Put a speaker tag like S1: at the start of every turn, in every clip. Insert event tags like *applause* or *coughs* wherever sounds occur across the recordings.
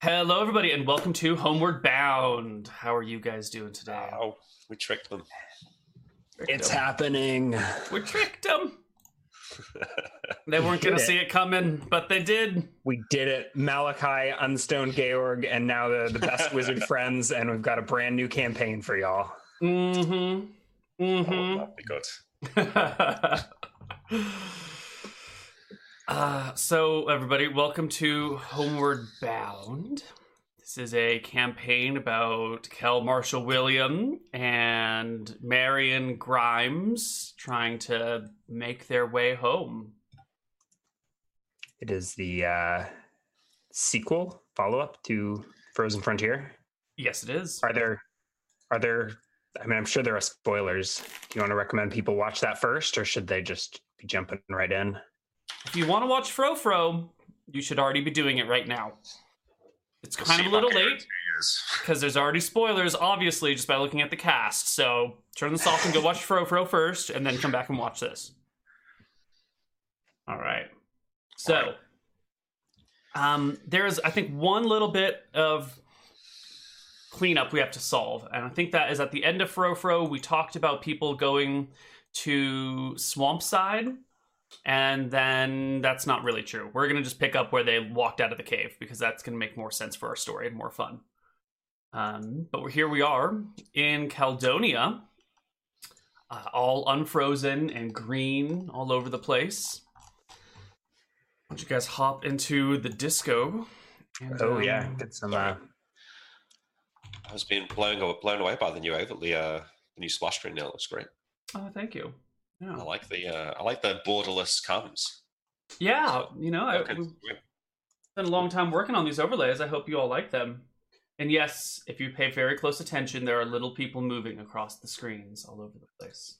S1: Hello, everybody, and welcome to Homeward Bound. How are you guys doing today?
S2: Oh, we tricked them.
S1: Tricked
S3: It's
S1: 'em.
S3: happening.
S1: we tricked them. they weren't going to
S3: did it.
S1: see it coming, but they did.
S3: We did it. Malachi, Unstoned Georg, and now the, the *laughs* best wizard friends, and we've got a brand new campaign for y'all.
S1: Mm-hmm.
S2: Oh,
S3: Hmm.
S1: Mm-hmm.
S2: that'd be good.
S1: *laughs* uh, so, everybody, welcome to Homeward Bound. This is a campaign about Kel Marshall William and Marion Grimes trying to make their way home.
S3: It is the uh, sequel, follow up to Frozen Frontier.
S1: Yes, it is.
S3: Are there, are there, I mean, I'm sure there are spoilers. Do you want to recommend people watch that first, or should they just be jumping right in?
S1: If you want to watch Frofro, you should already be doing it right now. It's
S2: We'll
S1: kind
S2: see
S1: of a little
S2: how it
S1: late
S2: is.
S1: because there's already spoilers, obviously, just by looking at the cast. So turn this off and go watch Frofro first, and then come back and watch this. All right. So, um, there's I think one little bit of cleanup we have to solve, and I think that is at the end of Frofro. We talked about people going to Swampside, and then that's not really true. We're gonna just pick up where they walked out of the cave because that's gonna make more sense for our story and more fun. Um, but we're, here we are in Caledonia, uh, all unfrozen and green all over the place. Why don't you guys hop into the disco? and,
S3: Oh,
S1: um,
S3: yeah. Get some, uh,
S2: I was being blown away, blown away by the new overlay, uh, the new splash screen. Now it looks great.
S1: Oh, thank you. Yeah,
S2: I like the uh, I like the borderless comms.
S1: yeah you
S3: Oh,
S1: know, I,
S2: Okay.
S1: we spent a long time working on these overlays. I hope you all like them. And yes, if you pay very close attention, there are little people moving across the screens all over the place.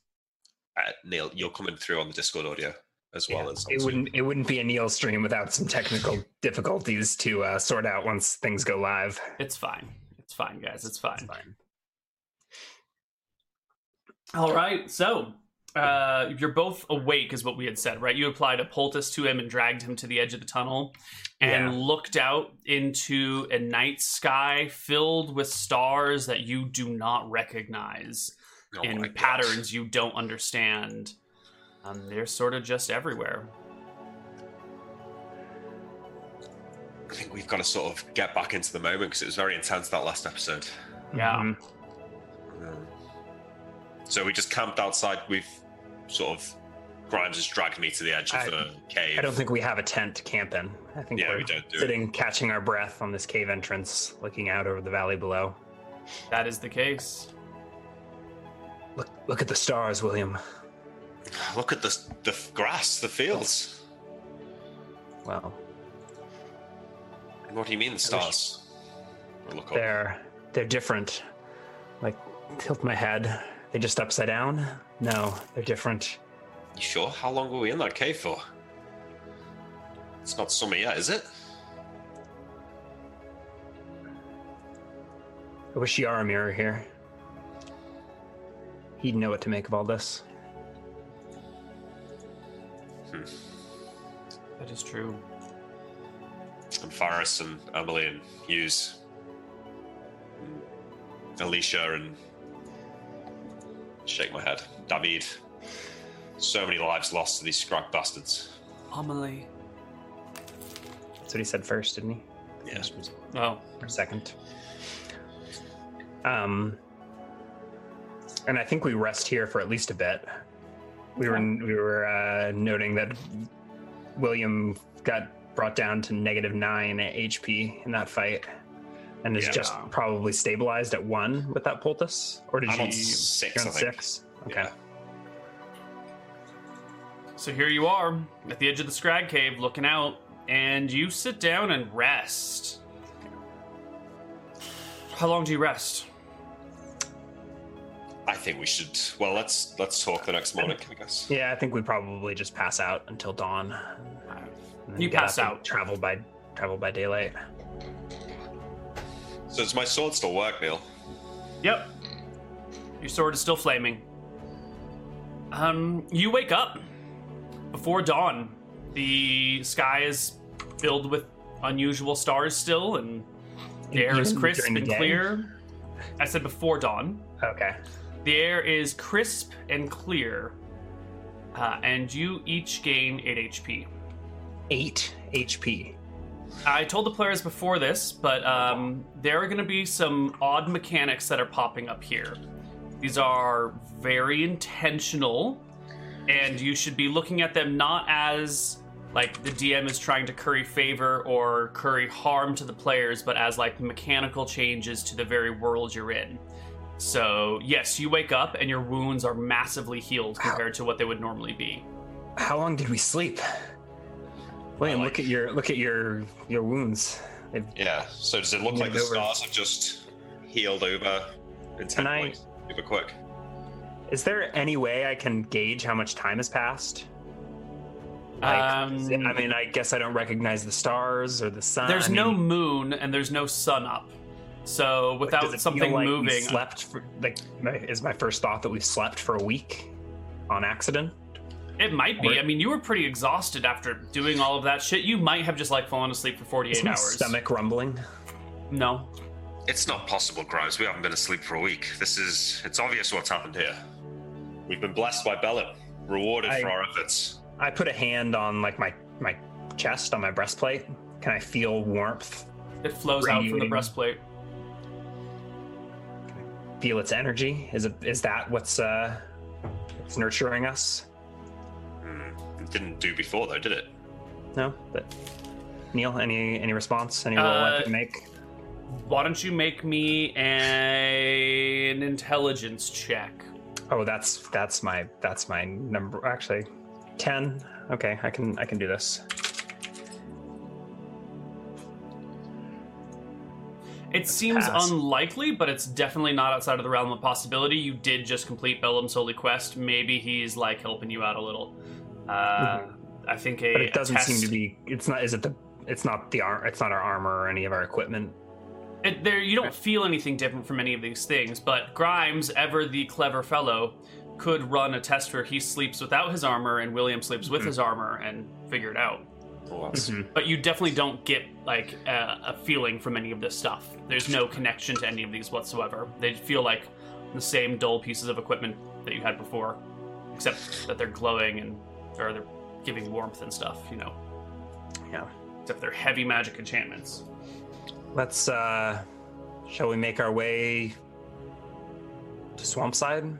S2: Uh, Neil, you're coming through on the Discord audio as well
S3: Yeah,
S2: as on
S3: it
S2: Zoom.
S3: wouldn't it wouldn't be a Neil stream without some technical *laughs* difficulties to uh, sort out once things go live.
S1: It's fine. It's fine, guys. It's fine.
S3: It's fine.
S1: All right. So, uh, you're both awake, is what we had said, right? You applied a poultice to him and dragged him to the edge of the tunnel and
S3: Yeah.
S1: looked out into a night sky filled with stars that you do not recognize
S2: Oh my
S1: and
S2: God.
S1: patterns you don't understand. Um, they're sort of just everywhere.
S2: I think we've got to sort of get back into the moment because it was very intense that last episode.
S1: Yeah.
S3: Mhm.
S2: Um, So we just camped outside. We've sort of Grimes has dragged me to the edge of
S3: I-
S2: the cave.
S3: I don't think we have a tent to camp in. I think
S2: yeah,
S3: we're
S2: we don't do it.
S3: sitting, catching our breath on this cave entrance, looking out over the valley below.
S1: That is the case.
S3: Look, look at the stars, William.
S2: Look at the the grass, the fields.
S3: Well,
S2: And What do you mean the stars? I Look up.
S3: they're they're different. Like, tilt my head. They just upside down. No, they're different.
S2: You sure? How long were we in that cave for? It's not summer yet, is it?
S3: I wish Yaramir were here. He'd know what to make of all this.
S1: That is true.
S2: And Faris and Emily and Hughes, and Alicia and shake my head. David. So many lives lost to these scrag bastards.
S1: Amelie.
S3: That's what he said first, didn't he?
S2: Yeah.
S1: Oh,
S3: for a second. Um, and I think we rest here for at least a bit. We were we were uh, noting that William got brought down to negative nine HP in that fight, and is
S2: Yeah.
S3: just probably stabilized at one with that poultice. Or did
S2: I'm
S3: you?
S2: on six,
S3: you're on
S2: I think.
S3: six. Okay.
S2: Yeah.
S1: So here you are at the edge of the Scrag Cave looking out, and you sit down and rest. How long do you rest?
S2: I think we should well let's let's talk the next morning, I guess.
S3: Yeah, I think we probably just pass out until dawn. and then
S1: You
S3: get
S1: pass
S3: up and
S1: out.
S3: Travel by travel by daylight.
S2: So does my sword still work, Neil?
S1: Yep. Your sword is still flaming. Um, you wake up before dawn. The sky is filled with unusual stars still, and The air is
S3: Even
S1: crisp
S3: during the
S1: and
S3: day?
S1: clear. I said before dawn.
S3: Okay.
S1: The air is crisp and clear, uh, and you each gain 8 HP.
S3: Eight HP.
S1: I told the players before this, but um, there are going to be some odd mechanics that are popping up here. These are very intentional, and you should be looking at them not as like the DM is trying to curry favor or curry harm to the players, but as like mechanical changes to the very world you're in. So, yes, you wake up and your wounds are massively healed compared to what they would normally be.
S3: How long did we sleep? William,
S2: Uh,
S3: look
S2: like-
S3: at your look at your your wounds.
S2: Yeah. So does it look
S3: Yeah,
S2: like the
S3: over.
S2: stars have just healed over in ten
S3: Can I-
S2: points? Super quick.
S3: Is there any way I can gauge how much time has passed? Like,
S1: Um,
S3: is it- I mean, I guess I don't recognize the stars or the sun.
S1: There's
S3: Uh, I
S1: no
S3: mean,
S1: moon and there's no sun up. So
S3: like, does it
S1: without
S3: feel
S1: something
S3: like we
S1: moving,
S3: slept for, like my, is my first thought that we've slept for a week on accident.
S1: it might be.
S3: Or-
S1: I mean, you were pretty exhausted after doing all of that shit. You might have just like fallen asleep for 48
S3: Is my
S1: hours.
S3: stomach rumbling?
S1: No.
S2: It's not possible, Grimes. We haven't been asleep for a week. This is. It's obvious what's happened here. We've been blessed by Bellin, rewarded
S3: I-
S2: for our efforts.
S3: I put a hand on like my my chest on my breastplate. Can I feel warmth?
S1: It flows out from the
S3: Radiating.
S1: breastplate.
S3: Feel its energy? Is it is that what's uh what's nurturing us?
S2: Hmm. It didn't do before, though, did it?
S3: No, but Neil, any any response? Any roll
S1: Uh,
S3: I can make?
S1: Why don't you make me a- an intelligence check?
S3: Oh, that's that's my that's my number. Actually, ten. Okay, I can I can do this.
S1: It seems
S3: pass.
S1: unlikely, but it's definitely not outside of the realm of possibility. You did just complete Bellum's Holy Quest. Maybe he's like helping you out a little. Uh, I think a
S3: Mm-hmm. But it doesn't
S1: a test
S3: seem to be. It's not. Is it the? It's not the arm. It's not our armor or any of our equipment.
S1: It, there, you don't feel anything different from any of these things, but Grimes, ever the clever fellow, could run a test where he sleeps without his armor and William sleeps with
S3: Mhm.
S1: his armor and figure it out.
S2: Oh, that's-
S1: But you definitely don't get like a, a feeling from any of this stuff. There's no connection to any of these whatsoever. They feel like the same dull pieces of equipment that you had before, except that they're glowing and or they're giving warmth and stuff. You know,
S3: Yeah.
S1: except they're heavy magic enchantments.
S3: Let's. uh Shall we make our way to Swampside?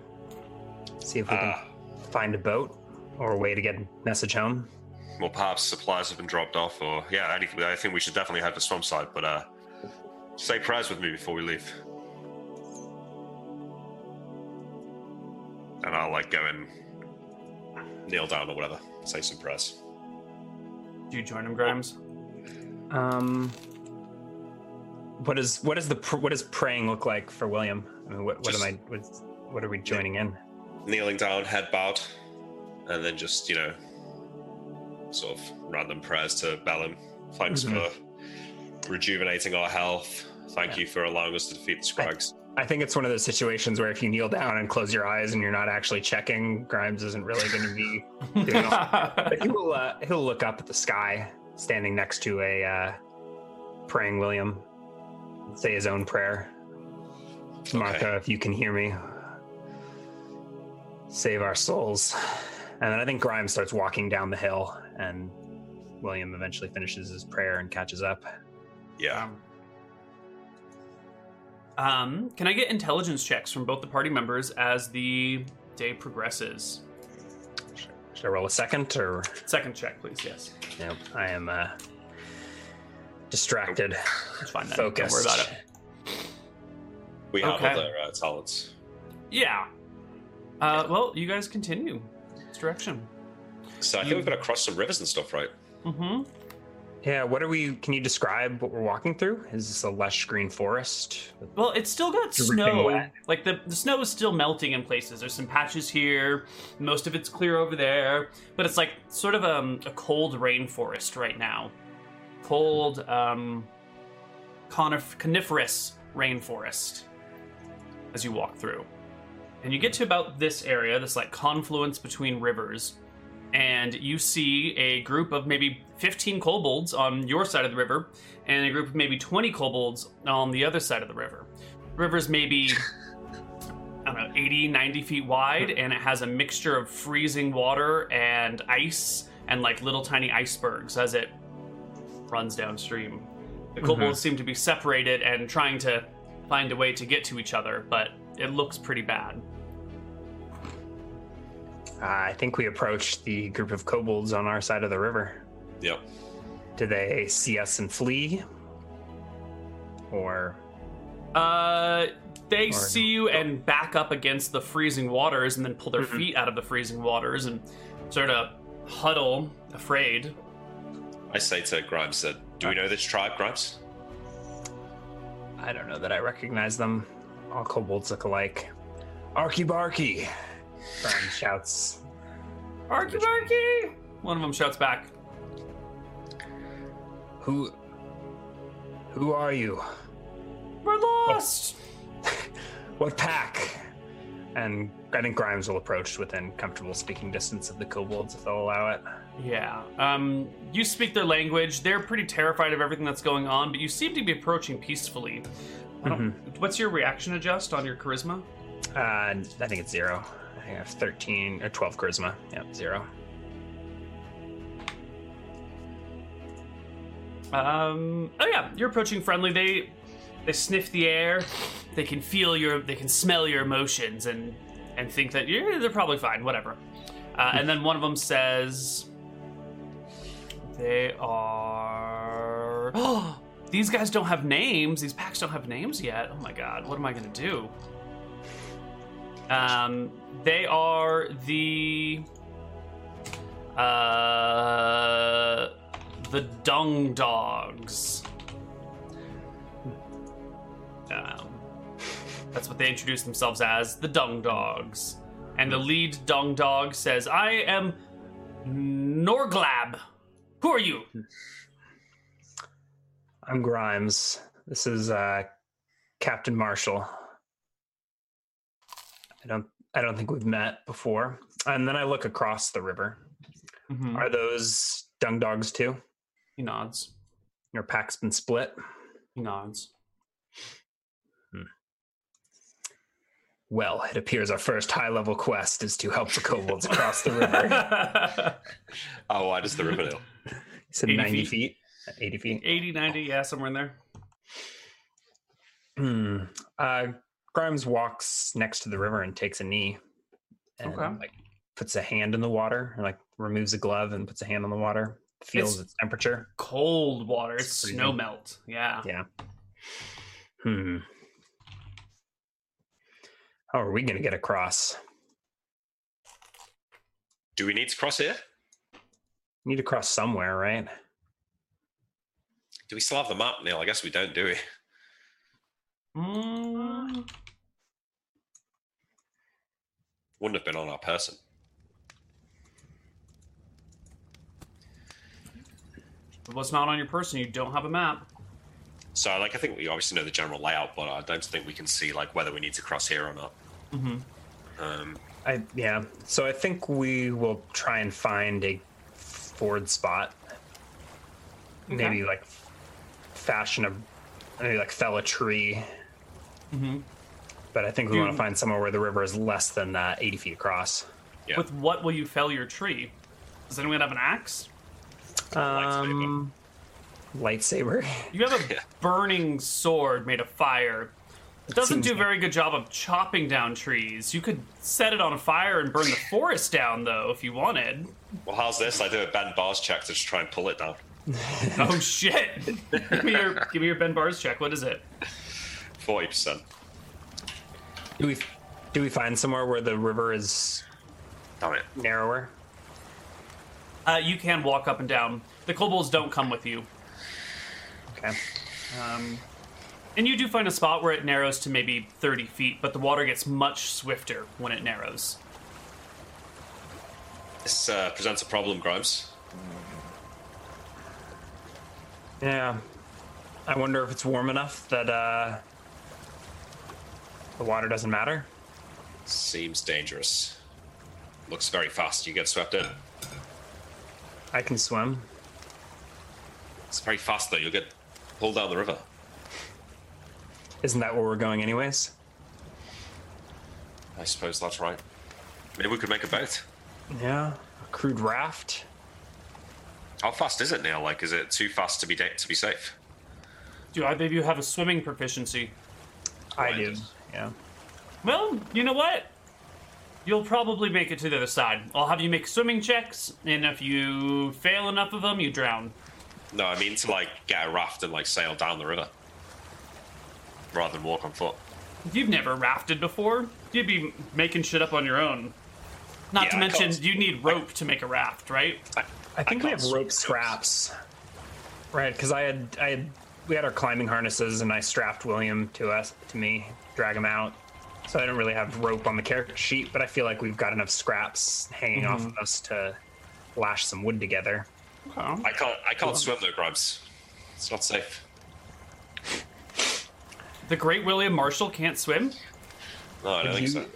S3: See if we
S2: Ah,
S1: Uh.
S3: can find a boat or a way to get a message home.
S2: well, perhaps supplies have been dropped off, or yeah, anything. I think we should definitely head to Swampside, but uh, say prayers with me before we leave. And I'll like go and kneel down or whatever, say some prayers.
S1: Do you join him, Grimes?
S3: Um. What is what is the pr- what does praying look like for William? I mean, what what
S2: Just-
S3: am I? What, is- what are we joining in?
S2: Kneeling down, head bowed, and then just you know, sort of random prayers to Bellum. Thanks
S3: Mhm.
S2: for rejuvenating our health. Thank
S3: Yeah.
S2: you for allowing us to defeat the Scrags.
S3: I think it's one of those situations where if you kneel down and close your eyes and you're not actually checking, Grimes isn't really going to be.
S1: *laughs*
S3: But he will. Uh, he'll look up at the sky, standing next to a uh, praying William, and say his own prayer. Martha, if you can hear me, save our souls. And then I think Grimes starts walking down the hill, and William eventually finishes his prayer and catches up.
S2: Yeah.
S1: Um, can I get intelligence checks from both the party members as the day progresses?
S3: Should I roll a second or?
S1: Second check, please. Yes,
S3: Nope. I am uh, distracted.
S1: it's fine. Then.
S3: Focused.
S1: Don't worry about it.
S2: We have
S1: Okay.
S2: other uh, talents.
S1: Yeah. Uh, well, you guys continue this direction.
S2: So I think
S1: You-
S2: we've got to cross some rivers and stuff, right?
S1: Mm-hmm.
S3: Yeah, what are we? Can you describe what we're walking through? Is this a lush green forest?
S1: Well, it's still got
S3: Dripping
S1: snow.
S3: wet.
S1: Like the, the snow is still melting in places. There's some patches here. Most of it's clear over there, but it's like sort of um, a cold rainforest right now. Cold um, conif- coniferous rainforest as you walk through. And you get to about this area, this like confluence between rivers, and you see a group of maybe 15 kobolds on your side of the river, and a group of maybe 20 kobolds on the other side of the river. The river's maybe, I don't know, 80, 90 feet wide, and it has a mixture of freezing water and ice and like little tiny icebergs as it runs downstream. The kobolds seem to be separated and trying to find a way to get to each other, but it looks pretty bad.
S3: Uh, I think we approached the group of kobolds on our side of the river.
S2: Yep.
S3: Do they see us and flee? Or
S1: Uh, they
S3: Or-
S1: see you and back up against the freezing waters and then pull their
S3: Mhm.
S1: feet out of the freezing waters and sort of huddle, afraid.
S2: I say to Grimes that, do we know this tribe, Grimes?
S3: I don't know that I recognize them. All kobolds look alike. Arky Barky! Brian shouts.
S1: Arky Barky! One of them shouts back.
S3: Who Who are you?
S1: We're lost!
S3: What pack? And I think Grimes will approach within comfortable speaking distance of the kobolds if they'll allow it.
S1: Yeah. Um, you speak their language. They're pretty terrified of everything that's going on, but you seem to be approaching peacefully. I don't, What's your reaction adjust on your charisma?
S3: Uh, I think it's zero. I think I have 13 or 12 charisma. Yep, zero.
S1: Um. Oh yeah, you're approaching friendly. They they sniff the air. They can feel your. They can smell your emotions and and think that you're. They're probably fine. Whatever. Uh, and then one of them says, "They are. *gasps* Oh, these guys don't have names. These packs don't have names yet. Oh my god, what am I gonna do? Um, they are the. Uh, the Dung Dogs. Um, that's what they introduce themselves as, the Dung Dogs. And the lead Dung Dog says, I am Norglab. Who are you?
S3: I'm Grimes. This is uh, Captain Marshall. I don't I don't think we've met before. And then I look across the river. Are those dung dogs too?
S1: Mm-hmm. He nods.
S3: Your pack's been split.
S1: He nods.
S3: Well, it appears our first high level quest is to help the kobolds across
S1: *laughs*
S3: the river.
S2: Oh, why does the river deal?
S3: You said
S1: 80
S3: 90
S1: feet.
S3: feet. 80 feet.
S1: 80, 90, yeah, somewhere in there.
S3: Hmm. Uh, Grimes walks next to the river and takes a knee, and
S1: Okay.
S3: like puts a hand in the water, and like removes a glove and puts a hand on the water, feels its,
S1: It's-
S3: temperature.
S1: Cold water. It's
S3: It's freezing.
S1: snow melt. Yeah.
S3: Hmm. How are we gonna get across?
S2: Do we need to cross here?
S3: Need to cross somewhere, right?
S2: Do we still have the map, Neil? I guess we don't, do we? *laughs*
S1: Mm,
S2: Wouldn't have been on our person.
S1: what's not on your person? You don't have a map.
S2: So, like, I think we obviously know the general layout, but I don't think we can see like whether we need to cross here or not.
S1: Mm-hmm.
S2: Um,
S3: I yeah. So I think we will try and find a ford spot. Maybe like fashion a maybe like fell a tree. Mm-hmm.
S1: Mhm.
S3: But I think we
S1: Do-
S3: want to find somewhere where the river is less than uh, eighty feet across.
S2: yeah.
S1: With what will you fell your tree? Does anyone have an axe?
S3: Um, lightsaber.
S1: You have a
S2: Yeah.
S1: burning sword made of fire. It doesn't
S3: seems
S1: do a
S3: like-
S1: very good job of chopping down trees. You could set it on fire and burn the forest down, though, if you wanted.
S2: well, how's this? I do a Ben Bars check to just try and pull it down.
S1: Oh shit! *laughs* give me your give me your Ben Bars check. What is it?
S2: Forty percent
S3: Do we do we find somewhere where the river is
S2: Damn it.
S3: narrower?
S1: Uh, you can walk up and down. The kobolds don't come with you,
S3: Okay.
S1: um, and you do find a spot where it narrows to maybe thirty feet, but the water gets much swifter when it narrows.
S2: This uh, presents a problem, Grimes.
S3: Yeah. I wonder if it's warm enough that uh, the water doesn't matter.
S2: Seems dangerous. Looks very fast. You get swept in.
S3: I can swim.
S2: It's very fast though. You'll get pulled down the river.
S3: Isn't that where we're going, anyways?
S2: I suppose that's right. Maybe we could make a boat.
S3: Yeah. A crude raft.
S2: How fast is it, Neil? Like, is it too fast to be da- to be safe?
S1: Do I believe you have a swimming proficiency?
S3: I do.
S2: Right.
S3: Yeah.
S1: Well, you know what? You'll probably make it to the other side. I'll have you make swimming checks, and if you fail enough of them, you drown.
S2: No, I mean to like get a raft and like sail down the river rather than walk on foot.
S1: If you've never rafted before, you'd be making shit up on your own. Not
S2: Yeah,
S1: to
S2: I
S1: mention,
S2: can't-
S1: you need rope to make a raft, right?
S2: I,
S3: I think we
S2: can't
S3: have
S2: swim.
S3: rope straps. Right, because I had I had we had our climbing harnesses and I strapped William to us to me, drag him out. So I don't really have rope on the character sheet, but I feel like we've got enough scraps hanging off of us to lash some wood together.
S1: Okay.
S2: I can't. I can't swim though, Grimes. It's not safe.
S1: The Great William Marshall can't swim.
S2: No, I don't
S3: Would you,
S2: think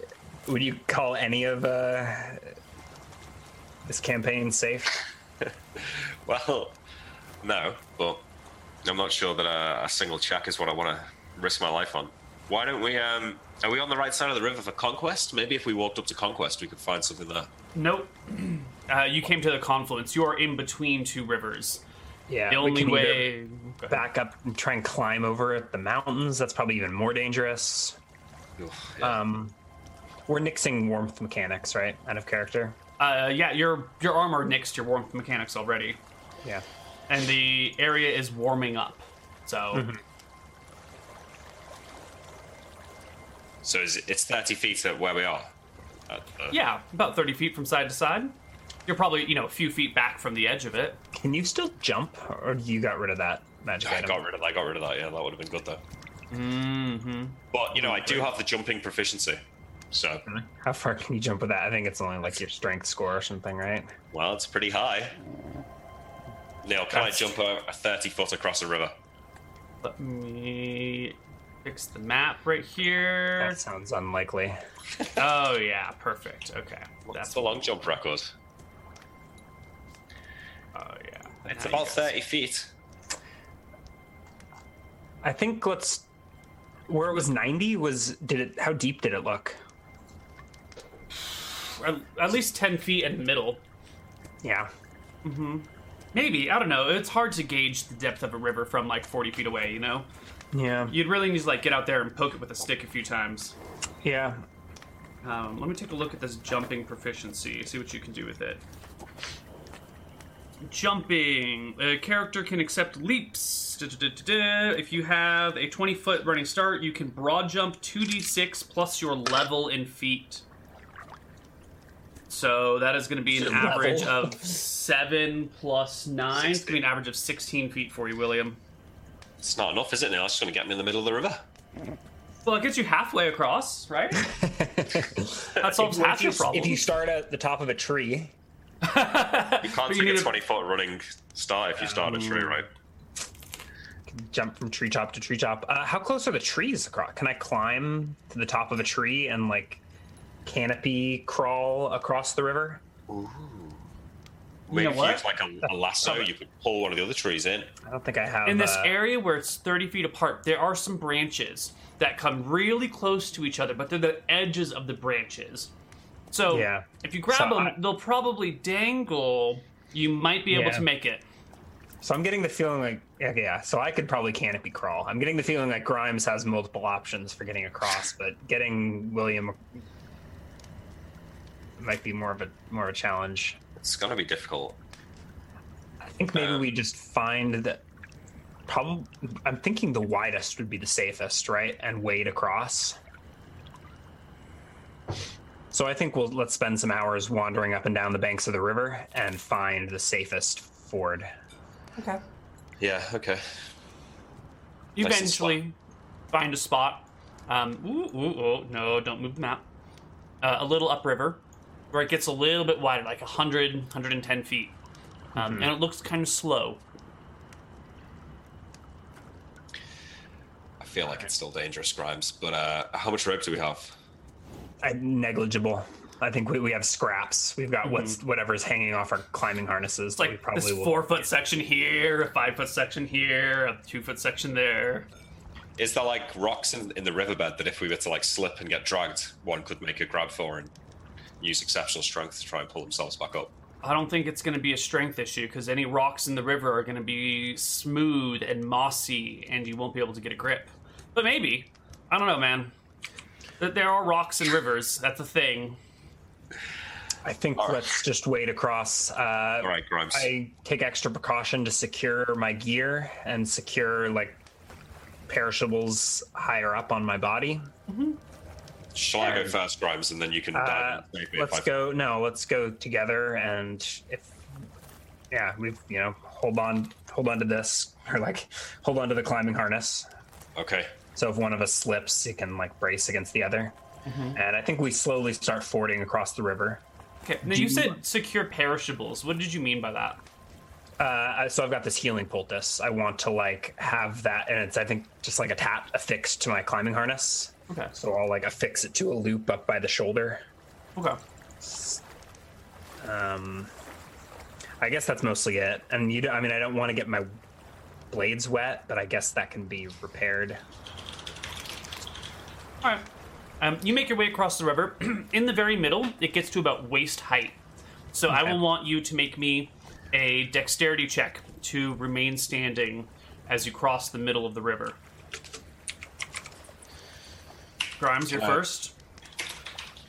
S2: so.
S3: would you call any of uh, this campaign safe?
S2: Well, *laughs* no, but I'm not sure that a, a single check is what I want to risk my life on. Why don't we? Um, are we on the right side of the river for conquest? Maybe if we walked up to conquest, we could find something there.
S1: Nope. *clears throat* Uh, you came to the confluence. You are in between two rivers.
S3: Yeah.
S1: The
S3: we
S1: only
S3: can either
S1: way. Go ahead.
S3: back up and try and climb over the mountains. That's probably even more dangerous.
S2: Oof, yeah.
S3: Um, we're nixing warmth mechanics, right? Out of character.
S1: Uh, yeah, your your armor nixed your warmth mechanics already,
S3: Yeah.
S1: and the area is warming up. So
S2: so is, it- it's 30 feet at where we are. At uh, the-
S1: yeah, about thirty feet from side to side. You're probably you know a few feet back from the edge of it.
S3: Can you still jump, or you got rid of that magic
S2: I
S3: item?
S2: got rid of. I got rid of that. Yeah, that would have been good though.
S1: Mm-hmm.
S2: But you know, I do have the jumping proficiency. So,
S3: How far can you jump with that? I think it's only like your strength score or something, right?
S2: well, it's pretty high. Neil, can
S1: That's-
S2: I jump a, a 30 foot across a river?
S1: Let me fix the map right here.
S3: That sounds unlikely.
S1: Oh yeah, perfect. Okay,
S2: That's
S1: that's
S2: the long jump record.
S1: oh yeah.
S2: It's
S1: Now you
S2: about
S1: guys-
S2: 30 feet.
S3: I think let's. Where it was ninety was did it? How deep did it look?
S1: at, at least 10 feet in the middle.
S3: Yeah.
S1: Maybe, I don't know. It's hard to gauge the depth of a river from like 40 feet away, you know?
S3: Yeah.
S1: You'd really need to like get out there and poke it with a stick a few times.
S3: Yeah.
S1: Um, let me take a look at this jumping proficiency, see what you can do with it. Jumping. A character can accept leaps. Da-da-da-da-da. If you have a 20 foot running start, you can broad jump 2d6 plus your level in feet. So that is going to be an
S3: Your level?
S1: average of 7 plus 9. It's going to be an average of 16 feet for you, William.
S2: It's not enough, is it, Neil? It's going to get me in the middle of the river.
S1: Well, it gets you halfway across, right? that solves half your problem.
S3: If you start at the top of a tree,
S2: You can't
S1: But you
S2: take
S1: need
S2: a
S1: a- Um,
S2: 20 foot running start if you start a tree, right?
S3: jump from tree top to tree top. Uh, how close are the trees across? Can I climb to the top of a tree and like canopy crawl across the river?
S2: Maybe
S1: know
S2: if you
S1: what?
S2: use like a,
S1: *laughs*
S2: a lasso, you could pull one of the other trees in.
S3: I don't think I have.
S1: in this
S3: uh,
S1: area where it's 30 feet apart there are some branches that come really close to each other but they're the edges of the branches so
S3: Yeah.
S1: if you grab
S3: So
S1: them
S3: I-
S1: they'll probably dangle you might be able
S3: Yeah.
S1: to make it
S3: So I'm getting the feeling like yeah, yeah. So I could probably canopy crawl. I'm getting the feeling like Grimes has multiple options for getting across, but getting William might be more of a more of a challenge.
S2: It's going to be difficult.
S3: I think maybe
S2: Uh,
S1: Um,
S3: we just find that. Probably, I'm thinking the widest would be the safest, right? And wade across. So I think we'll let's spend some hours wandering up and down the banks of the river and find the safest ford.
S1: okay
S2: Yeah, okay.
S1: you
S2: Nice and
S1: eventually find a spot um ooh, ooh, ooh, no don't move the map uh, a little upriver where it gets a little bit wider like 100 110 feet um,
S3: Mm-hmm.
S1: and it looks kind of slow
S2: I feel like it's still dangerous, Grimes, but uh, how much rope do we have?
S3: I, negligible. I think we, we have scraps. We've got what's whatever's hanging off our climbing
S1: It's
S3: harnesses. that
S1: Mm-hmm.
S3: we
S1: like
S3: probably
S1: this
S3: will-
S1: four foot section here, a five foot section here, a two foot section there.
S2: Is there like rocks in, in the riverbed that if we were to like slip and get dragged, one could make a grab for and use exceptional strength to try and pull themselves back up?
S1: I don't think it's going to be a strength issue because any rocks in the river are going to be smooth and mossy, and you won't be able to get a grip. But maybe, I don't know, man. Th- There are rocks in rivers. That's a thing.
S3: I think
S2: All right.
S3: let's just wade across. Uh,
S2: All right, Grimes.
S3: I take extra precaution to secure my gear and secure like perishables higher up on my body.
S2: Shall I go first, Grimes, and then you can dive
S3: Uh,
S2: in and save me if
S3: let's
S2: I-
S3: go. No, let's go together. And if yeah, we've you know hold on, hold on to this, *laughs* or like hold on to the climbing harness.
S2: Okay.
S3: So if one of us slips, it can like brace against the other. And I think we slowly start fording across the river.
S1: Okay. Now you said secure perishables. What did you mean by that?
S3: Uh, I- so I've got this healing poultice. I want to like have that, and it's I think just like a tat affixed to my climbing harness.
S1: Okay.
S3: So I'll like affix it to a loop up by the shoulder.
S1: Okay.
S3: Um, I guess that's mostly it. And you, don't- I mean, I don't want to get my blades wet, but I guess that can be repaired.
S1: All right. Um, you make your way across the river. *clears throat* In the very middle, it gets to about waist height. So I
S3: Okay.
S1: will want you to make me a dexterity check to remain standing as you cross the middle of the river. Grimes, you're
S2: Right.
S1: first.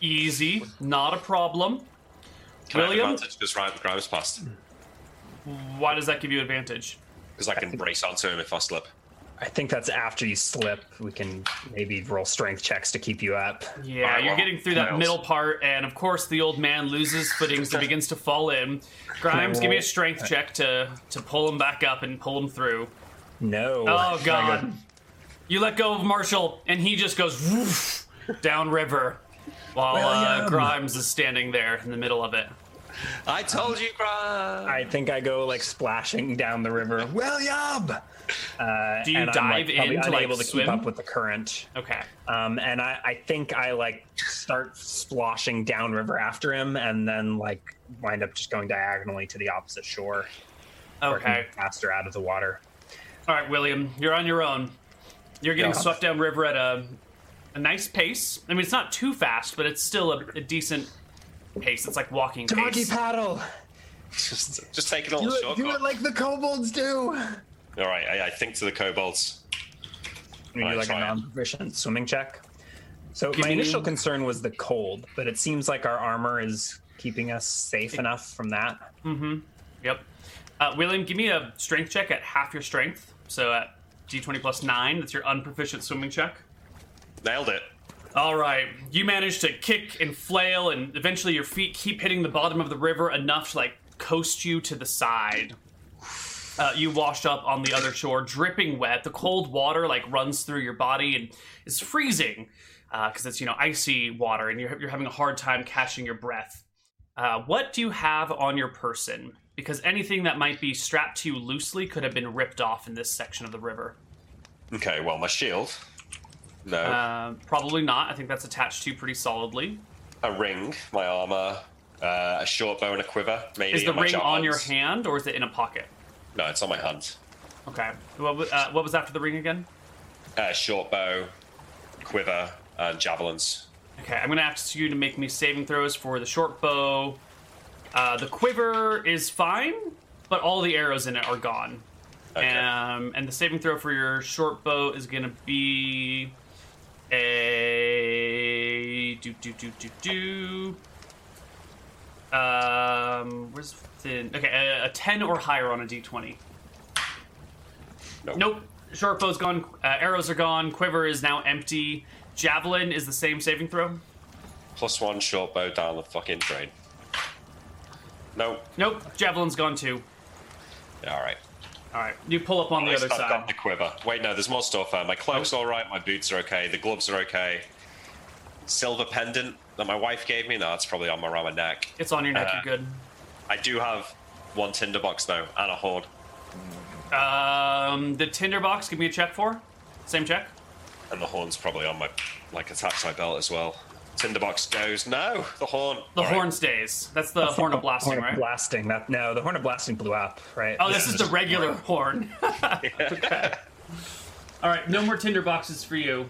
S1: Easy, not a problem.
S2: Can I
S1: William?
S2: have advantage because Ryan Grimes passed?
S1: Why does that give you advantage?
S2: Because I can brace onto him if I slip.
S3: I think that's after you slip. We can maybe roll strength checks to keep you up.
S1: Yeah,
S2: Alright,
S1: you're
S2: well,
S1: getting through that
S2: nails.
S1: middle part, and of course the old man loses footings
S3: *laughs*
S1: and begins to fall in. Grimes, give me a strength check to to pull him back up and pull him through.
S3: No.
S1: Oh god. You let go of Marshall, and he just goes woof, downriver, while uh,
S3: William.
S1: Grimes is standing there in the middle of it.
S2: I told you, Grimes.
S3: I think I go like splashing down the river. William. Uh,
S1: Do you
S3: and I'm,
S1: dive
S3: like, probably
S1: in to, like,
S3: unable to
S1: swim?
S3: keep up with the current?
S1: Okay.
S3: Um, and I, I think I like start splashing downriver after him, and then like wind up just going diagonally to the opposite shore, where he
S1: Okay.
S3: faster out of the water.
S1: All right, William, you're on your own. You're getting
S2: Yeah.
S1: swept downriver at a, a nice pace. I mean, it's not too fast, but it's still a, a decent pace. It's like walking pace.
S3: paddle,
S2: *laughs* just, just take a little shortcut.
S3: like the kobolds do.
S2: All right, I, I think to the kobolds.
S3: We do
S2: Alright,
S3: like a
S2: try it.
S3: non-proficient swimming check. So
S1: Give
S3: my
S1: me-
S3: initial concern was the cold, but it seems like our armor is keeping us safe enough from that.
S1: Yep. Uh, William, give me a strength check at half your strength. So at d20 plus 9, that's your unproficient swimming check.
S2: Nailed it.
S1: All right, you manage to kick and flail, and eventually your feet keep hitting the bottom of the river enough to like coast you to the side. Uh, you washed up on the other shore, dripping wet. The cold water like runs through your body and is freezing because it's you know icy water, and you're you're having a hard time catching your breath. Uh, what do you have on your person? Because anything that might be strapped to you loosely could have been ripped off in this section of the river.
S2: Okay, well, my shield. No.
S1: Uh, probably not. I think that's attached to you pretty solidly.
S2: a ring, my armor, uh, a short bow and a quiver. Maybe
S1: Is the
S2: and my
S1: ring on your
S2: javelins.
S1: hand or is it in a pocket?
S2: No, it's on my hand.
S1: Okay. What, wa- uh, what was after the ring again?
S2: Uh, short bow, quiver, and javelins.
S1: Okay, I'm gonna ask you to make me saving throws for the short bow. Uh, the quiver is fine, but all the arrows in it are gone.
S2: Okay.
S1: Um, and the saving throw for your short bow is gonna be a do do do do do. Um, where's the okay? A, a ten or higher on a d20.
S2: Nope.
S1: Nope. Short bow's gone. Uh, arrows are gone. Quiver is now empty. Javelin is the same saving throw.
S2: Plus one short bow down the fucking drain. Nope.
S1: Nope. Javelin's gone too.
S2: Yeah, all right.
S1: All right. You pull up on
S2: At
S1: the
S2: least
S1: other
S2: I've got
S1: side.
S2: the quiver. Wait, no, there's more stuff. Uh, my cloak's all right. My boots are okay. The gloves are okay. Silver pendant that my wife gave me. No, it's probably on my around my neck.
S1: It's on your neck.
S2: Uh,
S3: Uh-huh.
S1: You're good.
S2: I do have one tinderbox though, and a hoard.
S1: Um, the tinderbox. Give me a check for. Same check.
S2: And the horn's probably on my, like, attached to my belt as well. Tinderbox goes. No, the horn.
S1: The
S2: All right.
S1: horn stays. That's the horn of blasting,
S3: Horn of
S1: right?
S3: Blasting. That no, the horn of blasting blew up, right?
S1: Oh, this is the regular horn. *laughs* okay. All right, no more tinder boxes for you.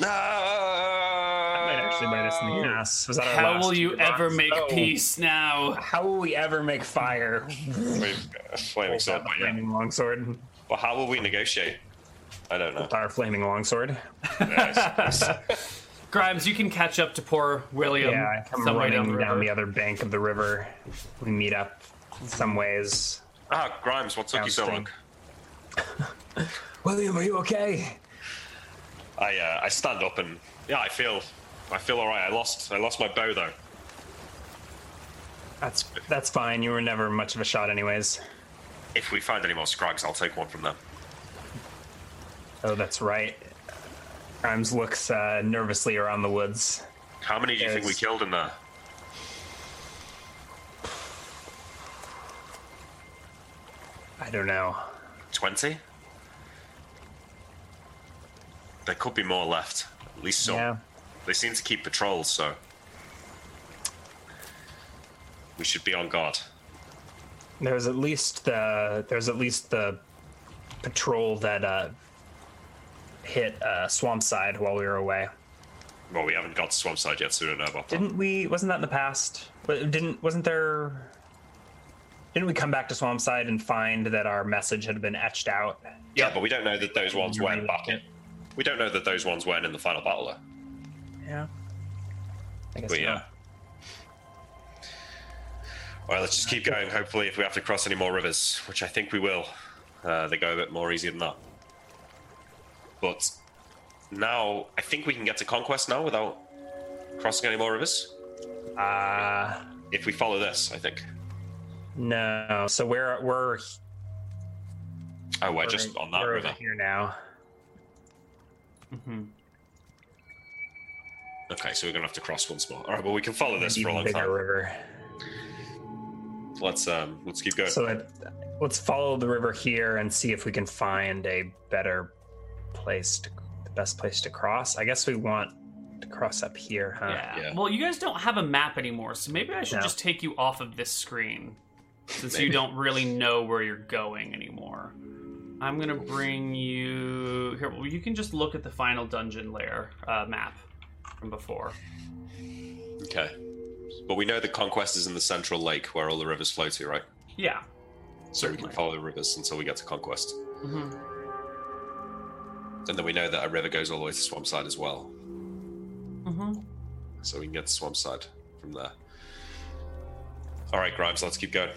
S2: No.
S3: Might actually bite us in the ass. Was that our
S1: Oh. How
S3: last
S1: will you
S3: Tinderbox?
S1: ever make
S3: Oh.
S1: peace now?
S3: How will we ever make fire?
S2: We've got a flaming
S3: Is that
S2: sword,
S3: the
S2: but yeah.
S3: flaming longsword?
S2: Well, how will we negotiate? I don't know.
S3: Our flaming longsword.
S1: Grimes, you can catch up to poor William.
S3: Yeah, I come
S1: some way
S3: running
S1: down the, river.
S3: other bank of the river. We meet up some ways.
S2: Ah, Grimes, what took you so long?
S3: Downstream. William, are you okay?
S2: I uh, I stand up and yeah, I feel I feel all right. I lost I lost my bow though.
S3: That's that's fine. You were never much of a shot, anyways.
S2: If we find any more scrags, I'll take one from them.
S3: Oh, that's right. Grimes looks uh, nervously around the woods.
S2: How many do you think we
S3: There's-
S2: killed in there?
S3: I don't know.
S2: Twenty. There could be more left. At least some.
S3: Yeah.
S2: They seem to keep patrols, so we should be on guard.
S3: There's at least the there's at least the patrol that uh, hit uh, Swampside while we were away.
S2: Well, we haven't got to Swampside yet, so we don't know about that.
S3: Didn't we? Wasn't that in the past? Wa- Didn't wasn't there? Didn't we come back to Swampside and find that our message had been etched out?
S2: Yeah, but we don't know that those ones weren't
S3: Right.
S2: back in. We don't know that those ones weren't in the final battle, though.
S3: Yeah. I guess.
S2: But
S3: so.
S2: yeah. All right, let's just keep going. Hopefully, if we have to cross any more rivers, which I think we will, uh, they go a bit more easier than that. But now, I think we can get to Conquest now without crossing any more rivers.
S3: Uh,
S2: If we follow this, I think.
S3: no. So we're we're,
S2: Oh, we're
S3: we're
S2: just on that
S3: we're
S2: river.
S3: over here now.
S1: Mhm.
S2: Okay, so we're gonna have to cross once more. All right, well, we can follow this for a
S3: Even
S2: long
S3: bigger
S2: time.
S3: river.
S2: Let's um, let's keep going.
S3: So it, let's follow the river here and see if we can find a better place, to, the best place to cross. I guess we want to cross up here, huh?
S1: Yeah.
S2: yeah.
S1: Uh, Well, you guys don't have a map anymore, so maybe I should
S3: No.
S1: just take you off of this screen since you don't really know where you're going anymore. I'm gonna bring you here. Well, you can just look at the final dungeon layer uh, map from before.
S2: Okay. But we know that Conquest is in the central lake where all the rivers flow to, right?
S1: Yeah.
S2: So we can
S1: Certainly.
S2: follow the rivers until we get to Conquest.
S1: hmm
S2: And then we know that a river goes all the way to Swampside as well.
S1: hmm
S2: So we can get to Swampside from there. All right, Grimes, let's keep going.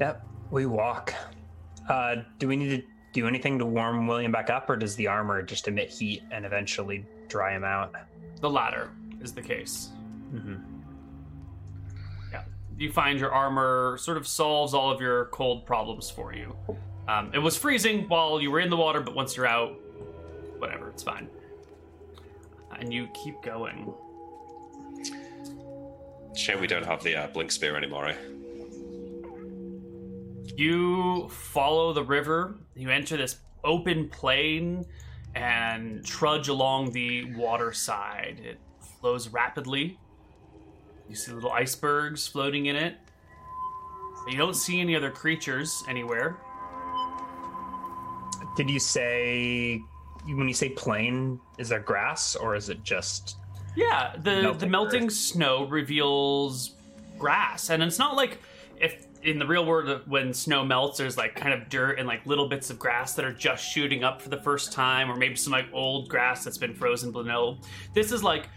S3: Yep. We walk. Uh, do we need to do anything to warm William back up, or does the armor just emit heat and eventually dry him out?
S1: The latter is the case.
S3: Mm-hmm.
S1: you find your armor sort of solves all of your cold problems for you. Um, it was freezing while you were in the water, but once you're out, whatever, it's fine. And you keep going.
S2: Shame we don't have the uh, blink spear anymore, eh?
S1: You follow the river, you enter this open plain, and trudge along the water side. It flows rapidly. You see little icebergs floating in it. But you don't see any other creatures anywhere.
S3: Did you say when you say plain, is there grass or is it just
S1: Yeah, the the
S3: Melting
S1: melting
S3: earth.
S1: snow reveals grass, and it's not like if in the real world when snow melts, there's like kind of dirt and like little bits of grass that are just shooting up for the first time, or maybe some like old grass that's been frozen below. This is like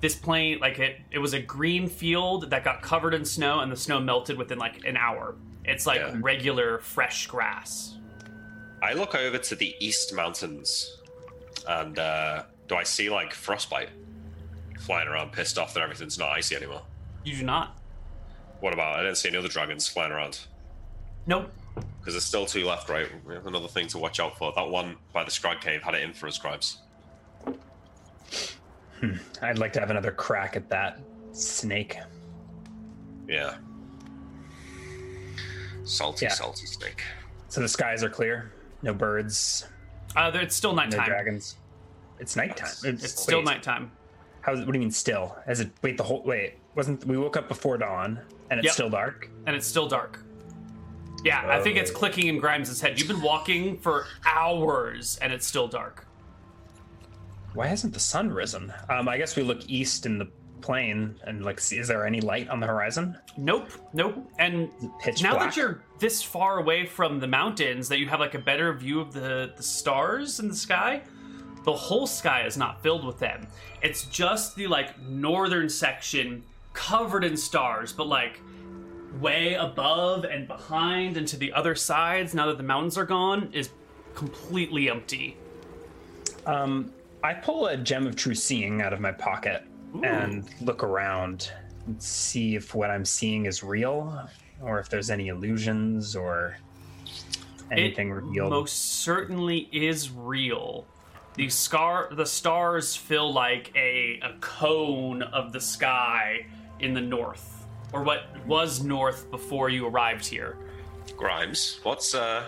S1: this plane, like it it was a green field that got covered in snow, and the snow melted within like an hour. It's like
S2: Yeah.
S1: regular fresh grass.
S2: I look over to the East Mountains, and uh, do I see like frostbite flying around, pissed off that everything's not icy anymore?
S1: You do not.
S2: What about? I didn't see any other dragons flying around.
S1: Nope.
S2: Because there's still two left, right? We have another thing to watch out for. That one by the Scrag Cave had it in for us, Grimes.
S3: I'd like to have another crack at that snake.
S2: Yeah. Salty,
S3: Yeah.
S2: salty snake.
S3: So the skies are clear, no birds,
S1: Uh, there- it's still
S3: no
S1: nighttime.
S3: dragons. It's nighttime.
S2: It's-
S1: It's still
S3: wait,
S1: nighttime.
S3: How? What do you mean still? As it wait the whole wait wasn't we woke up before dawn and it's
S1: Yep.
S3: still dark?
S1: and it's still dark. Yeah, I think
S3: Oh.
S1: it's clicking in Grimes' head. You've been walking for hours and it's still dark.
S3: Why hasn't the sun risen? Um, I guess we look east in the plain and like see, is there any light on the horizon?
S1: Nope, nope. And
S3: Pitch
S1: now
S3: black.
S1: that you're this far away from the mountains, that you have like a better view of the, the stars in the sky, the whole sky is not filled with them. It's just the like northern section covered in stars, but like way above and behind and to the other sides, now that the mountains are gone, is completely empty.
S3: Um, I pull a gem of true seeing out of my pocket and look around and see if what I'm seeing is real or if there's any illusions or anything
S1: it
S3: revealed.
S1: most certainly is real the scar the stars fill like a, a cone of the sky in the north or what was north before you arrived here
S2: Grimes, what's uh,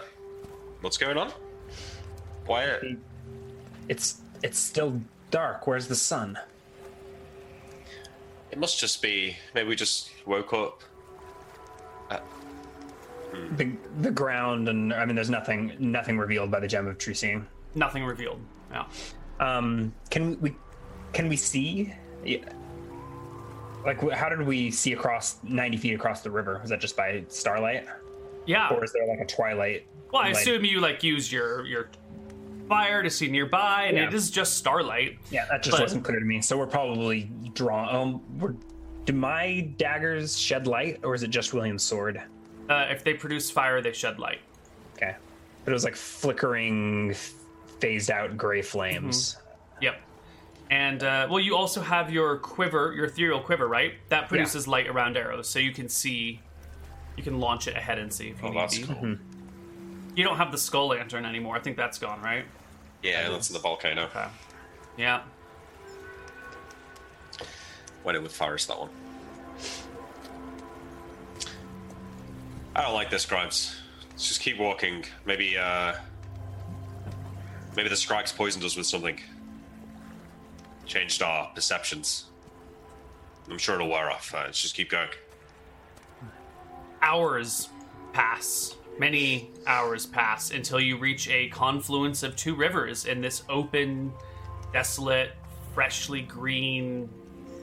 S2: what's going on? Why? uh,
S3: It's it's still dark. Where's the sun?
S2: It must just be. Maybe we just woke up.
S3: The the ground and I mean there's nothing nothing revealed by the gem of true seeing.
S1: nothing revealed yeah
S3: Um, can we can we see? Yeah. Like wh- how did we see across 90 feet across the river? Was that just by starlight?
S1: yeah
S3: or is there like a twilight?
S1: well i
S3: light?
S1: assume you like used your your fire to see nearby and
S3: Yeah.
S1: it is just starlight
S3: Yeah, that just
S1: But-
S3: wasn't clear to me. So we're probably drawn. Um, we're, do my daggers shed light, or is it just William's sword?
S1: uh, if they produce fire they shed light
S3: Okay, but it was like flickering, phased out gray flames.
S1: Yep. And uh, well, you also have your quiver, your ethereal quiver, right? That produces light around arrows, so you can see, you can launch it ahead and see if you
S2: Oh,
S1: need
S2: that's
S1: to.
S2: cool.
S1: You don't have the skull lantern anymore. I think that's gone, right?
S2: Yeah, that's in the volcano.
S1: Okay. Yeah.
S2: Went in with Faris that one. I don't like this, Grimes. Let's just keep walking. Maybe uh, maybe the strikes poisoned us with something. Changed our perceptions. I'm sure it'll wear off. Uh, let's just keep going.
S1: Hours pass, many hours pass until you reach a confluence of two rivers in this open, desolate, freshly green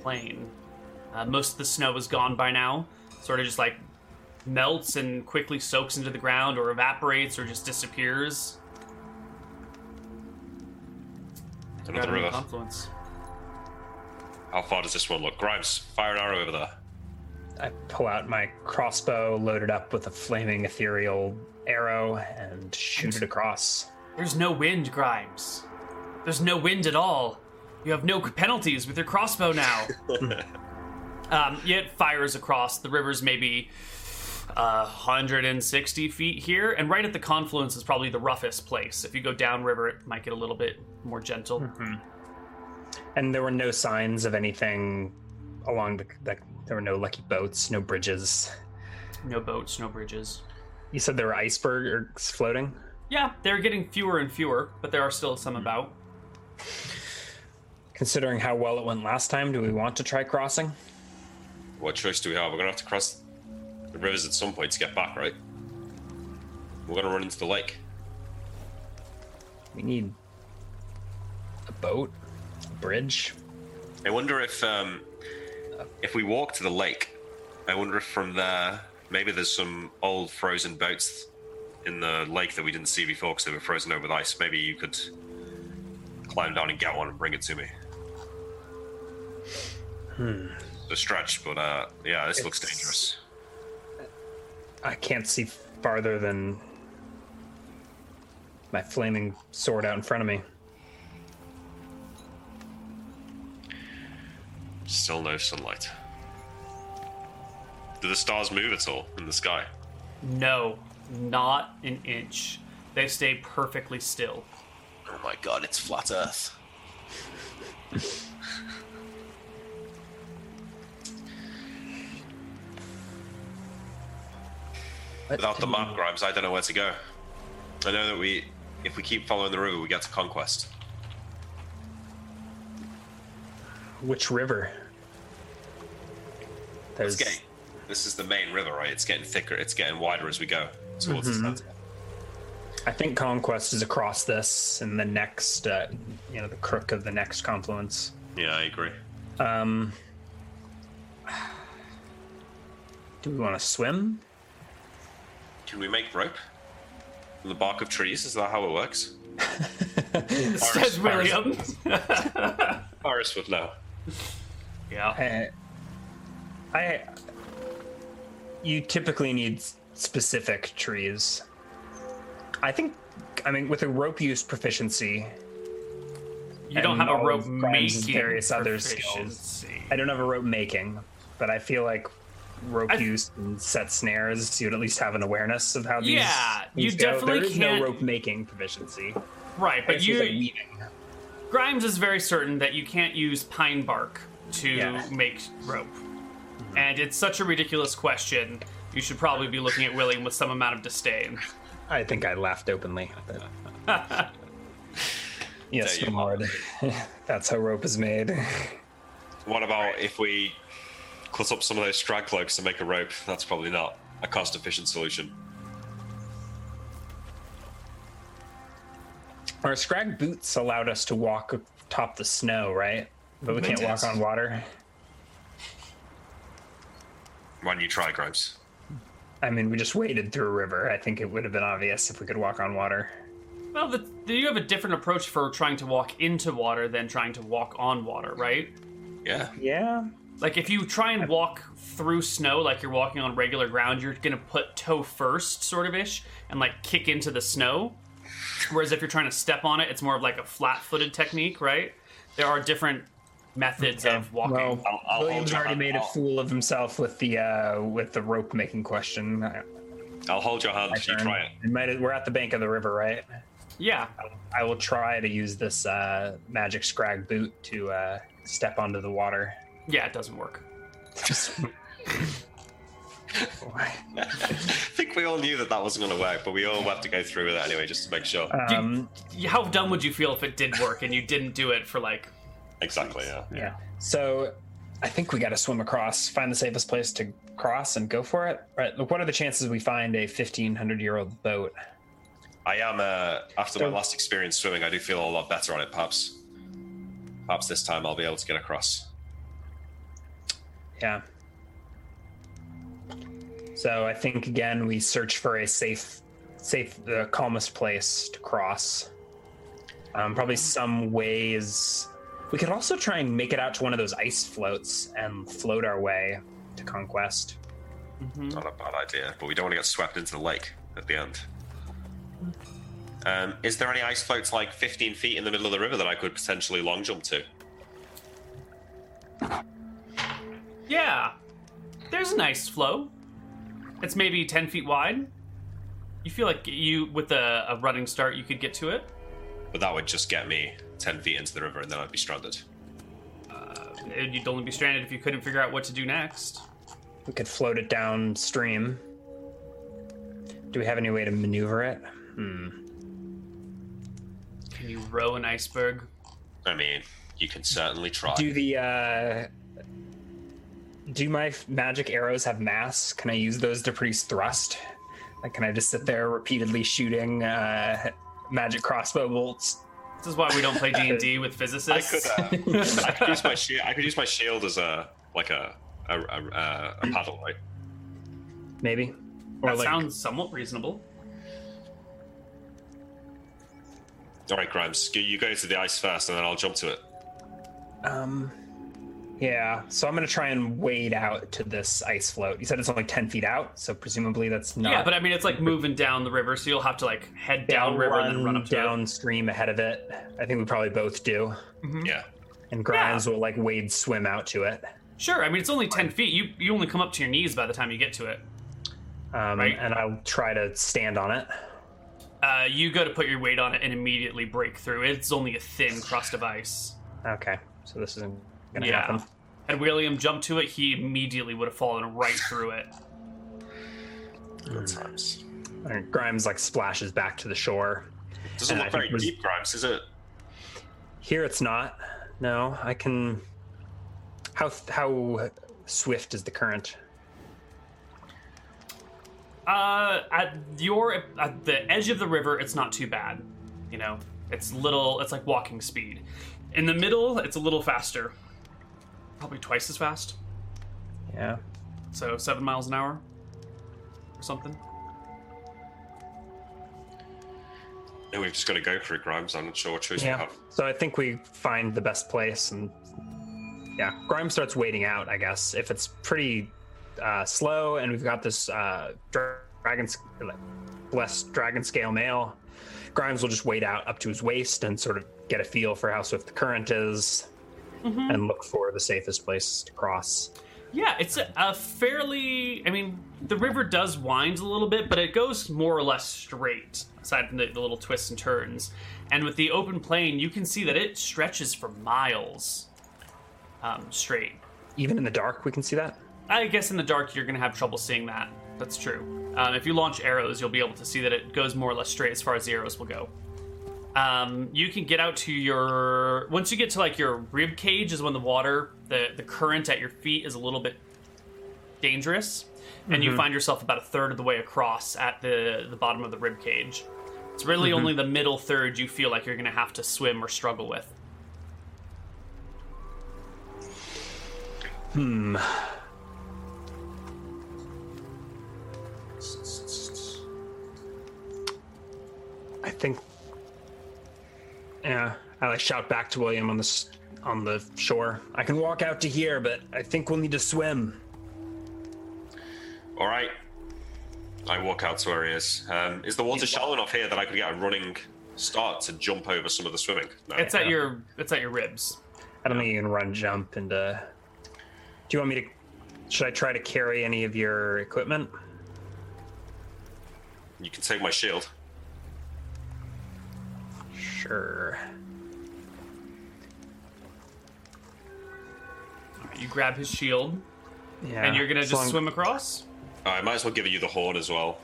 S1: plain. Uh, most of the snow is gone by now, sort of just like melts and quickly soaks into the ground or evaporates or just disappears.
S2: Another
S1: Right on the
S2: river.
S1: confluence.
S2: How far does this one look? Grimes, fire an arrow over there.
S3: I pull out my crossbow, load it up with a flaming ethereal arrow, and shoot it across.
S1: There's no wind, Grimes. There's no wind at all. You have no penalties with your crossbow now. um, it fires across. The river's maybe uh, 160 feet here, and right at the confluence is probably the roughest place. If you go downriver, it might get a little bit more gentle.
S3: And there were no signs of anything along the. Like, there were no lucky boats, no bridges.
S1: No boats, no bridges.
S3: You said there were icebergs floating.
S1: Yeah, they're getting fewer and fewer, but there are still some about.
S3: Considering how well it went last time, do we want to try crossing?
S2: What choice do we have? We're gonna have to cross the rivers at some point to get back, right? We're gonna run into the lake.
S3: We need a boat, a bridge.
S2: I wonder if um, if we walk to the lake, I wonder if from there maybe there's some old frozen boats in the lake that we didn't see before because they were frozen over with ice. Maybe you could climb down and get one and bring it to me. Hmm. A stretch, but uh, yeah, this looks
S3: It's-
S2: dangerous.
S3: I can't see farther than my flaming sword out in front of me.
S2: Still no sunlight. Do the stars move at all in the sky?
S1: No, not an inch. They stay perfectly still.
S2: Oh my god, it's flat Earth.
S3: What
S2: Without the
S3: do-
S2: map, Grimes, I don't know where to go. I know that we, if we keep following the river, we get to Conquest.
S3: Which river?
S2: It's
S3: There's
S2: getting. This is the main river, right? It's getting thicker. It's getting wider as we go towards the sunset.
S3: I think conquest is across this and the next uh, you know the crook of the next confluence.
S2: Yeah, I agree.
S3: Um Do we want to swim?
S2: Can we make rope from the bark of trees? Is that how it works?
S1: Says William.
S2: Forest would know.
S1: yeah.
S3: I, Uh, I you typically need s- specific trees. I think I mean with a rope use proficiency,
S1: You don't
S3: and
S1: have a
S3: all
S1: rope
S3: of Brian's
S1: making
S3: various other skills.
S1: proficiency.
S3: I don't have a rope making, but I feel like rope
S1: I-
S3: use and set snares, you'd at least have an awareness of how these.
S1: Yeah,
S3: things
S1: you
S3: go.
S1: definitely
S3: There is
S1: can't-
S3: no rope making proficiency,
S1: Right, but
S3: It's just, like,
S1: you
S3: weaving.
S1: Grimes is very certain that you can't use pine bark to
S3: Yeah.
S1: make rope.
S3: Mm-hmm.
S1: And it's such a ridiculous question. You should probably be looking at William with some amount of disdain.
S3: I think I laughed
S2: *laughs*
S3: openly. but- yes,
S2: Tell
S3: my
S2: you
S3: lord. *laughs* That's how rope is made.
S2: What about if we cut up some of those strag cloaks and make a rope? That's probably not a cost-efficient solution.
S3: Our scrag boots allowed us to walk atop the snow, right? But we can't walk
S2: Fantastic.
S3: on water.
S2: Why don't you try, Grimes?
S3: I mean, we just waded through a river. I think it would have been obvious if we could walk on water.
S1: Well, the, you have a different approach for trying to walk into water than trying to walk on water, right?
S2: Yeah.
S3: Yeah.
S1: Like if you try and walk through snow like you're walking on regular ground, you're gonna put toe first, sort of ish, and like kick into the snow. Whereas if you're trying to step on it, it's more of like a flat-footed technique, right? There are different methods of walking.
S3: Well,
S2: I'll- I'll
S3: William's
S2: hold your
S3: already
S2: hand.
S3: made a
S2: I'll-
S3: fool of himself with the uh, with the rope making question. I-
S2: I'll hold your hand
S3: I
S2: if you
S3: turn.
S2: try it. *laughs*
S3: It might- we're at the bank of the river, right?
S1: yeah,
S3: I will try to use this uh, magic scrag boot to uh, step onto the water.
S1: yeah, it doesn't work.
S2: I think we all knew that that wasn't going to work, but we all have to go through with it anyway, just to make sure.
S3: um,
S1: Y- How dumb would you feel if it did work and you didn't do it for like?
S2: exactly. Yeah.
S3: yeah. So I think we got to swim across, find the safest place to cross, and go for it. Right. Look, what are the chances we find a fifteen hundred year old boat?
S2: I am. Uh, after
S3: So-
S2: my last experience swimming, I do feel a lot better on it. Perhaps, perhaps this time I'll be able to get across.
S3: Yeah. So I think again we search for a safe, safe, the calmest place to cross. Um, probably some ways. We could also try and make it out to one of those ice floats and float our way to conquest.
S1: Mhm.
S2: Not a bad idea, but we don't want to get swept into the lake at the end. Um, is there any ice floats like 15 feet in the middle of the river that I could potentially long jump to?
S1: Yeah, there's a nice flow. It's maybe ten feet wide. You feel like you with a, a running start, you could get to it.
S2: But that would just get me 10 feet into the river and then I'd be stranded.
S1: And You'd only be stranded if you couldn't figure out what to do next.
S3: We could float it downstream. Do we have any way to maneuver it? Hmm.
S1: Can you row an iceberg?
S2: I mean, you can certainly try.
S3: Do the uh, do my f- magic arrows have mass? Can I use those to produce thrust? Like, can I just sit there repeatedly shooting uh, magic crossbow bolts?
S1: This is why we
S2: *laughs*
S1: don't play D and D with
S2: I
S1: physicists.
S2: could,
S3: *laughs*
S2: uh, I could use my shield. I could use my shield as a like a a, a, a- a paddle, right?
S3: Maybe. Or
S1: that
S3: like,
S1: sounds somewhat reasonable.
S2: All right, Grimes, you- you go to the ice first, and then I'll jump to it.
S3: um, yeah. So I'm gonna try and wade out to this ice float. You said it's only ten feet out, so presumably that's not.
S1: Yeah, but I mean, it's like moving down the river, so you'll have to like head down river and then run up to it.
S3: downstream ahead of it. I think we probably both do.
S2: Yeah,
S3: And Grimes will like wade swim out to it.
S1: Sure, I mean it's only ten feet. You you only come up to your knees by the time you get to it.
S3: Um,
S1: Right.
S3: And I'll try to stand on it.
S1: Uh, you go to put your weight on it and immediately break through. It's only a thin crust of ice.
S3: Okay, so this isn't gonna
S1: Yeah.
S3: happen.
S1: Had William jumped to it, he immediately would have fallen right through it.
S2: good times.
S3: And Grimes like splashes back to the shore.
S2: Doesn't
S3: And I
S2: look very
S3: think was-
S2: deep, Grimes, is it?
S3: Here it's not. No, I can. How how swift is the current?
S1: Uh, at your at the edge of the river, it's not too bad. You know, it's little. It's like walking speed. In the middle, it's a little faster. Probably twice as fast.
S3: Yeah.
S1: So seven miles an hour, or something.
S2: Yeah, we've just got to go for it, Grimes. I'm not sure what choice we
S3: Yeah.
S2: have.
S3: So I think we find the best place, and yeah, Grime starts waiting out. I guess if it's pretty uh, slow, and we've got this uh, dra- dragon, sc- like, blessed dragon scale mail, Grimes will just wait out up to his waist and sort of get a feel for how swift the current is, and look for the safest place to cross.
S1: Yeah, it's a, a fairly. I mean, the river does wind a little bit, but it goes more or less straight, aside from the, the little twists and turns. And with the open plain, you can see that it stretches for miles um, straight.
S3: Even in the dark, we can see that.
S1: I guess in the dark, you're going to have trouble seeing that. That's true. Um, if you launch arrows, you'll be able to see that it goes more or less straight as far as the arrows will go. Um, you can get out to your. Once you get to like your rib cage, is when the water, the, the current at your feet is a little bit dangerous, and you find yourself about a third of the way across at the the bottom of the rib cage. It's really only the middle third you feel like you're going to have to swim or struggle with.
S3: I think. Yeah, I like shout back to William on the s- on the shore. I can walk out to here, but I think we'll need to swim.
S2: All right. I walk out to where he is. Um, is the water shallow enough here that I could get a running start to jump over some of the swimming? No.
S1: It's at your it's at your ribs.
S3: I don't think you can run, jump, and uh. Do you want me to? Should I try to carry any of your equipment?
S2: You can take my shield.
S3: Sure.
S1: You grab his shield.
S3: Yeah.
S1: and you're gonna
S3: as
S1: just
S3: long-
S1: swim across.
S2: I might as well give you the horn as well.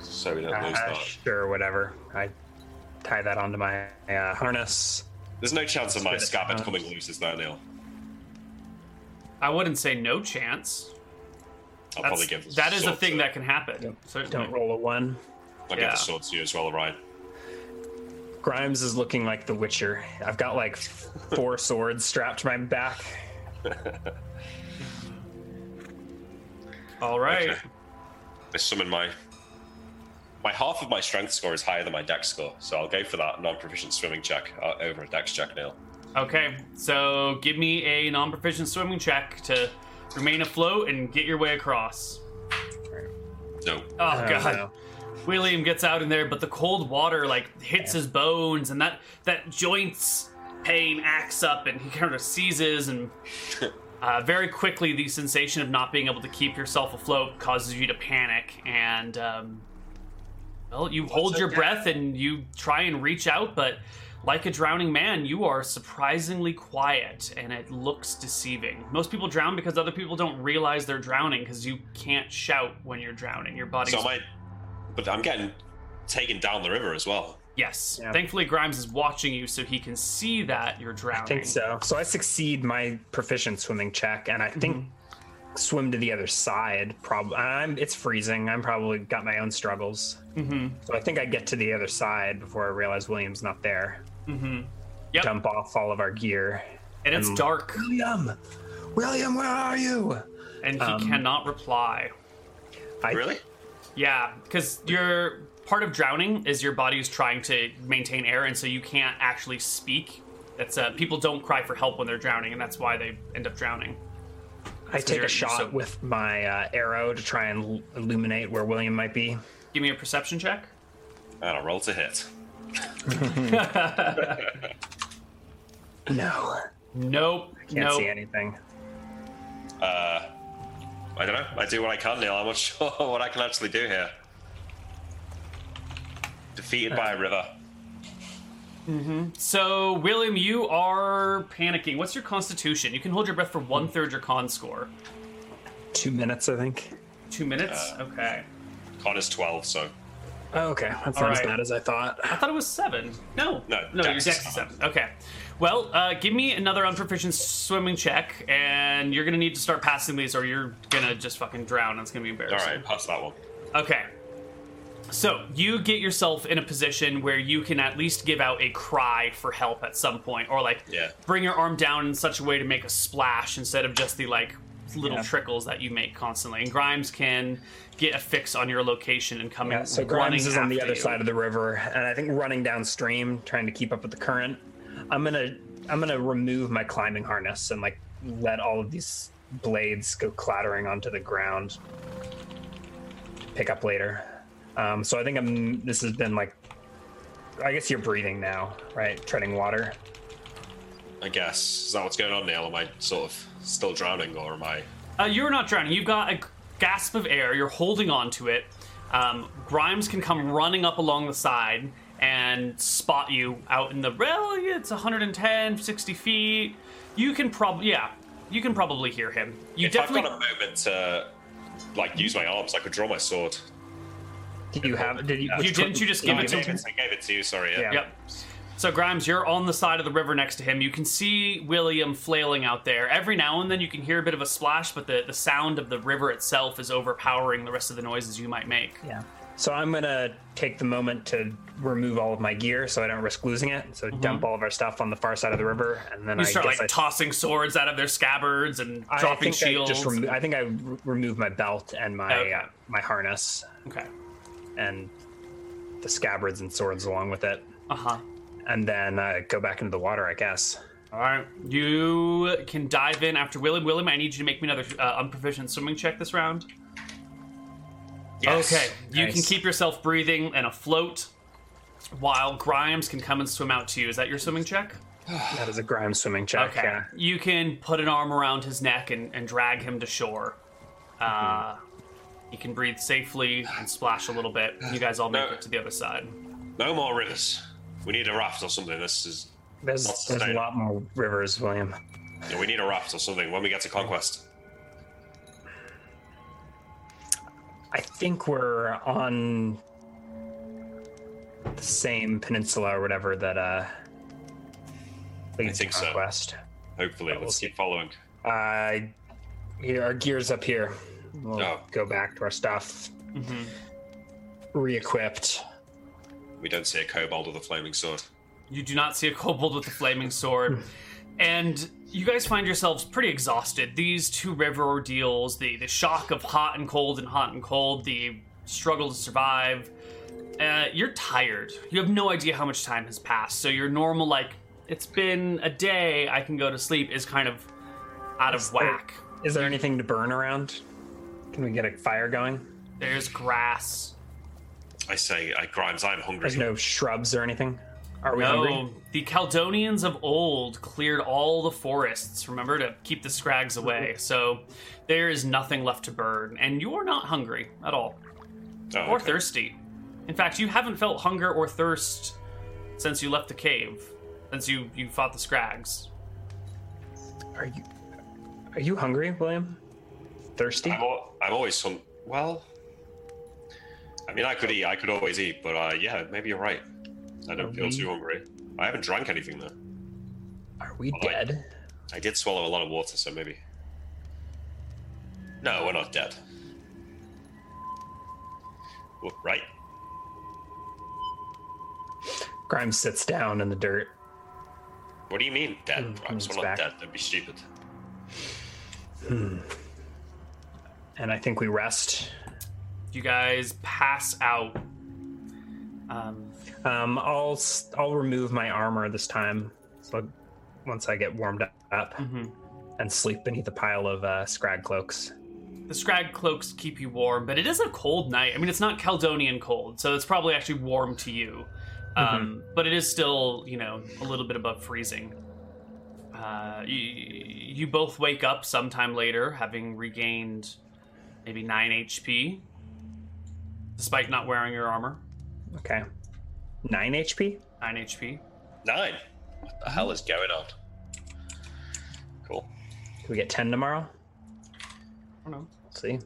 S2: So we don't
S3: Uh,
S2: lose that.
S3: sure, whatever. I tie that onto my uh, harness.
S2: There's no chance of my
S3: Spit it
S2: scabbard
S3: out.
S2: coming loose, is there, Neil?
S1: I wouldn't say no chance.
S2: I'll
S1: That's,
S2: probably give
S1: that is a
S2: sword
S1: thing
S2: to-
S1: that can happen.
S3: Don't-
S1: Certainly.
S3: Don't roll a one.
S2: I'll give
S1: yeah.
S2: the sword to you as well, Orion.
S3: Grimes is looking like The Witcher. I've got like four *laughs* swords strapped to my back.
S1: All right.
S2: Okay. I summon my my half of my strength score is higher than my dex score, so I'll go for that non-proficient swimming check uh, over a dex check, Neil.
S1: Okay. So give me a non-proficient swimming check to remain afloat and get your way across.
S2: No.
S1: Oh
S3: I don't
S1: god.
S3: know.
S1: William gets out in there, but the cold water like hits his bones, and that that joints pain acts up, and he kind of seizes,
S2: *laughs*
S1: and uh, very quickly the sensation of not being able to keep yourself afloat causes you to panic, and um, well, you hold your breath and you try and reach out, but like a drowning man, you are surprisingly quiet, and it looks deceiving. Most people drown because other people don't realize they're drowning because you can't shout when you're drowning. Your body's
S2: So am I but I'm getting taken down the river as well.
S1: Yes.
S3: Yeah.
S1: Thankfully, Grimes is watching you, so he can see that you're drowning.
S3: I think so. So I succeed my proficient swimming check, and I think swim to the other side. Probably, I'm. It's freezing. I'm probably got my own struggles.
S1: hmm
S3: So I think I get to the other side before I realize William's not there.
S1: hmm Yep.
S3: Dump off all of our gear.
S1: And it's
S3: Um,
S1: dark,
S3: William, William, where are you?
S1: and he
S3: um,
S1: cannot reply.
S3: I,
S2: Really?
S1: Yeah, because your part of drowning is your body is trying to maintain air, and so you can't actually speak. That's uh, people don't cry for help when they're drowning, and that's why they end up drowning.
S3: I take
S1: you're-
S3: a shot
S1: so-
S3: with my uh, arrow to try and l- illuminate where William might be.
S1: Give me a perception check.
S2: And I roll to hit.
S3: No,
S1: Nope.
S3: can't
S1: nope.
S3: see anything.
S2: Uh, I don't know. I do what I can, Neil. I'm not *laughs* sure what I can actually do here. Defeated
S1: Uh.
S2: by a river.
S1: So, William, you are panicking. What's your constitution? You can hold your breath for one third your con score.
S3: Two minutes, I think.
S1: Two minutes.
S2: Uh,
S1: okay.
S2: Con is 12, so
S3: Oh, okay, that's not as
S1: Alright.
S3: bad as I thought.
S1: I thought it was seven. No,
S2: No,
S1: no, your
S2: dex is
S1: dex is seven. Okay. Well, uh, give me another unproficient swimming check, and you're gonna need to start passing these, or you're gonna just fucking drown. It's gonna be
S2: All
S1: embarrassing.
S2: right, pass that one.
S1: Okay. So you get yourself in a position where you can at least give out a cry for help at some point, or like
S2: Yeah.
S1: bring your arm down in such a way to make a splash instead of just the like little
S3: Yeah.
S1: trickles that you make constantly. And Grimes can get a fix on your location and come
S3: Yeah,
S1: in.
S3: so
S1: running
S3: Grimes is on the
S1: after
S3: other
S1: you.
S3: side of the river, and I think running downstream, trying to keep up with the current. I'm gonna I'm gonna remove my climbing harness and like let all of these blades go clattering onto the ground. Pick up later. Um, so I think I'm. This has been like. I guess you're breathing now, right? Treading water.
S2: I guess is that what's going on, Neil? Am I sort of still drowning, or am I?
S1: Uh, you're not drowning. You've got a gasp of air. You're holding on to it. Um, Grimes can come running up along the side and spot you out in the well. yeah, It's 110, 60 feet. You can probably, yeah, you can probably hear him. You
S2: if
S1: definitely.
S2: I've got a moment to like use my arms, I could draw my sword.
S3: Did you have? Did you?
S1: you
S3: which-
S1: didn't. You just
S2: No,
S1: gave
S2: I
S1: it to
S2: gave it, I gave it to you. Sorry. Yeah.
S3: Yeah.
S1: Yep. So Grimes, you're on the side of the river next to him. You can see William flailing out there. Every now and then you can hear a bit of a splash, but the, the sound of the river itself is overpowering the rest of the noises you might make.
S3: Yeah. So I'm gonna take the moment to remove all of my gear so I don't risk losing it. So dump all of our stuff on the far side of the river, and then
S1: You
S3: I
S1: start
S3: guess
S1: like
S3: I,
S1: tossing swords out of their scabbards and dropping
S3: I think
S1: shields.
S3: I, just remo- I think I re- removed my belt and my
S1: Okay.
S3: uh, my harness
S1: okay.
S3: and the scabbards and swords along with it,
S1: Uh huh.
S3: and then uh, go back into the water. I guess.
S1: All right. You can dive in after William. William, I need you to make me another uh, unproficient swimming check this round.
S2: Yes.
S1: Okay. You can
S3: Nice.
S1: keep yourself breathing and afloat while Grimes can come and swim out to you. Is that your swimming check?
S3: That is a grime swimming check.
S1: Okay.
S3: Yeah.
S1: You can put an arm around his neck and, and drag him to shore. Uh,
S3: Mm-hmm.
S1: He can breathe safely and splash a little bit. You guys all make
S2: No.
S1: it to the other side.
S2: No more rivers. We need a raft or something. This is.
S3: There's
S2: Lots
S3: there's a
S2: of-
S3: lot more rivers, William.
S2: yeah, we need a raft or something when we get to conquest.
S3: I think we're on the same peninsula or whatever that uh leads
S2: think
S3: to
S2: so.
S3: conquest.
S2: Hopefully,
S3: we'll
S2: let's
S3: see.
S2: keep following.
S3: Uh, here, our gear's up here. We'll
S2: Oh.
S3: go back to our stuff,
S1: hmm
S3: re-equipped.
S2: We don't see a kobold with a flaming sword.
S1: You do not see a kobold with the flaming sword. And you guys find yourselves pretty exhausted. These two river ordeals, the, the shock of hot and cold and hot and cold, the struggle to survive. Uh, you're tired. You have no idea how much time has passed. So your normal, like, it's been a day, I can go to sleep, is kind of out of
S3: Is there-
S1: whack.
S3: Is there anything to burn around? Can we get a fire going?
S1: There's grass.
S2: I say, I grimes. I'm hungry.
S3: There's no shrubs or anything. Are we
S1: No,
S3: hungry?
S1: the Caledonians of old cleared all the forests, remember, to keep the scrags away. So there is nothing left to burn, and you are not hungry at all,
S2: Oh,
S1: or
S2: okay.
S1: thirsty. In fact, you haven't felt hunger or thirst since you left the cave, since you, you fought the scrags.
S3: Are you? Are you hungry, William? Thirsty?
S2: I'm, al- I'm always hung. Well, I mean, I could eat. I could always eat. But uh, yeah, maybe you're right. I don't feel
S3: Mhm.
S2: too hungry. I haven't drank anything though.
S3: Are we
S2: Well, I-
S3: dead?
S2: I did swallow a lot of water, so maybe. No, we're not dead. Well, Right?
S3: Grimes sits down in the dirt.
S2: What do you mean dead?
S3: Mm,
S2: Grimes?
S3: it's
S2: We're not
S3: back.
S2: dead. That'd be stupid.
S3: and I think we rest.
S1: You guys pass out. Um,
S3: Um, I'll s- I'll remove my armor this time. So once I get warmed up
S1: mhm.
S3: and sleep beneath a pile of uh, scrag cloaks.
S1: The scrag cloaks keep you warm, but it is a cold night. I mean, it's not Caledonian cold, so it's probably actually warm to you.
S3: Mm-hmm.
S1: Um, But it is still, you know, a little bit above freezing. Uh, you, you both wake up sometime later, having regained maybe 9 HP, despite not wearing your armor.
S3: Okay, nine HP.
S1: 9 HP.
S2: Nine. What the
S3: Hmm.
S2: hell is going on? Cool.
S3: Can we get ten tomorrow?
S1: I don't know.
S3: Let's see.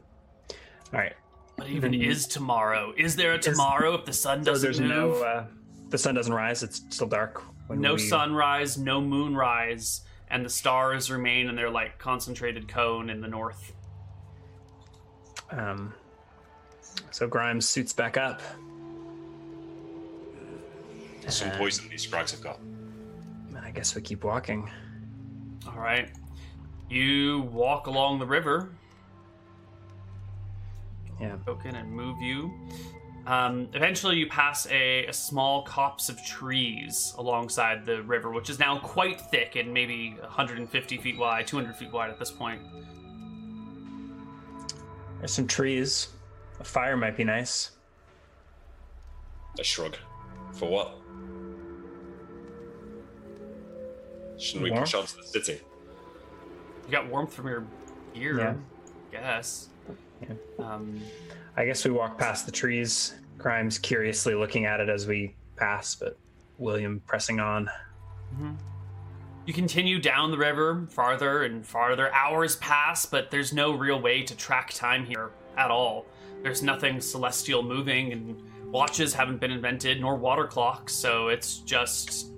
S3: All right,
S1: What even
S3: Mhm.
S1: is tomorrow? Is there a
S3: Is-
S1: tomorrow if the sun
S3: So
S1: doesn't
S3: there's
S1: move?
S3: no. Uh, the sun doesn't rise. It's still dark. when
S1: no
S3: we-
S1: sunrise, no moonrise, and the stars remain in their like concentrated cone in the north.
S3: Um, so Grimes suits back up.
S2: Some
S3: Um,
S2: poison these scribes have got.
S3: I guess we keep walking.
S1: All right. You walk along the river,
S3: Yeah.
S1: token, and move you. Um, eventually, you pass a, a small copse of trees alongside the river, which is now quite thick and maybe 150 feet wide, 200 feet wide at this point.
S3: There's some trees. A fire might be nice.
S2: A shrug. For what? Shouldn't we
S3: War?
S2: push on to the city?
S1: You got warmth from your ear,
S3: Yeah.
S1: I guess.
S3: Yeah.
S1: Um,
S3: I guess we walk past the trees. Grimes curiously looking at it as we pass, but William pressing on.
S1: You continue down the river farther and farther. Hours pass, but there's no real way to track time here at all. There's nothing celestial moving, and watches haven't been invented, nor water clocks, so it's just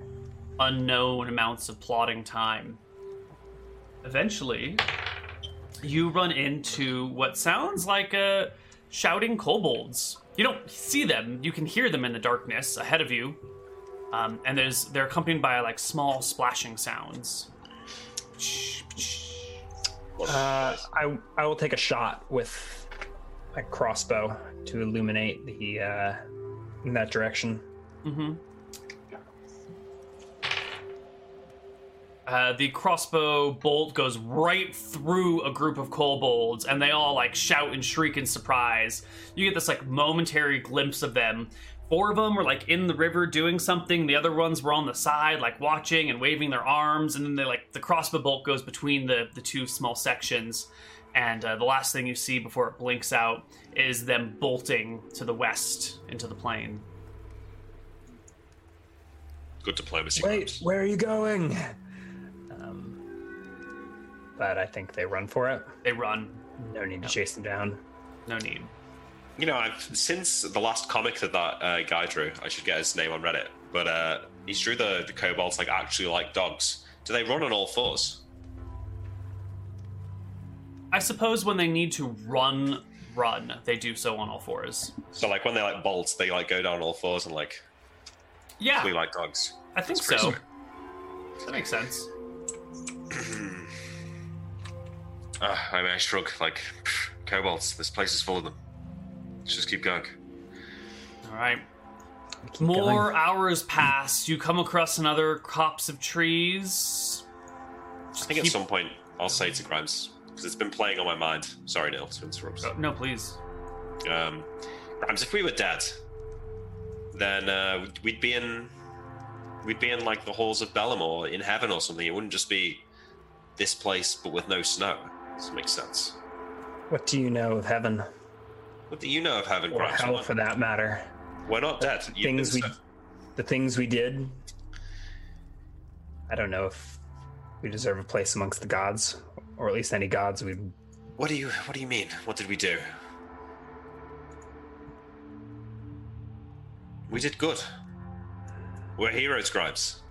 S1: unknown amounts of plodding time. Eventually, you run into what sounds like a shouting kobolds. You don't see them, you can hear them in the darkness ahead of you, um, and there's they're accompanied by like small splashing sounds.
S3: Uh, I I will take a shot with my crossbow to illuminate the uh, in that direction.
S1: hmm Uh, the crossbow bolt goes right through a group of kobolds, and they all like shout and shriek in surprise. You get this like momentary glimpse of them. Four of them were like in the river doing something. The other ones were on the side, like watching and waving their arms. And then they like the crossbow bolt goes between the the two small sections. And uh, the last thing you see before it blinks out is them bolting to the west into the plain.
S2: Good diplomacy.
S3: Wait,
S2: Grimes.
S3: where are you going? Um, but I think they run for it.
S1: They run.
S3: No need to chase them down.
S1: No need.
S2: You know, I've since the last comic that that uh, guy drew, I should get his name on Reddit. But uh, he drew the the kobolds like actually like dogs. Do they run on all fours?
S1: I suppose when they need to run, run, they do so on all fours.
S2: So like when they like bolt, they like go down on all fours and like flee
S3: Ah.
S1: Yeah,
S2: like dogs.
S1: I think
S2: That's pretty
S1: so.
S2: smart.
S1: That makes sense.
S2: Uh, I mean, I shrug like pff, kobolds. This place is full of them. Let's just keep going.
S1: All right.
S3: Keep
S1: More
S3: going.
S1: hours pass. You come across another copse of trees.
S2: I think at
S1: Keep-
S2: some point I'll say to Grimes because it's been playing on my mind. Sorry, Neil, to interrupt.
S1: Oh, no, please.
S2: Um, Grimes, if we were dead, then uh, we'd be in we'd be in like the halls of Bellam or in heaven or something. It wouldn't just be this place, but with no snow. This makes sense.
S3: What do you know of heaven
S2: What do you know of heaven,
S3: or
S2: Grimes?
S3: hell, for that matter?
S2: We're not dead. You've been
S3: things we,
S2: sent-
S3: the things we did. I don't know if we deserve a place amongst the gods, or at least any gods we've
S2: What do you What do you mean? What did we do? We did good. We're heroes, Grimes.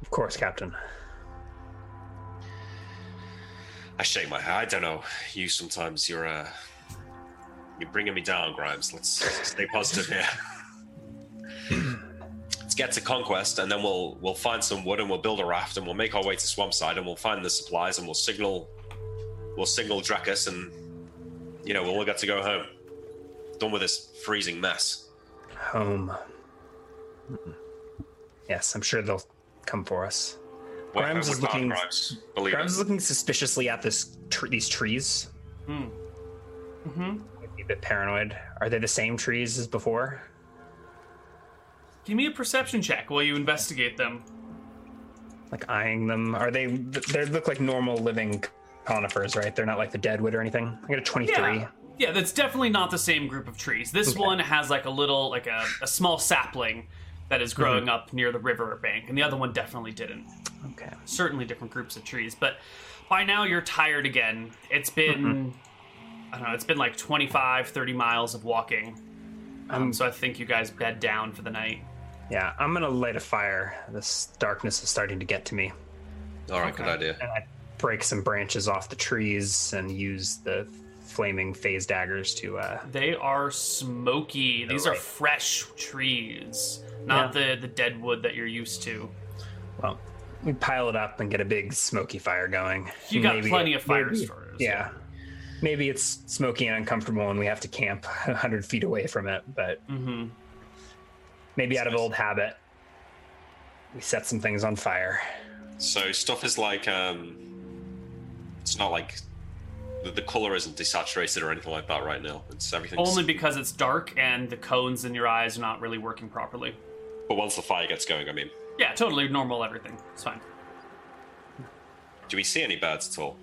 S3: Of course, Captain.
S2: I shake my head. I don't know. You sometimes you're uh, you're bringing me down, Grimes. Let's stay positive here. Let's get to conquest, and then we'll we'll find some wood, and we'll build a raft, and we'll make our way to Swampside, and we'll find the supplies, and we'll signal we'll signal Drakus, and you know we'll all get to go home. Done with this freezing mess.
S3: Home. Um, Yes, I'm sure they'll come for us.
S2: Wait,
S3: Grimes
S2: I
S3: is
S2: would not,
S3: looking-
S2: Grimes. Believe
S3: Grimes
S2: it.
S3: is looking suspiciously at this tr- these trees.
S1: Hmm. Mm-hmm.
S3: Might be a bit paranoid. Are they the same trees as before?
S1: Give me a perception check while you investigate them.
S3: Like eyeing them? Are they? They look like normal living conifers, right? They're not like the deadwood or anything. I got a twenty-three.
S1: Yeah. Yeah, that's definitely not the same group of trees. This
S3: Okay.
S1: one has like a little, like a, a small sapling that is growing up near the river bank, and the other one definitely didn't.
S3: Okay.
S1: certainly different groups of trees, but by now you're tired again. It's been I don't know, it's been like 25, 30 miles of walking. Um,
S3: Um,
S1: so I think you guys bed down for the night.
S3: Yeah, I'm gonna light a fire. This darkness is starting to get to me.
S2: All right, good
S1: Okay.
S2: idea.
S3: And I break some branches off the trees and use the flaming phase daggers to uh
S1: They are smoky. These are
S3: right.
S1: fresh trees, not the, the dead wood that you're used to.
S3: well we pile it up and get a big smoky fire going.
S1: You got
S3: Maybe-
S1: plenty of fire
S3: maybe-
S1: starters.
S3: Yeah. Maybe it's smoky and uncomfortable and we have to camp *laughs* 100 feet away from it, but
S1: Mm-hmm.
S3: maybe out of old habit, we set some things on fire.
S2: So stuff is like um, it's not like the, the color isn't desaturated or anything like that right now. It's everything.
S1: Only because it's dark and the cones in your eyes are not really working properly.
S2: But once the fire gets going, I mean,
S1: Yeah, totally normal everything. It's fine.
S2: do we see any birds at all?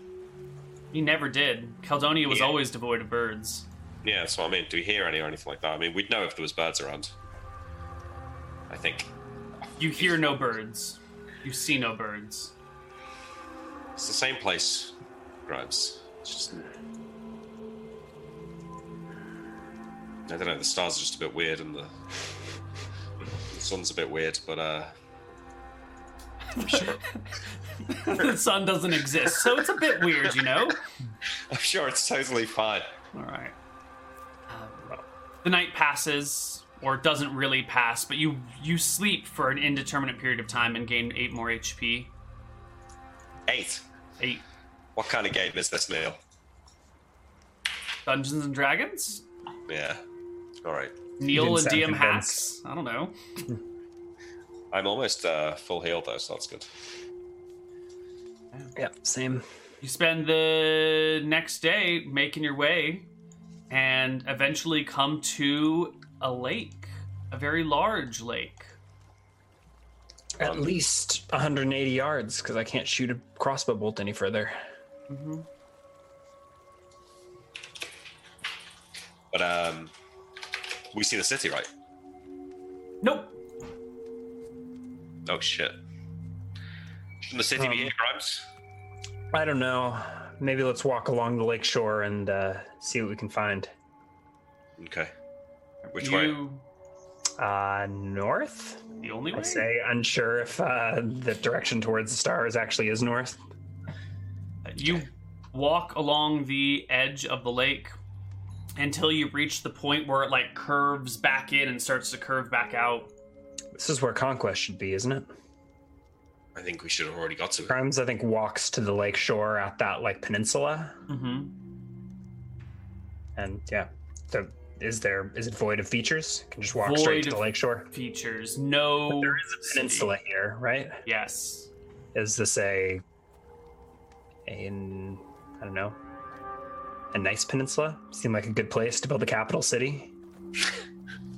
S1: You never did. Caldonia was
S2: Yeah.
S1: always devoid of birds.
S2: Yeah, that's what I mean. Do we hear any or anything like that? I mean, we'd know if there was birds around. I think.
S1: You hear no birds. You see no birds.
S2: It's the same place, Grimes. It's just. I don't know, the stars are just a bit weird and the, the sun's a bit weird, but uh. *laughs* I'm sure,
S1: the sun doesn't exist, so it's a bit weird, you know?
S2: I'm sure it's totally fine.
S1: All right. Um, the night passes, or it doesn't really pass, but you you sleep for an indeterminate period of time and gain eight more HP.
S2: Eight.
S1: Eight
S2: What kind of game is this, Neil?
S1: Dungeons and Dragons.
S2: Yeah. All right.
S1: Neil
S3: didn't
S1: and
S3: sound
S1: DM
S3: convinced.
S1: hacks. I don't know.
S2: I'm almost uh, full healed though, so that's good.
S3: Yep, same.
S1: You spend the next day making your way and eventually come to a lake, a very large lake.
S3: At least 180 yards because I can't shoot a crossbow bolt any further.
S2: But um, we see the city, right?
S1: Nope.
S2: Oh shit! Shouldn't the city be
S3: Um,
S2: here, Grimes?
S3: I don't know. Maybe let's walk along the lake shore and uh, see what we can find.
S2: Okay. Which way?
S1: you,
S3: Uh, north?
S1: The only way.
S3: I say unsure if uh, the direction towards the stars actually is north.
S1: You walk along the edge of the lake until you reach the point where it like curves back in and starts to curve back out.
S3: This is where conquest should be, isn't it?
S2: I think we should have already got to it.
S3: Grimes, I think, walks to the lake shore out that like peninsula,
S1: Mm-hmm.
S3: and yeah, the, is there is it void of features? Can just walk
S1: Void
S3: straight to
S1: of
S3: the lake shore.
S1: Features no
S3: there is
S1: city.
S3: Peninsula here, right?
S1: Yes,
S3: Is this a in I don't know a nice peninsula? Seem like a good place to build a capital city.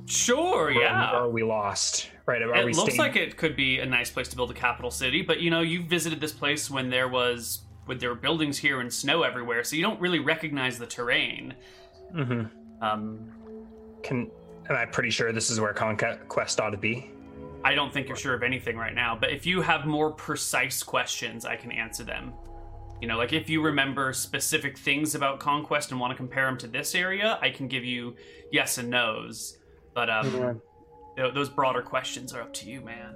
S1: sure,
S3: Or-
S1: yeah.
S3: Or are we lost? Right? Are
S1: it
S3: we
S1: looks
S3: staying-
S1: like it could be a nice place to build a capital city, but you know, you visited this place when there was when there were buildings here and snow everywhere, so you don't really recognize the terrain.
S3: Mhm.
S1: Um,
S3: Can am I pretty sure this is where conquest ought to be?
S1: I don't think you're sure of anything right now, but if you have more precise questions, I can answer them. You know, like if you remember specific things about conquest and want to compare them to this area, I can give you yes and nos. But um, th- those broader questions are up to you, man.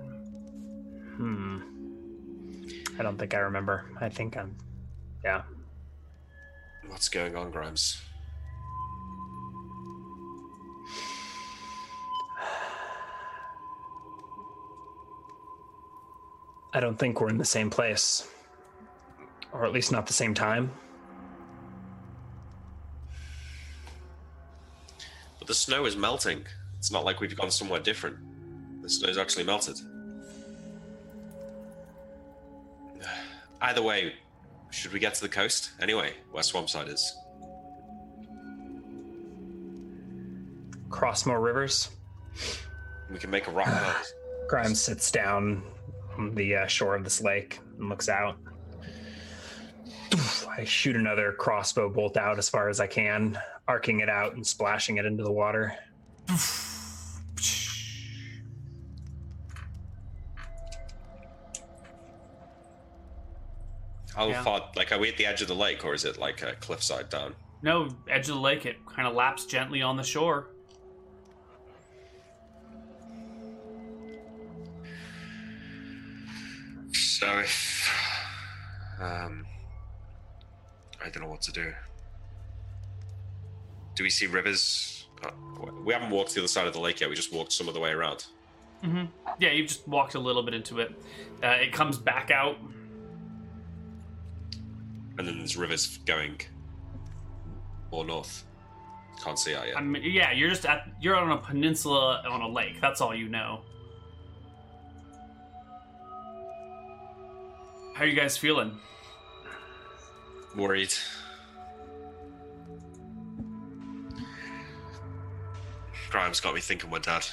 S3: Hmm. I don't think I remember. I think I'm. Yeah.
S2: What's going on, Grimes?
S3: I don't think we're in the same place, or at least not the same time.
S2: But the snow is melting. It's not like we've gone somewhere different. The snow's actually melted. *sighs* Either way, should we get to the coast? Anyway, where Swampside is.
S3: Cross more rivers.
S2: We can make a rock pile.
S3: Grimes sits down on the uh, shore of this lake and looks out. I shoot another crossbow bolt out as far as I can, arcing it out and splashing it into the water.
S2: How
S1: Yeah.
S2: far? Like, are we at the edge of the lake, or is it like a cliffside down?
S1: no edge of the lake. It kind of laps gently on the shore.
S2: So if um, I don't know what to do. Do we see rivers? Uh, We haven't walked the other side of the lake yet. We just walked some of the way around.
S1: hmm Yeah, you've just walked a little bit into it. Uh, it comes back out.
S2: And then there's rivers going more north. Can't see out yet.
S1: I mean, yeah, you're just at you're on a peninsula on a lake. That's all you know. How are you guys feeling?
S2: worried. Grimes got me thinking my dad.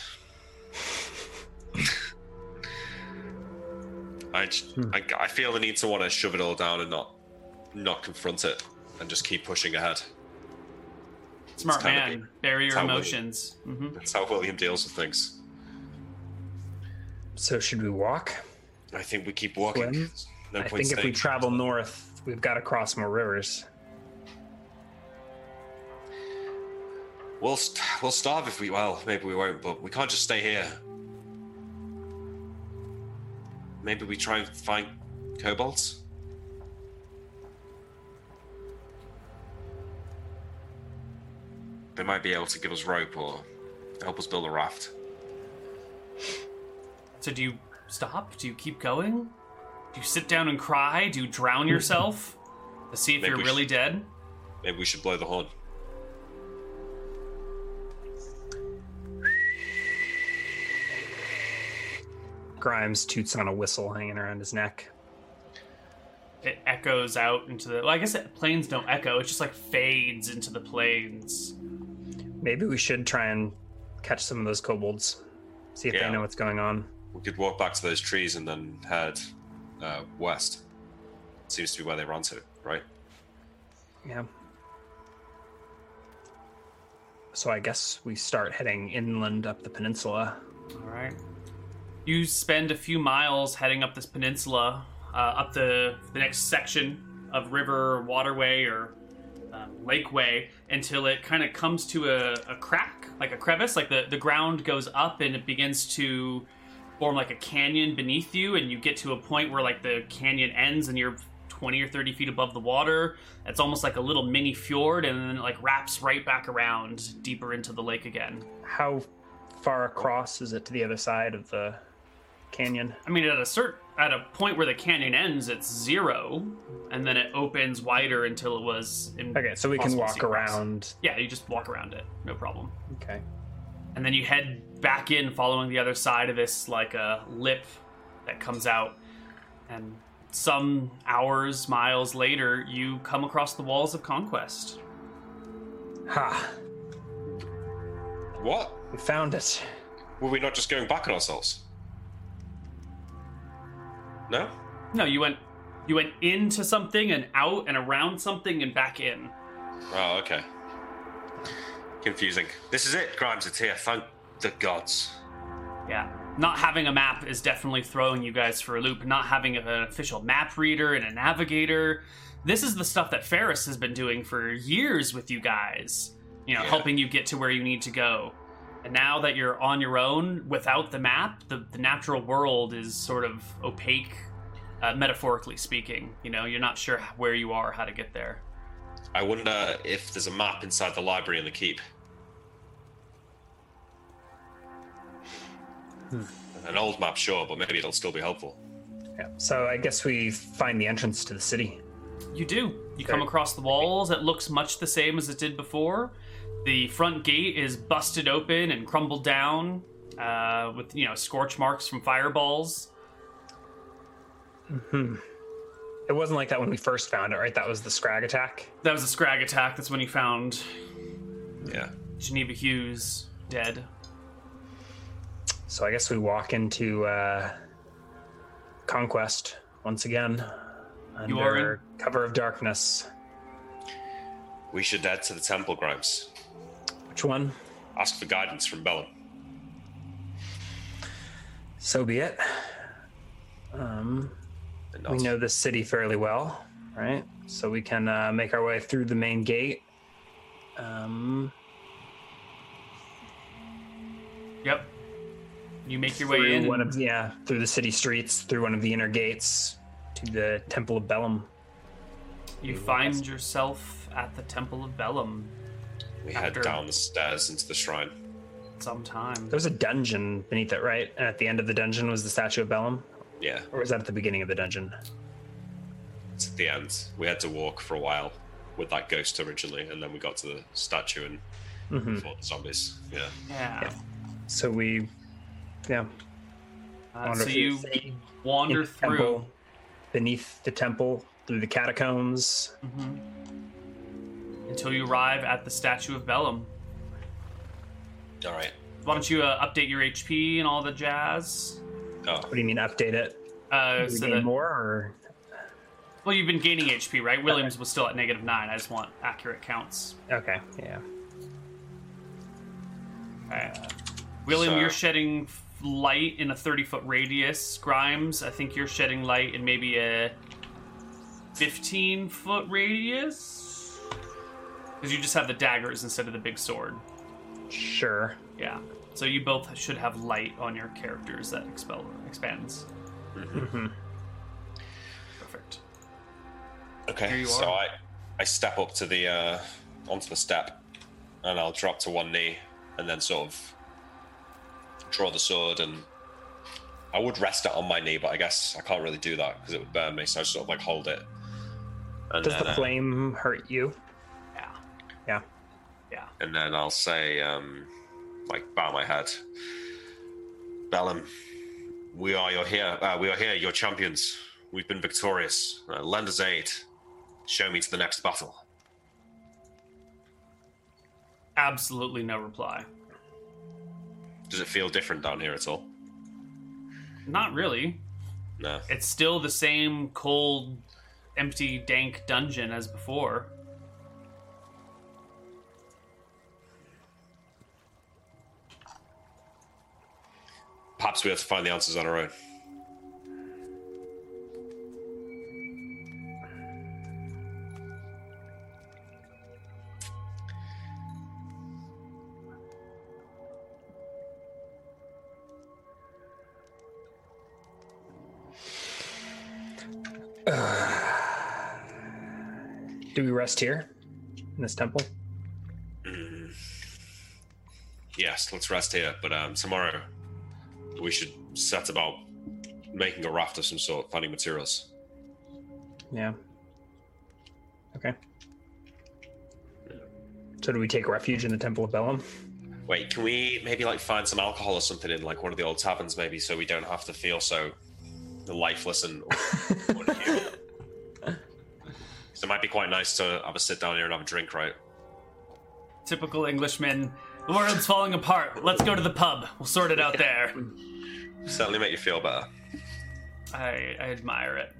S2: I, j-
S3: Hmm.
S2: I, I feel the need to want to shove it all down and not not confront it and just keep pushing ahead.
S1: Smart
S2: It's kinda
S1: man,
S2: big.
S1: bury your
S2: Tell me.
S1: emotions. hmm
S2: That's how William deals with things.
S3: So should we walk?
S2: I think we keep walking.
S3: Swim?
S2: No
S3: I
S2: point
S3: think if we
S2: staying.
S3: travel north, we've got to cross more rivers.
S2: we'll st- we'll starve if we well maybe we won't, but we can't just stay here. Maybe we try and find kobolds. They might be able to give us rope or help us build a raft.
S1: So do you stop? Do you keep going? Do you sit down and cry? Do you
S2: *laughs*
S1: drown yourself to see if
S2: Maybe
S1: you're
S2: we
S1: really
S2: should-
S1: dead?
S2: Maybe we should blow the horn.
S3: Grimes toots on a whistle hanging around his neck.
S1: It echoes out into the. Well, I guess it, planes don't echo. It just like fades into the plains.
S3: Maybe we should try and catch some of those kobolds. See if
S2: Yeah.
S3: they know what's going on.
S2: We could walk back to those trees and then head uh, west. Seems to be where they run to, right?
S3: Yeah. So I guess we start heading inland up the peninsula.
S1: All right. You spend a few miles heading up this peninsula, uh, up the the next section of river, waterway, or um, lakeway until it kind of comes to a, a crack, like a crevice. Like the the ground goes up and it begins to form like a canyon beneath you, and you get to a point where like the canyon ends and you're. 20 or 30 feet above the water it's almost like a little mini fjord and then it like wraps right back around deeper into the lake again
S3: How far across is it to the other side of the canyon?
S1: I mean, at a certain at a point where the canyon ends, it's zero, and then it opens wider until it was. In,
S3: Okay, so we can
S1: Possible
S3: walk
S1: sequence.
S3: around.
S1: Yeah, you just walk around it, no problem.
S3: Okay.
S1: And then you head back in, following the other side of this like a lip that comes out, and some hours, miles later, you come across the walls of conquest.
S3: Ha!
S2: What?
S3: We found it.
S2: Were we not just going back on ourselves? No?
S1: No, you went you went into something and out and around something and back in.
S2: Oh, okay. Confusing. This is it, Grimes. It's here. Thank the gods.
S1: Yeah. Not having a map is definitely throwing you guys for a loop. Not having an official map reader and a navigator. This is the stuff that Ferris has been doing for years with you guys, you know,
S2: Yeah.
S1: helping you get to where you need to go. And now that you're on your own without the map, the, the natural world is sort of opaque, uh, metaphorically speaking. You know, you're not sure where you are, how to get there.
S2: I wonder if there's a map inside the library in the keep. An old map, sure, but maybe it'll still be helpful.
S3: Yeah. So I guess we find the entrance to the city.
S1: You do. You come
S3: Okay.
S1: across the walls. It looks much the same as it did before. The front gate is busted open and crumbled down, uh, with you know scorch marks from fireballs.
S3: It wasn't like that when we first found it, right? That was the scrag attack.
S1: That was a scrag attack. That's when you found
S2: Yeah.
S1: Geneva Hughes dead.
S3: So I guess we walk into uh, conquest once again under
S1: You are in-
S3: cover of darkness.
S2: We should head to the temple, Grimes.
S3: Which one?
S2: Ask for guidance from Bellum.
S3: So be it. Um,
S2: And
S3: we
S2: ask-
S3: know this city fairly well, right? So we can uh, make our way through the main gate Um,
S1: Yep. You make your way in.
S3: One
S1: and-
S3: of, yeah, through the city streets, through one of the inner gates to the Temple of Bellum.
S1: You find yourself at the Temple of Bellum
S2: We head
S1: After-
S2: down the stairs into the shrine.
S1: sometime.
S3: There was a dungeon beneath it, right? And at the end of the dungeon was the statue of Bellum,
S2: Yeah,
S3: or was that at the beginning of the dungeon?
S2: it's at the end. We had to walk for a while with that ghost originally, and then we got to the statue and
S3: hmm
S2: fought the zombies. Yeah.
S1: Yeah.
S3: So we, yeah,
S1: Uh,
S3: wander
S1: so
S3: through
S1: you
S3: the city, in
S1: wander
S3: the temple,
S1: through.
S3: beneath the temple, through the catacombs.
S1: Mhm. Until you arrive at the statue of Bellum.
S2: All right.
S1: Why don't you uh, update your HP and all the jazz?
S2: Oh,
S3: What do you mean update it?
S1: Uh,
S3: Do we
S1: so
S3: gain
S1: that,
S3: more or
S1: well, you've been gaining HP, right? Williams was still at negative nine. I just want accurate counts.
S3: okay? Yeah.
S1: Okay. William,
S2: So-
S1: you're shedding f- light in a 30 foot radius. Grimes, I think you're shedding light in maybe a 15 foot radius. Because you just have the daggers instead of the big sword.
S3: Sure.
S1: Yeah. So you both should have light on your characters that expel expands.
S3: hmm
S1: Perfect. Here
S2: okay.
S1: you
S2: So
S1: are.
S2: I, I step up to the, uh, onto the step, and I'll drop to one knee, and then sort of draw the sword, and I would rest it on my knee, but I guess I can't really do that because it would burn me. So I just sort of like hold it. And
S3: Does
S2: then,
S3: the
S2: uh,
S3: flame hurt you? *sighs*
S1: Yeah.
S3: Yeah.
S1: Yeah.
S2: and then I'll say, um, like, bow my head. Bellum, we are your here. Uh, we are here, your champions. We've been victorious. Uh, lend us aid. Show me to the next battle.
S1: Absolutely no reply.
S2: Does it feel different down here at all?
S1: Not really.
S2: No.
S1: It's still the same cold, empty, dank dungeon as before.
S2: Perhaps we have to find the answers on our own.
S3: Do we rest here in this temple?
S2: Mm. Yes, let's rest here. But um, tomorrow, we should set about making a raft of some sort, finding materials.
S3: Yeah. Okay. So do we take refuge in the Temple of Bellum?
S2: Wait, can we maybe like find some alcohol or something in like one of the old taverns, maybe, so we don't have to feel so lifeless and. so it might be quite nice to have a sit down here and have a drink, right?
S1: Typical Englishman. The world's falling apart. Let's go to the pub. We'll sort it out there.
S2: Certainly make you feel better.
S1: I, I admire it.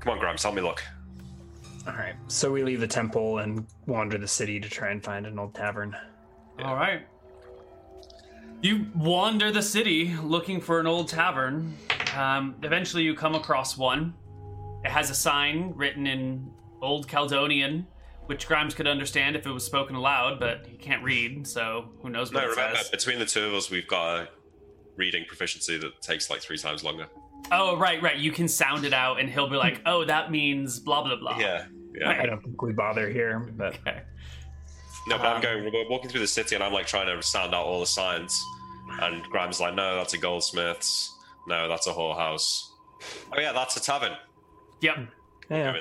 S2: Come on, Grimes, help me look.
S3: All right. So we leave the temple and wander the city to try and find an old tavern.
S1: All right. You wander the city looking for an old tavern. Um, eventually, you come across one. It has a sign written in Old Caledonian, which Grimes could understand if it was spoken aloud, but he can't read, so who knows
S2: No,
S1: what it
S2: remember,
S1: says.
S2: between the two of us, we've got a reading proficiency that takes like three times longer.
S1: Oh, right, right. You can sound it out, and he'll be like, "Oh, that means blah blah blah."
S2: Yeah, yeah.
S3: I don't think we bother here, but
S1: Okay.
S2: No, but
S1: Um,
S2: I'm going. We're walking through the city, and I'm like trying to sound out all the signs. And Grimes like, no, that's a goldsmith's. No, that's a whorehouse. Oh yeah, that's a tavern.
S1: Yep.
S3: yeah.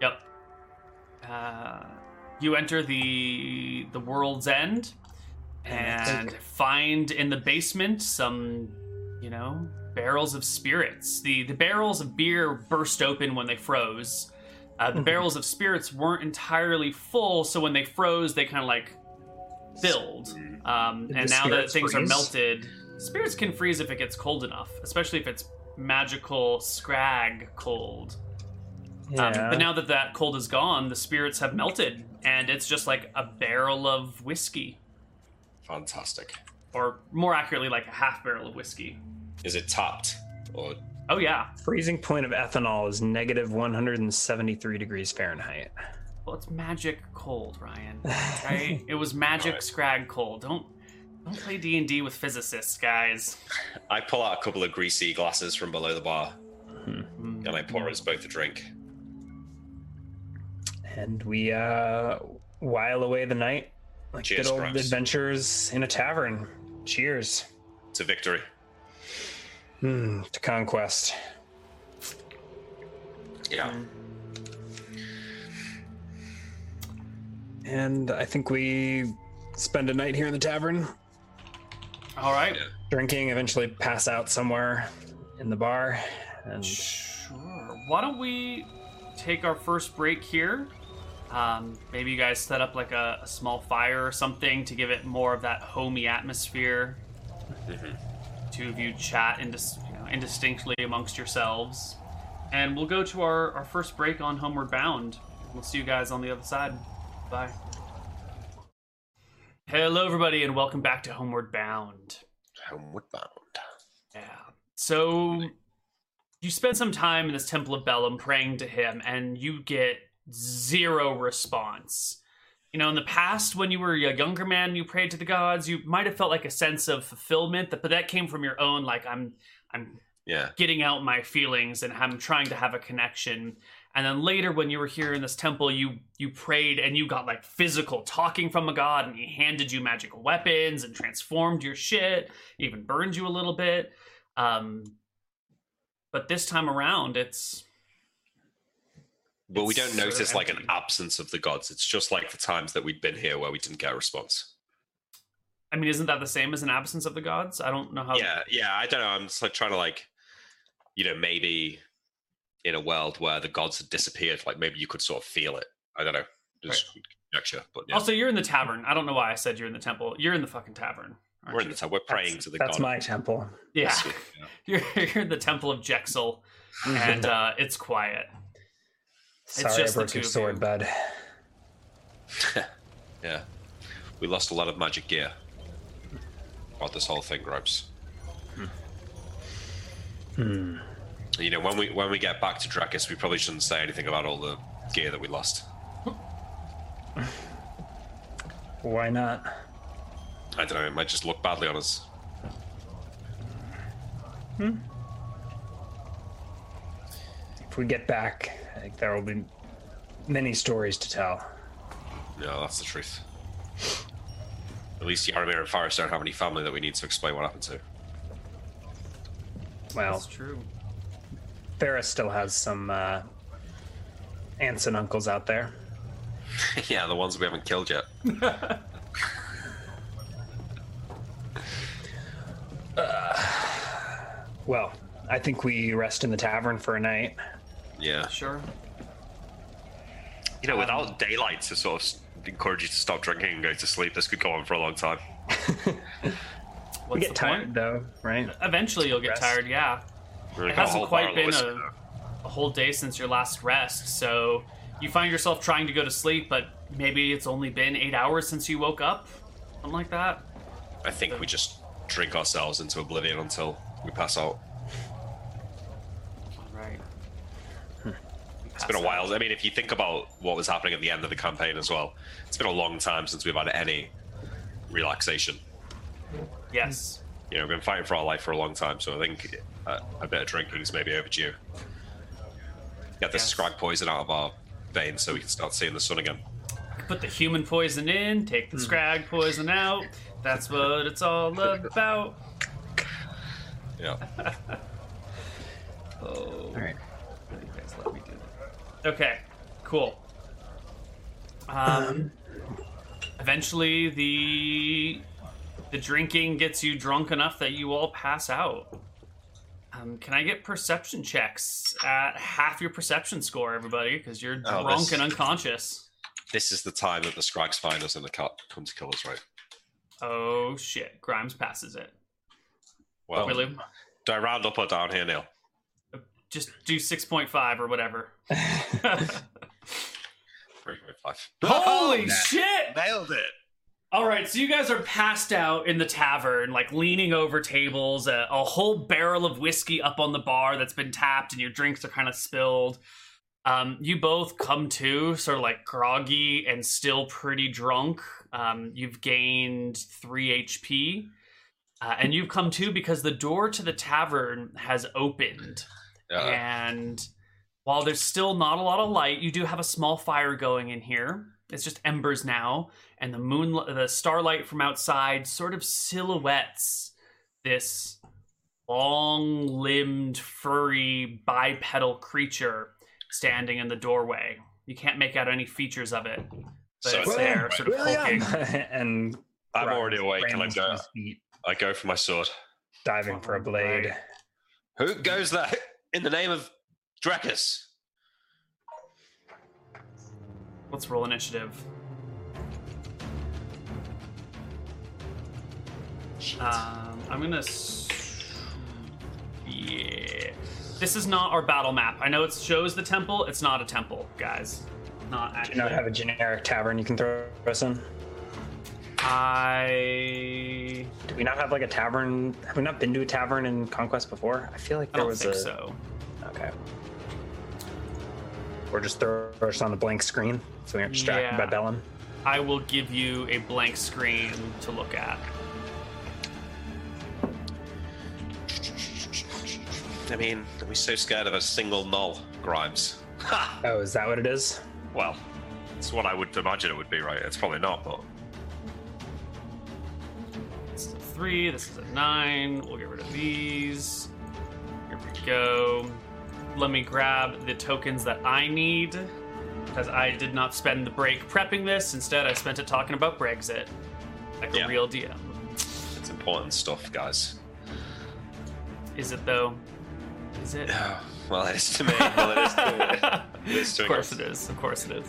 S1: Yep. Uh, you enter the the world's end and find in the basement some, you know, barrels of spirits. The the barrels of beer burst open when they froze. Uh, the
S3: Mhm.
S1: barrels of spirits weren't entirely full, so when they froze, they kind of like filled. Um,
S3: Did
S1: and
S3: the
S1: now that
S3: spirits
S1: things are
S3: freeze?
S1: melted, spirits can freeze if it gets cold enough, especially if it's magical scrag cold. Um,
S3: Yeah.
S1: but now that that cold is gone, the spirits have melted, and it's just like a barrel of whiskey,
S2: Fantastic.
S1: or more accurately, like a half barrel of whiskey.
S2: Is it tapped or
S1: Oh yeah,
S3: Freezing point of ethanol is negative 173 degrees Fahrenheit.
S1: Well, it's magic cold,
S3: *laughs*
S1: Ryan. Right? it was magic
S2: Got it.
S1: scrag cold. Don't don't play D and D with physicists, guys.
S2: I pull out a couple of greasy glasses from below the bar
S1: Mm.
S2: and I pour us both a drink.
S3: and we uh, while away the night like
S2: Cheers,
S3: good old
S2: Grimes.
S3: adventures in a tavern. Cheers
S2: It's a victory.
S3: Hmm, to conquest.
S2: Yeah.
S3: And I think we spend a night here in the tavern,
S1: All right.
S2: Yeah.
S3: drinking. Eventually, pass out somewhere in the bar, and
S1: Um, Sure. Why don't we take our first break here? Um, maybe you guys set up like a, a small fire or something to give it more of that homey atmosphere. Two of you chat indis- you know, indistinctly amongst yourselves. And we'll go to our, our first break on Homeward Bound. We'll see you guys on the other side. Bye. Hello, everybody, and welcome back to Homeward Bound.
S2: Homeward bound.
S1: Yeah. So you spend some time in this temple of Bellum praying to him, and you get zero response. You know, in the past, when you were a younger man, and you prayed to the gods. You might have felt like a sense of fulfillment, that, but that came from your own, like I'm, I'm
S2: Yeah.
S1: getting out my feelings and I'm trying to have a connection. And then later, when you were here in this temple, you you prayed and you got like physical talking from a god, and he handed you magical weapons and transformed your shit, even burned you a little bit. Um, but this time around, it's
S2: But we
S1: It's
S2: don't
S1: sort of
S2: notice like an
S1: empty.
S2: absence of the gods. It's just like the times that we've been here where we didn't get a response.
S1: I mean, isn't that the same as an absence of the gods? I don't know how.
S2: yeah yeah i don't know i'm just like trying to like you know maybe in a world where the gods had disappeared like maybe you could sort of feel it i don't know just conjecture but yeah
S1: Also, you're in the tavern. I don't know why I said you're in the temple. You're in the fucking tavern. aren't
S2: we're in
S1: you?
S2: the time we're praying
S3: that's,
S2: to the
S3: that's
S2: god
S3: my temple.
S1: yeah.
S2: Yeah.
S1: *laughs* You're, you're in the temple of Jexel,
S3: *laughs*
S1: and uh, it's quiet.
S3: Sorry,
S1: just
S3: I
S1: the
S3: broke
S1: two
S3: your
S1: of
S3: sword,
S1: you.
S3: bud.
S2: yeah we lost a lot of magic gear about this whole thing gropes
S1: Hmm.
S2: you know when we when we get back to Drakus, we probably shouldn't say anything about all the gear that we lost
S3: Why not?
S2: i don't know it might just look badly on us
S3: If we get back, I think there will be many stories to tell.
S2: No, that's the truth. At least Yaramir and Faris don't have any family that we need to explain what happened to. *laughs*
S3: Well,
S1: That's true.
S3: Ferris still has some uh, aunts and uncles out there.
S2: yeah, the ones we haven't killed yet.
S3: Well, I think we rest in the tavern for a night.
S2: Yeah.
S1: Sure.
S2: You know, without daylight to sort of s- encourage you to stop drinking and go to sleep, this could go on for a long time.
S1: What's
S3: We
S1: the
S3: get tired
S1: point?
S3: though, right?
S1: Eventually, you'll get
S3: Rest.
S1: tired. Yeah,
S2: We're gonna
S1: It
S2: get a
S1: hasn't
S2: whole
S1: quite
S2: barrel of
S1: been
S2: whiskey
S1: a-
S2: now.
S1: a whole day since your last rest. So you find yourself trying to go to sleep, but maybe it's only been eight hours since you woke up, something like that.
S2: I think we just drink ourselves into oblivion until we pass out.
S1: All right. Hmm.
S2: It's been a while. I mean, if you think about what was happening at the end of the campaign as well, it's been a long time since we've had any relaxation.
S1: Yes.
S2: You know, we've been fighting for our life for a long time, so I think uh, a bit of drinking is maybe overdue. Get this
S1: Yes.
S2: scrag poison out of our veins so we can start seeing the sun again.
S1: Put the human poison in, take the scrag poison out. That's what it's all about. *laughs*
S2: Yeah.
S1: Oh.
S3: All right.
S1: You guys let me do that. Okay, cool. Um, eventually the the drinking gets you drunk enough that you all pass out. Um, can I get perception checks at half your perception score, everybody? Because you're
S2: Oh,
S1: drunk
S2: this-
S1: and unconscious.
S2: this is the time that the scrags find us and the cut come to kill us, right?
S1: Oh shit! Grimes passes it.
S2: Well,
S1: Really?
S2: do I round up or down here, Neil?
S1: Just do six point five or whatever. *laughs*
S2: Three point five.
S1: Holy shit!
S2: Nailed it.
S1: All right, so you guys are passed out in the tavern, like leaning over tables, a, a whole barrel of whiskey up on the bar that's been tapped, and your drinks are kind of spilled. Um, you both come to, sort of like groggy and still pretty drunk. Um, you've gained three HP, uh, and you've come to because the door to the tavern has opened.
S2: Uh,
S1: And while there's still not a lot of light, you do have a small fire going in here. It's just embers now, and the moon, the starlight from outside, sort of silhouettes this long-limbed, furry, bipedal creature standing in the doorway. You can't make out any features of it, but
S2: So-
S1: it's there, sort of poking.
S3: *laughs* and
S2: I'm
S3: Grimes
S2: already awake and I
S3: scrambles to
S2: go,
S3: his feet,
S2: I go for my sword.
S3: diving for a blade.
S2: Who goes there *laughs* in the name of Dracus?
S1: Let's roll initiative. Um, I'm gonna. s- Yeah. This is not our battle map. I know it shows the temple. It's not a temple, guys. Not
S3: Do
S1: actually.
S3: you not have a generic tavern you can throw us in?
S1: I.
S3: Do we not have like a tavern? Have we not been to a tavern in Conquest before? I feel like
S1: I
S3: there
S1: don't
S3: was
S1: think
S3: a.
S1: so.
S3: Okay. Or just throw us on the blank screen so we aren't distracted
S1: Yeah.
S3: by Bellum.
S1: I will give you a blank screen to look at.
S2: I mean, are we so scared of a single null, Grimes? *laughs* Ha!
S3: Oh, is that what it is?
S2: Well, it's what I would imagine it would be, right? It's probably not, but
S1: This is a three. This is a nine. We'll get rid of these. Here we go. Let me grab the tokens that I need because I did not spend the break prepping this. Instead, I spent it talking about Brexit, like
S2: Yeah.
S1: a real DM.
S2: it's important stuff, guys. *sighs*
S1: Is it though? Is
S2: *laughs*
S1: it?
S2: Well, it is to me. *laughs* Well, it is to it's
S1: of
S2: doing
S1: course
S2: it.
S1: it is. Of course it is.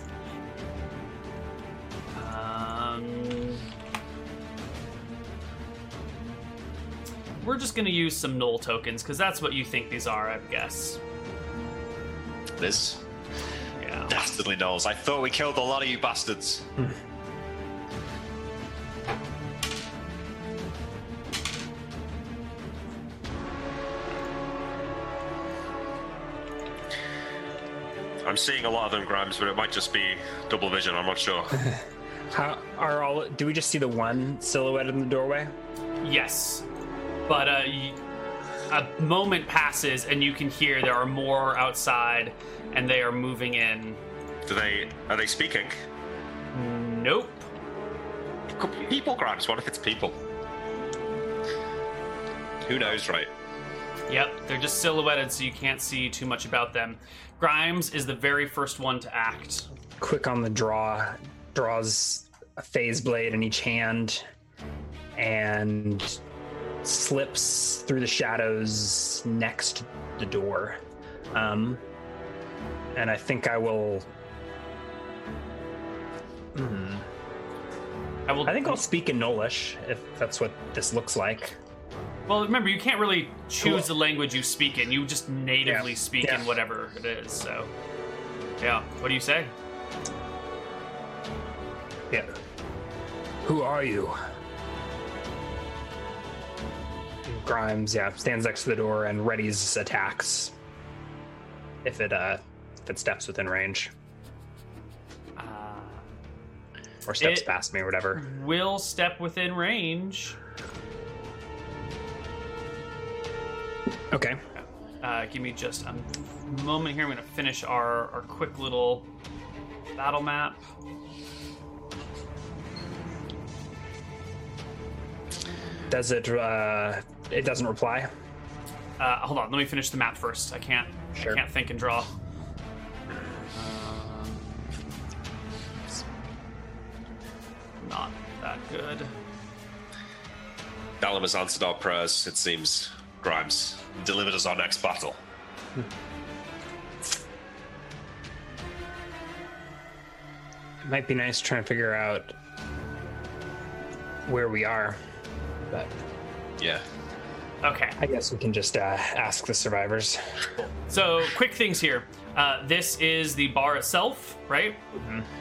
S1: Um, we're just gonna use some null tokens because that's what you think these are, I guess.
S2: This
S1: Yeah.
S2: dastardly nulls. I thought we killed a lot of you bastards. I'm seeing a lot of them, Grimes, but it might just be double vision. I'm not sure.
S3: How are all? Do we just see the one silhouette in the doorway?
S1: Yes. But uh, y- a moment passes and you can hear there are more outside and they are moving in.
S2: Do they are they speaking?
S1: Nope.
S2: Could be people, Grimes. What if it's people? Who knows, right?
S1: Yep, they're just silhouetted so you can't see too much about them. Grimes is the very first one to act.
S3: Quick on the draw, draws a phase blade in each hand, and slips through the shadows next to the door. Um, and I think I will. Hmm.
S1: I will
S3: I think I'll speak in Nolish if that's what this looks like.
S1: Well, remember you can't really
S3: Cool.
S1: choose the language you speak in. You just natively
S3: Yeah.
S1: speak
S3: Yeah.
S1: in whatever it is. So Yeah, what do you say?
S3: Yeah. Who are you? Grimes, yeah, stands next to the door and readies attacks. If it uh if it steps within range.
S1: Uh,
S3: Or steps
S1: It-
S3: past me or whatever.
S1: will step within range.
S3: Okay.
S1: Uh, give me just a moment here. I'm going to finish our, our quick little battle map.
S3: Does it uh it doesn't reply?
S1: Uh, hold on, let me finish the map first. I can't
S3: Sure.
S1: I can't think and draw. Uh, Not that good.
S2: Balam has answered our prayers, it seems. Grimes delivered us our next battle.
S3: It might be nice trying to figure out where we are. But
S2: Yeah.
S1: Okay.
S3: I guess we can just uh ask the survivors.
S1: So, quick things here. Uh, this is the bar itself, right?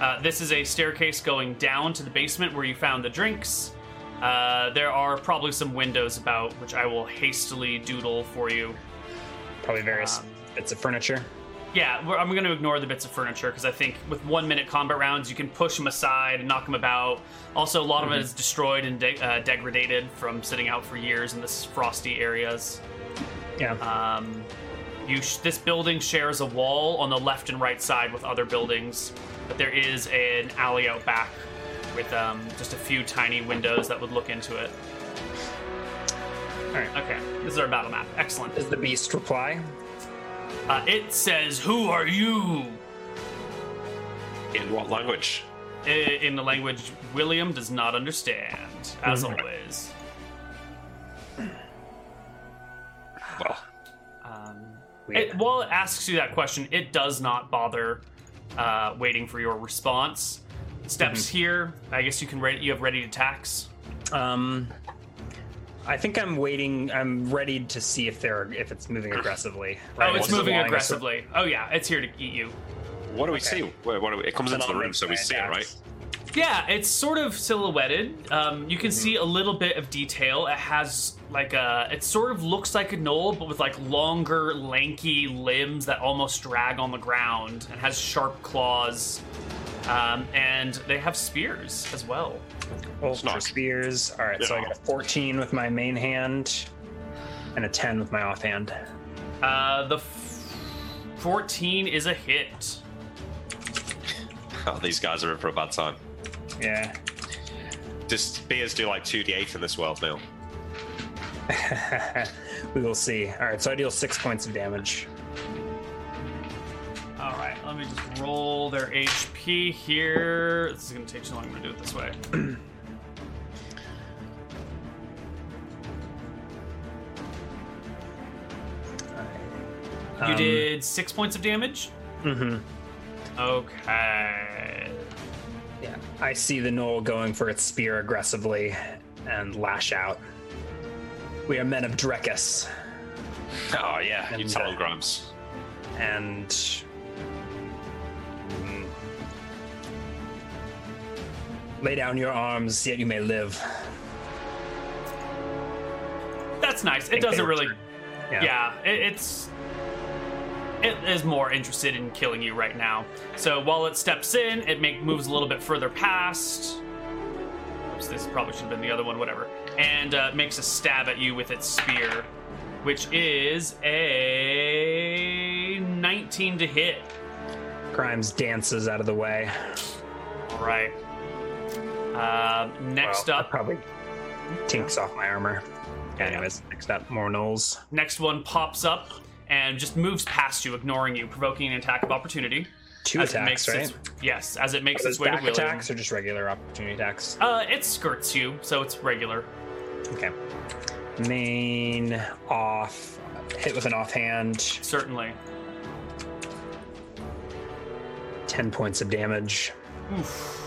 S1: Uh, this is a staircase going down to the basement where you found the drinks. Uh, there are probably some windows about, which I will hastily doodle for you.
S3: Probably various
S1: Um,
S3: bits of furniture.
S1: Yeah, we're, I'm going to ignore the bits of furniture because I think with one minute combat rounds, you can push them aside and knock them about. Also, a lot of it is destroyed and de- uh, degraded from sitting out for years in this frosty areas.
S3: Yeah.
S1: Um, you sh- this building shares a wall on the left and right side with other buildings, but there is an alley out back with um, just a few tiny windows that would look into it.
S3: All right.
S1: Okay, this is our battle map. Excellent.
S3: Does the beast reply?
S1: Uh, it says, "Who are you?"
S2: In what language?
S1: i- in the language William does not understand, as
S3: Mhm.
S1: always.
S2: Well,
S1: Um,
S3: Weird.
S1: it, while it asks you that question, it does not bother uh, waiting for your response. Steps
S2: Mm-hmm.
S1: here. I guess you can. Re- you have ready attacks.
S3: Um, I think I'm waiting. I'm ready to see if they're if it's moving aggressively.
S1: oh, it's
S2: what's the
S1: moving
S3: Long-
S1: aggressively. Oh yeah, it's here to eat you.
S2: what do we see? Wait, what do we, it comes into the room, so we see it, right?
S1: Yeah, it's sort of silhouetted. Um, you can
S2: Mm-hmm.
S1: see a little bit of detail. It has like a. It sort of looks like a knoll, but with like longer, lanky limbs that almost drag on the ground, and has sharp claws. Um, and they have spears as well.
S3: Ultra
S2: Snark.
S3: spears. All right, so I
S2: Yeah.
S3: got a 14 with my main hand and a 10 with my offhand.
S1: Uh, the f- fourteen is a hit.
S2: Oh, these guys are in for a bad time.
S3: Yeah. *laughs*
S2: Just beers do like 2d8 in this world now.
S3: we will see. All right, so I deal six points of damage.
S1: All right, let me just roll their HP here. This is gonna take too long. I'm gonna do it this way. *clears throat* You
S3: Um,
S1: did six points of damage.
S3: mhm.
S1: Okay.
S3: Yeah. I see the knoll going for its spear aggressively and lash out. We are men of Drekus,
S2: Oh, yeah, you
S3: And, uh,
S2: telegrams.
S3: and. Mm. Lay down your arms, yet you may live.
S1: That's nice. It
S3: think they
S1: doesn't
S3: were
S1: really.
S3: turned.
S1: Yeah, it, it's. It is more interested in killing you right now. So while it steps in, it make, moves a little bit further past. Oops, this probably should have been the other one, whatever. And uh, makes a stab at you with its spear, which is a 19 to hit.
S3: Grimes dances out of the way.
S1: All right. Uh, next
S3: Well, that
S1: up,
S3: probably tinks off my armor. Anyways, next up, more gnolls.
S1: next one pops up and just moves past you, ignoring you, provoking an attack of opportunity.
S3: Two
S1: as it
S3: attacks,
S1: makes
S3: right?
S1: its- yes, as it makes
S3: Those
S1: its way to
S3: back
S1: William.
S3: attacks or just regular opportunity attacks?
S1: Uh, it skirts you, so it's regular.
S3: Okay. Main off, hit with an offhand,
S1: Certainly.
S3: 10 points of damage.
S1: Oof.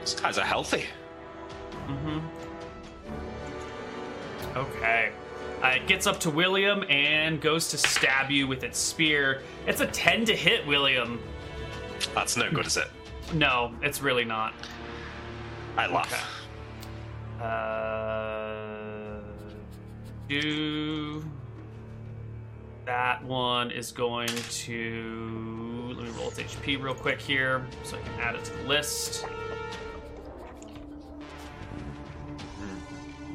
S2: These guys are healthy.
S1: hmm Okay. Uh, it gets up to William and goes to stab you with its spear. It's a 10 to hit, William.
S2: That's no good, is it?
S1: No, it's really not.
S2: I laugh.
S1: Uh, do that one is going to let me roll its HP real quick here so I can add it to the list.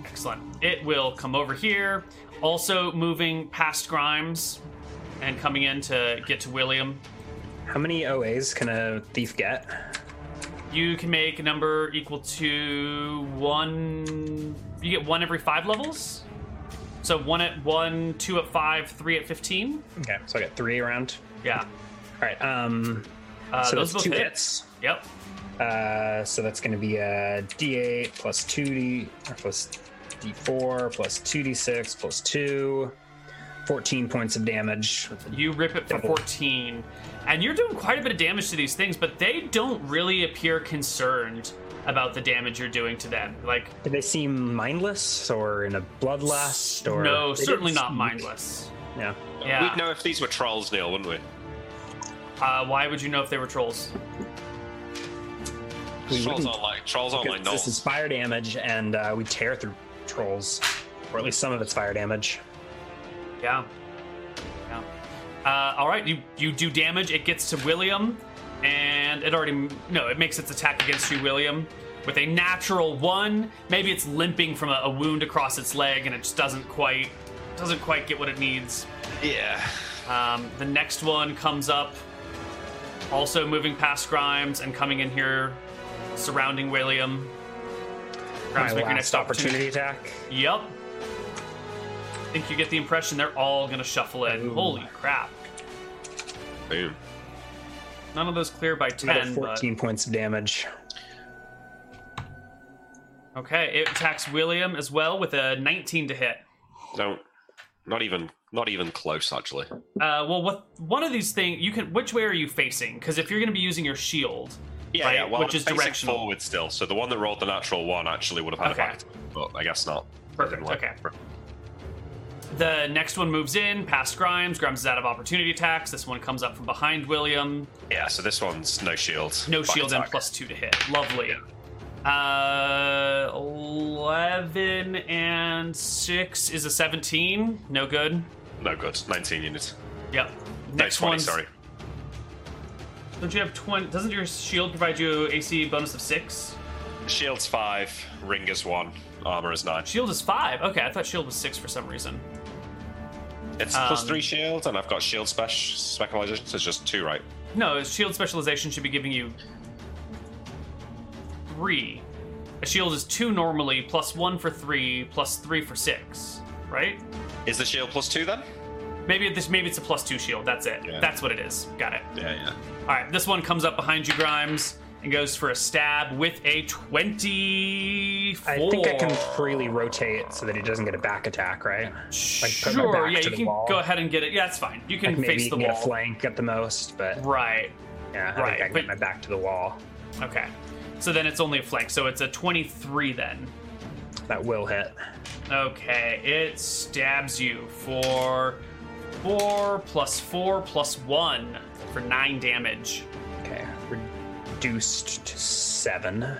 S1: Excellent. It will come over here, also moving past Grimes and coming in to get to William.
S3: How many OAs can a thief get?
S1: You can make a number equal to one. You get one every five levels. So one at one, two at five, three at fifteen.
S3: Okay, so I got three around.
S1: Yeah.
S3: All right, um,
S1: Uh,
S3: so
S1: those
S3: that's
S1: both
S3: two
S1: hit.
S3: hits.
S1: Yep.
S3: Uh, so that's going to be a D8 plus 2D, or plus D4 plus 2D6 plus 2. 14 points of damage.
S1: You rip it for
S3: Double.
S1: fourteen, and you're doing quite a bit of damage to these things, but they don't really appear concerned about the damage you're doing to them. Like,
S3: Do they seem mindless or in a bloodlust? Or
S1: no,
S3: They
S1: certainly
S3: didn't
S1: not
S3: seem-
S1: mindless.
S3: Yeah.
S1: Yeah.
S2: We'd know if these were trolls, Neil, wouldn't we?
S1: Uh, why would you know if they were trolls?
S3: We
S2: trolls
S3: wouldn't,
S2: aren't like trolls aren't like
S3: because this is
S2: gnolls.
S3: fire damage, and uh, we tear through trolls, or at least some of it's fire damage.
S1: Yeah. Yeah. Uh, all right, you you do damage. It gets to William, and it already no, it makes its attack against you, William, with a natural one. Maybe it's limping from a, a wound across its leg, and it just doesn't quite doesn't quite get what it needs.
S2: Yeah.
S1: Um, the next one comes up, also moving past Grimes and coming in here, surrounding William.
S3: My
S1: Grimes, make your next
S3: last opportunity
S1: opportunity.
S3: attack.
S1: Yep. I think you get the impression they're all gonna shuffle in.
S3: Ooh.
S1: Holy crap!
S2: Boom.
S1: None of those clear by
S3: Another
S1: ten. But...
S3: 14 points of damage.
S1: Okay, it attacks William as well with a 19 to hit.
S2: Don't. Not even. Not even close. Actually.
S1: Uh, well, what one of these things you can? Which way are you facing? Because if you're going to be using your shield,
S2: Yeah.
S1: right,
S2: yeah well,
S1: which
S2: I'm
S1: is
S2: facing
S1: directional.
S2: forward still. So the one that rolled the natural one actually would have had
S1: Okay.
S2: a back, but I guess not.
S1: Perfect, okay. The next one moves in past Grimes. Grimes is out of opportunity attacks. This one comes up from behind William.
S2: Yeah. So this one's no shield.
S1: No
S2: back
S1: shield and
S2: attack.
S1: plus two to hit. Lovely. Uh, eleven and six is a seventeen. No good.
S2: No good. 19 units.
S1: Yep. Next
S2: no, 20,
S1: one.
S2: Sorry.
S1: Don't you have twenty? Doesn't your shield provide you AC bonus of six?
S2: Shield's five. Ring is one. Armor is nine.
S1: Shield is five. Okay, I thought shield was six for some reason.
S2: It's plus
S1: Um,
S2: three shield, and I've got shield spec specialization. So it's just two, right?
S1: No, shield specialization should be giving you three. A shield is two normally, plus one for three, plus three for six, right?
S2: Is the shield plus two then?
S1: Maybe this maybe it's a plus two shield. That's it.
S2: Yeah.
S1: That's what it is. Got it.
S2: Yeah. Yeah.
S1: All right, this one comes up behind you, Grimes, and goes for a stab with a twenty-four.
S3: I think I can freely rotate so that he doesn't get a back attack, right? like, put my
S1: sure.
S3: back
S1: Yeah,
S3: to
S1: you
S3: the
S1: can
S3: wall.
S1: go ahead and get it. Yeah, that's fine. You can
S3: Like maybe
S1: face
S3: he
S1: the
S3: can get a
S1: wall.
S3: flank at the most, but
S1: Right.
S3: yeah, I
S1: Right,
S3: think I can
S1: but-
S3: get my back to the wall.
S1: Okay. So then it's only a flank. So it's a twenty-three then.
S3: That will hit.
S1: Okay, it stabs you for four plus four plus one for nine damage.
S3: Okay, reduced to seven.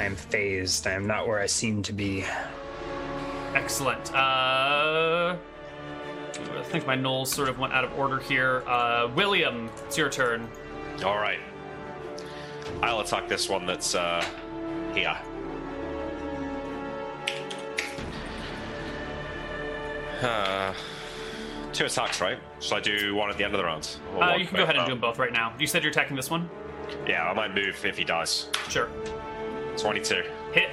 S3: I am phased. I am not where I seem to be.
S1: Excellent. Uh, I think my knolls sort of went out of order here. Uh, William, it's your turn.
S2: All right. I'll attack this one that's uh, here. Uh, two attacks, right? Shall I do one at the end of the round? Or
S1: Uh,
S2: one-
S1: you can go ahead and
S2: uh,
S1: do them both right now. You said you're attacking this one?
S2: Yeah, I might move if he dies.
S1: Sure.
S2: 22.
S1: Hit.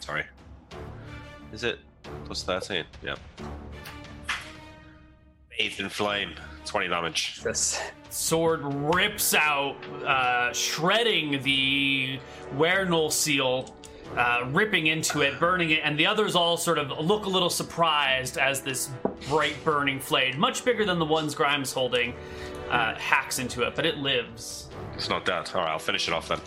S2: Sorry. Is it plus 13? Yeah. Ethan Flame, 20 damage.
S3: This
S1: Sword rips out, uh, shredding the werenoll seal, uh, ripping into it, burning it, and the others all sort of look a little surprised as this bright burning flame, much bigger than the ones Grimes holding, uh, hacks into it, but it lives.
S2: It's not dead. All right, I'll finish it off then.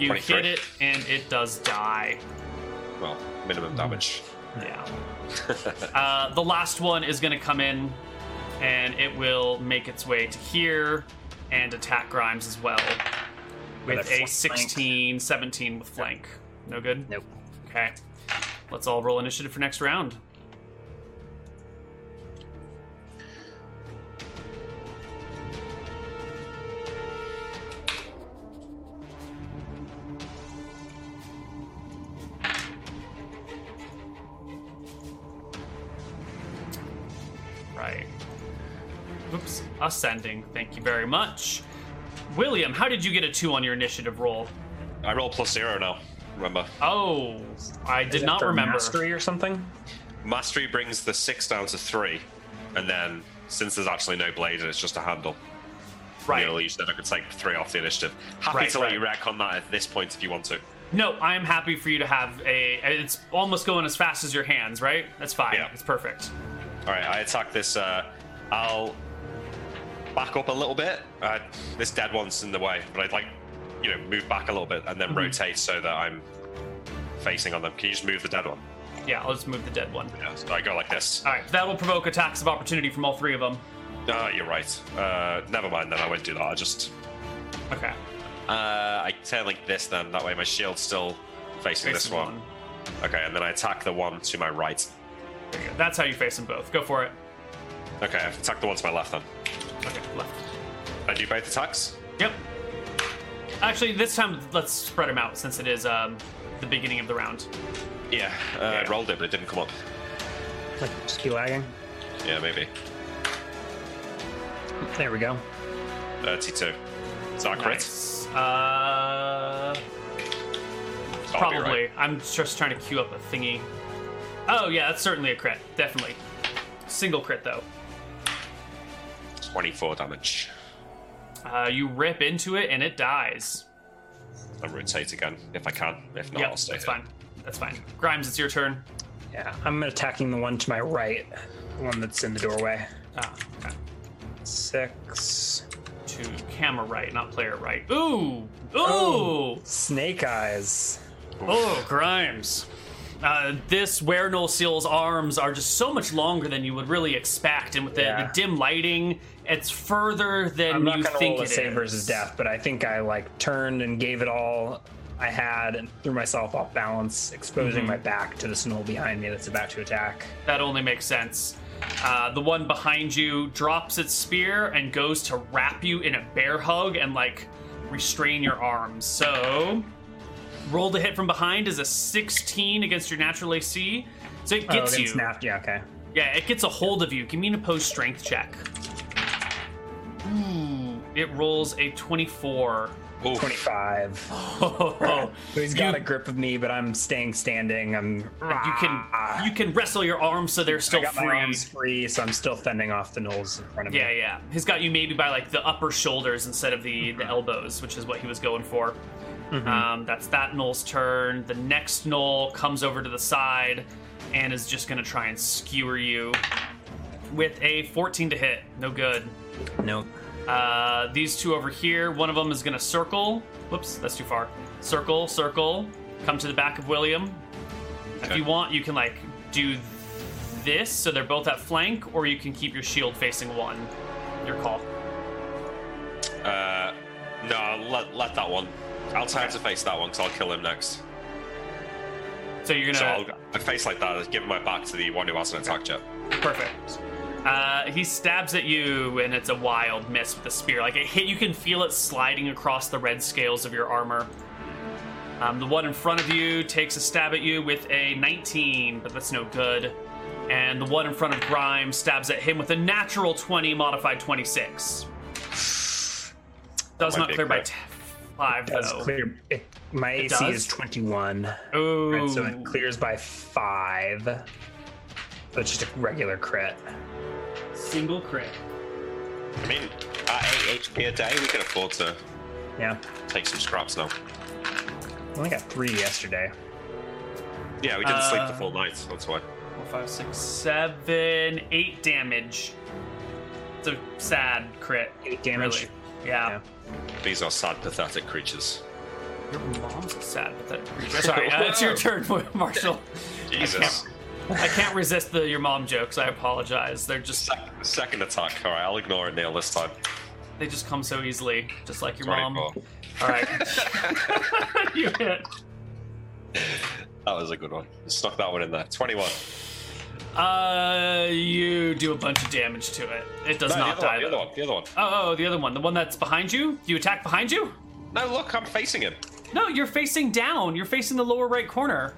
S1: You
S2: 23.
S1: hit it, and it does die.
S2: Well, minimum damage.
S1: Yeah. *laughs* uh, the last one is going to come in, and it will make its way to here and attack Grimes as well
S3: With a
S1: with a
S3: flank.
S1: 16, 17 with flank. No good?
S3: nope.
S1: Okay. Let's all roll initiative for next round. Right. Oops. Ascending. Thank you very much. William, how did you get a two on your initiative roll?
S2: I roll plus zero now, remember.
S1: Oh, I
S3: Is
S1: did
S3: that
S1: not
S3: for
S1: remember.
S3: mastery or something.
S2: Mastery brings the six down to three, and then since there's actually no blade and it's just a handle,
S1: Right.
S2: you know, you said I could take three off the initiative. Happy
S1: Right,
S2: to
S1: right.
S2: let you rack on that at this point if you want to.
S1: No, I am happy for you to have a. It's almost going as fast as your hands, right? That's fine.
S2: Yeah.
S1: It's perfect.
S2: All right, I attack this. Uh, I'll back up a little bit. Uh, this dead one's in the way, but I'd like, you know, move back a little bit and then rotate so that I'm facing on them. Can you just move the dead one?
S1: Yeah, I'll just move the dead one.
S2: Yeah, so I go like this.
S1: All right, that will provoke attacks of opportunity from all three of them.
S2: Ah, you're right. Uh, never mind then. I won't do that. I just
S1: Okay.
S2: Uh, I turn like this then. That way my shield's still facing
S1: Face
S2: this
S1: him
S2: one. Okay, and then I attack the one to my right.
S1: There you go. That's how you face them both. Go for it.
S2: Okay, I've attacked the one to my left then.
S1: Okay, left.
S2: I do both attacks.
S1: Yep. Actually, this time let's spread them out since it is um, the beginning of the round.
S2: Yeah, uh, I rolled it, but it didn't come up.
S3: Like, just keep lagging.
S2: Yeah, maybe.
S3: There we go.
S2: 32. Is that a crit?
S1: Nice. Uh,
S2: Can't be
S1: probably.
S2: right.
S1: I'm just trying to queue up a thingy. Oh yeah, that's certainly a crit. Definitely. Single crit though.
S2: 24 damage.
S1: Uh, you rip into it and it dies.
S2: I'll rotate again if I can. If
S3: Oh,
S2: not,
S1: yep,
S2: I'll stay.
S1: that's
S2: here.
S1: fine. That's fine. Grimes, it's your turn.
S3: Yeah, I'm attacking the one to my right, the one that's in the doorway.
S1: Ah, okay.
S3: Six.
S1: To camera right, not player right. Ooh, ooh.
S3: Oh. Snake eyes.
S1: Oh, Grimes. Uh, this Wernull Seal's arms are just so much longer than you would really expect, and with the,
S3: Yeah.
S1: the dim lighting, it's further than
S3: I'm not
S1: you
S3: gonna
S1: think
S3: roll a
S1: it
S3: save
S1: is.
S3: versus death, but I think I like turned and gave it all I had and threw myself off balance, exposing
S1: Mm-hmm.
S3: my back to the snow behind me that's about to attack.
S1: That only makes sense. Uh, the one behind you drops its spear and goes to wrap you in a bear hug and like restrain your arms. So, roll to hit from behind is a 16 against your natural AC, so it
S3: oh,
S1: gets
S3: then
S1: you.
S3: Snapped. Yeah, okay.
S1: Yeah, it gets a hold of you. Give me an opposed strength check.
S3: Hmm.
S1: Ooh, it rolls a 24.
S2: Ooh,
S3: 25.
S1: *gasps* Oh,
S3: *laughs* So he's got
S1: you,
S3: a grip of me, but I'm staying standing. I'm.
S1: you can you can wrestle your arms so they're
S3: I
S1: still
S3: got my
S1: free.
S3: arms free, so I'm still fending off the gnolls in front of me.
S1: Yeah, yeah. He's got you maybe by like the upper shoulders instead of the, the elbows, which is what he was going for. Um, that's that knoll's turn. The next knoll comes over to the side and is just gonna try and skewer you with a 14 to hit. No good.
S3: Nope.
S1: Uh, these two over here, one of them is going to circle. Whoops, that's too far. Circle, circle, come to the back of William. If
S2: Okay.
S1: you want, you can like do this so they're both at flank, or you can keep your shield facing one. Your call.
S2: uh, no, I'll let, let that one. I'll try to face that one because I'll kill him next.
S1: So you're
S2: So
S1: gonna
S2: I'll, I face like that. I'll give my back to the one who hasn't attacked yet.
S1: perfect. Uh, he stabs at you, and it's a wild miss with the spear. Like it hit, you can feel it sliding across the red scales of your armor. Um, the one in front of you takes a stab at you with a 19, but that's no good. And the one in front of Grimes stabs at him with a natural 20, modified 26. Does
S2: might
S1: not
S2: be a
S1: clear by
S2: crit.
S1: t- five
S3: That's
S1: though.
S3: clear. It, my AC
S1: does?
S3: is 21.
S1: Ooh,
S3: Right, so it clears by five. So it's just a regular crit.
S1: single crit.
S2: I mean, at 8 HP a day, we can afford to
S3: Yeah.
S2: take some scraps now.
S3: I only got three yesterday.
S2: Yeah, we didn't sleep the
S1: Uh,
S2: full night. That's why.
S1: Four, five, six, seven, eight damage. It's a sad crit.
S3: Eight damage.
S1: Really. Yeah.
S2: These are sad, pathetic creatures.
S1: Your mom's a sad pathetic creature. Sorry, uh, *laughs* it's your turn, Marshall.
S2: Jesus.
S1: I can't resist the your mom jokes. I apologize. They're just
S2: Second, second attack. All right, I'll ignore it, Neil, this time.
S1: they just come so easily, just like your mom. All
S2: 24.
S1: right, *laughs* you hit.
S2: That was a good one. Snuck that one in there. 21.
S1: Uh, you do a bunch of damage to it. It does
S2: No,
S1: not
S2: the
S1: die.
S2: other
S1: though.
S2: one, the other one, the
S1: Oh, oh, the other one, the one that's behind you. You attack behind you.
S2: other one. No, look, I'm facing him.
S1: No, you're facing down. You're facing the lower right corner.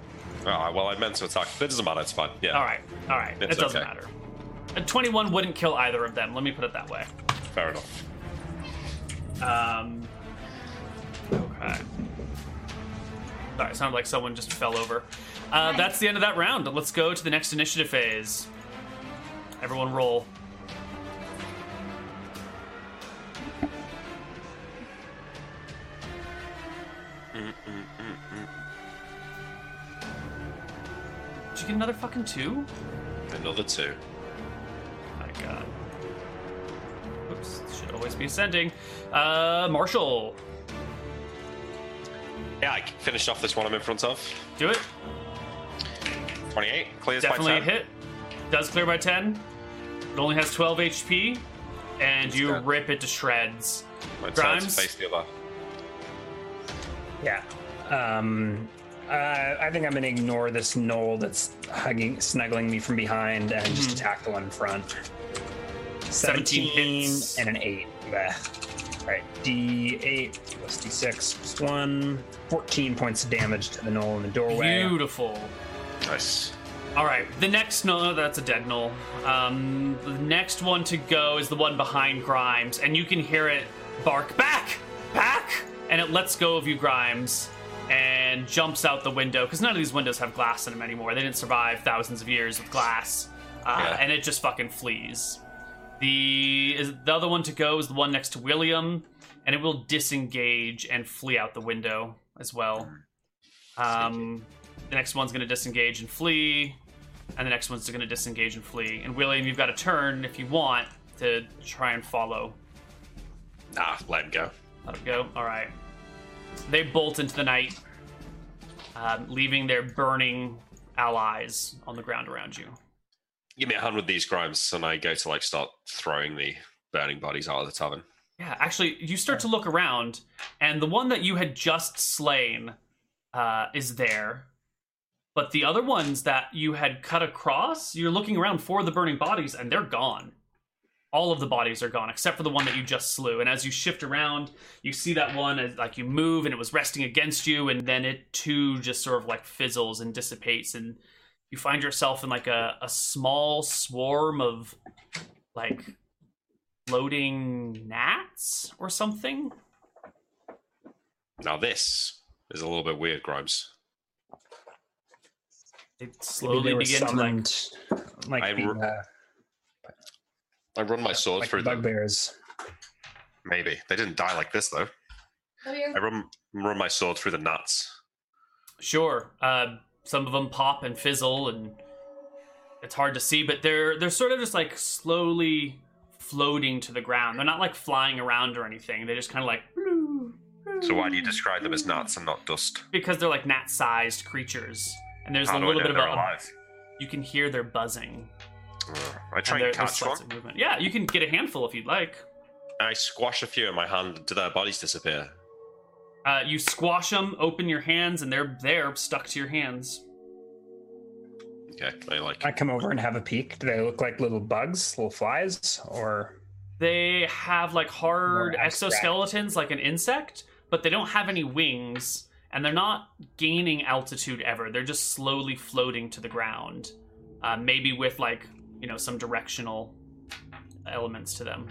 S2: Ah, well, I meant to attack. It doesn't matter. It's fine. Yeah.
S1: All right, all right.
S2: It's
S1: it doesn't
S2: okay.
S1: matter. A twenty-one wouldn't kill either of them. Let me put it that way.
S2: Fair enough.
S1: Um, okay. Sorry, it sounded like someone just fell over. Uh, that's the end of that round. Let's go to the next initiative phase. Everyone roll. Did you get another fucking two?
S2: Another two.
S1: My god. Oops, should always be ascending. Uh, Marshall,
S2: Yeah, I finished off this one I'm in front of.
S1: do it.
S2: 28. Clears
S1: definitely
S2: by
S1: a
S2: 10.
S1: hit. Does clear by 10. It only has 12 HP, and you
S2: good.
S1: rip it to shreds.
S2: My turn to
S1: Grimes?
S2: face the other.
S3: Yeah. Um, uh, I think I'm gonna ignore this knoll that's hugging, snuggling me from behind, and
S1: Hmm.
S3: just attack the one in front.
S1: 17 hits.
S3: and an eight. Bleh. All right, D8 plus D6 plus one. 14 points of damage to the knoll in the doorway.
S1: Beautiful.
S2: Nice.
S1: All right, the next no, that's a dead null. Um, the next one to go is the one behind Grimes, and you can hear it bark back, back, and it lets go of you, Grimes, and jumps out the window because none of these windows have glass in them anymore. They didn't survive thousands of years with glass, uh,
S2: Yeah.
S1: and it just fucking flees. The is, the other one to go is the one next to William, and it will disengage and flee out the window as well. Um, the next one's going to disengage and flee, and the next one's going to disengage and flee. And William, you've got a turn if you want to try and follow.
S2: Nah, let him go.
S1: Let it go. All right. They bolt into the night, um, leaving their burning allies on the ground around you.
S2: Give me a hundred of these grimes, and I go to like start throwing the burning bodies out of the tavern.
S1: Yeah, actually, you start to look around, and the one that you had just slain uh, is there. But the other ones that you had cut across, you're looking around for the burning bodies, and they're gone. All of the bodies are gone, except for the one that you just slew. And as you shift around, you see that one as like you move, and it was resting against you, and then it too just sort of like fizzles and dissipates, and you find yourself in like a, a small swarm of like floating gnats or something.
S2: Now this is a little bit weird, Grimes.
S1: They
S3: Maybe they
S1: slowly
S3: were
S1: begin to like.
S3: summoned, like,
S2: I
S3: the,
S2: re-
S3: uh,
S2: I run my sword
S3: like the
S2: through them.
S3: bugbears.
S2: Maybe they didn't die like this though. I run run my sword through the nuts.
S1: Sure, uh, some of them pop and fizzle, and it's hard to see, but they're they're sort of just like slowly floating to the ground. They're not like flying around or anything. They're just kind of like. *laughs*
S2: So why do you describe them as nuts and not dust?
S1: Because they're like gnat-sized creatures, and there's
S2: How
S1: a
S2: do I
S1: little
S2: know
S1: bit of
S2: they're
S1: a
S2: alive?
S1: you can hear their buzzing.
S2: Uh, I
S1: and
S2: try
S1: their-
S2: and
S1: their
S2: catch one.
S1: slights of movement. Yeah, you can get a handful if you'd like.
S2: I squash a few in my hand. Do their bodies disappear?
S1: Uh, you squash them, open your hands, and they're there, stuck to your hands.
S2: Okay, I like.
S3: I come over and have a peek. Do they look like little bugs, little flies, or
S1: They have like hard
S3: More abstract.
S1: exoskeletons, like an insect, but they don't have any wings, and they're not gaining altitude ever. They're just slowly floating to the ground, uh, maybe with like you know some directional elements to them,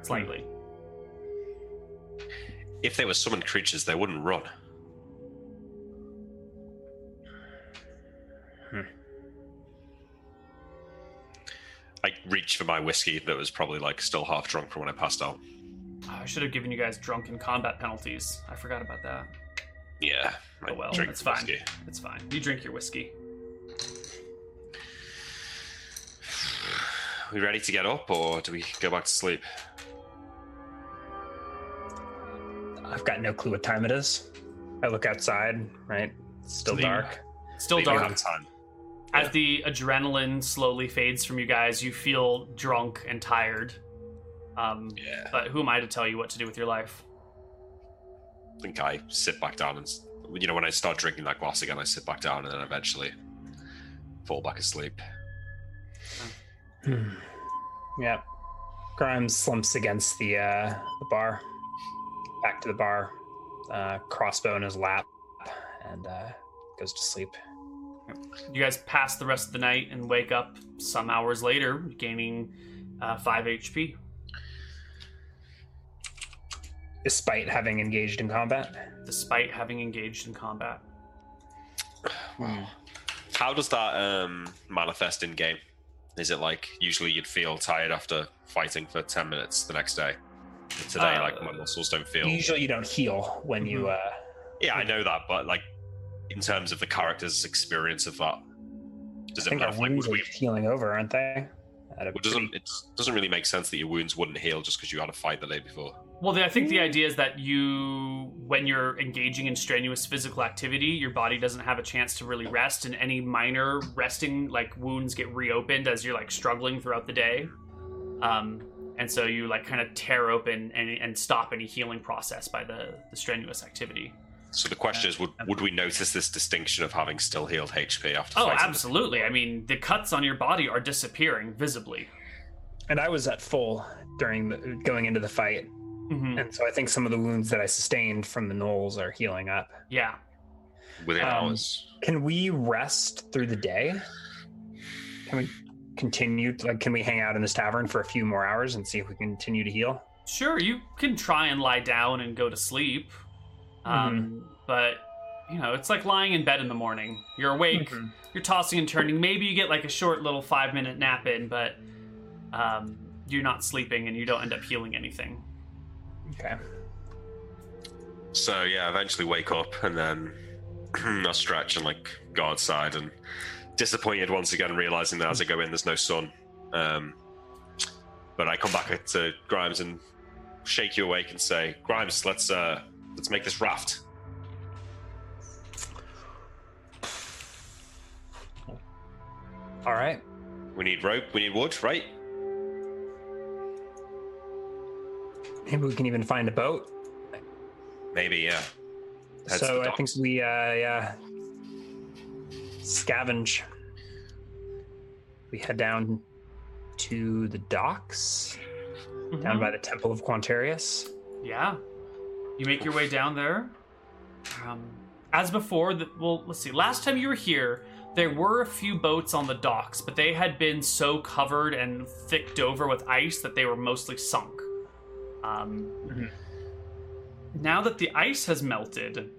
S1: slightly.
S3: Hmm.
S2: If they were summoned creatures, they wouldn't run.
S3: Hmm.
S2: I reach for my whiskey that was probably like still half drunk from when I passed out.
S1: Oh, I should have given you guys drunken combat penalties. I forgot about that.
S2: Yeah. I
S1: Oh, well,
S2: drink
S1: that's fine.
S2: whiskey.
S1: It's fine. You drink your whiskey.
S2: We ready to get up, or do we go back to sleep?
S3: I've got no clue what time it is. I look outside, right? It's still
S2: Sleep.
S3: dark.
S1: Still
S2: Maybe we
S1: dark.
S2: have time.
S1: As the adrenaline slowly fades from you guys, you feel drunk and tired. Um,
S2: Yeah.
S1: But who am I to tell you what to do with your life?
S2: I think I sit back down and, s- you know, when I start drinking that glass again, I sit back down and then eventually fall back asleep.
S3: Hmm. Yep. Grimes slumps against the uh, the bar. Back to the bar. Uh, crossbow in his lap, and uh, goes to sleep.
S1: You guys pass the rest of the night and wake up some hours later, gaining uh, 5 HP.
S3: Despite having engaged in combat.
S1: Despite having engaged in combat,
S2: How does that um, manifest in game? Is it like usually you'd feel tired after fighting for 10 minutes the next day? But Today,
S1: Uh,
S2: like my muscles don't feel.
S3: Usually, you don't heal when you. Uh,
S2: Yeah, I know that, but like in terms of the character's experience of that, does
S3: I
S2: it
S3: think our
S2: matter? Like,
S3: wounds
S2: would
S3: are
S2: we,
S3: healing over, aren't they? At a
S2: well,
S3: pretty-
S2: doesn't, it doesn't really make sense that your wounds wouldn't heal just because you had a fight the day before.
S1: Well, the, I think the idea is that you, when you're engaging in strenuous physical activity, your body doesn't have a chance to really rest, and any minor resting like wounds get reopened as you're like struggling throughout the day, um, and so you like kind of tear open and, and stop any healing process by the, the strenuous activity.
S2: So the question is, would would we notice this distinction of having still healed HP after?
S1: Oh,
S2: fighting?
S1: absolutely. I mean, the cuts on your body are disappearing visibly.
S3: And I was at full during the, going into the fight,
S1: hmm
S2: Mm.
S3: and so I think some of the wounds that I sustained from the gnolls are healing up.
S1: Yeah.
S2: Within
S3: Um,
S2: hours.
S3: Can we rest through the day? Can we continue? Like, can we hang out in this tavern for a few more hours and see if we can continue to heal?
S1: Sure, you can try and lie down and go to sleep. Um, But, you know, it's like lying in bed in the morning. You're awake,
S3: Mhm.
S1: you're tossing and turning. Maybe you get like a short little five minute nap in, but um, you're not sleeping and you don't end up healing anything.
S3: Okay.
S2: So yeah, eventually wake up and then *clears throat* I stretch and like go outside and disappointed once again, realizing that as I go in, there's no sun. Um, but I come back to Grimes and shake you awake and say, Grimes, let's uh, let's make this raft.
S3: All right.
S2: We need rope, we need wood, right?
S3: Maybe we can even find a boat.
S2: Maybe yeah. Heads to
S3: so
S2: the
S3: I think
S2: docks.
S3: we uh, yeah, scavenge. We head down to the docks down
S1: Mhm.
S3: by the Temple of Quantarius.
S1: Yeah. You make your way down there. Um, as before, the, well, let's see. Last time you were here, there were a few boats on the docks, but they had been so covered and thicked over with ice that they were mostly sunk. Um,
S3: Mhm.
S1: Now that the ice has melted,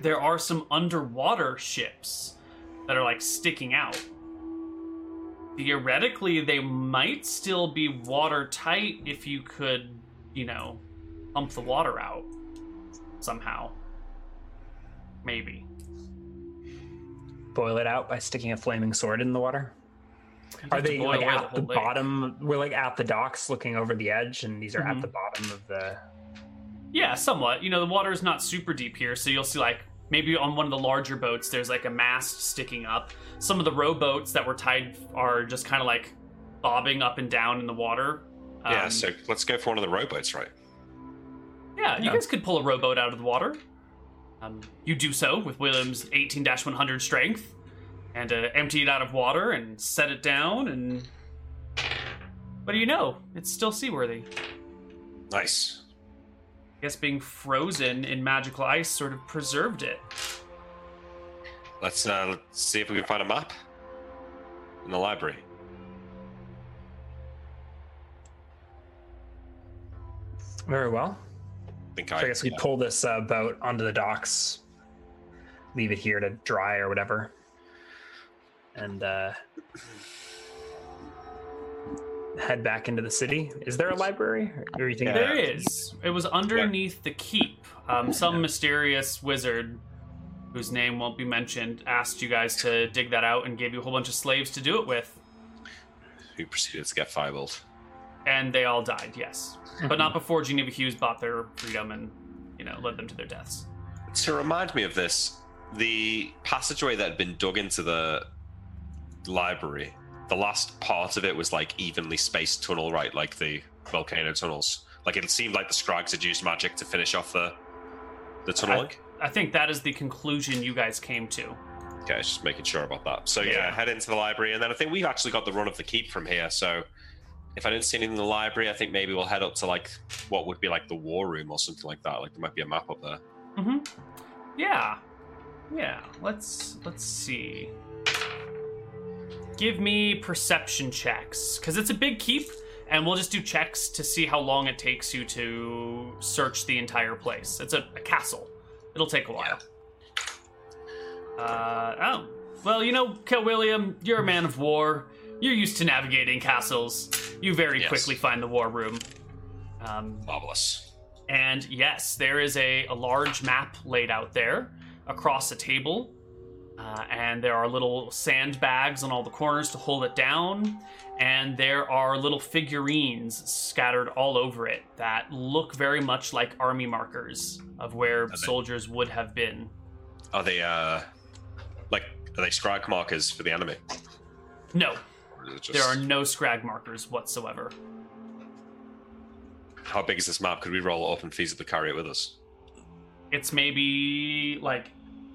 S1: there are some underwater ships that are like sticking out. Theoretically, they might still be watertight if you could, you know, pump the water out somehow. Maybe.
S3: Boil it out by sticking a flaming sword in the water.
S1: You'd
S3: Are
S1: have to
S3: they
S1: boil
S3: like
S1: away
S3: at the,
S1: whole lake.
S3: bottom? We're like at the docks, looking over the edge, and these are
S1: Mhm.
S3: at the bottom of the.
S1: Yeah, somewhat. You know, the water is not super deep here, so you'll see like maybe on one of the larger boats there's like a mast sticking up. Some of the rowboats that were tied are just kind of like bobbing up and down in the water.
S2: yeah,
S1: Um,
S2: so let's go for one of the rowboats, right?
S1: yeah, you
S3: yeah.
S1: guys could pull a rowboat out of the water. Um, you do so with William's 18 100 strength and uh, empty it out of water and set it down. And what do you know? It's still seaworthy.
S2: Nice.
S1: I guess being frozen in magical ice sort of preserved it.
S2: Let's uh, let's see if we can find a map in the library.
S3: Very well.
S2: I think
S3: So I
S2: I,
S3: guess we pull this uh, boat onto the docks, leave it here to dry or whatever, and uh, head back into the city. Is there a library? Or you think
S2: Yeah.
S1: There is. It was underneath the keep. Um, some mysterious wizard, whose name won't be mentioned, asked you guys to dig that out and gave you a whole bunch of slaves to do it with.
S2: who proceeded to get fireballed.
S1: And they all died, yes. But
S3: Mhm.
S1: not before Geneva Hughes bought their freedom and, you know, led them to their deaths.
S2: To remind me of this, the passageway that had been dug into the library, the last part of it was like evenly spaced tunnel, right? Like the volcano tunnels. Like it seemed like the Scrags had used magic to finish off the the tunneling.
S1: I think that is the conclusion you guys came to.
S2: Okay, just making sure about that. So yeah.
S1: Yeah.
S2: head into the library, and then I think we've actually got the run of the keep from here. So if I didn't see anything in the library, I think maybe we'll head up to like what would be like the war room or something like that. Like there might be a map up there.
S1: Mm-hmm. Yeah. Yeah. Let's let's see. Give me perception checks. Cause it's a big keep, and we'll just do checks to see how long it takes you to search the entire place. It's a, a castle. It'll take a while. Uh oh. Well, you know, Kel William, you're a man of war. You're used to navigating castles. You very
S2: Yes.
S1: quickly find the war room. Um,
S2: Marvelous.
S1: and yes, there is a, a large map laid out there across a table. Uh, and there are little sandbags on all the corners to hold it down. And there are little figurines scattered all over it that look very much like army markers of where
S2: they-
S1: soldiers would have been.
S2: Are they uh like are they scribe markers for the enemy?
S1: No,
S2: Or is it just-
S1: there are no scrag markers whatsoever.
S2: How big is this map? Could we roll it up and feasibly carry it with us?
S1: It's maybe like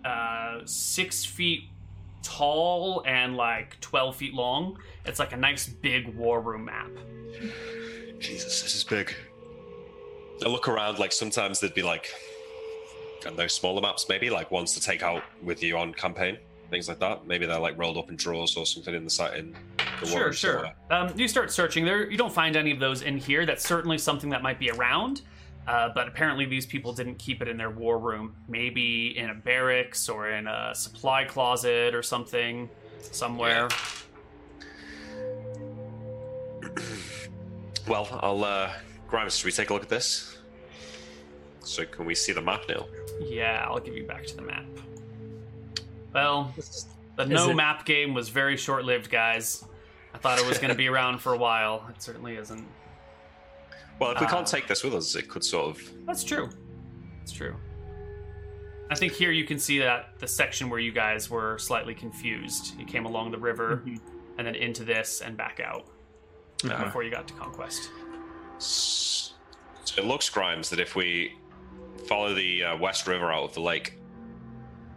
S1: uh, six feet tall and like 12 feet long. It's like a nice big war room map.
S2: Jesus, this is big. I look around, like sometimes there'd be like, and those smaller maps maybe, like ones to take out with you on campaign, things like that. Maybe they're like rolled up in drawers or something in the site in the war
S1: Sure,
S2: room
S1: sure.
S2: somewhere.
S1: Um, you start searching there. You don't find any of those in here. That's certainly something that might be around. Uh, but apparently, these people didn't keep it in their war room. Maybe in a barracks or in a supply closet or something somewhere.
S2: Well, I'll, uh, Grimes, should we take a look at this? So can we see the map, Neil?
S1: Yeah, I'll give you back to the map. Well, the
S3: Is
S1: no
S3: it-
S1: map game was very short lived, guys. I thought it was going to be around for a while. It certainly isn't.
S2: Well, if we
S1: Uh,
S2: can't take this with us, it could sort of.
S1: That's true. That's true. I think here you can see that the section where you guys were slightly confused. You came along the river and then into this and back out
S2: Uh-huh.
S1: before you got to Conquest.
S2: So it looks, Grimes, that if we follow the uh, West River out of the lake,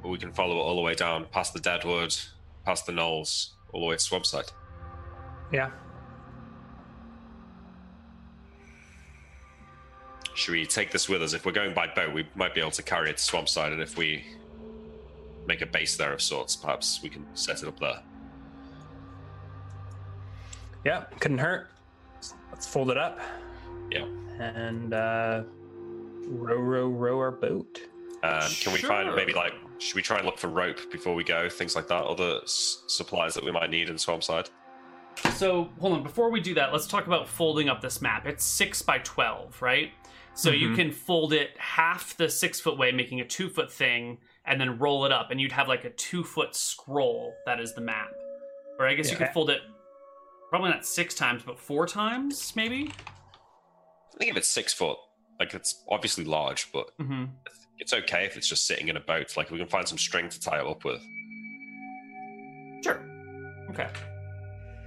S2: we can follow it all the way down, past the Deadwood, past the Knolls, all the way to Swampside.
S3: Yeah.
S2: Should we take this with us? If we're going by boat, we might be able to carry it to Swampside, and if we make a base there of sorts, perhaps we can set it up there.
S3: Yeah, couldn't hurt. Let's fold it up.
S2: Yeah.
S3: And uh, row, row, row our boat.
S2: Um, can we find maybe
S1: Sure.
S2: like should we try and look for rope before we go? Things like that, other s- supplies that we might need in Swampside.
S1: So, hold on. Before we do that, let's talk about folding up this map. It's 6 by 12, right? So you
S3: Mhm.
S1: can fold it half the six foot way, making a two foot thing, and then roll it up, and you'd have like a two foot scroll that is the map. Or I guess you
S3: Yeah.
S1: could fold it probably not six times, but four times, maybe?
S2: I think if it's six foot, like it's obviously large, but
S1: Mm-hmm.
S2: it's okay if it's just sitting in a boat. Like we can find some string to tie it up with.
S1: Sure. Okay.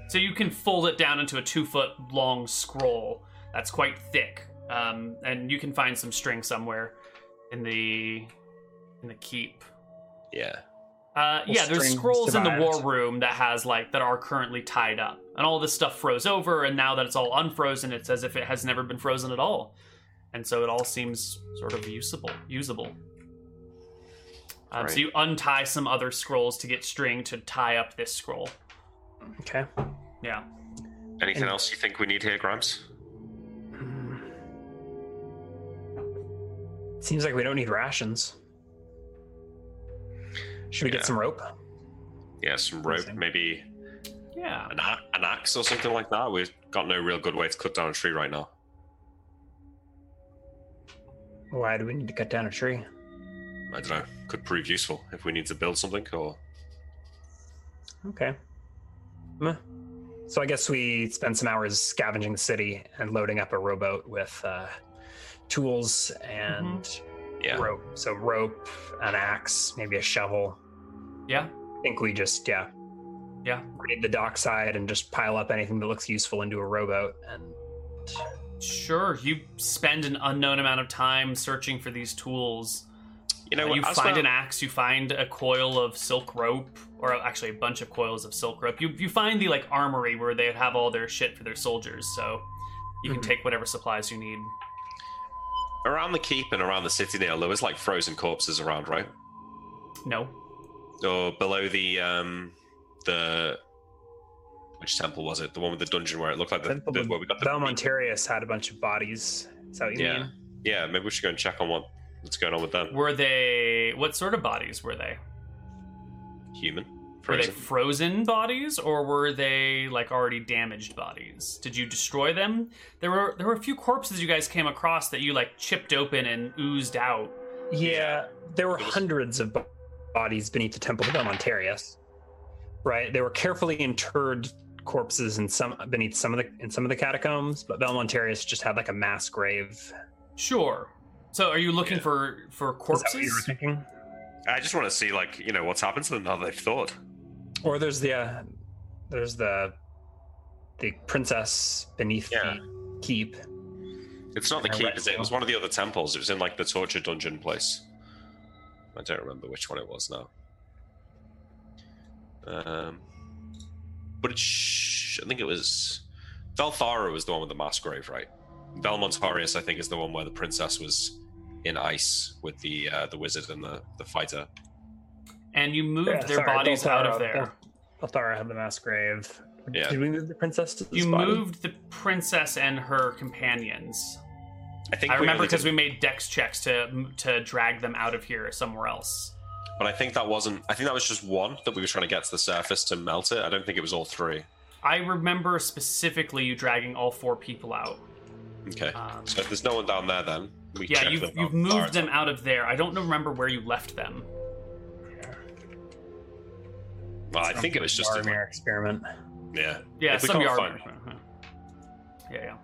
S1: So you can fold it down into a two foot long scroll that's quite thick, um, and you can find some string somewhere in the in the keep.
S2: Yeah.
S1: Uh,
S3: Well,
S1: yeah, there's
S3: string
S1: scrolls in the war
S3: survived.
S1: room that has like that are currently tied up, and all this stuff froze over, and now that it's all unfrozen, it's as if it has never been frozen at all, and so it all seems sort of usable. Usable. Um, So
S2: Right.
S1: you untie some other scrolls to get string to tie up this scroll.
S3: Okay.
S1: Yeah.
S2: Anything
S3: And-
S2: else you think we need here, Grimes?
S3: Seems like we don't need rations. Should we
S2: Yeah.
S3: get some rope?
S2: Yeah, some rope,
S3: Nothing.
S2: maybe
S1: Yeah.
S2: an, a- an axe or something like that. We've got no real good way to cut down a tree right now.
S3: Why do we need to cut down a tree?
S2: I don't know. Could prove useful if we need to build something or
S3: Okay. Meh. So I guess we spend some hours scavenging the city and loading up a rowboat with uh, tools and
S2: yeah.
S3: rope. So rope, an axe, maybe a shovel.
S1: Yeah.
S3: I think we just yeah,
S1: Yeah.
S3: raid the dockside and just pile up anything that looks useful into a rowboat. And
S1: Sure. You spend an unknown amount of time searching for these tools.
S2: You know,
S1: Uh, you
S2: as
S1: find
S2: well-
S1: an axe, you find a coil of silk rope, or actually a bunch of coils of silk rope. You, you find the like armory where they have all their shit for their soldiers, so you can
S2: Hmm.
S3: Mhm.
S1: take whatever supplies you need.
S2: around the keep and around the city Neil, there was like frozen corpses around, right?
S1: No.
S2: Or below the um the which temple was it? The one with the dungeon where it looked like the,
S3: Temple
S2: the
S3: of
S2: where we got the
S3: Belmontarius had a bunch of bodies. Is that what you
S2: Yeah.
S3: mean?
S2: Yeah, maybe we should go and check on what what's going on with them.
S1: Were they. What sort of bodies were they?
S2: Human.
S1: Were they
S2: Frozen.
S1: frozen bodies or were they like already damaged bodies? Did you destroy them? There were there were a few corpses you guys came across that you like chipped open and oozed out.
S3: Yeah, there were
S2: It was-
S3: hundreds of bo- bodies beneath the temple of Belmontarius. Right, they were carefully interred corpses in some beneath some of the in some of the catacombs, but Belmontarius just had like a mass grave.
S1: Sure. So are you looking
S2: Yeah.
S1: for for
S3: Is that what you were
S1: corpses?
S3: thinking?
S2: I just want to see like, you know, what's happened to them now that they've thought.
S3: Or there's the uh, there's the the princess beneath
S2: Yeah.
S3: the keep.
S2: It's not the
S3: Yeah,
S2: keep,
S3: right.
S2: is it? It was one of the other temples. It was in like the torture dungeon place. I don't remember which one it was now. Um, but it sh- I think it was Velthara was the one with the mass grave, right? Valmontarius, I think, is the one where the princess was in ice with the uh, the wizard and the, the fighter.
S1: And you moved
S3: Yeah,
S1: their
S3: sorry,
S1: bodies
S3: Belthara,
S1: out of there.
S3: Althara had the mass grave.
S2: Yeah.
S3: Did we move the princess to the
S1: You
S3: spot?
S1: moved the princess and her companions.
S2: I think
S1: I remember
S2: only
S1: because
S2: did-
S1: we made dex checks to to drag them out of here somewhere else.
S2: But I think that wasn't. I think that was just one that we were trying to get to the surface to melt it. I don't think it was all three.
S1: I remember specifically you dragging all four people out.
S2: Okay.
S1: Um,
S2: So if there's no one down there, then we
S1: yeah,
S2: check
S1: you've,
S2: them out.
S1: you've
S2: Alright.
S1: moved them out of there. I don't remember where you left them.
S2: Well, I think it was just. in, like-
S3: Warhammer experiment.
S2: yeah.
S1: Yeah,
S2: If we
S1: some
S2: can't
S1: yard.
S2: find-
S1: Yeah,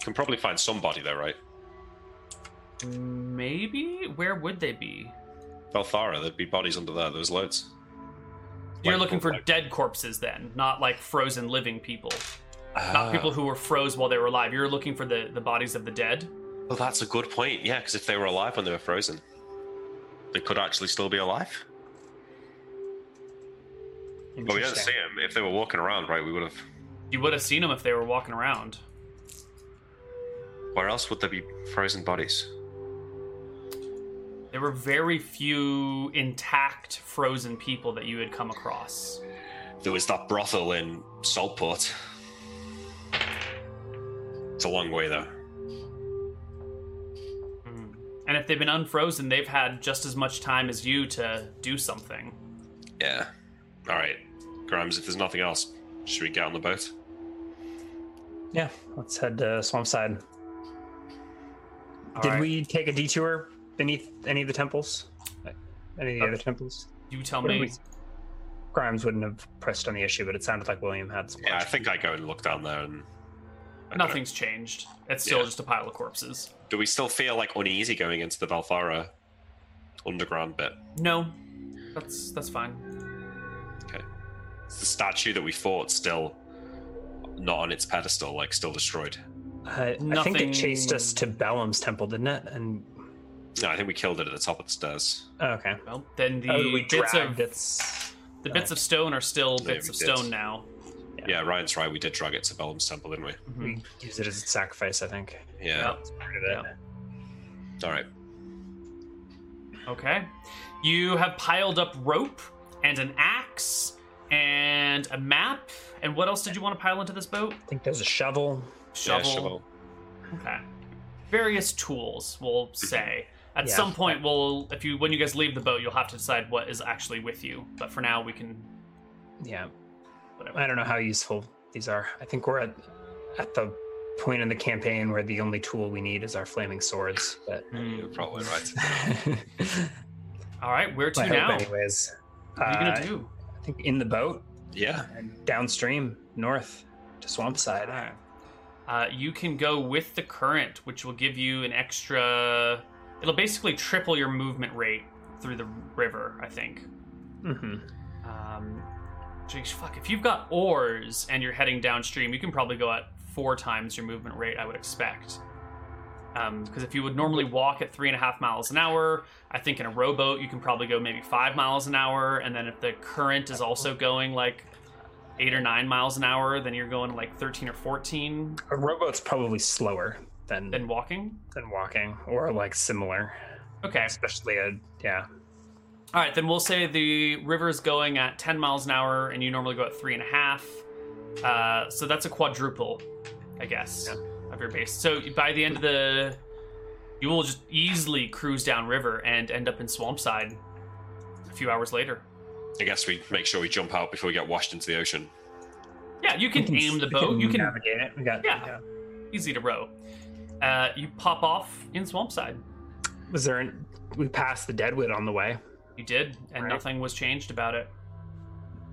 S2: Can probably find somebody though, right?
S1: yeah. Maybe where would they be?
S2: Belthara, there'd be bodies under there. There was loads.
S1: You're
S2: Like,
S1: looking for
S2: like-
S1: dead corpses then, not like frozen living people,
S2: Uh,
S1: not people who were froze while they were alive. You're looking for the the bodies of the dead.
S2: Well, that's a good point. Yeah, because if they were alive when they were frozen, they could actually still be alive. But we didn't see
S3: Interesting.
S2: them. If they were walking around, right, we would have.
S1: You would have seen them if they were walking around.
S2: Where else would there be frozen bodies?
S1: There were very few intact frozen people that you had come across.
S2: There was that brothel in Saltport. It's a long way though.
S1: And if they've been unfrozen, they've had just as much time as you to do something.
S2: Yeah. All right, Grimes. If there's nothing else, should we get on the boat?
S3: Yeah, let's head to Swampside. Did
S1: Alright,
S3: we take a detour beneath any of the temples? Any of
S1: Uh,
S3: the other temples?
S1: You tell
S3: What did
S1: me.
S3: we- Grimes wouldn't have pressed on the issue, but it sounded like William had some.
S2: Yeah, I think I go and look down there and. I don't know.
S1: Nothing's changed. It's still
S2: Yeah.
S1: just a pile of corpses.
S2: Do we still feel like uneasy going into the Valfara underground bit?
S1: No, that's that's fine.
S2: Is the statue that we fought still not on its pedestal, like still destroyed?
S3: I, I think
S1: Nothing-
S3: it chased us to Balaam's temple, didn't it? And
S2: No, I think we killed it at the top of the stairs.
S3: oh, okay,
S1: Well, then the
S3: oh, we
S1: bits
S3: dragged
S1: of
S3: its.
S1: the bits of stone are still
S2: Yeah,
S1: bits
S2: we
S1: of
S2: did.
S1: stone now.
S2: Yeah, Ryan's right. We did drag it to Bellum's temple, didn't we?
S1: Mhm.
S3: We used it as a sacrifice. I think.
S2: Yeah.
S3: That's part of it.
S2: All right.
S1: Okay. You have piled up rope and an axe and a map. And what else did you want to pile into this boat?
S3: I think there's a shovel.
S1: Shovel.
S2: Yeah, shovel.
S1: Okay. Various tools, we'll say. At
S3: Yeah.
S1: some point, we'll if you when you guys leave the boat, you'll have to decide what is actually with you. But for now, we can.
S3: Yeah.
S1: Whatever.
S3: I don't know how useful these are. I think we're at at the point in the campaign where the only tool we need is our flaming swords.
S1: *laughs*
S3: But
S1: Hmm.
S2: You're probably right.
S1: All right, where to
S3: my
S1: now?
S3: hope, anyways.
S1: What are you
S3: Uh,
S1: gonna do?
S3: I think in the boat
S2: Yeah.
S3: and downstream, north to Swampside.
S1: All right. Uh, you can go with the current, which will give you an extra. It'll basically triple your movement rate through the river, I think.
S3: Mm-hmm.
S1: Um, geez, fuck. If you've got oars and you're heading downstream, you can probably go at four times your movement rate, I would expect. Because if you would normally walk at three and a half miles an hour, I think in a rowboat you can probably go maybe five miles an hour. And then if the current is also going like eight or nine miles an hour, then you're going like 13 or 14
S3: A rowboat's probably slower than, than
S1: than walking.
S3: walking, or like similar,
S1: Okay.
S3: especially a yeah.
S1: All right, then we'll say the river's going at 10 miles an hour, and you normally go at three and a half. Uh, so that's a quadruple, I guess, of your base. So by the end of the, you will just easily cruise down river and end up in Swampside a few hours later.
S2: I guess we make sure we jump out before we get washed into the ocean.
S1: Yeah, you can aim the boat. You can
S3: navigate it. We got
S1: Yeah. easy to row. Uh, you pop off in Swampside.
S3: Was there? An, we passed the Deadwood on the way.
S1: You did, and
S3: Right.
S1: nothing was changed about it.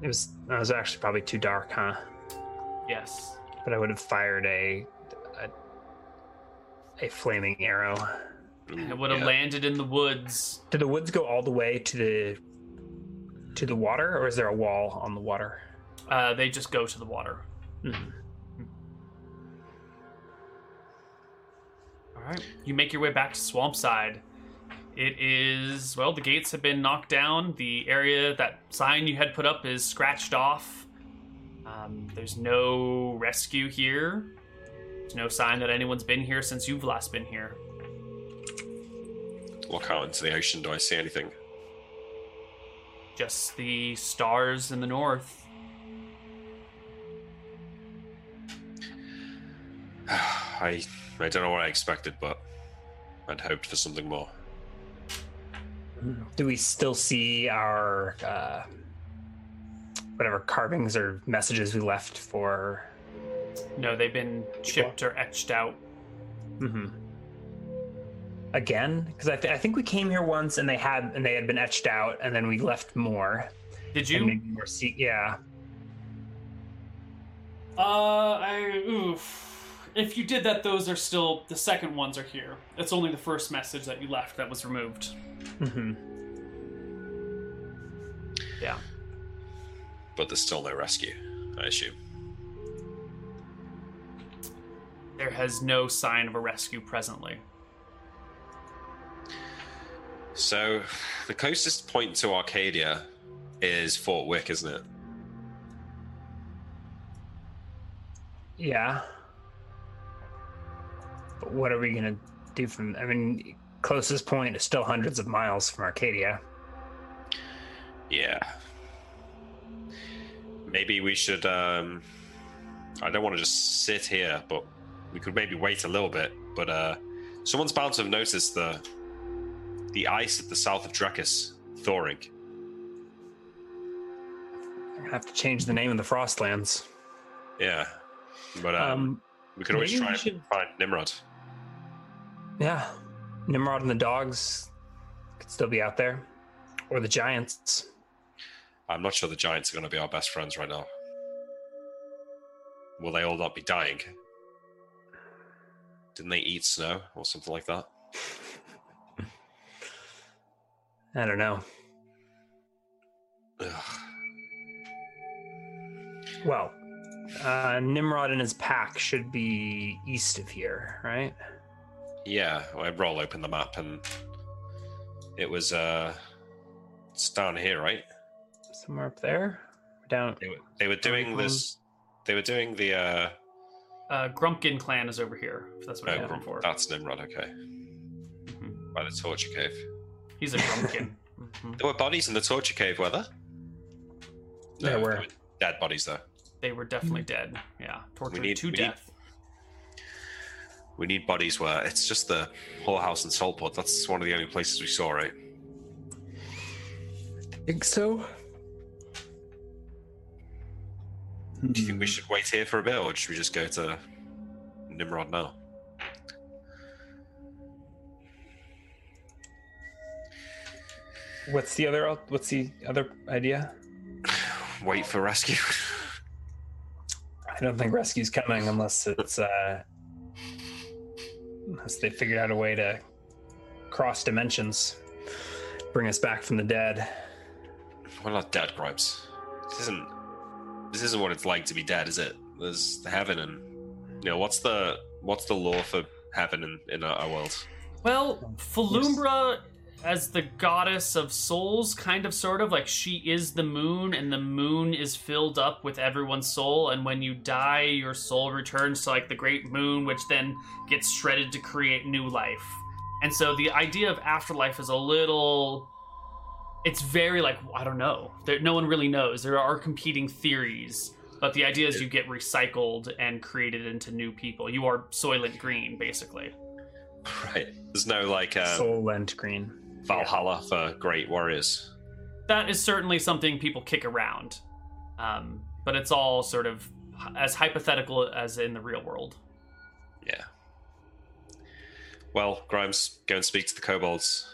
S3: It was. It was actually probably too dark, huh?
S1: Yes.
S3: But I would have fired a a, a flaming arrow.
S1: It would have
S2: Mm, yeah.
S1: landed in the woods.
S3: Do the woods go all the way to the to the water, or is there a wall on the water?
S1: Uh, they just go to the water.
S3: Mhm.
S1: All right. You make your way back to Swampside. It is, well, the gates have been knocked down. The area, that sign you had put up, is scratched off. Um, there's no rescue here. There's no sign that anyone's been here since you've last been here.
S2: Look out into the ocean. Do I see anything? *sighs*
S1: Just the stars in the north.
S2: I I don't know what I expected, but I'd hoped for something more.
S3: Do we still see our uh, whatever carvings or messages we left for?
S1: No, they've been chipped or etched out.
S3: Mm-hmm. Again, because I, th- I think we came here once and they had and they had been etched out, and then we left more.
S1: Did
S3: And
S1: you?
S3: maybe more se- yeah.
S1: Uh, I. Oof. If you did that, those are still. The second ones are here. It's only the first message that you left that was removed.
S3: Mm-hmm.
S1: Yeah.
S2: But there's still no rescue. I assume.
S1: There has no sign of a rescue presently.
S2: So, the closest point to Arcadia is Fort Wick, isn't it?
S3: Yeah. But what are we gonna do from? I mean, closest point is still hundreds of miles from Arcadia.
S2: Yeah. Maybe we should. Um, I don't want to just sit here, but we could maybe wait a little bit. But uh, someone's bound to have noticed the the ice at the south of Drakus thawing.
S3: I have to change the name of the Frostlands.
S2: Yeah, but um,
S3: Um,
S2: we could always
S3: maybe we
S2: try and
S3: should-
S2: find Nimrod.
S3: yeah, Nimrod and the dogs could still be out there, or the giants.
S2: I'm not sure the Giants are going to be our best friends right now. Will they all not be dying? Didn't they eat snow or something like that?
S3: I don't know.
S2: Ugh.
S3: Well, uh, Nimrod and his pack should be east of here, right?
S2: Yeah, well, I roll open the map and it was uh it's down here, right?
S3: Somewhere up there, down.
S2: They were, they were doing this they were doing the uh
S1: Uh, Grumpkin clan is over here. If that's what
S2: no,
S1: you're looking
S2: Grum-
S1: for.
S2: that's Nimrod, okay.
S1: Mhm.
S2: By the torture cave.
S1: He's a Grumpkin. Mhm.
S2: There were bodies in the torture cave, were there?
S3: There were.
S2: dead bodies though.
S1: They were definitely dead. Yeah, tortured
S2: need-
S1: to
S2: we need-
S1: death.
S2: We need bodies where it's just the whorehouse and saltport. That's one of the only places we saw, right?
S3: think so.
S2: Do you think we
S3: Hmm.
S2: should wait here for a bit or should we just go to Nimrod now?
S3: What's the other? al- What's the other idea?
S2: Wait for rescue. *laughs*
S3: I don't think rescue's coming unless it's uh, unless they figured out a way to cross dimensions, bring us back from the dead.
S2: We're not dead, Grimes. This isn't. This isn't what it's like to be dead, is it? There's heaven, and you know what's the what's the law for heaven in, in our, our world? *laughs*
S1: Well, Falumbra, as the goddess of souls, kind of, sort of, like she is the moon, and the moon is filled up with everyone's soul. And when you die, your soul returns to like the great moon, which then gets shredded to create new life. And so the idea of afterlife is a little. It's very like I don't know. There, no one really knows. There are competing theories, but the idea is you get recycled and created into new people. You are Soylent Green, basically.
S2: Right. There's no like um,
S3: Soul lent green.
S2: Valhalla for great warriors.
S1: that is certainly something people kick around, um, but it's all sort of hy- as hypothetical as in the real world.
S2: Yeah. Well, Grimes, go and speak to the kobolds.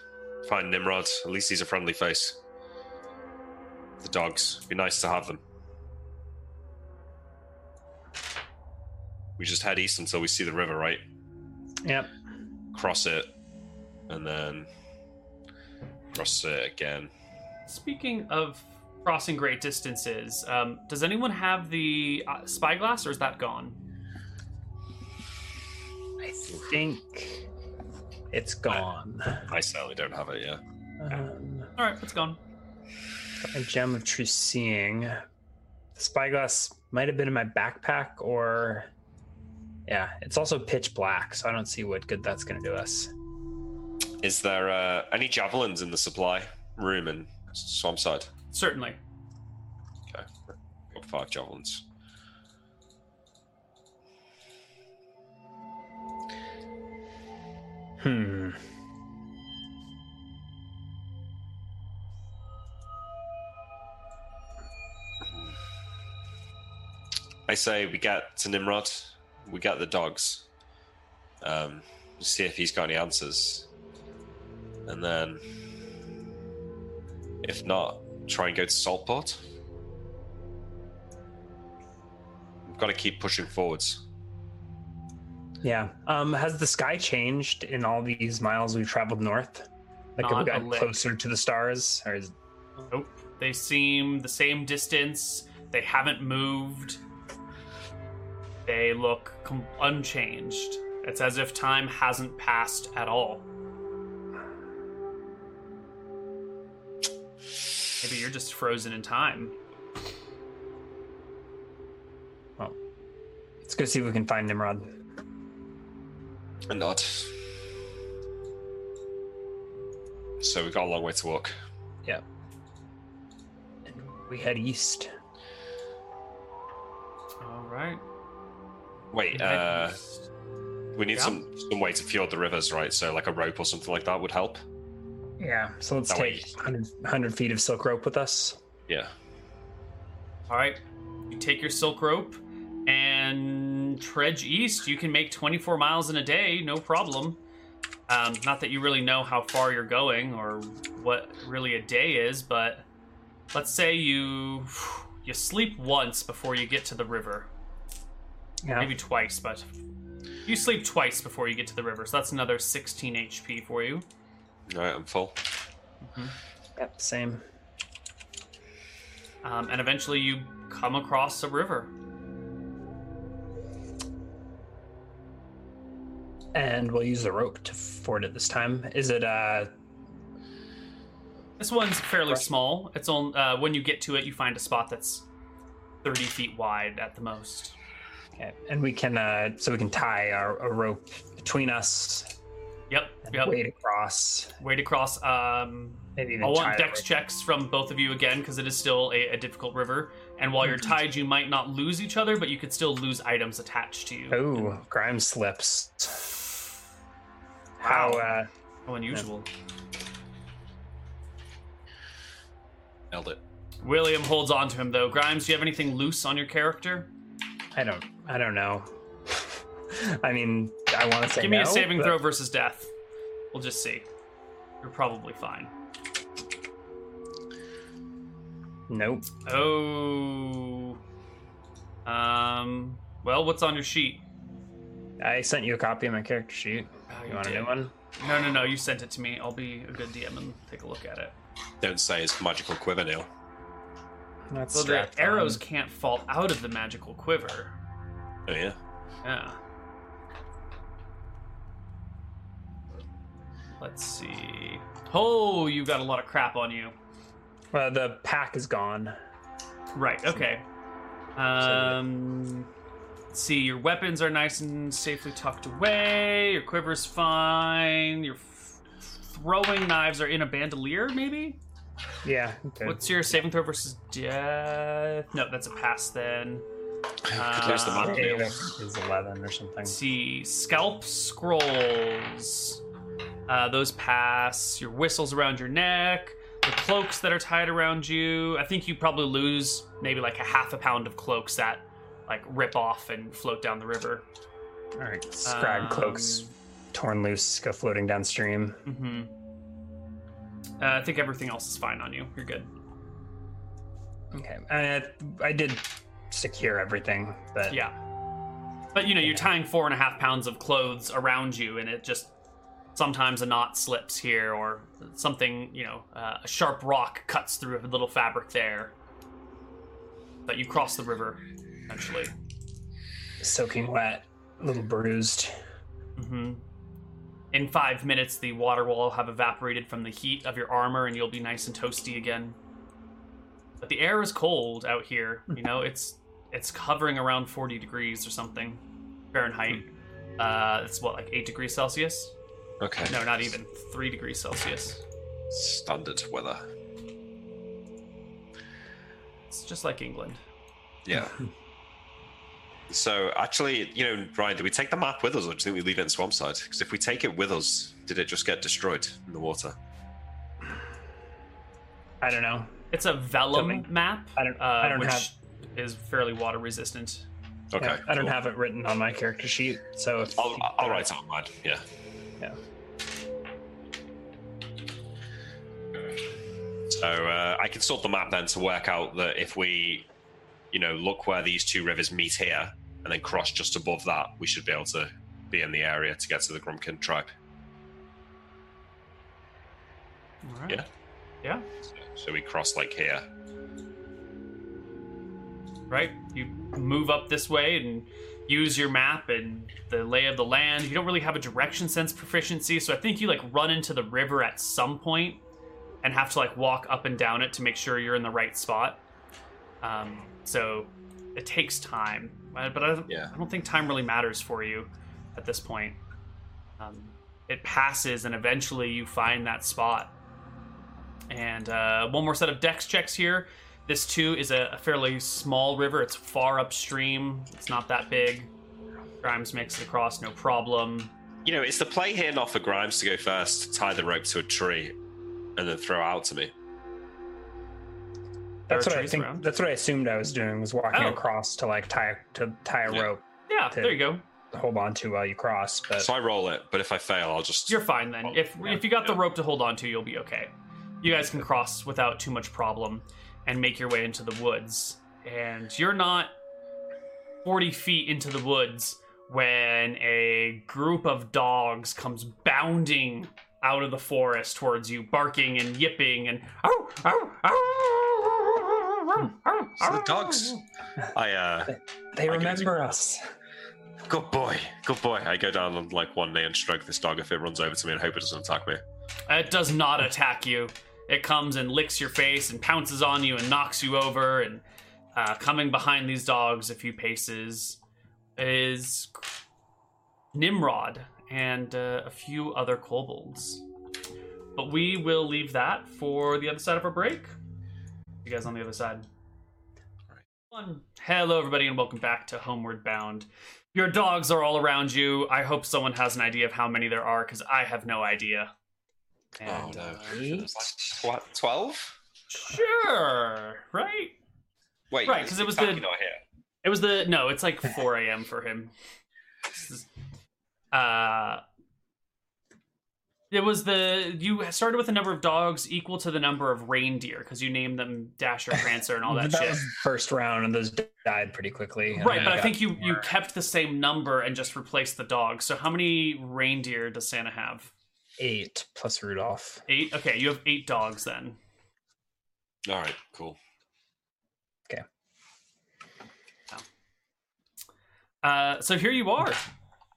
S2: Find Nimrod. At least he's a friendly face. The dogs. Be nice to have them. We just head east until we see the river, right?
S3: Yep.
S2: cross it, and then cross it again.
S1: Speaking of crossing great distances, um, does anyone have the uh, spyglass, or is that gone?
S3: I think It's gone.
S2: I certainly don't have it, yeah.
S3: Um,
S1: All right, it's gone.
S3: a gem of true seeing. The spyglass might have been in my backpack, or yeah, it's also pitch black, so I don't see what good that's going to do us.
S2: Is there uh, any javelins in the supply room in Swampside?
S1: Certainly.
S2: Okay. Got five javelins.
S3: Hmm.
S2: I say we get to Nimrod, we get the dogs, um, see if he's got any answers. And then, if not, try and go to Saltport. We've got to keep pushing forwards.
S3: Yeah. Um, has the sky changed in all these miles we've traveled north? Like, have we
S1: Not a
S3: gotten
S1: lick.
S3: closer to the stars? Or is...
S1: Nope. They seem the same distance. They haven't moved. They look com- unchanged. It's as if time hasn't passed at all. Maybe you're just frozen in time.
S3: Let's go see if we can find Nimrod.
S2: And not. So we've got a long way to walk.
S3: Yeah. And we head east.
S1: All right.
S2: Wait, uh, we need
S1: Yeah.
S2: some some way to fjord the rivers, right? So like a rope or something like that would help.
S3: Yeah. So let's
S2: That way-
S3: take 100, 100 feet of silk rope with us.
S2: Yeah.
S1: All right. You take your silk rope and trudge east. You can make 24 miles in a day, no problem. Um, not that you really know how far you're going or what really a day is, but let's say you you sleep once before you get to the river.
S3: Yeah.
S1: Maybe twice, but you sleep twice before you get to the river. So that's another 16 HP for you.
S2: All right, I'm full.
S3: Yep. Same.
S1: Um, and eventually you come across a river.
S3: and we'll use the rope to ford it this time. Is it uh
S1: This one's fairly
S3: Right.
S1: small. It's on uh, when you get to it, you find a spot that's thirty feet wide at the most.
S3: okay. and we can uh so we can tie our a rope between us
S1: Yep,
S3: and
S1: yep.
S3: wade across.
S1: Wait across. Um,
S3: Maybe even
S1: I
S3: tie
S1: want
S3: the
S1: dex
S3: rope.
S1: checks from both of you again because it is still a, a difficult river. And while
S3: Mm-hmm.
S1: you're tied, you might not lose each other, but you could still lose items attached to you.
S3: Oh, grime slips. How uh
S1: How unusual.
S2: Nailed it.
S1: William holds on to him though. Grimes, do you have anything loose on your character?
S3: I don't I don't know. *laughs* I mean, I want to say
S1: Give me a
S3: no,
S1: saving
S3: but-
S1: throw versus death. We'll just see. You're probably fine.
S3: Nope.
S1: Oh. Um. Well, what's on your sheet?
S3: I sent you a copy of my character sheet.
S1: Oh,
S3: You want a
S1: did.
S3: new one?
S1: No, no, no. You sent it to me. I'll be a good DM and take a look at it.
S2: Don't say it's magical quiver, Neil.
S3: That's
S1: So the
S3: strapped
S1: arrows
S3: on.
S1: can't fall out of the magical quiver.
S2: Oh yeah.
S1: Yeah. Let's see. Oh, you got a lot of crap on you.
S3: Well, the pack is gone.
S1: Right. Okay. Um. let's See, your weapons are nice and safely tucked away. Your quiver's fine. Your f- throwing knives are in a bandolier, maybe.
S3: Yeah. okay.
S1: What's your saving throw versus death? No, that's a pass then.
S3: Ah.
S2: Could lose the
S1: Uh,
S2: map, Neil.
S3: Save is 11 or something.
S1: Let's see, scalp scrolls. Uh, those pass. Your whistles around your neck. The cloaks that are tied around you. I think you probably lose maybe like a half a pound of cloaks that like rip off and float down the river.
S3: All right, scrag
S1: Um,
S3: cloaks torn loose, go floating downstream.
S1: hmm Uh, I think everything else is fine on you. You're good.
S3: Okay, uh, I did secure everything, but
S1: Yeah. But you know, you're tying four and a half pounds of clothes around you, and it just sometimes a knot slips here, or something, you know, uh, a sharp rock cuts through a little fabric there. But you cross the river, eventually.
S3: soaking wet, a little bruised.
S1: hmm Mm-hmm. In five minutes, the water will have evaporated from the heat of your armor, and you'll be nice and toasty again. But the air is cold out here. You
S3: *laughs*
S1: know, it's it's hovering around 40 degrees or something Fahrenheit. Uh, it's what like eight degrees Celsius?
S2: Okay.
S1: No, not even three degrees Celsius.
S2: Standard weather.
S1: It's just like England.
S3: *laughs*
S2: Yeah. so actually, you know, Ryan, do we take the map with us, or do you think we leave it in Swampside? Because if we take it with us, did it just get destroyed in the water?
S3: I don't know.
S1: It's a vellum
S3: Something.
S1: map,
S3: I don't-
S1: uh,
S3: I don't
S1: which
S3: have-
S1: is fairly water resistant.
S2: Okay.
S3: Yeah, I don't
S2: cool.
S3: have it written on my character sheet, so if
S2: I'll, I'll write it on mine. Yeah.
S3: Yeah.
S2: So uh, I can sort the map then to work out that if we, you know, look where these two rivers meet here and then cross just above that, we should be able to be in the area to get to the Grumpkin tribe.
S1: All right.
S2: Yeah.
S1: Yeah.
S2: So we cross like here.
S1: right? You move up this way and use your map and the lay of the land. You don't really have a direction sense proficiency, so I think you like run into the river at some point and have to like walk up and down it to make sure you're in the right spot. Um, so it takes time, Uh, but I, don't-
S2: Yeah.
S1: I don't think time really matters for you at this point. Um, it passes, and eventually you find that spot. And uh, one more set of dex checks here. This too is a, a fairly small river. It's far upstream. It's not that big. Grimes makes it across, no problem.
S2: You know, it's the play here not for Grimes to go first, tie the rope to a tree, and then throw out to me.
S1: There
S3: That's
S1: are
S3: what I
S1: trees
S3: think.
S1: around.
S3: That's what I assumed I was doing was walking
S1: Oh.
S3: across to like tie to tie a
S2: Yeah.
S3: rope
S1: Yeah,
S3: Okay.
S1: there you go.
S3: to hold on to while you cross. But
S2: So I roll it, but if I fail, I'll just.
S1: You're fine then. If
S2: Oh, yeah,
S1: if you got the
S2: yeah.
S1: rope to hold on to, you'll be okay. You guys can cross without too much problem and make your way into the woods. And you're not 40 feet into the woods when a group of dogs comes bounding out of the forest towards you, barking and yipping and. "Ow, ow, ow, ow, ow,
S2: Hmm. So the
S1: ow."
S2: dogs. I uh,
S3: they
S2: I can
S3: remember us.
S2: good boy, good boy. I go down on like one knee and stroke this dog if it runs over to me and hope it doesn't attack me.
S1: It does not attack you. It comes and licks your face and pounces on you and knocks you over. And uh, coming behind these dogs a few paces is Nimrod and uh, a few other kobolds. But we will leave that for the other side of our break. You guys on the other side. One. Hello, everybody, and welcome back to Homeward Bound. Your dogs are all around you. I hope someone has an idea of how many there are, because I have no idea.
S2: Oh,
S1: And, uh,
S2: What? Twelve?
S1: Sure, right?
S2: Wait.
S1: Right, 'cause it was the-
S2: Taki not here.
S1: It was the no. It's
S2: *laughs*
S1: like 4 a.m. for him. Uh, it was the you started with a number of dogs equal to the number of reindeer because you named them Dasher, Prancer, and all
S3: *laughs*
S1: that, shit.
S3: was first round, and those died pretty quickly. and
S1: Right,
S3: then
S1: but I
S3: got
S1: think you you
S3: more.
S1: kept the same number and just replaced the dogs. So how many reindeer does Santa have?
S3: eight plus Rudolph.
S1: Eight. Okay, you have eight dogs then.
S2: All right. Cool.
S1: Uh, so here you are.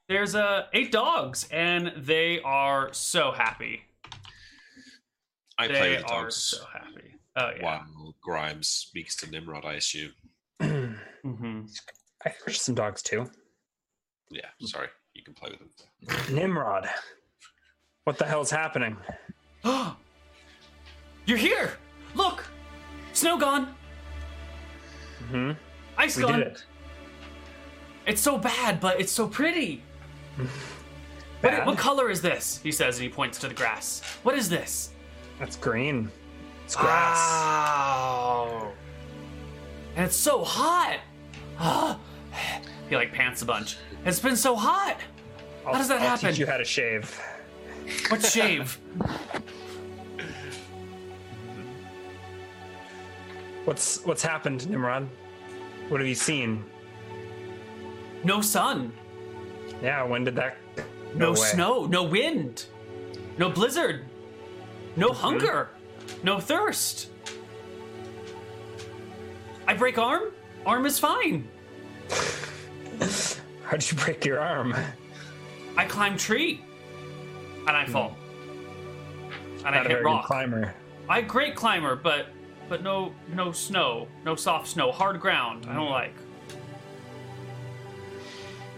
S1: There's uh, eight dogs, and they are so happy.
S2: I play
S1: they
S2: with the
S1: are
S2: dogs
S1: so happy. Oh yeah.
S2: while Grimes speaks to Nimrod. I assume.
S3: I
S1: Mm-hmm.
S3: think there's some dogs too.
S2: Yeah. Sorry. You can play with them.
S3: Nimrod, what the hell's happening?
S1: *gasps* You're here! Look! Snow gone!
S3: hmm
S1: Ice
S3: We
S1: gone!
S3: did it.
S1: It's so bad, but it's so pretty! What,
S3: Bad?
S1: what color is this? He says, and he points to the grass. What is this?
S3: That's green. It's grass.
S1: Ah, Wow! And it's so hot! *gasps* Ah. he like pants a bunch. It's been so hot!
S3: I'll,
S1: does that
S3: I'll
S1: happen?
S3: Teach you how to shave.
S1: Let's shave.
S3: What's what's happened, Nimrod? What have you seen?
S1: No sun.
S3: Yeah, when did that?
S1: No,
S3: way.
S1: snow, no wind, no blizzard, no
S3: Mm-hmm.
S1: hunger, no thirst. I break arm. Arm is fine.
S3: How'd you break your arm?
S1: I climb tree. and I fall. And I
S3: Hmm. Not a
S1: hit
S3: very good
S1: rock.
S3: climber.
S1: I great climber, but but no no snow, no soft snow, hard ground. I don't like.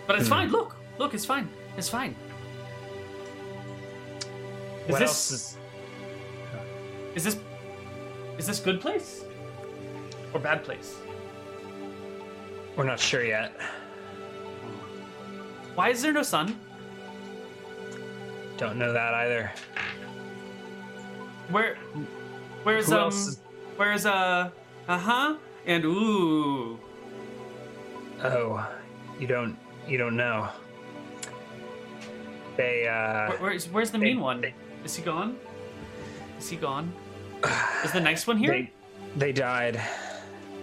S1: But
S3: Hmm.
S1: it's fine. Look, look, it's fine. It's fine. Is
S3: what
S1: this
S3: else is
S1: is this is this good place or bad place?
S3: we're not sure yet.
S1: Why is there no sun?
S3: Don't know that either.
S1: Where where's
S3: Who
S1: um
S3: else is-
S1: where's uh uh huh and ooh
S3: Oh, you don't you don't know. They uh
S1: Where, where's where's the
S3: They-
S1: mean one?
S3: they-
S1: Is he gone? Is he gone? Is the nice one here?
S3: They, they died.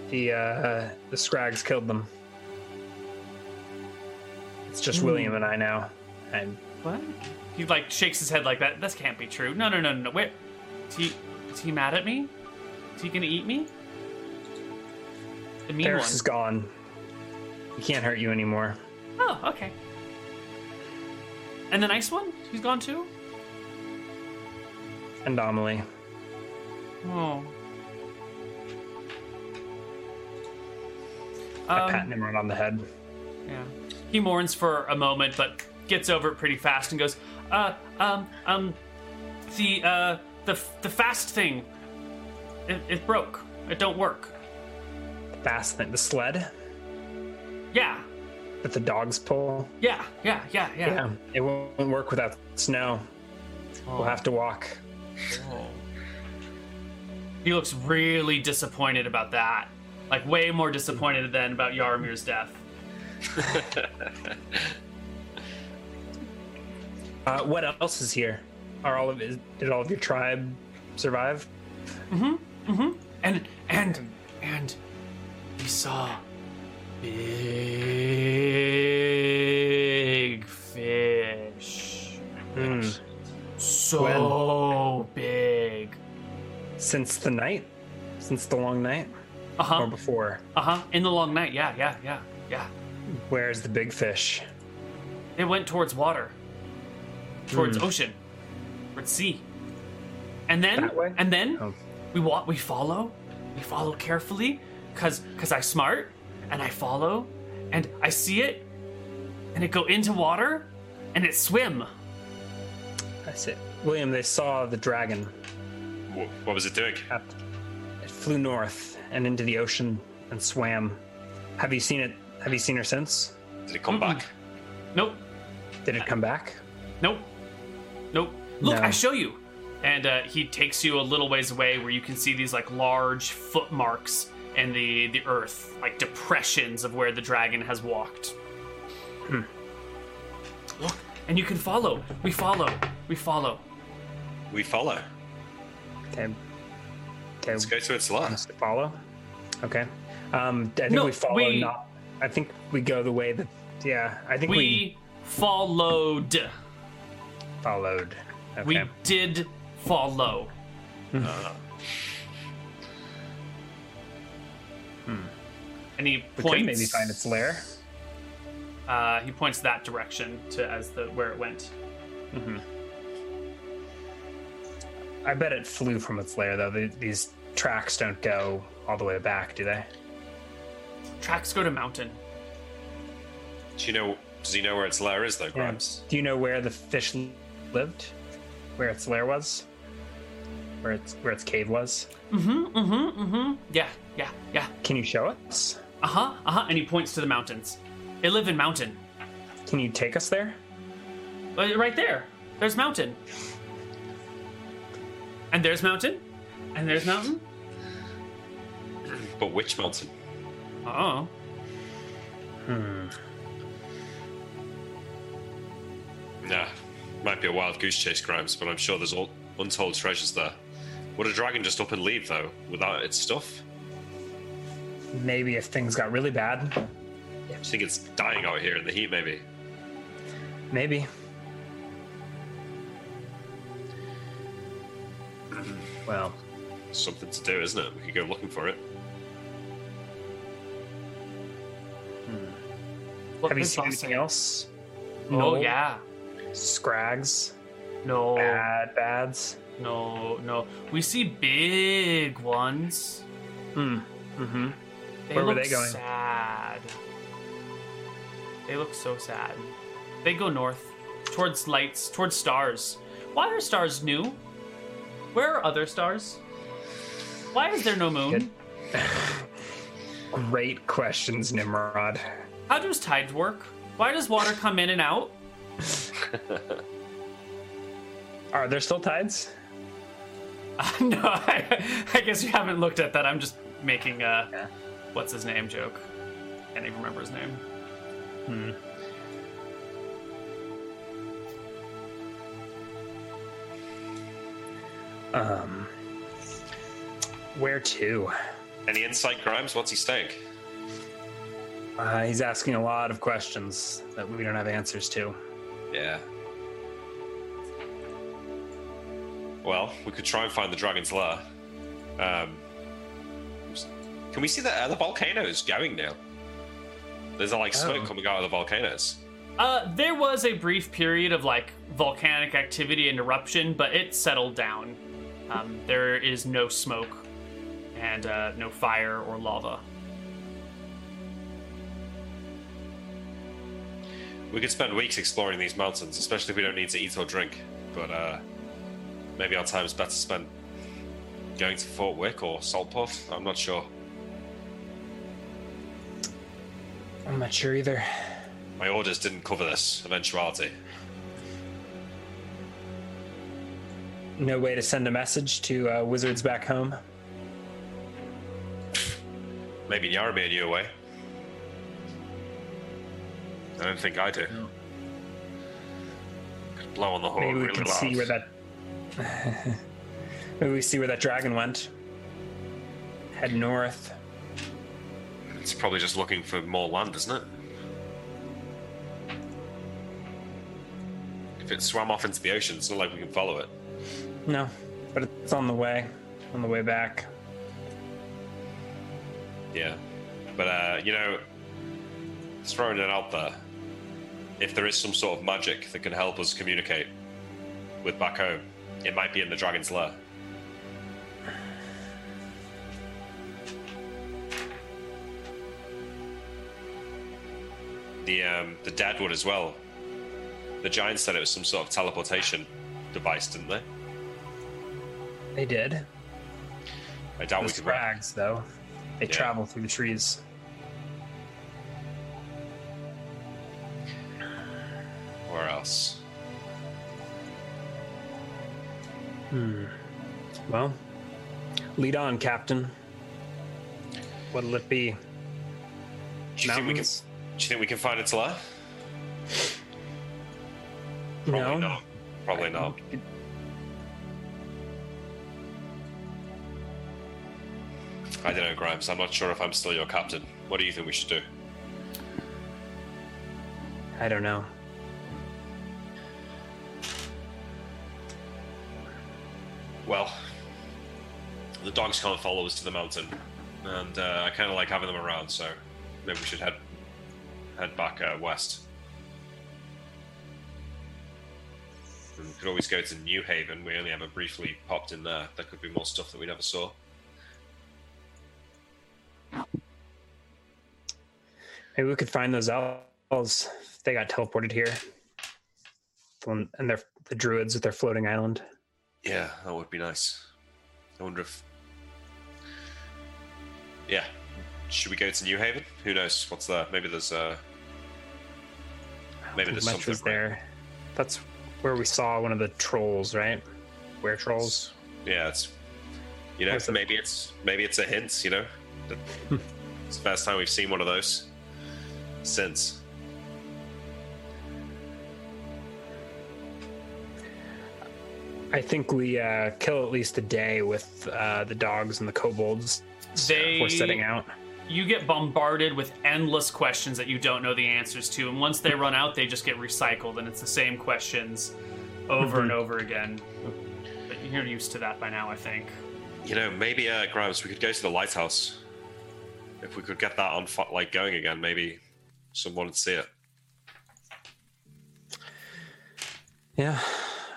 S3: The uh, the Scrags killed them. It's
S1: Hmm.
S3: just William and I now. And
S1: What? He like shakes his head like that. This can't be true. No, no, no, no. no. Wait, is he is he mad at me? Is he gonna eat me? The mean
S3: Ferris
S1: one.
S3: is gone. He can't hurt you anymore.
S1: Oh, okay. And the nice one? He's gone too.
S3: And Amelie.
S1: Oh.
S3: I
S1: Um,
S3: pat Nimrod on the head.
S1: Yeah. He mourns for a moment, but gets over it pretty fast and goes, uh, um, um, the, uh, the, the fast thing, it, it broke. It don't work.
S3: Fast thing, the sled
S1: Yeah,
S3: that the dogs pull.
S1: yeah, yeah, yeah, yeah.
S3: Yeah. It won't work without snow. We'll have to walk.
S1: He looks really disappointed about that. Like, way more disappointed than about Yaramir's death.
S3: Uh, what else is here? Are all of is, did all of your tribe survive?
S1: Mm-hmm. And and and we saw big fish.
S3: Hmm.
S1: So big.
S3: Since the night? Since the long night?
S1: Uh
S3: Or
S1: huh.
S3: before?
S1: Uh huh. In the long night. Yeah. Yeah. Yeah. Yeah.
S3: Where's the big fish?
S1: It went towards water, towards ocean, towards sea. And then
S3: That way?
S1: and then
S3: Oh.
S1: we walk. We follow. We follow carefully, cause cause I smart and I follow, and I see it, and it go into water, and it swim.
S3: I said, William, they saw the dragon.
S2: Wha- What was it doing?
S3: Up. It flew north and into the ocean and swam. Have you seen it? Have you seen her since?
S2: Did it come back?
S1: Nope.
S3: Did it come back?
S1: Nope. Nope. Look,
S3: No.
S1: I show you. And uh, he takes you a little ways away where you can see these like large footmarks in the the earth, like depressions of where the dragon has walked.
S3: Hmm.
S1: Look, and you can follow. We follow. We follow.
S2: We follow.
S3: Okay. Okay.
S2: Let's go to its lair.
S3: Us to follow. Okay. Um, I think
S1: No,
S3: we follow.
S1: we-
S3: Not. I think we go the way that. Yeah. I think
S1: We,
S3: we,
S1: followed.
S3: followed. Okay. Hmm.
S1: We did follow. Uh, And he
S3: We
S1: points.
S3: Hmm. could maybe find its lair.
S1: Uh, he points that direction to as the where it went.
S3: I bet it flew from its lair though. The, these tracks don't go all the way back, do they?
S1: Tracks go to mountain.
S2: Do you know? Does he know where its lair is, though, Grimes?
S3: Do you know where the fish lived? Where its lair was? Where its where its cave was?
S1: Mm-hmm, mm-hmm, mm-hmm. Yeah, yeah, yeah.
S3: Can you show us?
S1: Uh-huh, uh-huh. And he points to the mountains. They live in mountain.
S3: Can you take us there?
S1: Uh, Right there. There's mountain. And there's mountain. And there's mountain.
S2: But which mountain?
S1: Oh.
S2: Nah, might be a wild goose chase, Grimes, but I'm sure there's all untold treasures there. Would a dragon just up and leave though, without its stuff?
S3: Maybe if things got really bad.
S2: I think it's dying out here in the heat, maybe.
S3: Maybe. Well,
S2: Something to do, isn't it? We could go looking for it.
S1: What
S3: have you
S1: is
S3: seen
S1: Boston?
S3: anything else?
S1: Oh
S3: Noel?
S1: yeah.
S3: Scrags.
S1: No,
S3: Bad bads.
S1: no, no. We see big ones.
S3: Mm. Mm-hmm.
S1: They
S3: Where were
S1: look
S3: they going?
S1: Sad. They look so sad. They go north, towards lights, towards stars. Why are stars new? Where are other stars? Why is there no moon?
S3: Good. Great questions, Nimrod.
S1: How does tides work? Why does water come in and out? *laughs*
S3: Are there still tides?
S1: no, I, I guess you haven't looked at that. I'm just making a
S3: Yeah.
S1: what's his name joke. Can't even remember his name.
S3: Hmm. Um, where to?
S2: Any insight, Grimes? What's his take?
S3: Uh, he's asking a lot of questions that we don't have answers to.
S2: Yeah. Well, we could try and find the dragon's lair. Um, can we see the, uh, the volcanoes going now? There's like smoke
S3: Oh.
S2: coming out of the volcanoes.
S1: Uh, there was a brief period of like volcanic activity and eruption, but it settled down. Um, there is no smoke and uh, no fire or lava.
S2: We could spend weeks exploring these mountains, especially if we don't need to eat or drink. But uh, maybe our time's better spent going to Fort Wick or Salt Puff. I'm not sure.
S3: I'm not sure either.
S2: My orders didn't cover this eventuality.
S3: No way to send a message to uh, wizards back home.
S2: Maybe Yaramir knew a way. I don't think I do. Could blow on the horn
S3: Maybe we
S2: really
S3: can
S2: loud.
S3: see where that. *laughs* Maybe we see where that dragon went. Head north.
S2: It's probably just looking for more land, isn't it? If it swam off into the ocean, it's not like we can follow it.
S3: No, but it's on the way. On the way back.
S2: Yeah. But, uh, you know, just throwing it out there, if there is some sort of magic that can help us communicate with back home, it might be in the dragon's lair. The, um, the Deadwood as well. The giants said it was some sort of teleportation device, didn't they?
S3: They did.
S2: I doubt
S3: Those
S2: we could. rep-
S3: rags, though. They
S2: Yeah.
S3: travel through the trees.
S2: Where else?
S3: Hmm. Well, lead on, Captain. What'll it be?
S2: Do you, think we can,
S3: Mountains?
S2: do you think we can find its lair?
S3: no.
S2: Probably not. Probably not. I don't know, Grimes. I'm not sure if I'm still your captain. What do you think we should do?
S3: I don't know.
S2: Well, the dogs can't follow us to the mountain, and uh, I kind of like having them around. So maybe we should head head back uh, west. And we could always go to New Haven. We only ever briefly popped in there. There could be more stuff that we never saw.
S3: Maybe we could find those owls. They got teleported here. The one- And they're the druids with their floating island.
S2: Yeah, that would be nice. I wonder if. Yeah, should we go to New Haven? Who knows what's there? Maybe there's uh, maybe there's
S3: much
S2: something
S3: was there. That's where we saw one of the trolls, right? Where trolls?
S2: Yeah, it's you know
S3: Where's the-
S2: maybe it's maybe it's a hint. You know, That- it's the first time we've seen one of those since.
S3: I think we uh, kill at least a day with uh, the dogs and the kobolds. uh,
S1: They-
S3: before setting out.
S1: You get bombarded with endless questions that you don't know the answers to, and once they run out, they just get recycled, and it's the same questions over and
S3: Mm-hmm.
S1: over again. But you're used to that by now, I think.
S2: You know, maybe uh, Grimes, we could go to the lighthouse. If we could get that on fi- like going again, maybe someone would see it.
S3: Yeah,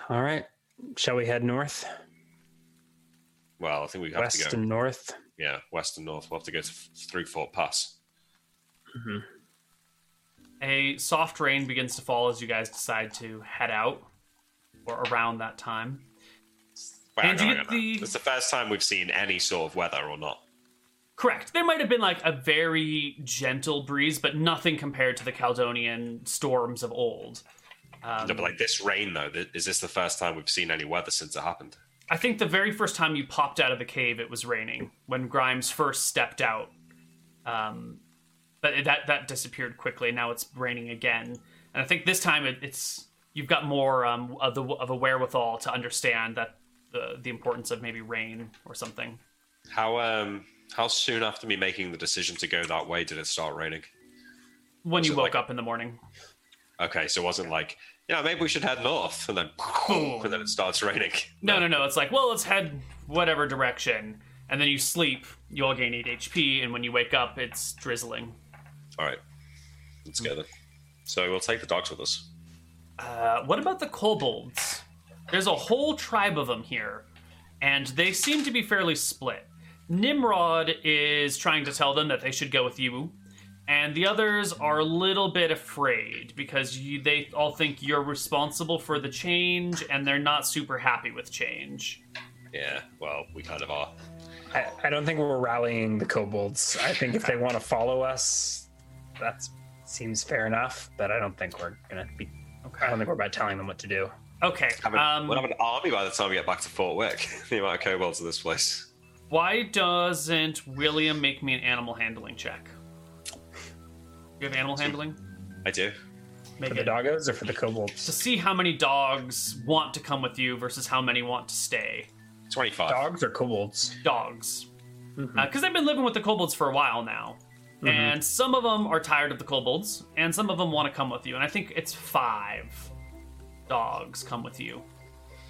S3: All right. Shall we head north?
S2: Well, I think we have to
S3: West
S2: go.
S3: and north?
S2: Yeah, west and north. We'll have to go to, f- through Fort Pass.
S1: A soft rain begins to fall as you guys decide to head out or around that time.
S2: Wait,
S1: And
S2: hang
S1: you
S2: on,
S1: get
S2: hang on.
S1: the-
S2: It's the first time we've seen any sort of weather or not.
S1: Correct. There might have been like a very gentle breeze, but nothing compared to the Caledonian storms of old. Um,
S2: No, but like this rain though, th- is this the first time we've seen any weather since it happened?
S1: I think the very first time you popped out of the cave, it was raining when Grimes first stepped out. Um, but it- that that disappeared quickly. Now it's raining again, and I think this time it, it's you've got more um, of the of a wherewithal to understand that the the importance of maybe rain or something.
S2: How um how soon after me making the decision to go that way did it start raining?
S1: When
S2: Was
S1: you
S2: it
S1: woke
S2: like-
S1: up in the morning,
S2: Okay, so it wasn't like yeah maybe we should head north and then
S1: Boom.
S2: *laughs* and then it starts raining.
S1: no, no, no. It's like well, let's head whatever direction, and then you sleep. You all gain eight HP, and when you wake up, it's drizzling.
S2: All right, let's go then. So we'll take the dogs with us.
S1: Uh, what about the kobolds? There's a whole tribe of them here, and they seem to be fairly split. Nimrod is trying to tell them that they should go with you, and the others are a little bit afraid because you, they all think you're responsible for the change, and they're not super happy with change.
S2: Yeah, well we kind of are.
S3: I, I don't think we're rallying the kobolds. I think if they want to follow us, that seems fair enough. But I don't think we're gonna be. I don't think we're about telling them what to do.
S1: Okay.
S2: Have an,
S1: um,
S2: we'll have an army by the time we get back to Fort Wick. *laughs* the amount of kobolds in this place.
S1: Why doesn't William make me an animal handling check? You have animal handling?
S2: I do.
S1: Make
S3: For the
S1: it.
S3: doggos or for the kobolds?
S1: to see how many dogs want to come with you versus how many want to stay.
S2: Twenty-five.
S3: Dogs or kobolds?
S1: Dogs. Because they've been living with the kobolds for a while now. And some of them are tired of the kobolds, and some of them want to come with you. And I think it's five dogs come with you,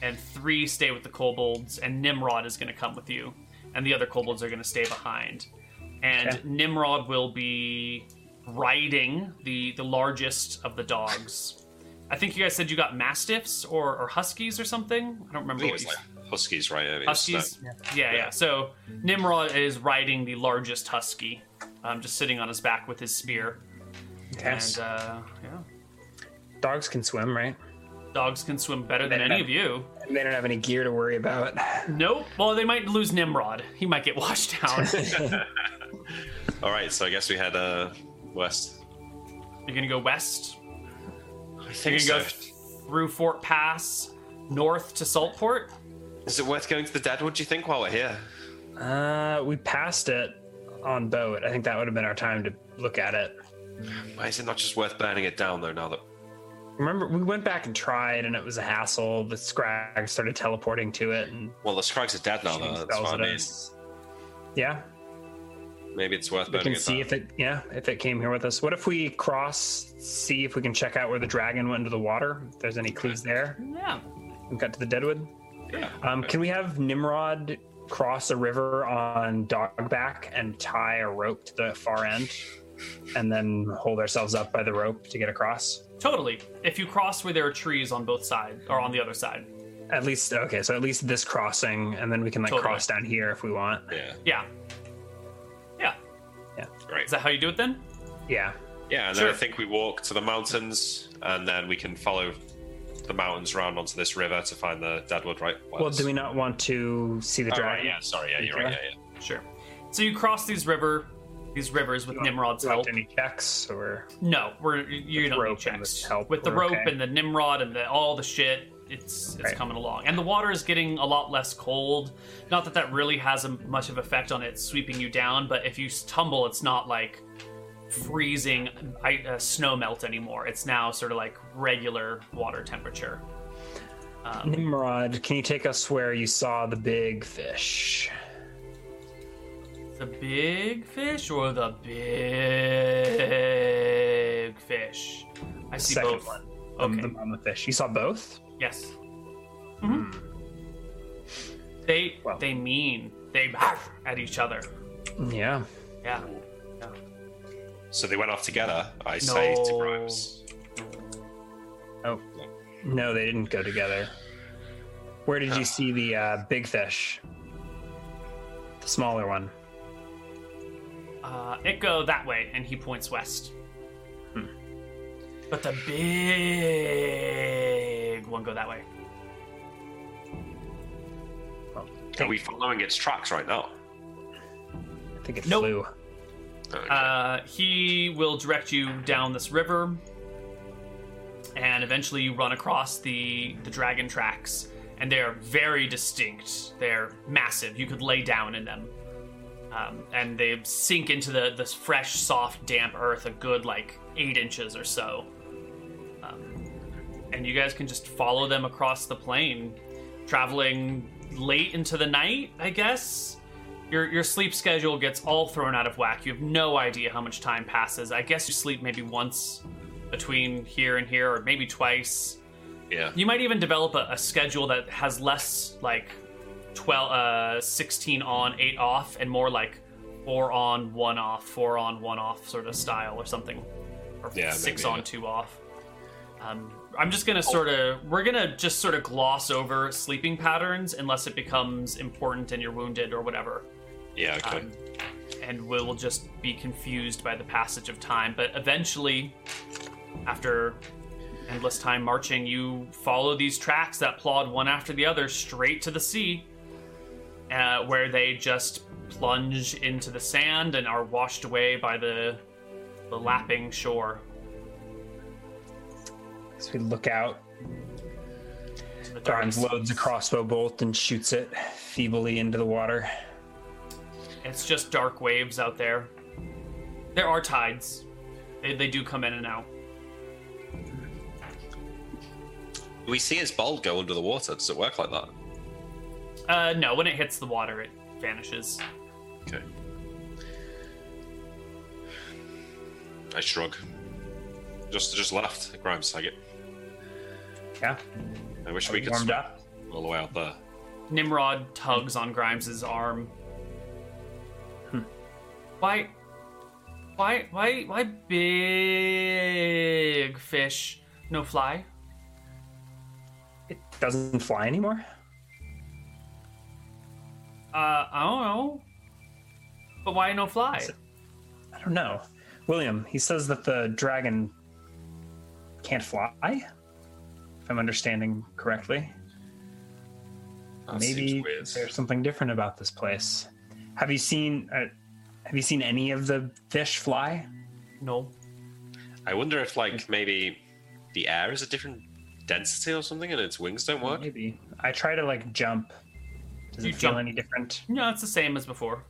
S1: and three stay with the kobolds, and Nimrod is going to come with you, and the other kobolds are going to stay behind. And
S3: Okay.
S1: Nimrod will be riding the the largest of the dogs. I think you guys said you got mastiffs or, or huskies or something. I don't
S2: I
S1: remember
S2: think
S1: what
S2: it's
S1: you
S2: like huskies, right? I mean, it's not-
S1: Huskies? Yeah, yeah. So Nimrod is riding the largest husky, um, just sitting on his back with his spear.
S3: Okay.
S1: And uh, yeah,
S3: Dogs can swim, right?
S1: dogs can swim better than any of you.
S3: And they don't have any gear to worry about.
S1: Nope. Well, they might lose Nimrod. He might get *laughs* washed down.
S2: All right, so I guess we head uh, west.
S1: You're gonna go west.
S2: I
S1: You're
S2: think
S1: gonna go through Fort Pass, north to Saltport.
S2: Is it worth going to the Deadwood? Do you think while we're here?
S3: Uh, we passed it on boat. I think that would have been our time to look at it.
S2: Why is it not just worth burning it down though? Now that
S3: Remember, we went back and tried, and it was a hassle. The scrag started teleporting to it, and
S2: well, the Scrags are dead now.
S3: shooting
S2: Though. That's
S3: spells
S2: what I
S3: at
S2: mean.
S3: us. Yeah,
S2: Maybe it's worth
S3: we
S2: burning
S3: can
S2: it
S3: see
S2: down.
S3: if it. Yeah, if it came here with us. What if we cross? See if we can check out where the dragon went into the water. If there's any clues there,
S1: Yeah.
S3: we got to the Deadwood.
S2: Yeah.
S3: Um, can we have Nimrod cross a river on dogback and tie a rope to the far end, and then hold ourselves up by the rope to get across?
S1: Totally. If you cross where there are trees on both sides or on the other side.
S3: At least, okay, so at least this crossing, and then we can like
S1: Totally.
S3: cross down here if we want.
S2: Yeah.
S1: Yeah. Yeah.
S2: Great.
S1: Is that how you do it then?
S3: Yeah.
S2: Yeah, and
S1: Sure.
S2: then I think we walk to the mountains, and then we can follow the mountains round onto this river to find the Deadwood. Right. What
S3: Well,
S2: else?
S3: do we not want to see the
S2: Oh,
S3: dragon?
S2: right, yeah. Sorry. Yeah, you're right. Yeah, yeah.
S1: Sure. So you cross these river, these rivers with
S3: Do you want-
S1: Nimrod's
S3: do you want
S1: help.
S3: Any checks or
S1: No, we're you
S3: With
S1: don't need
S3: rope and
S1: checks
S3: with help,
S1: with the
S3: we're
S1: rope
S3: okay.
S1: and the Nimrod and the, all the shit. It's it's
S3: Right.
S1: coming along, and the water is getting a lot less cold. Not that that really has a, much of effect on it sweeping you down, but if you tumble, it's not like freezing I, uh, snow melt anymore. It's now sort of like regular water temperature.
S3: Nimrod? Can you take us where you saw the big fish?
S1: The big fish or the big fish? I see
S3: Second
S1: both.
S3: one. Um,
S1: Okay.
S3: The mama fish. You saw both.
S1: Yes. hmm They
S3: Well.
S1: they mean they at each other.
S3: Yeah.
S1: Yeah.
S2: So they went off together. I say to
S1: No.
S2: Grimes.
S3: Oh. No, they didn't go together. Where did you see the uh, big fish? The smaller one.
S1: Uh, it go that way, and he points west. But the big one go that way.
S2: Are we following its tracks right now?
S3: I think it
S1: Nope.
S3: flew.
S2: Okay.
S1: Uh, he will direct you down this river, and eventually you run across the the dragon tracks, and they are very distinct. They're massive. You could lay down in them, um, and they sink into the this fresh, soft, damp earth a good like eight inches or so. Um, and you guys can just follow them across the plain, traveling late into the night, I guess. Your, your sleep schedule gets all thrown out of whack. You have no idea how much time passes. I guess you sleep maybe once between here and here, or maybe twice.
S2: yeah.
S1: You might even develop a, a schedule that has less like 12, uh, 16 on, 8 off, and more like 4 on, 1 off, 4 on, 1 off sort of style or something. Or
S2: Yeah,
S1: 6
S2: maybe,
S1: on,
S2: yeah.
S1: 2 off. Um, I'm just going to sort of, we're going to just sort of gloss over sleeping patterns unless it becomes important and you're wounded or whatever
S2: Yeah. Okay.
S1: um, and will just be confused by the passage of time. But eventually, after endless time marching, you follow these tracks that plod one after the other straight to the sea, uh, where they just plunge into the sand and are washed away by the the lapping shore.
S3: As we look out,
S1: to the dark
S3: Darn loads a
S1: seas.
S3: crossbow bolt and shoots it feebly into the water.
S1: It's just dark waves out there. There are tides. They, they do come in and out.
S2: Do we see his bowl go under the water. Does it work like that?
S1: Uh, no, when it hits the water, it vanishes.
S2: Okay. I shrug. Just, just left. Grimes, sag it.
S3: Yeah.
S2: I wish we could
S3: warmed
S2: swim
S3: up.
S2: all the way out there.
S1: Nimrod tugs on Grimes's arm.
S3: Hmm.
S1: Why, why, why, why, big fish, no fly?
S3: It doesn't fly anymore.
S1: Uh, I don't know. But why no fly?
S3: I don't know. William, he says that the dragon can't fly. If I'm understanding correctly,
S2: That
S3: maybe
S2: seems weird.
S3: there's something different about this place. Have you seen? Uh, have you seen any of the fish fly?
S1: No.
S2: I wonder if, like, maybe the air is a different density or something, and its wings don't work.
S3: Maybe. I try to like jump. Does
S1: You
S3: it feel
S1: jump.
S3: any different?
S1: No, it's the same as before.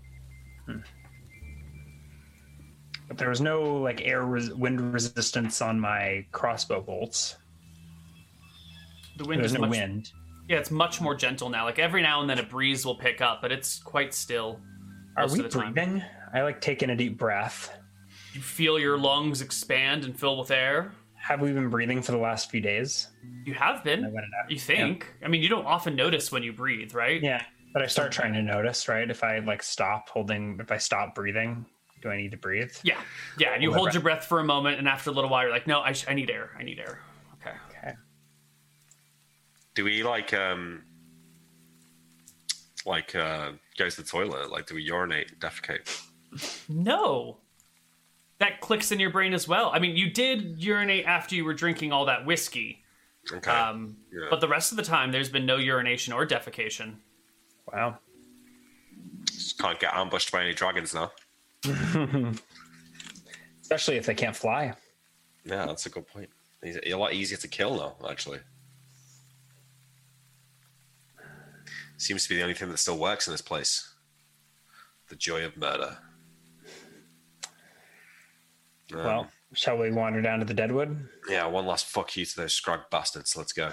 S3: But there was no like air res- wind resistance on my crossbow bolts.
S1: The wind
S3: There's
S1: is
S3: no
S1: much.
S3: wind.
S1: Yeah, it's much more gentle now. Like every now and then a breeze will pick up, but it's quite still.
S3: Are
S1: most
S3: we
S1: of the time.
S3: breathing? I like taking a deep breath.
S1: You feel your lungs expand and fill with air.
S3: Have we been breathing for the last few days?
S1: You have
S3: I
S1: been.
S3: went it up.
S1: You think? I mean, you don't often notice when you breathe, right?
S3: Yeah, but I start trying to notice, right? If I like stop holding, if I stop breathing, do I need to breathe?
S1: Yeah, yeah. And you
S3: Hold my
S1: hold
S3: breath.
S1: your breath for a moment, and after a little while, you're like, "No, I, sh- I need air. I need air." Okay.
S3: Okay.
S2: Do we like um like uh go to the toilet? Like do we urinate, defecate?
S1: No, that clicks in your brain as well. I mean, you did urinate after you were drinking all that whiskey,
S2: Okay.
S1: um,
S2: Yeah.
S1: but the rest of the time, there's been no urination or defecation.
S3: Wow.
S2: Just can't get ambushed by any dragons now.
S3: Especially if they can't fly.
S2: Yeah, that's a good point. He's a lot easier to kill though, actually. Seems to be the only thing that still works in this place. The joy of murder. Um,
S3: Well, shall we wander down to the Deadwood?
S2: yeah, one last fuck you to those scrag bastards. Let's go.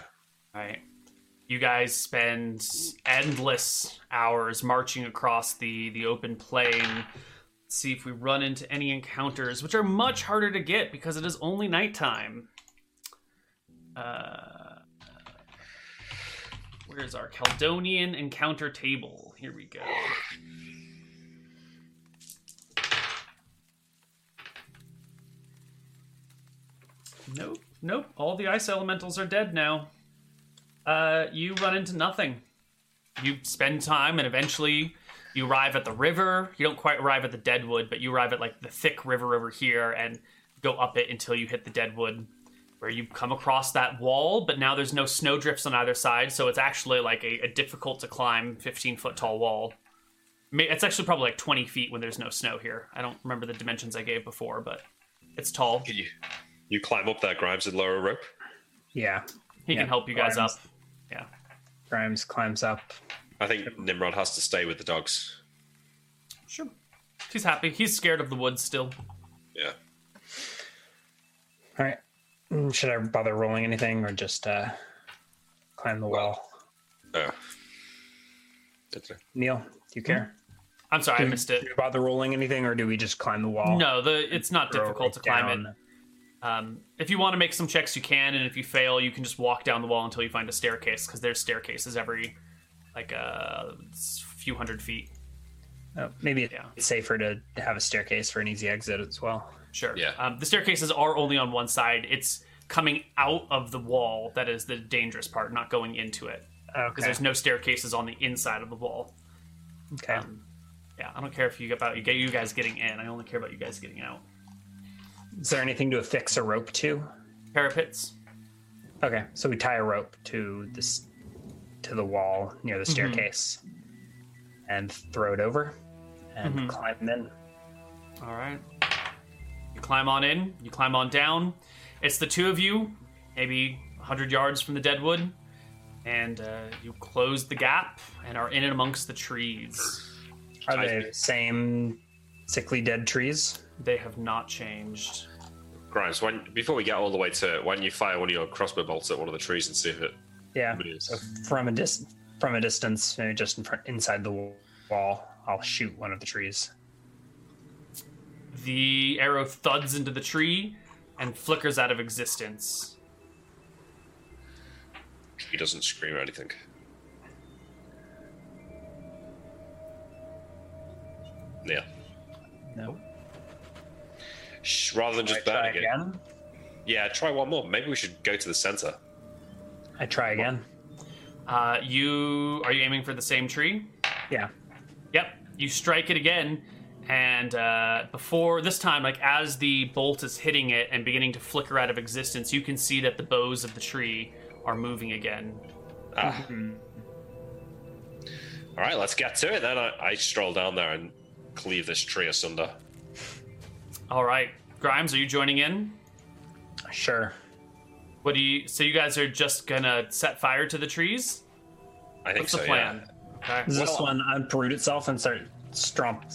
S1: Right. You guys spend endless hours marching across the the open plain. See if we run into any encounters, which are much harder to get because it is only nighttime. Uh, where's our Caledonian encounter table? Here we go. Nope, nope. All the ice elementals are dead now. Uh, you run into nothing. You spend time, and eventually you arrive at the river. You don't quite arrive at the deadwood, but you arrive at like the thick river over here and go up it until you hit the deadwood, where you come across that wall. But now there's no snowdrifts on either side, so it's actually like a, a difficult to climb 15 foot tall wall. Ma- It's actually probably like 20 feet when there's no snow here. I don't remember the dimensions I gave before, but it's tall.
S2: Can you you climb up there, Grimes, and lower a rope?
S3: Yeah.
S1: He
S3: Yeah,
S1: can help you guys
S3: Grimes.
S1: up. Yeah.
S3: Grimes climbs up.
S2: I think Nimrod has to stay with the dogs.
S1: Sure. He's happy. He's scared of the woods still.
S2: Yeah.
S3: All right. Mm, Should I bother rolling anything or just uh, climb the wall?
S2: Oh.
S3: Neil, do you care?
S1: I'm sorry, I missed it.
S3: Do we bother rolling anything or do we just climb the wall?
S1: No, the it's not
S3: Throw
S1: difficult to
S3: it
S1: climb it.
S3: down?
S1: Um, if you want to make some checks, you can, and if you fail, you can just walk down the wall until you find a staircase because there's staircases every like a few hundred feet.
S3: Oh, maybe it's
S1: Yeah.
S3: safer to have a staircase for an easy exit as well.
S1: Sure.
S2: Yeah.
S1: Um, the staircases are only on one side. It's coming out of the wall that is the dangerous part, not going into it because
S3: Okay.
S1: there's no staircases on the inside of the wall.
S3: okay.
S1: Yeah, I don't care if you about you get you guys getting in. I only care about you guys getting out.
S3: Is there anything to affix a rope to?
S1: Parapets.
S3: Okay, so we tie a rope to this to the wall near the staircase and throw it over and climb in.
S1: All right. You climb on in, you climb on down. It's the two of you, maybe 100 yards from the deadwood, and uh, you close the gap and are in and amongst the trees.
S3: Are
S2: I-
S3: they the same sickly dead trees?
S1: They have not changed.
S2: Grimes, when before we get all the way to it, why don't you fire one of your crossbow bolts at one of the trees and see if it
S3: Yeah.
S2: moves?
S3: So from a dis- from a distance, maybe just in front inside the wall, I'll shoot one of the trees.
S1: The arrow thuds into the tree and flickers out of existence.
S2: He doesn't scream or anything. Yeah.
S3: No.
S2: Shh, rather than just
S3: I try
S2: burning it.
S3: again.
S2: Yeah, try one more. Maybe we should go to the center.
S3: I try again.
S1: Uh, you are you aiming for the same tree?
S3: Yeah.
S1: Yep. You strike it again, and uh, before this time, like as the bolt is hitting it and beginning to flicker out of existence, you can see that the bows of the tree are moving again.
S2: Ah. All right, let's get to it then. I, I stroll down there and cleave this tree asunder.
S1: All right, Grimes, are you joining in?
S3: Sure.
S1: What do you? So you guys are just gonna set fire to the trees?
S2: I think
S1: What's
S2: so.
S1: the
S2: Yeah.
S1: plan? Okay.
S3: Does this
S2: Well-
S3: one uproot itself and start stomp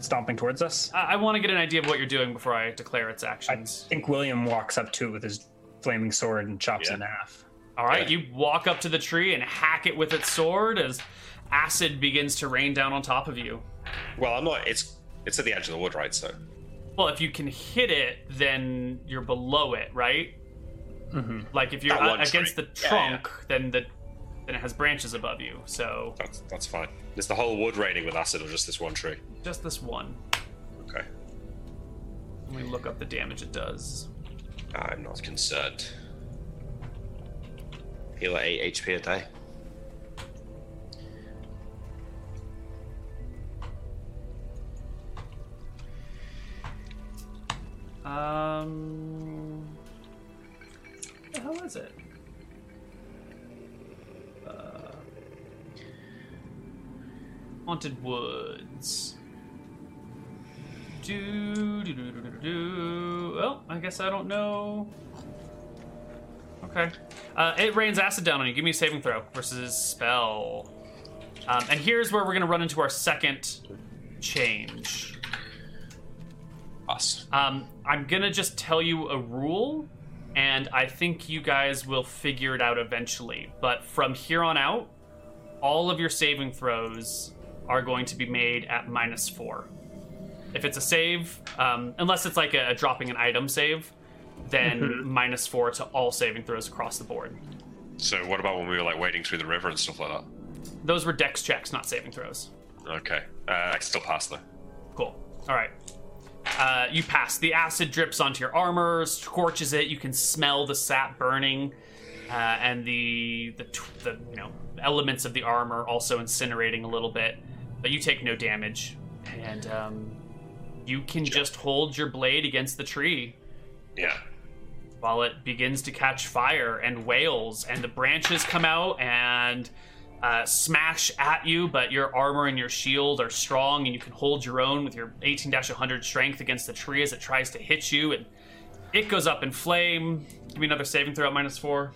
S3: stomping towards us?
S1: I, I want to get an idea of what you're doing before I declare its
S3: I
S1: actions.
S3: think William walks up to it with his flaming sword and chops
S2: Yeah.
S3: it in half.
S1: All right,
S2: Yeah.
S1: you walk up to the tree and hack it with its sword as acid begins to rain down on top of you.
S2: Well, I'm not. It's it's at the edge of the wood, right? So
S1: Well, if you can hit it, then you're below it, right? Like if you're
S2: That one
S1: a- against
S2: tree.
S1: the
S2: Yeah, yeah.
S1: trunk, then the then it has branches above you. So
S2: that's that's fine. Is the whole wood raining with acid, or just this one tree?
S1: just this one.
S2: Okay.
S1: Let me look up the damage it does.
S2: I'm not concerned. Heal at 8 HP a day.
S1: Um, what the hell is it? Uh, Haunted Woods. Do, do, do, do, do, do, do. Well, I guess I don't know. Okay. Uh, it rains acid down on you. Give me a saving throw versus spell. Um, and here's where we're going to run into our second change.
S2: Us.
S1: Um, I'm gonna just tell you a rule, and I think you guys will figure it out eventually. But from here on out, all of your saving throws are going to be made at minus four. If it's a save, um, unless it's like a, dropping an item save, then minus four to all saving throws across the board.
S2: So what about when we were like wading through the river and stuff like that?
S1: Those were dex checks, not saving throws.
S2: Okay. Uh, I still passed though.
S1: Cool. All right. Uh, you pass. The acid drips onto your armor, scorches it. You can smell the sap burning. uh, and the the, tw- the you know elements of the armor also incinerating a little bit, but you take no damage, and um, you can just hold your blade against the tree
S2: Yeah.
S1: while it begins to catch fire and wails, and the branches come out and uh, smash at you, but your armor and your shield are strong, and you can hold your own with your 18 100 strength against the tree as it tries to hit you. And it goes up in flame. Give me another saving throw at minus four.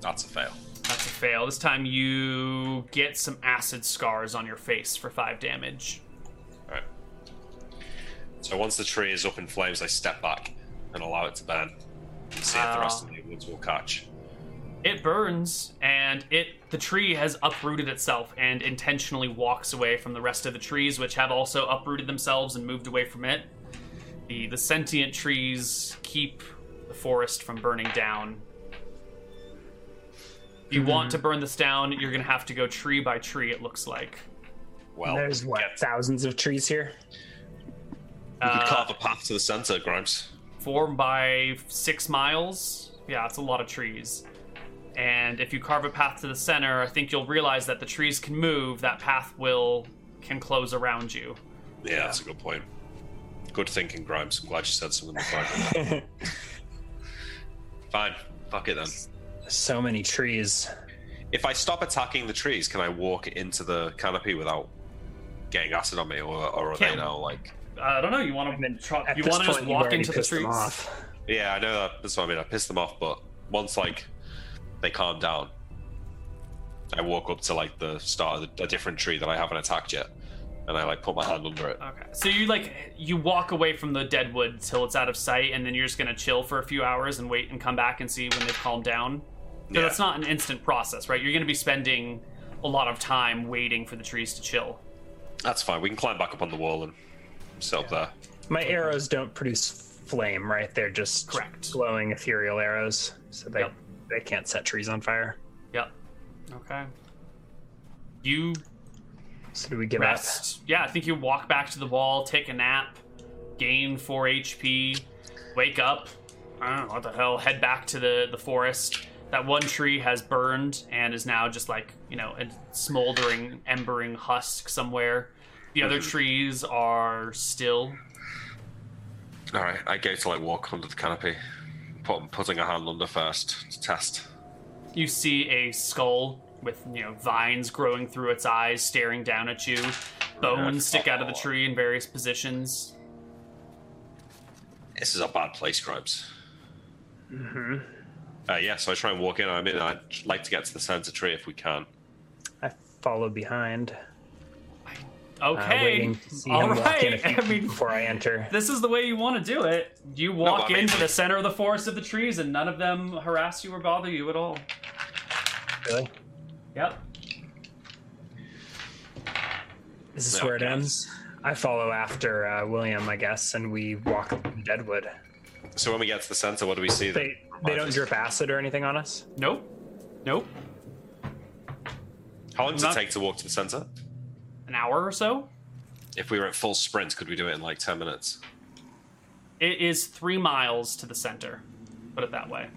S2: That's a fail.
S1: That's a fail. This time you get some acid scars on your face for five damage.
S2: All right. So once the tree is up in flames, I step back and allow it to burn and see if the rest of the woods will catch.
S1: It burns, and it the tree has uprooted itself and intentionally walks away from the rest of the trees, which have also uprooted themselves and moved away from it. The the sentient trees keep the forest from burning down. If you want to burn this down, you're gonna have to go tree by tree. It looks like.
S2: Well,
S3: There's what
S2: get-
S3: thousands of
S1: *laughs*
S3: trees here.
S2: you could
S1: Uh,
S2: carve a path to the center, Grimes.
S1: four by six miles. Yeah, it's a lot of trees. And if you carve a path to the center, I think you'll realize that the trees can move. That path will can close around you.
S2: Yeah, that's a good point. Good thinking, Grimes. I'm glad you said something *laughs* before. Fine. Fuck it then.
S3: so many trees.
S2: If I stop attacking the trees, can I walk into the canopy without getting acid on me, or, or are they
S1: Can.
S2: now like?
S1: Uh, I don't know. You want to try, you want to just walk into the trees?
S2: Yeah, I know that. That's what I mean. I piss them off, but once like they calm down, I walk up to like the start of the, a different tree that I haven't attacked yet, and I like put my hand under it.
S1: Okay. So you like you walk away from the deadwood till it's out of sight, and then you're just gonna chill for a few hours and wait and come back and see when they've calmed down. So
S2: Yeah.
S1: that's not an instant process, right? You're gonna be spending a lot of time waiting for the trees to chill.
S2: That's fine. We can climb back up on the wall and sit up there.
S3: My arrows don't produce flame, right? They're just
S1: Correct.
S3: glowing ethereal arrows, so they
S1: Yep.
S3: they can't set trees on fire.
S1: Yep. Okay. You
S3: So do we give up?
S1: rest. Yeah, I think you walk back to the wall, take a nap, gain four HP, wake up. I don't know what the hell. Head back to the the forest. That one tree has burned and is now just like you know a smoldering, embering husk somewhere. The other trees are still.
S2: All right. I go to like walk under the canopy, put, putting a hand under first to test.
S1: You see a skull with you know vines growing through its eyes, staring down at you. Bones stick out of the tree in various positions.
S2: This is a bad place, Grimes. Mm-hmm. Uh, yeah, so I try and walk in. I mean, I'd like to get to the center tree if we can.
S3: I follow behind, uh,
S1: Okay.
S3: waiting to see
S1: All
S3: him walk in a
S1: right. *laughs*
S3: few
S1: I mean,
S3: before I enter.
S1: this is the way you want to do it. You
S2: I
S1: walk
S2: mean-
S1: into the center of the forest of the trees, and none of them harass you or bother you at all.
S3: Really?
S1: Yep.
S3: Is this
S2: No,
S3: where it
S2: yes.
S3: ends? I follow after uh, William, I guess, and we walk up the deadwood.
S2: So when we get to the center, what do we see?
S3: They
S2: that
S3: they
S2: reminds
S3: don't
S2: us?
S3: drip acid or anything on us.
S1: Nope. Nope.
S2: How long does
S1: not-
S2: it take to walk to the center?
S1: An hour or so.
S2: If we were at full sprint, could we do it in like 10 minutes?
S1: It is three miles to the center. Put it that way.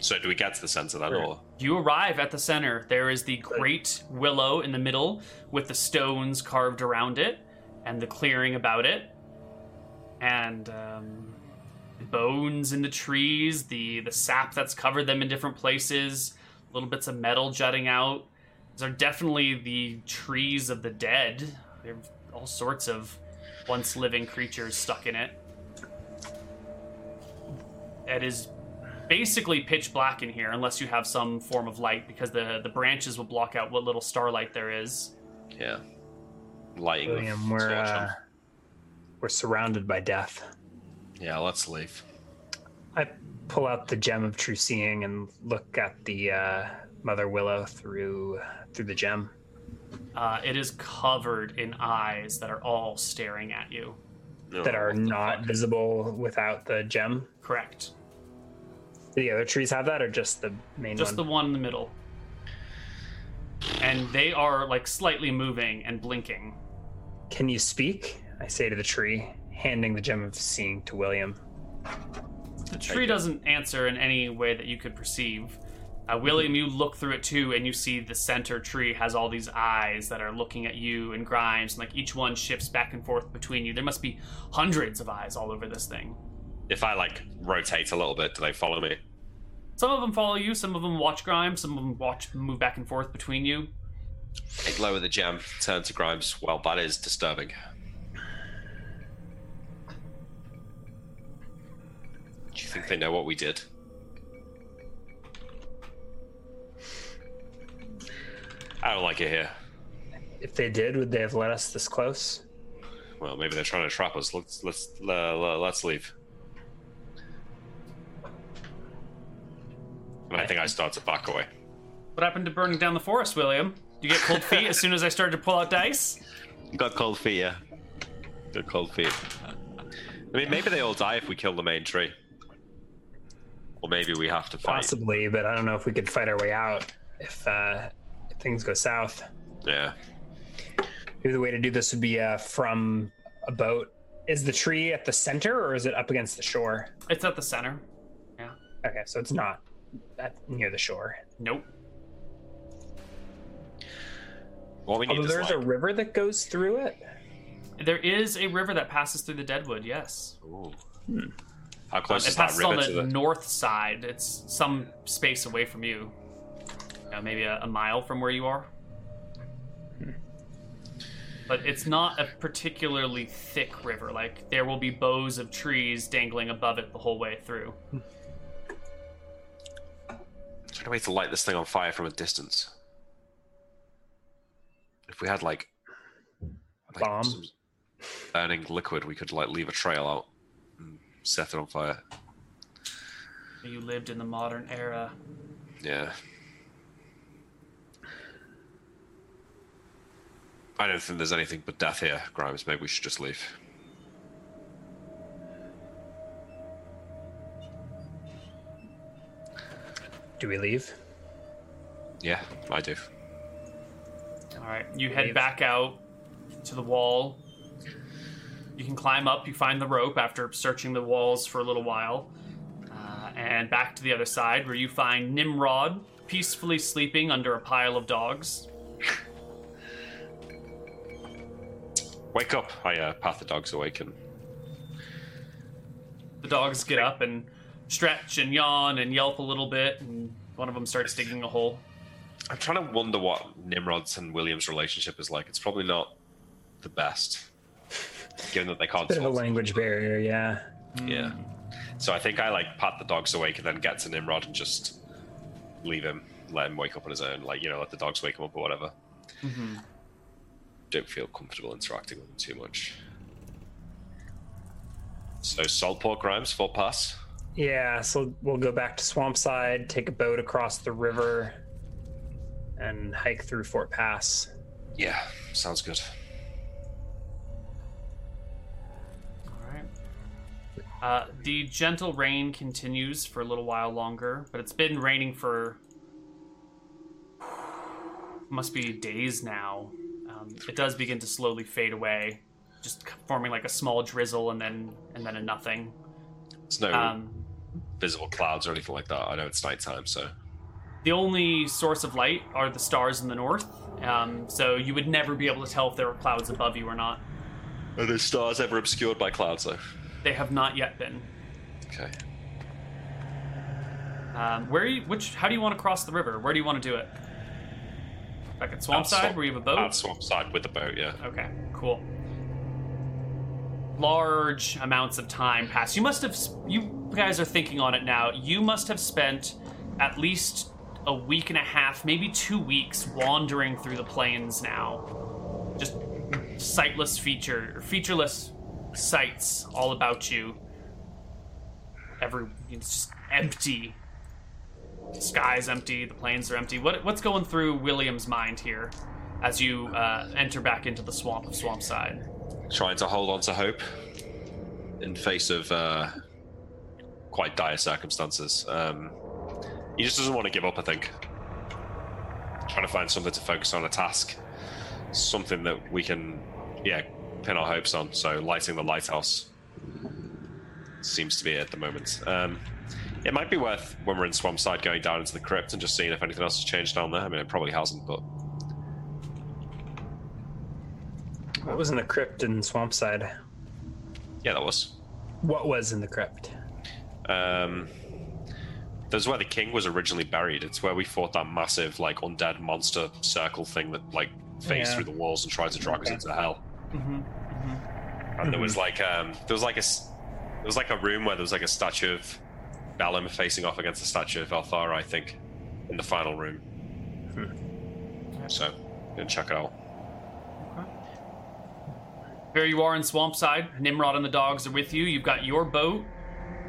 S2: So do we get to the center then,
S3: Sure.
S2: or
S1: You arrive at the center. There is the great willow in the middle with the stones carved around it and the clearing about it. And um, bones in the trees, the, the sap that's covered them in different places, little bits of metal jutting out. These are definitely the trees of the dead. There are all sorts of once living creatures stuck in it. It is basically pitch black in here unless you have some form of light because the the branches will block out what little starlight there is.
S2: yeah, lighting? the
S3: William, we're
S2: torch on.
S3: uh, we're surrounded by death.
S2: Yeah, let's leave.
S3: I pull out the gem of true seeing and look at the uh, mother willow through through the gem.
S1: Uh, it is covered in eyes that are all staring at you.
S2: No,
S3: that are
S2: Oh, what the
S3: not
S2: fuck?
S3: visible without the gem.
S1: Correct.
S3: Do the other trees have that, or just the main
S1: Just the
S3: one?
S1: one in the middle. And and they are like slightly moving and blinking.
S3: Can you speak? I say to the tree, handing the gem of seeing to William.
S1: The tree doesn't answer in any way that you could perceive. Uh, William, you look through it too, and you see the center tree has all these eyes that are looking at you and Grimes, and like each one shifts back and forth between you. There must be hundreds of eyes all over this thing.
S2: If I like rotate a little bit, do they follow me?
S1: Some of them follow you, some of them watch Grimes, some of them watch move back and forth between you.
S2: I lower the gem, turn to Grimes. Well, that is disturbing. Do you think they know what we did? I don't like it here.
S3: If they did, would they have let us this close?
S2: Well, maybe they're trying to trap us. Let's let's uh, le- let's leave. And I think I start to back away.
S1: What happened to burning down the forest, William? Did you get cold feet as soon as I started to pull out dice?
S2: Got cold feet, yeah. Got cold feet. I mean, maybe they all die if we kill the main tree. Or maybe we have to fight.
S3: Possibly, but I don't know if we could fight our way out if uh, if things go south.
S2: Yeah.
S3: Maybe the way to do this would be uh, from a boat. Is the tree at the center or is it up against the shore?
S1: It's at the center.
S3: Okay, so it's not at, near the shore.
S1: Nope.
S2: What we need
S3: Although
S2: is
S3: there's
S2: like...
S3: a river that goes through it.
S1: There is a river that passes through the Deadwood, yes.
S2: Ooh. How close
S1: Hmm. it
S2: is that
S1: passes on
S2: river to
S1: the
S2: the?
S1: north side. It's some space away from you. You know, maybe a, a mile from where you are. But it's not a particularly thick river. Like, there will be bows of trees dangling above it the whole way through.
S2: Is there a way to light this thing on fire from a distance? If we had like, like
S3: Bomb?
S2: some burning liquid, we could like leave a trail out, and set it on fire.
S1: You lived in the modern era.
S2: Yeah. I don't think there's anything but death here, Grimes. Maybe we should just leave.
S3: Do we leave?
S2: Yeah, I do.
S1: All right, you head
S3: Leave.
S1: back out to the wall. You can climb up. You find the rope after searching the walls for a little while, uh, and back to the other side where you find Nimrod peacefully sleeping under a pile of dogs.
S2: Wake up! I uh, path the dogs awake and
S1: The dogs get up and stretch and yawn and yelp a little bit, and one of them starts digging a hole.
S2: I'm trying to wonder what Nimrod's and William's relationship is like. It's probably not the best, given that they can't
S3: Bit of a
S2: talk.
S3: language barrier, yeah.
S2: Yeah. So I think I like pat the dogs awake and then get to Nimrod and just leave him, let him wake up on his own. Like you know, let the dogs wake him up or whatever.
S1: Mhm.
S2: Don't feel comfortable interacting with him too much. So salt pork rhymes full pass.
S3: Yeah, so we'll go back to Swampside, take a boat across the river, and hike through Fort Pass.
S2: Yeah, sounds good.
S1: Alright. Uh, the gentle rain continues for a little while longer, but it's been raining for. must be days now. Um, it does begin to slowly fade away, just forming like a small drizzle and then and then a nothing.
S2: There's no
S1: Um,
S2: visible clouds or anything like that. I know it's nighttime, so
S1: the only source of light are the stars in the north, um, so you would never be able to tell if there were clouds above you or not.
S2: are the stars ever obscured by clouds though?
S1: They have not yet been.
S2: Okay.
S1: Um, where you, which? How do you want to cross the river? Where do you want to do it? Back at Swampside,
S2: Swamp-
S1: where you have a boat.
S2: Out swamp side with the boat, yeah.
S1: Okay, cool. Large amounts of time pass. You must have. s- You guys are thinking on it now. You must have spent at least a week and a half, maybe two weeks, wandering through the plains now. Just sightless feature, featureless sights all about you. Every it's just empty. The sky's empty. The plains are empty. What what's going through William's mind here? as you uh, enter back into the swamp of Swampside.
S2: trying to hold on to hope in face of uh, quite dire circumstances. Um, he just doesn't want to give up, I think. trying to find something to focus on, a task, something that we can, yeah, pin our hopes on. So lighting the lighthouse seems to be it at the moment. Um, it might be worth when we're in Swampside going down into the crypt and just seeing if anything else has changed down there. I mean, it probably hasn't, but
S3: What was in the crypt in Swampside?
S2: yeah, that was.
S3: What was in the crypt?
S2: Um, there's where the king was originally buried. It's where we fought that massive, like, undead monster circle thing that, like, phased
S3: Yeah.
S2: through the walls and tried to drag us
S3: Okay. Mm-hmm.
S2: into hell.
S1: Mm-hmm.
S2: and there was like um there was like a s- there was like a room where there was like a statue of Balam facing off against the statue of Althara, I think, in the final room.
S3: Hmm.
S2: So, go and check it out.
S1: There you are in Swampside. Nimrod and the dogs are with you. You've got your boat.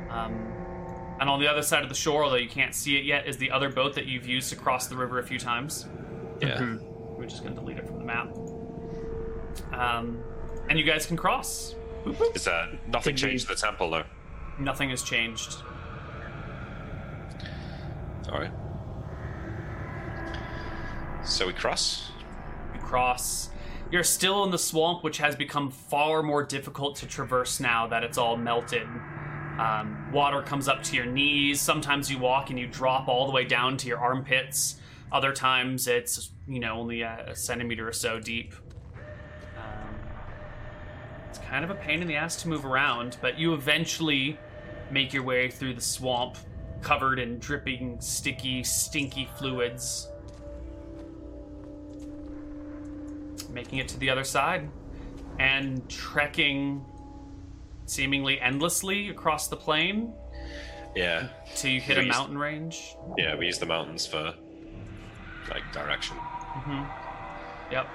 S1: Um, and on the other side of the shore, although you can't see it yet, is the other boat that you've used to cross the river a few times.
S2: Yeah,
S3: Mm-hmm.
S1: Hmm. We're just going to delete it from the map. Um, and you guys can cross.
S2: is that nothing
S3: Did we-
S2: changed to the temple though?
S1: Nothing has changed.
S2: All right. So we cross.
S1: You cross. You're still in the swamp, which has become far more difficult to traverse now that it's all melted. Um, water comes up to your knees. Sometimes you walk and you drop all the way down to your armpits. Other times it's, you know, only a, a centimeter or so deep. Um, it's kind of a pain in the ass to move around, but you eventually make your way through the swamp, covered in dripping, sticky, stinky fluids. making it to the other side and trekking seemingly endlessly across the plain
S2: Yeah,
S3: Mm-hmm.
S1: till you hit a
S2: Please.
S1: mountain range.
S2: yeah. We use the mountains for like direction.
S1: Yep.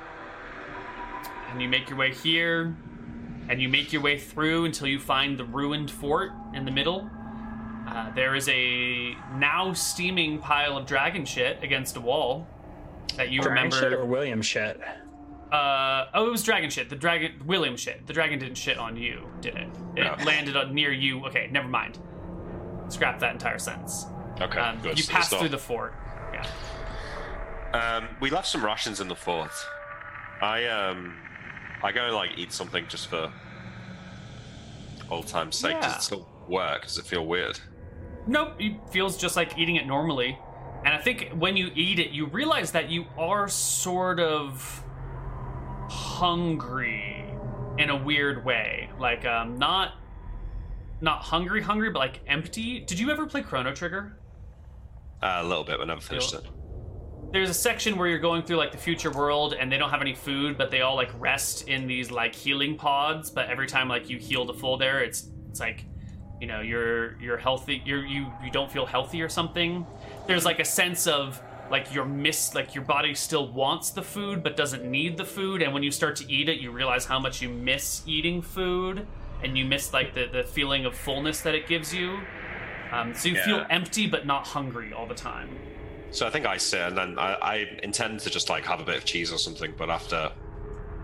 S1: And you make your way here, and you make your way through until you find the ruined fort in the middle. Uh, there is a now steaming pile of dragon shit against a wall that you
S3: Dragon
S1: remember.
S3: shit or William shit?
S1: Uh, oh, it was dragon shit. The dragon, William shit. The dragon didn't shit on you, did it? It
S2: No.
S1: landed on near you. Okay, never mind. Scrap that entire sentence.
S2: Okay,
S1: Um,
S2: good.
S1: you
S2: so
S1: passed
S2: there's
S1: through
S2: not-
S1: the fort. Yeah.
S2: Um, we left some rations in the fort. I um, I go and, like eat something just for old time's sake. Does
S1: Yeah.
S2: it still work? Does it feel weird?
S1: Nope. It feels just like eating it normally, and I think when you eat it, you realize that you are sort of hungry in a weird way. Like, um, not not hungry, hungry, but like empty. Did you ever play Chrono Trigger?
S2: Uh, a little bit, but never finished it.
S1: there's a section where you're going through like the future world and they don't have any food but they all like rest in these like healing pods but every time like you heal to full there it's it's like you know you're you're healthy you're you you don't feel healthy or something there's like a sense of like your miss like your body still wants the food but doesn't need the food and when you start to eat it you realize how much you miss eating food and you miss like the, the feeling of fullness that it gives you um, so you feel
S2: Yeah.
S1: empty but not hungry all the time
S2: So I think I sit, and then I, I intend to just like have a bit of cheese or something. But after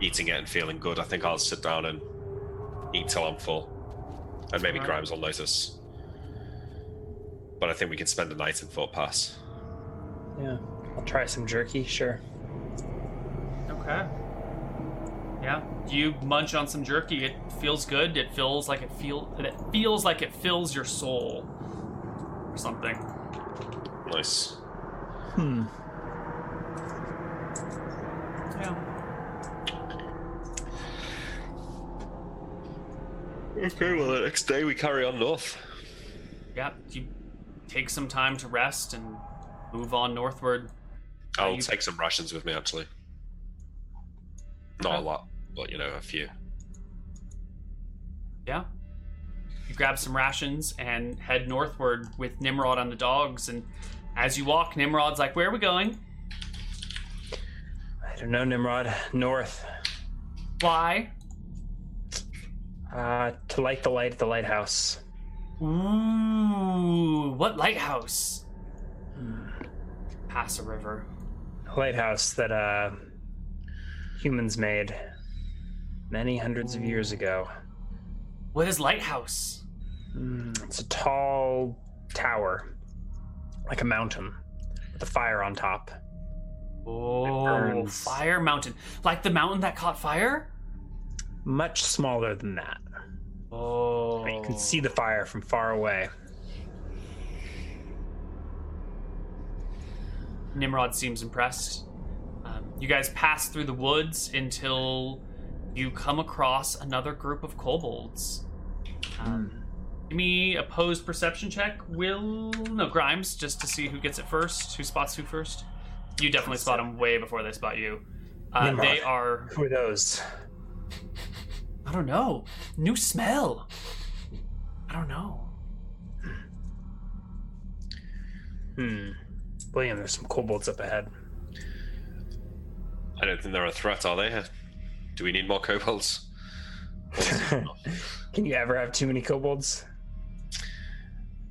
S2: eating it and feeling good, I think I'll sit down and eat till I'm full, and maybe
S1: Alright.
S2: Grimes will notice. But I think we can spend the night in Fort Pass.
S3: Yeah. I'll try some jerky, sure.
S1: Okay. Yeah, you munch on some jerky. It feels good. It feels like it feel. It feels like it fills your soul, or something.
S2: Nice.
S3: Hmm.
S1: Yeah.
S2: Okay. Well, the next day we carry on north.
S1: Yeah. You take some time to rest and move on northward.
S2: I'll
S1: you-
S2: take some rations with me, actually. Not a lot, but you know, a few.
S1: Yeah. You grab some rations and head northward with Nimrod on the dogs. And as you walk, Nimrod's like, "Where are we going?
S3: I don't know, Nimrod. North.
S1: Why?"
S3: Uh, to light the light at the lighthouse.
S1: Ooh, what lighthouse? Hmm. Pass a river.
S3: A lighthouse that uh, humans made many hundreds of years ago.
S1: What is lighthouse?
S3: Mm, It's a tall tower, like a mountain, with a fire on top.
S1: Oh,
S3: burns.
S1: fire mountain. Like the mountain that caught fire?
S3: Much smaller than that.
S1: Oh.
S3: I mean, you can see the fire from far away.
S1: Nimrod seems impressed. Um, you guys pass through the woods until you come across another group of kobolds. Um,
S3: Hmm.
S1: Give me a posed perception check. Will no Grimes just to see who gets it first, who spots who first. You definitely spot them way before they spot you. Uh,
S3: Nimrod.
S1: they are
S3: Who are those?
S1: I don't know. New smell. I don't know.
S3: Hmm. William, there's some kobolds up ahead.
S2: I don't think they're a threat, are they? Do we need more kobolds?
S3: Can you ever have too many kobolds?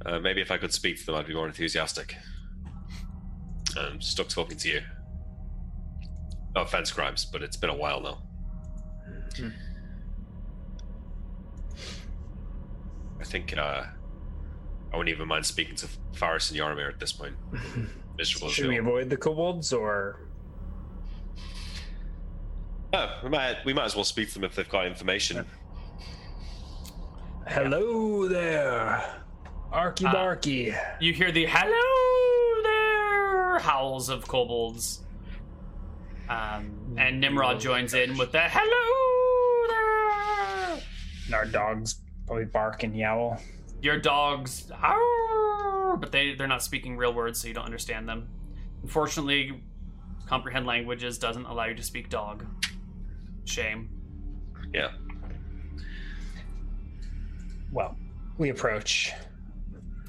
S2: Uh, maybe if I could speak to them, I'd be more enthusiastic. Um, stuck talking to you. No offense, Grimes, but it's been a while now.
S3: Hmm.
S2: I think uh, I wouldn't even mind speaking to Faris and Yaramir at this
S3: *laughs*
S2: point. Miserable as
S3: Should
S2: they
S3: we
S2: are.
S3: avoid the kobolds or
S2: Oh, we might we might as well speak to them if they've got information.
S3: Hello there, Arky
S1: Ah.
S3: Barky.
S1: You hear the hello there howls of kobolds. Um, and Nimrod joins in with the hello there.
S3: And our dogs probably bark and yowl.
S1: Your dogs, "Arr," but they, they're not speaking real words, so you don't understand them. Unfortunately, comprehend languages doesn't allow you to speak dog. Shame.
S2: Yeah.
S3: Well, we approach.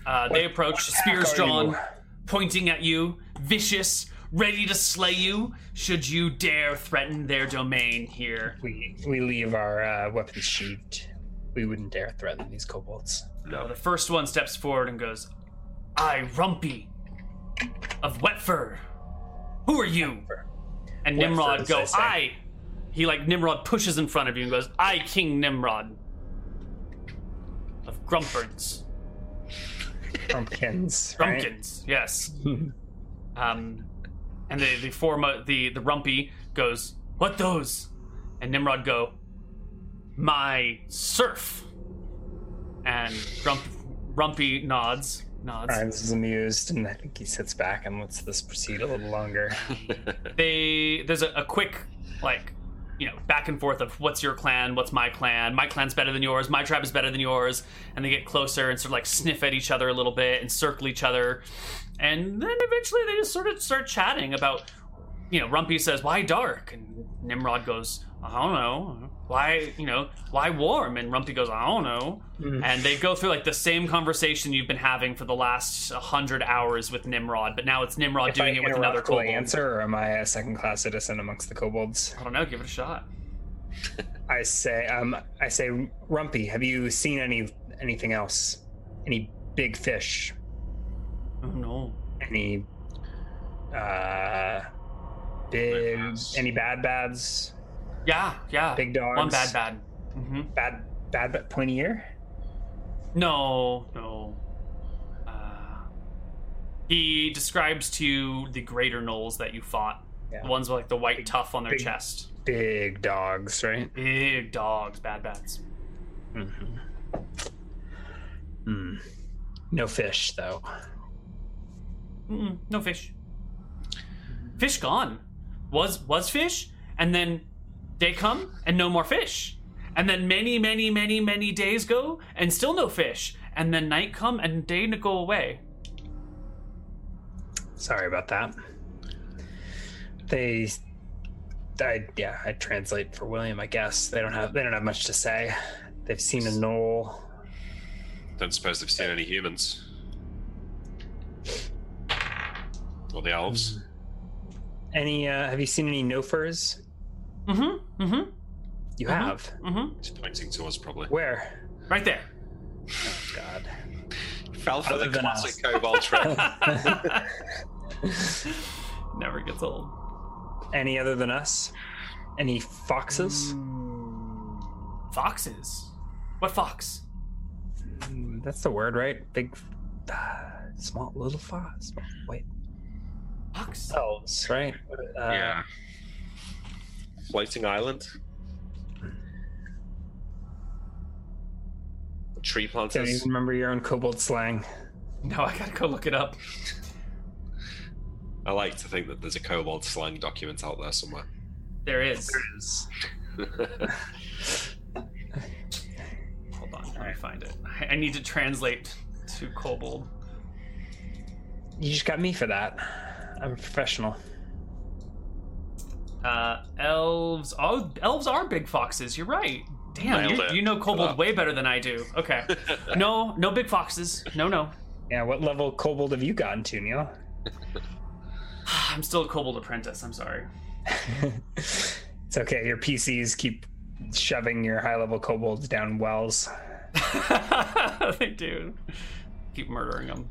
S1: Uh, they approach, spears
S3: Are
S1: drawn,
S3: you-
S1: pointing at you, vicious, ready to slay you should you dare threaten their domain here.
S3: We we leave our uh, weapons sheathed. We wouldn't dare threaten these kobolds.
S1: Uh,
S2: No.
S1: the first one steps forward and goes, I, Rumpy of Wetfur, who are you? And
S3: Wetfur,
S1: Nimrod
S3: as
S1: goes,
S3: they say.
S1: I. He, like, Nimrod pushes in front of you and goes, I, King Nimrod of Grumperns.
S3: Pumpkins. right?
S1: Grumpkins, yes. Um, and the the forma the the rumpy goes, "What those?" And Nimrod go, "My surf." And Grump, Rumpy nods, nods.
S3: Grimes is amused, and I think he sits back and lets this proceed a
S1: *laughs*
S3: little longer.
S1: They there's a, a quick like you know back and forth of what's your clan, what's my clan, my clan's better than yours, my tribe is better than yours, and they get closer and sort of like sniff at each other a little bit and circle each other, and then eventually they just sort of start chatting about you know, Rumpy says, "Why dark?" and Nimrod goes, "I don't know. Why, you know, why warm?" and Rumpy goes, "I don't know."
S3: Mm.
S1: And they go through like the same conversation you've been having for the last 100 hours with Nimrod, but now it's Nimrod doing it with another
S3: cool
S1: kobold.
S3: answer, or am I a second-class citizen amongst the kobolds?
S1: I don't know, give it a shot.
S3: I say, um, I say, Rumpy, have you seen any anything else? Any big fish?
S1: Oh no.
S3: Any uh, big?
S2: Bads.
S3: Any bad bads?
S1: Yeah, yeah.
S3: Big Mm-hmm. dogs?
S1: One bad bad. hmm
S3: Bad bad but pointy ear?
S1: No, no. Uh, he describes to you the greater gnolls that you fought.
S3: Yeah.
S1: The ones with like the white tuft on their
S3: big-
S1: chest.
S3: Big dogs, right?
S1: Big dogs, bad bats.
S3: Mm-hmm. Hmm. No fish though.
S1: Mm-mm, no fish. Fish gone. Was was fish, and then they come and no more fish, and then many many many many days go and still no fish, and then night come and day n- go away.
S3: Sorry about that. They, I yeah, I translate for William. I guess they don't have they don't have much to say. They've seen a knoll.
S2: Don't suppose they've seen any humans. Or the elves.
S3: Any? Uh, have you seen any nofers?
S1: Mm-hmm. Mm-hmm.
S3: You
S1: Mhm.
S3: have.
S1: Mm-hmm.
S2: He's pointing to us, probably.
S3: Where?
S1: Right there.
S3: Oh God.
S2: Fell for
S3: Other
S2: the
S3: than
S2: classic
S3: us. *laughs*
S2: cobalt trap.
S1: *laughs* *laughs* Never gets old.
S3: Any other than us? Any foxes?
S1: Mm, Foxes. What fox?
S3: Mm, That's the word, right? Big, uh, small, little fox. Wait,
S1: Fox.
S3: ourselves, right? Uh,
S2: yeah. Floating island. Tree
S3: Don't
S2: planters.
S3: even remember your own kobold slang.
S1: *laughs* No, I gotta go look it up.
S2: I like to think that there's a kobold slang document out there somewhere.
S1: There is.
S2: That's
S1: *laughs* Hold on, let me find it. I- I need to translate to kobold.
S3: You just got me for that. I'm a professional.
S1: Uh, elves. Oh, elves are big foxes. You're right. Damn,
S2: Nailed
S1: you,
S2: it.
S1: you know kobold
S2: Wow.
S1: way better than I do.
S2: *laughs*
S1: Okay. No, no big foxes. No, no.
S3: Yeah, what level kobold have you gotten to, Neil?
S1: *sighs* I'm still a kobold apprentice. I'm sorry. *laughs*
S3: It's okay. Your PCs keep shoving your high level kobolds down wells.
S1: they do. Keep murdering them.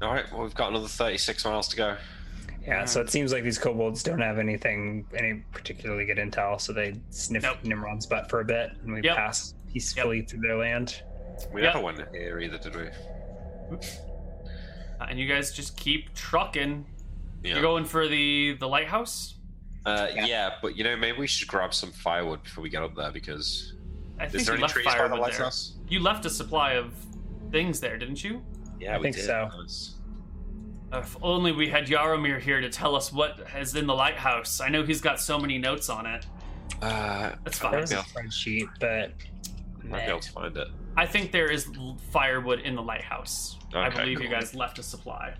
S2: All right, well, we've got another 36 miles to go.
S3: Yeah,
S1: Um,
S3: so it seems like these kobolds don't have anything, any particularly good intel, so they sniff
S1: Nope.
S3: Nimrod's butt for a bit, and we
S1: Yep.
S3: pass peacefully through their land.
S2: We
S1: Yep.
S2: never went here either, did we?
S1: Uh, and you guys just keep trucking.
S2: Yeah.
S1: You're going for the the lighthouse.
S2: uh, yeah. but you know, maybe we should grab some firewood before we get up there because.
S1: I
S2: Is
S1: think
S2: there
S1: you
S2: any
S1: left
S2: trees by the
S1: firewood there.
S2: lighthouse?
S1: You left a supply of things there, didn't you?
S2: Yeah,
S3: I
S2: we
S3: think
S2: did.
S3: so.
S2: That was-
S1: Uh, If only we had Yaromir here to tell us what is in the lighthouse. I know he's got so many notes on it.
S2: Uh,
S1: That's
S3: There
S1: fine.
S3: was a
S2: Yeah.
S3: spreadsheet, but
S2: might be able to find it.
S1: I think there is l- firewood in the lighthouse. I
S2: Okay,
S1: believe you
S2: cool.
S1: guys left a supply.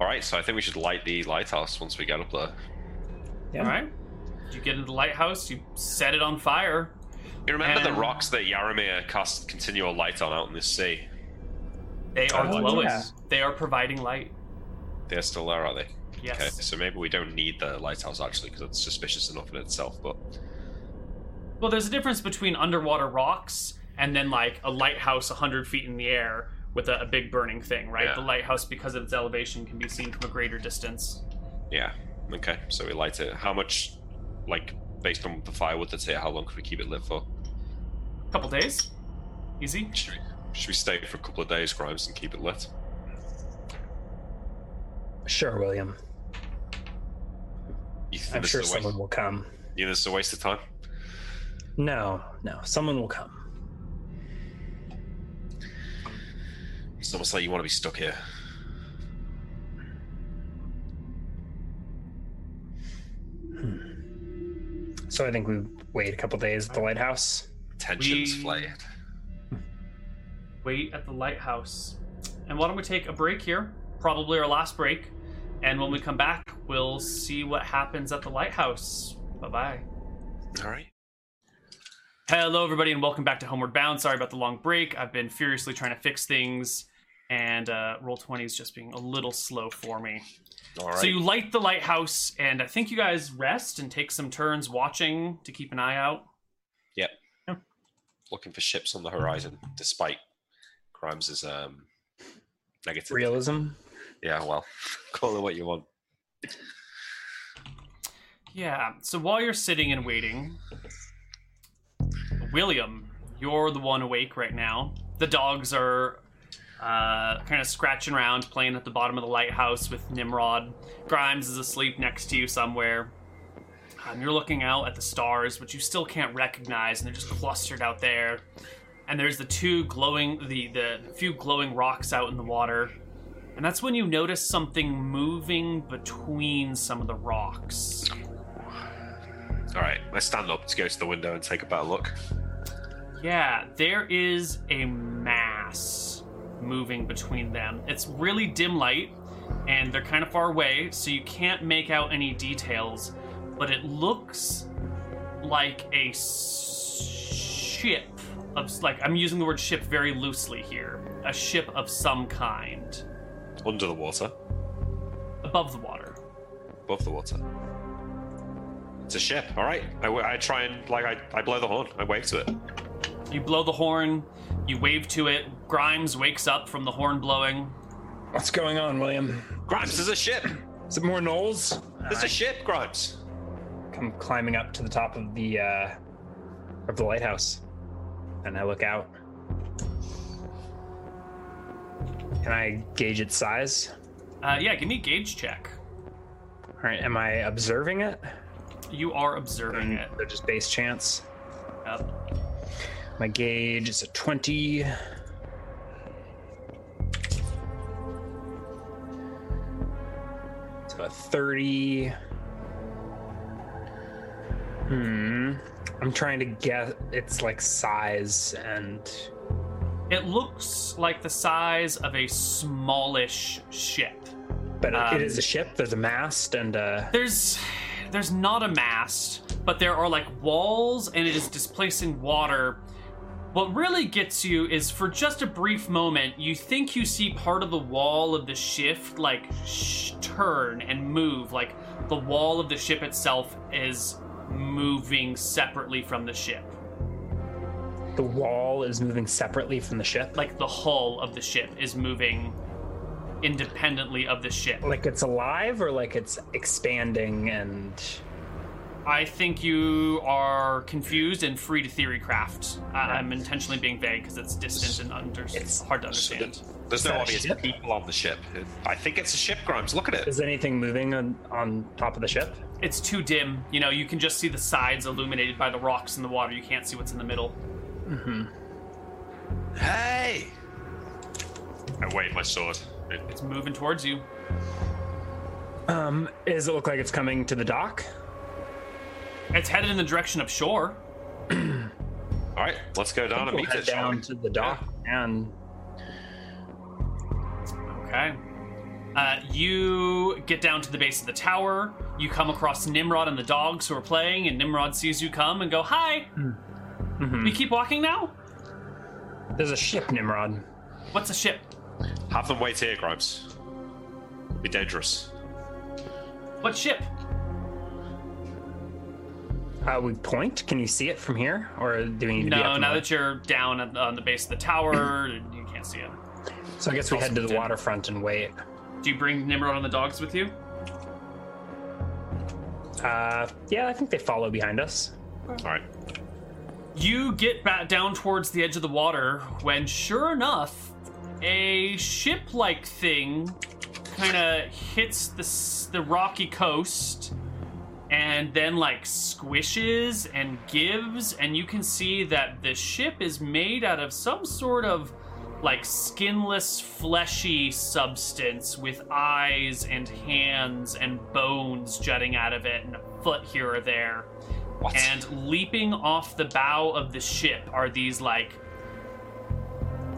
S2: All right, so I think we should light the lighthouse once we get up there.
S3: yeah.
S1: All right. You get into the lighthouse. You set it on fire.
S2: You remember the
S1: And-
S2: rocks that Yaramir cast continual light on out in the sea?
S1: They are
S2: Oh,
S1: glowing.
S3: yeah.
S1: They are providing light.
S2: They're still there, are they? Okay,
S1: Yes.
S2: so maybe we don't need the lighthouse actually because it's suspicious enough in itself. But
S1: Well, there's a difference between underwater rocks and then like a lighthouse 100 feet in the air with a, a big burning thing, right?
S2: Yeah.
S1: The lighthouse, because of its elevation, can be seen from a greater distance.
S2: yeah, okay. So we light it. How much, like, based on the firewood that's here, how long could we keep it lit for?
S1: A couple days. Easy.
S2: Should we, should we stay for a couple of days, Grimes, and keep it lit?
S3: Sure, William.
S2: You think
S3: I'm
S2: this
S3: sure
S2: is a waste-
S3: someone will come.
S2: you think this is a waste of time?
S3: No, no, someone will come.
S2: It's almost like you want to be stuck here.
S3: So I think we wait a couple days at the lighthouse.
S2: Tensions
S1: We-
S2: flayed.
S1: wait at the lighthouse. And why don't we take a break here? Probably our last break. And when we come back, we'll see what happens at the lighthouse. Bye bye.
S2: All right.
S1: Hello, everybody, and welcome back to Homeward Bound. Sorry about the long break. I've been furiously trying to fix things, and uh, Roll20 is just being a little slow for me.
S2: All right.
S1: So you light the lighthouse, and I think you guys rest and take some turns watching to keep an eye out.
S2: Looking for ships on the horizon, despite Grimes' um, negative.
S3: Realism.
S2: Yeah, well, call it what you want.
S1: Yeah. So while you're sitting and waiting, William, you're the one awake right now. The dogs are uh, kind of scratching around, playing at the bottom of the lighthouse with Nimrod. Grimes is asleep next to you somewhere. Um, you're looking out at the stars, which you still can't recognize, and they're just clustered out there. And there's the two glowing, the the few glowing rocks out in the water. And that's when you notice something moving between some of the rocks.
S2: All right, I stand up to go to the window and take a better look.
S1: Yeah, there is a mass moving between them. It's really dim light, and they're kind of far away, so you can't make out any details, but it looks like a ship of s- like I'm using the word ship very loosely here. A ship of some kind
S2: Under the water,
S1: above the water.
S2: above the water. It's a ship. All right, I, w- I try and like I, I blow the horn. I wave to it.
S1: You blow the horn, you wave to it. Grimes wakes up from the horn blowing.
S3: What's going on, William?
S2: Grimes, there's a ship.
S3: Is it more knolls?
S2: There's a ship, Grimes.
S3: come climbing up to the top of the uh, of the lighthouse, and I look out. Can I gauge its size?
S1: Uh, yeah, give me a gauge check.
S3: All right, am I observing it?
S1: You are observing it.
S3: Or just base chance?
S1: Yep.
S3: My gauge is a 20. So a 30. Hmm. I'm trying to guess its like size and
S1: It looks like the size of a smallish ship.
S3: but
S1: Um,
S3: it is a ship. There's a mast and uh
S1: There's there's not a mast, but there are like walls and it is displacing water. What really gets you is for just a brief moment, you think you see part of the wall of the ship like sh- turn and move, like the wall of the ship itself is moving separately from the ship.
S3: the wall is moving separately from the ship. Like,
S1: Like the hull of the ship is moving independently of the ship.
S3: like it's alive or like it's expanding and
S1: I think you are confused and free to theory craft. I, I'm intentionally being vague because it's distant and under-
S3: It's-
S1: hard to
S2: So
S1: understand.
S2: there- There's
S3: Is that
S2: no
S3: a
S2: obvious
S3: ship?
S2: people on the ship. I think it's a ship, Grimes. Look at it.
S3: is anything moving on, on top of the ship?
S1: It's too dim. You know, you can just see the sides illuminated by the rocks in the water. You can't see what's in the middle.
S2: Hey! I wave my sword. It-
S1: It's moving towards you.
S3: Um, does it look like it's coming to the dock?
S1: It's headed in the direction of shore.
S2: all right, let's go down and
S3: We'll
S2: meet
S3: head
S2: it. shall
S3: down
S2: we?
S3: to the dock and
S1: Okay. Uh, you get down to the base of the tower. You come across Nimrod and the dogs who are playing, and Nimrod sees you come and go, "Hi." We keep walking now.
S3: there's a ship, Nimrod.
S1: What's a ship?
S2: Have them wait here, Grimes. Be dangerous.
S1: What ship?
S3: Uh, we point. Can you see it from here, or do we need to be
S1: No,
S3: up
S1: now
S3: more?
S1: that you're down at, on the base of the tower, you can't see it.
S3: So I guess we head to the
S1: Awesome.
S3: waterfront and wait.
S1: Do you bring Nimrod and the dogs with you?
S3: Uh, yeah, I think they follow behind us.
S2: All right.
S1: You get back down towards the edge of the water when, sure enough, a ship like thing kind of hits the, s- the rocky coast and then, like, squishes and gives. And you can see that the ship is made out of some sort of, like, skinless, fleshy substance with eyes and hands and bones jutting out of it and a foot here or there.
S2: What?
S1: And leaping off the bow of the ship are these like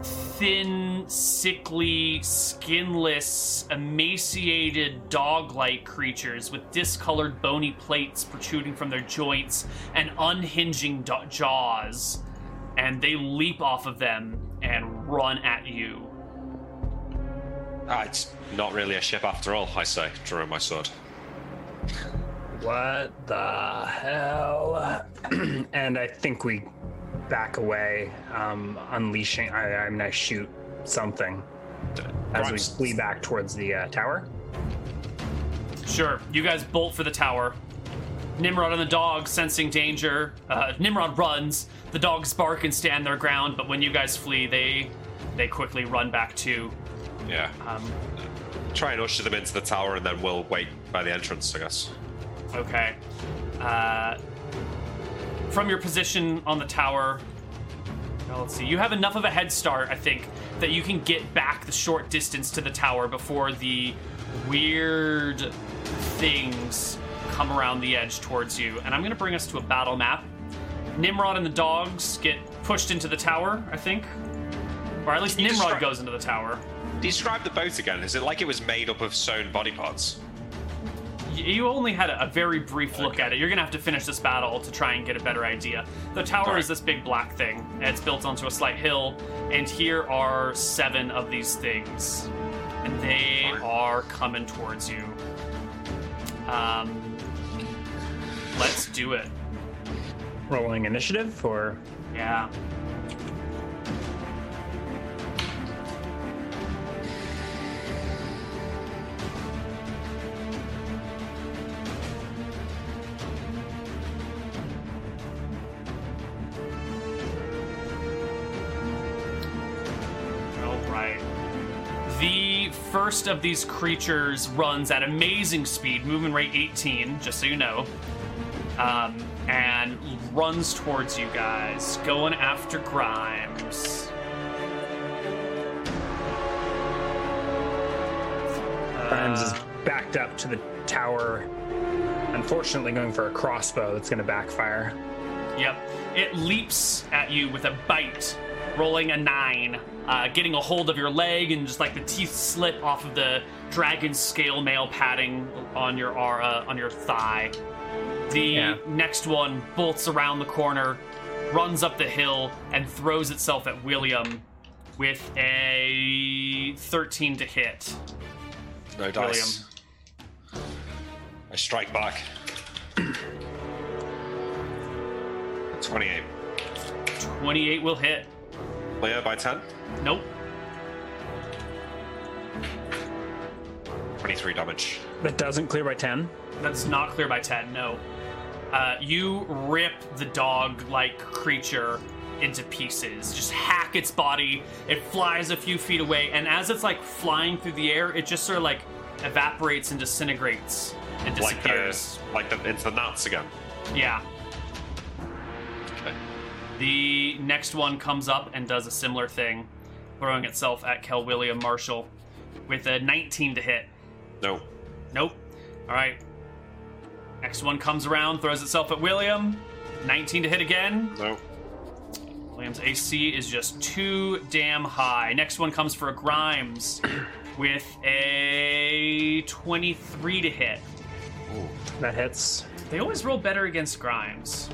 S1: thin, sickly, skinless, emaciated dog-like creatures with discolored bony plates protruding from their joints and unhinging do- jaws. And they leap off of them and run at you.
S2: Ah, it's not really a ship after all, I say, drawing my sword.
S3: What the hell? *clears throat* and I think we back away, um, unleashing. I, I'm gonna shoot something
S2: D-
S3: as
S2: Grimes,
S3: we flee back towards the uh, tower.
S1: Sure, you guys bolt for the tower. Nimrod and the dog sensing danger. Uh, Nimrod runs. The dogs bark and stand their ground, but when you guys flee, they they quickly run back too.
S2: Yeah.
S1: Um,
S2: Try and usher them into the tower and then we'll wait by the entrance, I guess.
S1: okay. Uh, from your position on the tower, now let's see. You have enough of a head start, I think, that you can get back the short distance to the tower before the weird things come around the edge towards you. And I'm going to bring us to a battle map. Nimrod and the dogs get pushed into the tower, I think. Or at least
S2: you
S1: Nimrod
S2: describe-
S1: goes into the tower.
S2: Describe the boat again. Is it like it was made up of sewn body parts?
S1: Y- You only had a a very brief look at it. You're gonna have to finish this battle to try and get a better idea. The tower
S2: Alright.
S1: is this big black thing. and It's built onto a slight hill, and here are seven of these things, and they
S2: Fine.
S1: are coming towards you. Um, let's do it.
S3: Rolling initiative, or
S1: Yeah. All right. The first of these creatures runs at amazing speed, movement rate 18, just so you know, um, and runs towards you guys, going after Grimes.
S3: Grimes is
S1: Uh,
S3: backed up to the tower. Unfortunately, going for a crossbow that's going to backfire.
S1: Yep. It leaps at you with a bite, rolling a nine, uh, getting a hold of your leg, and just like the teeth slip off of the dragon scale mail padding on your ar- uh, on your thigh. The
S3: Yeah.
S1: next one bolts around the corner, runs up the hill, and throws itself at William with a 13 to hit.
S2: No dice. I strike back. *clears throat* 28.
S1: 28 will hit.
S2: Leah by 10.
S1: Nope.
S2: 23 damage.
S3: That doesn't clear by 10.
S1: That's not clear by 10, no. Uh, you rip the dog like creature into pieces, just hack its body. It flies a few feet away, and as it's like flying through the air, it just sort of like evaporates and disintegrates and
S2: Like the,
S1: disappears.
S2: like the, into the nuts again.
S1: Yeah.
S2: Okay.
S1: The next one comes up and does a similar thing, throwing itself at Kel William Marshall with a 19 to hit.
S2: No.
S1: Nope. All right. Next one comes around, throws itself at William. 19 to hit again.
S2: No.
S1: William's AC is just too damn high. Next one comes for Grimes *coughs* with a 23 to hit.
S3: That hits.
S1: They always roll better against Grimes.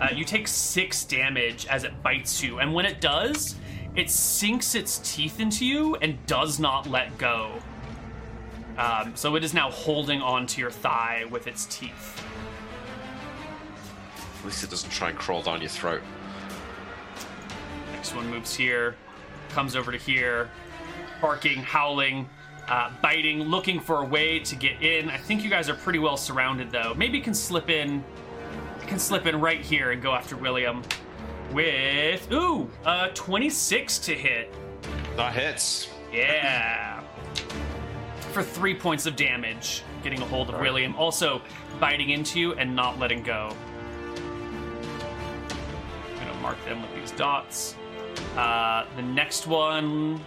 S1: Uh, you take six damage as it bites you, and when it does, it sinks its teeth into you and does not let go. Um, so it is now holding on to your thigh with its teeth.
S2: At least it doesn't try and crawl down your throat.
S1: Next one moves here, comes over to here, barking, howling, uh, biting, looking for a way to get in. I think you guys are pretty well surrounded, though. Maybe you can slip in. I can slip in right here and go after William with ooh, uh, 26 to hit.
S2: That hits.
S1: Yeah. For three points of damage, getting a hold of William, also biting into you and not letting go. I'm gonna mark them with these dots. Uh, the next one,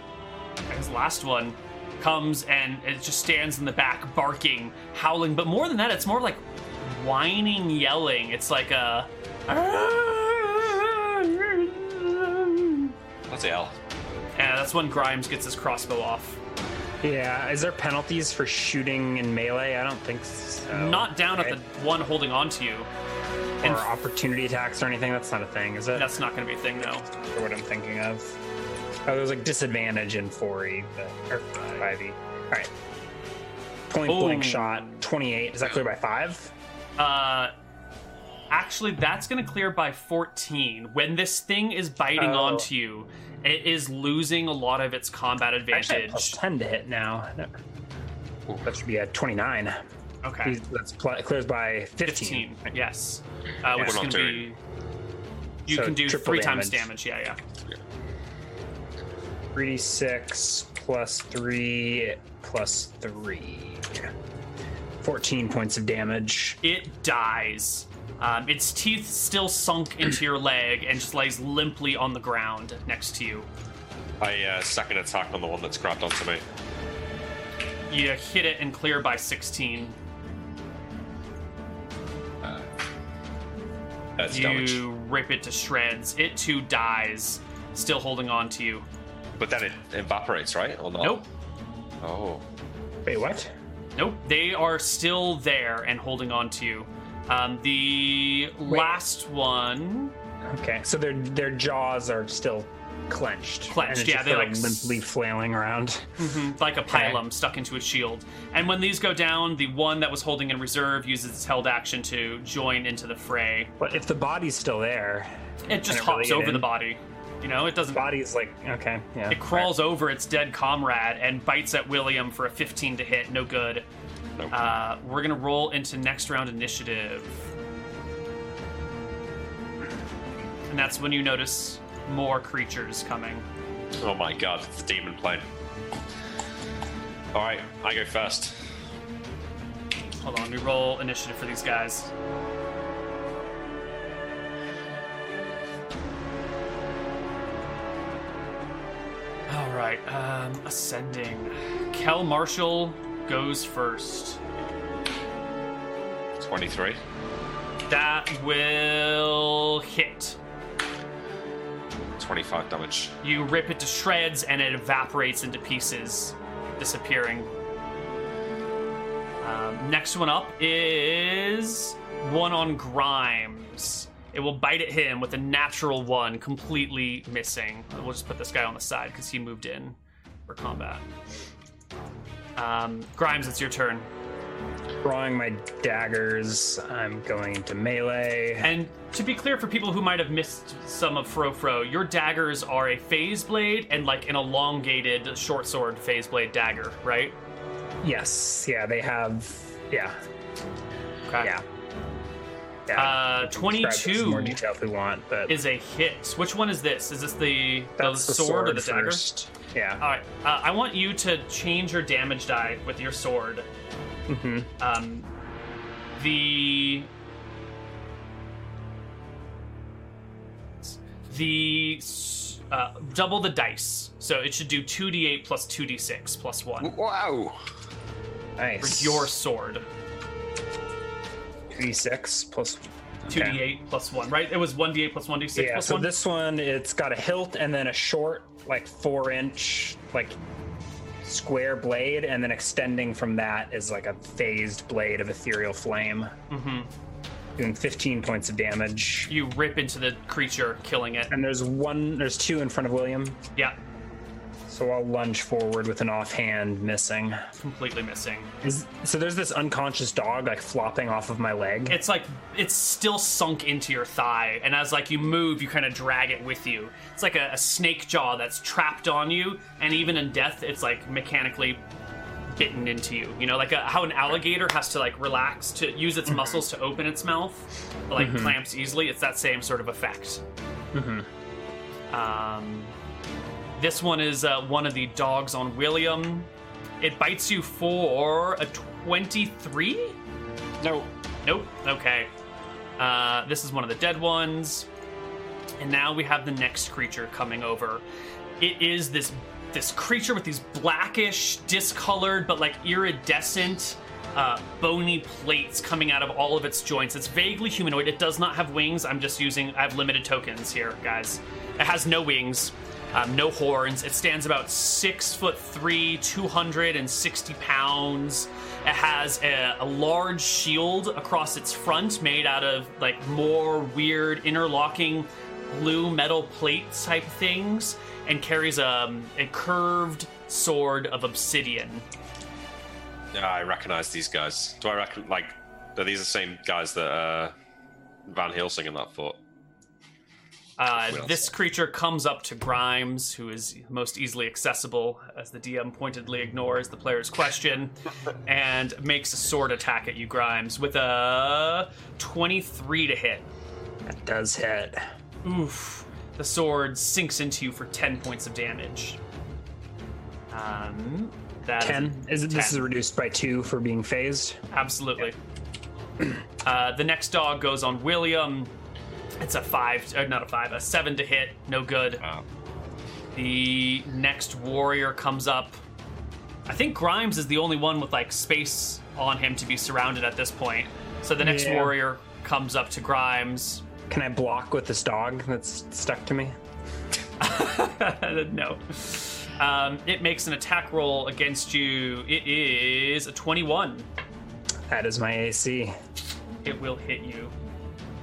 S1: his last one, comes and it just stands in the back, barking, howling. But more than that, it's more like whining, yelling. It's like a. "Ah."
S2: That's a L.
S1: Yeah, that's when Grimes gets his crossbow off.
S3: Yeah, is there penalties for shooting in melee? I don't think so.
S1: Not down at
S3: right?
S1: the one holding on to you.
S3: Or opportunity attacks or anything? That's not a thing, is it?
S1: That's not going to be a thing, no.
S3: Or what I'm thinking of. Oh, there's like disadvantage in 4E, but, or 5E. All right. Point
S1: Boom.
S3: blank shot, 28. Is that clear by 5?
S1: Uh, actually, that's going to clear by 14. When this thing is biting
S3: Oh.
S1: onto you, it is losing a lot of its combat
S3: Actually, I have
S1: advantage.
S3: plus 10 to hit now. No. That should be at 29.
S1: Okay.
S3: He's- That's pl- clears by 15.
S1: 15, yes. Uh, which is
S2: We're
S1: going
S2: not
S1: to be.
S2: doing-
S1: You
S3: So
S1: can do
S3: triple
S1: three times
S3: damage.
S1: damage, yeah, yeah.
S3: 3d6 plus 3 plus 3. 14 points of damage.
S1: It dies. Um, its teeth still sunk into your leg and just lays limply on the ground next to you.
S2: I uh, second attack on the one that's grabbed onto me.
S1: You hit it and clear by 16.
S2: That's
S1: Uh, you
S2: damage.
S1: rip it to shreds. It too dies, still holding on to you.
S2: But then it evaporates, right? Or not?
S1: Nope.
S2: Oh.
S3: Wait, what?
S1: Nope. They are still there and holding on to you. Um, the last one.
S3: Okay, so their their jaws are still clenched.
S1: Clenched,
S3: it's
S1: yeah,
S3: just
S1: they're
S3: sort
S1: like
S3: of limply flailing around.
S1: Mhm, like a pylum stuck into a shield. And when these go down, the one that was holding in reserve uses its held action to join into the fray.
S3: But if the body's still there,
S1: It just
S3: it really
S1: hops
S3: get
S1: over
S3: in?
S1: the body. You know, it doesn't.
S3: body's like okay, yeah.
S1: It crawls over its dead comrade and bites at William for a 15 to hit. No good.
S2: Nope.
S1: Uh, we're gonna roll into next round initiative, and that's when you notice more creatures coming.
S2: oh my god, it's the demon plane. All right, I go first.
S1: Hold on, we roll initiative for these guys. All right, um, ascending. Kel Marshall goes first.
S2: 23.
S1: That will hit.
S2: 25 damage.
S1: You rip it to shreds and it evaporates into pieces, disappearing. Um, next one up is one on Grimes. It will bite at him with a natural one, completely missing. We'll just put this guy on the side because he moved in for combat. Um, Grimes, it's your turn.
S3: Drawing my daggers, I'm going into melee.
S1: And to be clear for people who might have missed some of Frofro, your daggers are a phase blade and like an elongated short sword phase blade dagger, right?
S3: Yes, yeah, they have. Yeah,
S1: Okay.
S3: yeah. yeah.
S1: Uh,
S3: We can describe this in more
S1: 22
S3: detail if we want, but
S1: is a hit. Which one is this? Is this the, the
S3: that's
S1: sword,
S3: the
S1: or the dagger?
S3: first. Yeah.
S1: All right. Uh, I want you to change your damage die with your sword.
S3: hmm
S1: Um, the the s- uh, double the dice, so it should do two d eight plus two d six plus one
S2: Wow.
S3: Nice.
S1: for your sword.
S3: d six plus
S1: Two
S3: Okay.
S1: d eight plus one, right? It was one d eight plus one d six
S3: yeah,
S1: plus
S3: so
S1: one.
S3: this one it's got a hilt and then a short, like four inch, like square blade, and then extending from that is like a phased blade of ethereal flame,
S1: hmm
S3: doing 15 points of damage.
S1: You rip into the creature, killing it.
S3: And there's one, there's two in front of William,
S1: Yeah,
S3: so I'll lunge forward with an offhand missing.
S1: completely missing.
S3: Is, so there's this unconscious dog like flopping off of my leg.
S1: it's like it's still sunk into your thigh and as like you move you kind of drag it with you it's like a, a snake jaw that's trapped on you and even in death it's like mechanically bitten into you you know like a, how an alligator has to like relax to use its muscles to open its mouth but, like clamps easily it's that same sort of effect um, this one is uh, one of the dogs on william it bites you for a 23
S2: No.
S1: Nope. Okay. Uh, this is one of the dead ones, and now we have the next creature coming over. It is this this creature with these blackish, discolored, but like iridescent. Uh, bony plates coming out of all of its joints. It's vaguely humanoid. It does not have wings. I'm just using. I have limited tokens here, guys. It has no wings, um, no horns. It stands about six foot three, 260 pounds. It has a, a large shield across its front made out of like more weird interlocking blue metal plate type things and carries um, a curved sword of obsidian.
S2: Ah, I recognize these guys. Do I reckon, like, are these the same guys that uh, Van Helsing and that fought? What
S1: Uh,
S2: else?
S1: this creature comes up to Grimes, who is most easily accessible, as the DM pointedly ignores the player's
S2: *laughs*
S1: question, and makes a sword attack at you, Grimes, with a 23 to hit.
S3: That does hit.
S1: Oof. The sword sinks into you for 10 points of damage. Um, that is-
S3: 10. Is it, this
S1: 10.
S3: is reduced by two for being phased?
S1: Absolutely. *clears throat* Uh, the next dog goes on William. It's a five, uh, not a five, a seven to hit. No good.
S2: Wow.
S1: The next warrior comes up. I think Grimes is the only one with like space on him to be surrounded at this point. So the next
S3: Yeah.
S1: warrior comes up to Grimes. *laughs*
S3: Can I block with this dog that's stuck to me?
S1: no. Um, it makes an attack roll against you. It is a 21.
S3: That is my AC.
S1: It will hit you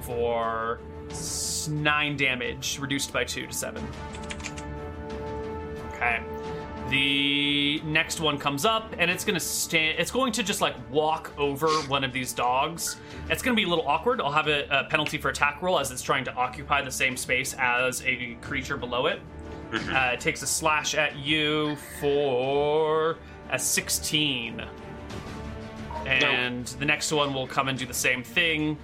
S1: for s- nine damage, reduced by two to seven. Okay. The next one comes up, and it's gonna stand. It's going to just like walk over one of these dogs. It's gonna be a little awkward. I'll have a, a penalty for attack roll as it's trying to occupy the same space as a creature below it. Uh, it takes a slash at you for a 16. And the next one will come and do the same thing,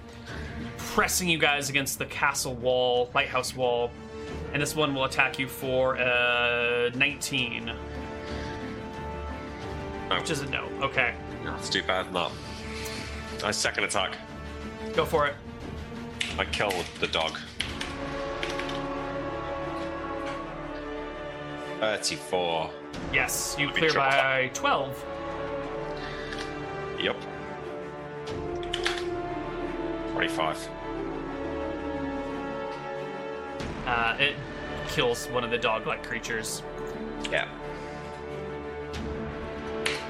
S1: pressing you guys against the castle wall, lighthouse wall. And this one will attack you for uh, 19.
S2: No.
S1: Which is a no. Okay,
S2: No, it's too bad. No. I second attack.
S1: go for it.
S2: I kill the dog. 34.
S1: Yes, you
S2: Let me
S1: clear
S2: triple
S1: by 12.
S2: Yep. 45.
S1: Uh, it kills one of the dog like creatures.
S2: Yeah.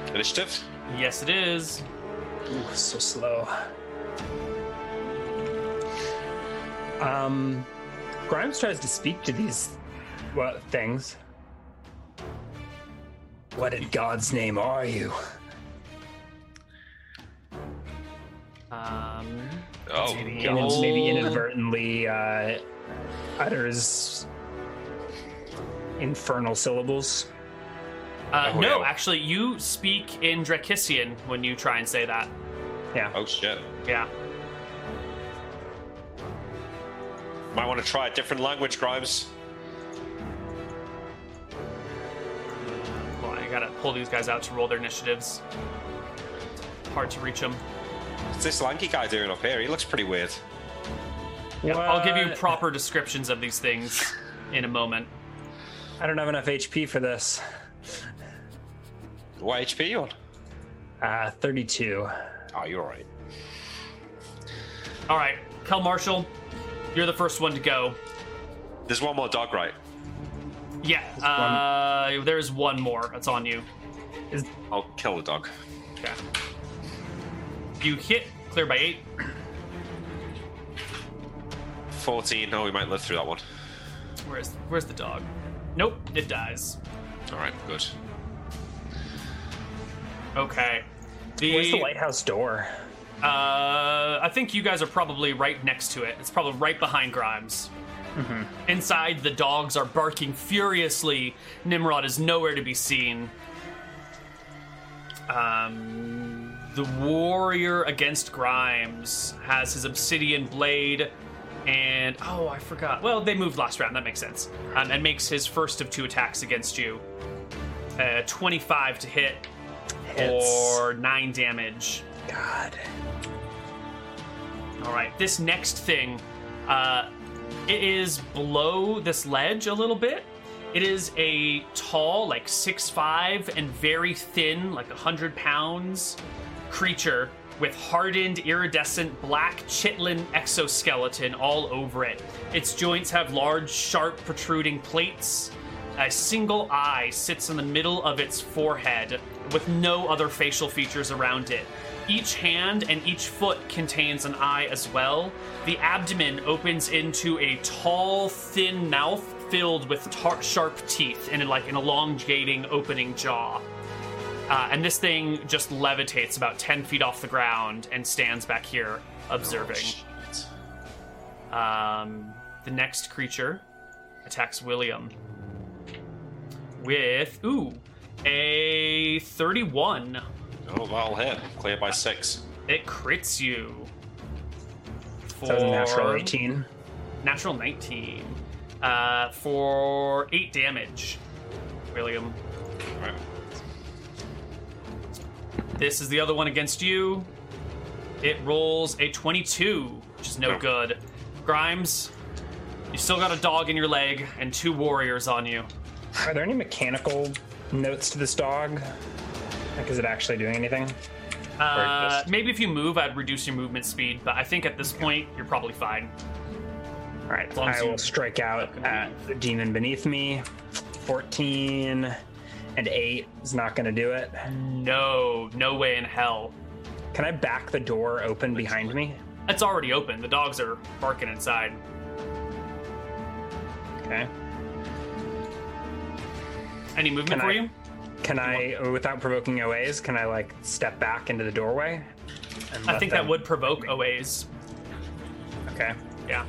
S2: Initiative?
S1: Yes, it is.
S3: Ooh, so slow. Um, Grimes tries to speak to these well, things. What in God's name are you?
S1: Um,
S2: Oh,
S1: Maybe
S2: God.
S3: And it's maybe
S1: Gold.
S3: inadvertently uh, utters infernal syllables.
S1: uh,
S2: Oh,
S1: no,
S2: yeah.
S1: actually, you speak in Drakissian when you try and say that.
S2: Oh, shit.
S1: Yeah.
S2: Might want to try a different language, Grimes.
S1: Well, I gotta pull these guys out to roll their initiatives. Hard to reach them.
S2: What's this lanky guy doing up here? He looks pretty weird.
S1: I'll give
S2: Uh,
S1: you
S3: What?
S1: proper descriptions of these things in a moment.
S3: I don't have enough HP for this.
S2: What HP you on?
S3: Uh, 32.
S2: Oh, you're alright.
S1: All right, Kel Marshall, you're the first one to go.
S2: There's one more dog, right?
S1: Yeah, uh, there is one more. That's on you.
S2: I'll kill the dog.
S1: Okay. You hit clear by eight.
S2: 14. Oh, we might live through that one.
S1: Where's where's the dog? Nope, it dies.
S2: Alright, good.
S1: Okay. The,
S3: Where's the lighthouse door?
S1: Uh, I think you guys are probably right next to it. It's probably right behind Grimes. Inside, the dogs are barking furiously. Nimrod is nowhere to be seen. Um, the warrior against Grimes has his obsidian blade, and oh, I forgot. Well, they moved last round. That makes sense. Um, and makes his first of two attacks against you. Uh, 25 to hit
S3: Hits.
S1: or nine damage.
S3: God.
S1: All right, this next thing, uh, it is below this ledge a little bit. It is a tall, like six five, and very thin, like a hundred pounds, creature with hardened, iridescent black chitlin exoskeleton all over it. Its joints have large, sharp, protruding plates. A single eye sits in the middle of its forehead, with no other facial features around it. Each hand and each foot contains an eye as well. The abdomen opens into a tall, thin mouth filled with tar- sharp teeth and like an elongating opening jaw. Uh, and this thing just levitates about 10 feet off the ground and stands back here observing.
S2: Shit.
S1: Um, the next creature attacks William with ooh a 31.
S2: Oh, well, hit. Clear by six.
S1: It crits you. For
S3: That was a natural 18.
S1: Natural 19. Uh, for eight damage, William.
S2: Right.
S1: This is the other one against you. It rolls a 22, which is
S3: Oh.
S1: no
S2: No.
S1: good. Grimes, you still got a dog in your leg and two warriors on you.
S3: Are there any mechanical notes to this dog? Like, is it actually doing anything?
S1: Uh,
S3: fast.
S1: maybe if you move, I'd reduce your movement speed, but I think at this point, you're probably fine.
S3: All right,
S1: long as
S3: I
S1: you-
S3: will strike out at the demon beneath me. 14 and 8 is not going to do it.
S1: No, no way in hell.
S3: Can I back the door open behind me?
S1: It's already open. The dogs are barking inside.
S3: Okay.
S1: Any movement
S3: Can
S1: for
S3: I-
S1: you?
S3: Can I, without provoking OAs, can I like step back into the doorway? and
S1: I
S3: let
S1: think
S3: them-
S1: that would provoke OAs.
S3: Okay.
S1: Yeah.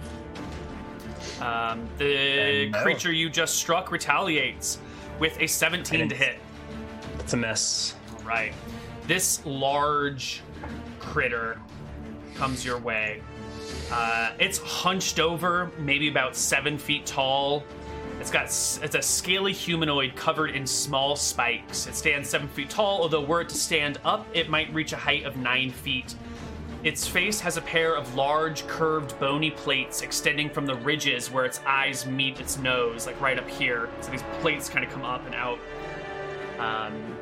S1: Um, the
S3: Then no.
S1: creature you just struck retaliates with a 17 to
S3: Didn't-
S1: hit.
S3: It's a miss.
S1: Right. This large critter comes your way. Uh, it's hunched over, maybe about seven feet tall. It's got s- it's a scaly humanoid covered in small spikes. It stands seven feet tall, although were it to stand up, it might reach a height of nine feet. Its face has a pair of large, curved, bony plates extending from the ridges where its eyes meet its nose, like right up here. So these plates kind of come up and out. Um,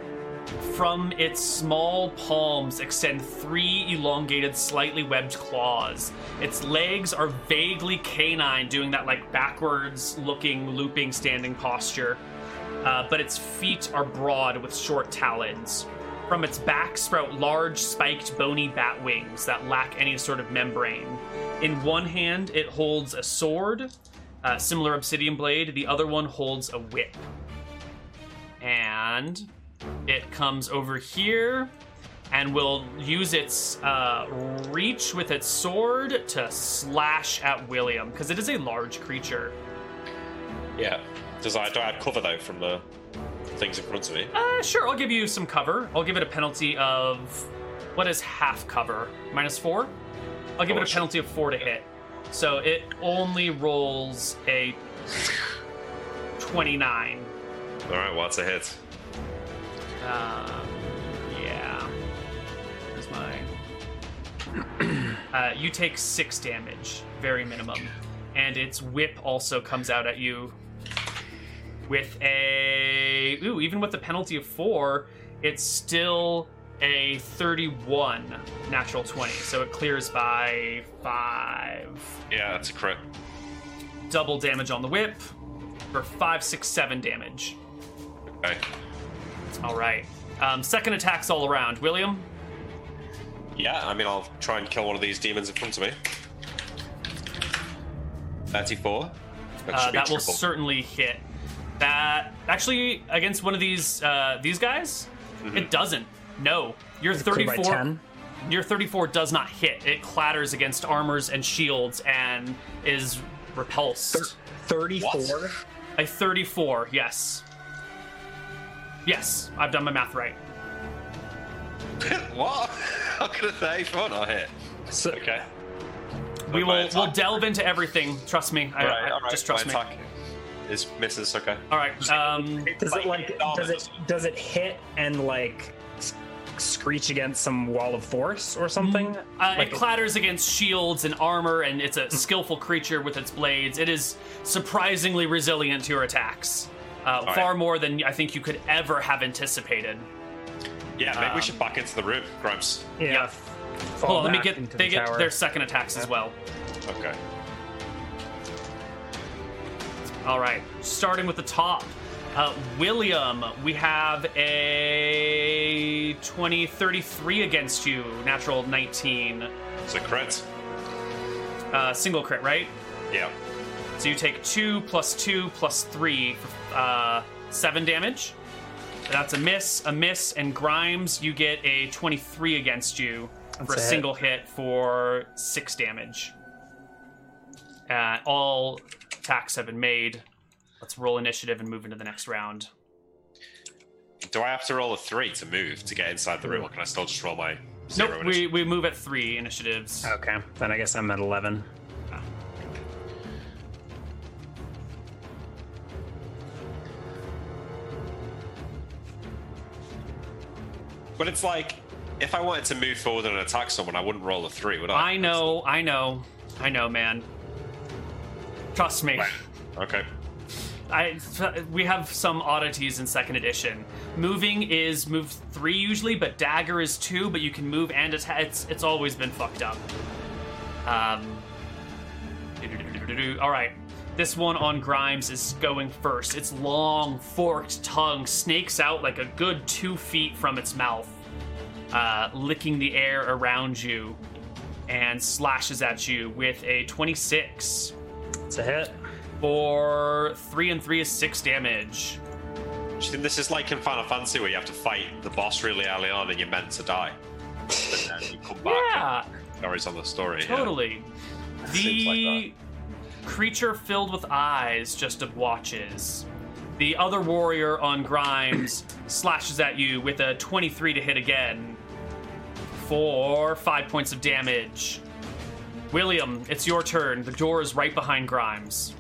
S1: from its small palms extend three elongated, slightly webbed claws. Its legs are vaguely canine, doing that like backwards looking, looping, standing posture. Uh, but its feet are broad with short talons. From its back sprout large, spiked, bony bat wings that lack any sort of membrane. In one hand, it holds a sword, uh, similar obsidian blade, the other one holds a whip. And it comes over here and will use its uh, reach with its sword to slash at William because it is a large creature.
S2: Yeah. Does I do I have cover though from the things in front of me?
S1: Uh, sure, I'll give you some cover. I'll give it a penalty of what is half cover? Minus four. I'll give
S2: Oh,
S1: it a
S2: shit.
S1: penalty of four to hit. So it only rolls a twenty-nine.
S2: All right, well, it's a hit.
S1: Um, yeah. Where's my? *clears throat* uh, you take six damage, very minimum, and its whip also comes out at you with a ooh. Even with the penalty of four, it's still a thirty-one natural twenty, so it clears by five.
S2: Yeah, that's a crit.
S1: Double damage on the whip for five, six, seven damage.
S2: Okay.
S1: All right. Um, second attacks all around. William,
S2: Yeah, I mean, I'll try and kill one of these demons in front of me. 34. That,
S1: Uh,
S2: should be
S1: that will
S2: triple.
S1: certainly hit. That actually against one of these uh, these guys,
S2: Mm-hmm.
S1: it doesn't. No, your
S3: Clear by
S1: 34,
S3: 10.
S1: your 34 does not hit. It clatters against armors and shields and is repulsed.
S3: 34.
S1: A 34, yes, yes, I've done my math right.
S2: *laughs* what? How could a 34 not hit?
S3: So,
S2: Okay.
S1: We
S2: But my
S1: will we'll
S2: attack-
S1: delve into everything. Trust me. I,
S2: All right,
S1: I-
S2: all right.
S1: Just trust
S2: my
S1: me.
S2: attack is misses. Okay.
S1: All right. Um,
S3: Does it like
S2: Like,
S3: does it does it hit and like s- screech against some wall of force or something?
S1: Uh,
S3: Like- Hmm.
S1: it clatters against shields and armor, and it's a skillful creature with its blades. It is surprisingly resilient to your attacks, uh,
S2: right.
S1: far more than I think you could ever have anticipated.
S2: Yeah, maybe
S1: Um,
S2: we should back into the room, Grimes.
S3: yeah.
S1: yeah.
S3: f-
S1: Hold
S3: fall
S1: on, let me
S3: back
S1: get
S3: into
S1: they
S3: the
S1: get
S3: tower.
S1: their second attacks as well.
S2: Okay.
S1: All right, starting with the top, uh, William, we have a 20, 33 against you, natural 19,
S2: It's a crit.
S1: uh, single crit, right?
S2: Yeah.
S1: So you take two plus two plus three, for, uh, seven damage. That's a miss, a miss, and Grimes, you get a 23 against you for
S3: That's
S1: a
S3: a hit.
S1: single hit for six damage. Uh, all attacks have been made. Let's roll initiative and move into the next round.
S2: Do I have to roll a three to move to get inside the room, or can I still just roll my zero?
S1: nope, we,
S2: initiative?
S1: we move at three initiatives.
S3: Okay, then I guess I'm at 11.
S2: But it's like, if I wanted to move forward and attack someone, I wouldn't roll a three, would I?
S1: I know, I know, I know, man. Trust me.
S2: Okay.
S1: I we have some oddities in second edition. Moving is move three usually, but dagger is two. But you can move and attack. It's it's always been fucked up. Um. All right, this one on Grimes is going first. Its long forked tongue snakes out like a good two feet from its mouth, uh, licking the air around you, and slashes at you with a twenty-six
S3: It's a hit.
S1: for three and three is six damage.
S2: Do you think this is like in Final Fantasy where you have to fight the boss really early on and you're meant to die? But then you come back
S1: Yeah,
S2: and carries on the story. yeah.
S1: totally.
S2: Seems like
S1: The creature filled with eyes just watches. The other warrior on Grimes slashes at you with a 23 to hit again for five points of damage. William, it's your turn. The door is right behind Grimes.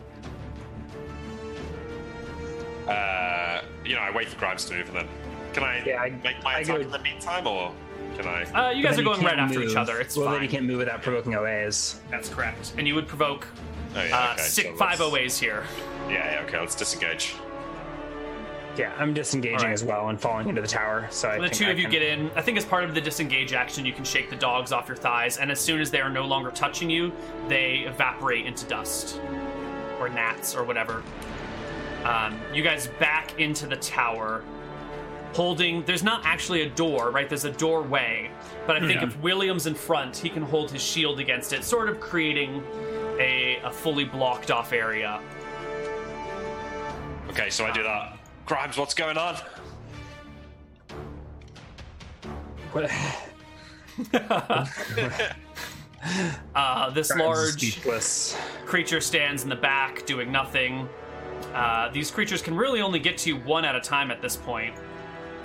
S2: Uh, you know, I wait for Grimes to move, and then can I
S3: Yeah, I-
S2: make my
S3: I
S2: attack
S3: go-
S2: in the meantime, or can I?
S1: Uh, you
S3: But
S1: guys
S3: then
S1: are going
S3: can't
S1: right after each
S3: move.
S1: other. It's
S3: well, then
S1: fine.
S3: you can't move without provoking OAs.
S1: That's correct. And you would provoke
S2: Oh, yeah,
S1: uh,
S2: okay,
S1: six,
S2: so
S1: five
S2: let's-
S1: OAs here.
S2: Yeah, yeah, okay, let's disengage.
S3: Yeah, I'm disengaging
S1: Alright.
S3: as well and falling into the tower. So I
S1: The
S3: think
S1: two
S3: I
S1: of you
S3: can-
S1: get in. I think as part of the disengage action, you can shake the dogs off your thighs, and as soon as they are no longer touching you, they evaporate into dust or gnats or whatever. Um, you guys back into the tower, holding. There's not actually a door, right? There's a doorway, but I think
S3: Yeah.
S1: if William's in front, he can hold his shield against it, sort of creating a, a fully blocked off area.
S2: Okay, so I do that. Grimes, what's going on?
S3: *sighs* What- *sighs*
S1: Uh, this
S3: Grimes is
S1: large.
S3: Speechless.
S1: creature stands in the back doing nothing. Uh, these creatures can really only get to you one at a time at this point.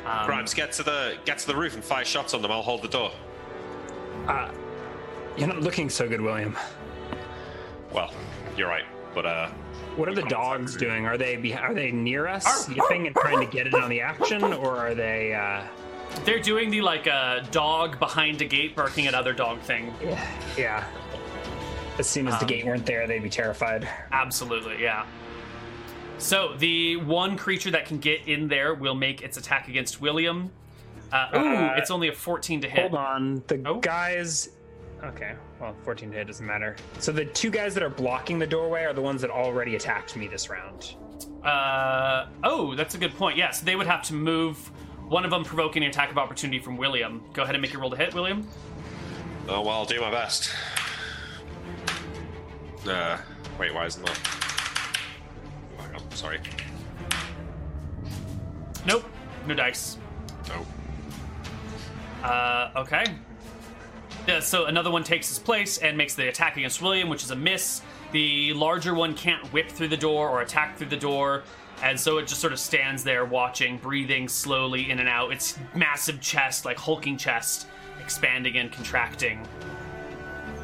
S1: Um,
S2: Grimes, get to the get to the roof and fire shots on them. I'll hold the door.
S3: Uh, you're not looking so good, William.
S2: Well, you're right, but uh,
S3: What are the dogs doing? Are they be- are they near us,
S1: Oh,
S3: yipping and trying to get in on the action, or are they? Uh,
S1: They're doing the like a dog behind a gate barking at other dog thing.
S3: yeah. As soon as the
S1: Um,
S3: gate weren't there, they'd be terrified.
S1: Absolutely, yeah. So the one creature that can get in there will make its attack against William. Uh, ooh,
S3: Uh,
S1: it's only a 14 to hit.
S3: Hold on, the
S1: Oh.
S3: guys. Okay, well, 14 hit doesn't matter. So the two guys that are blocking the doorway are the ones that already attacked me this round.
S1: Uh, oh, that's a good point. Yes, they would have to move. One of them provoking an attack of opportunity from William. Go ahead and make your roll to hit, William.
S2: oh well, I'll do my best. Uh, wait, why isn't that? Oh, hang on, sorry.
S1: Nope, no dice.
S2: Oh,
S1: Uh, okay. Yeah, so another one takes his place and makes the attack against William, which is a miss. The larger one can't whip through the door or attack through the door, and so it just sort of stands there watching, breathing slowly in and out. Its massive chest, like hulking chest, expanding and contracting.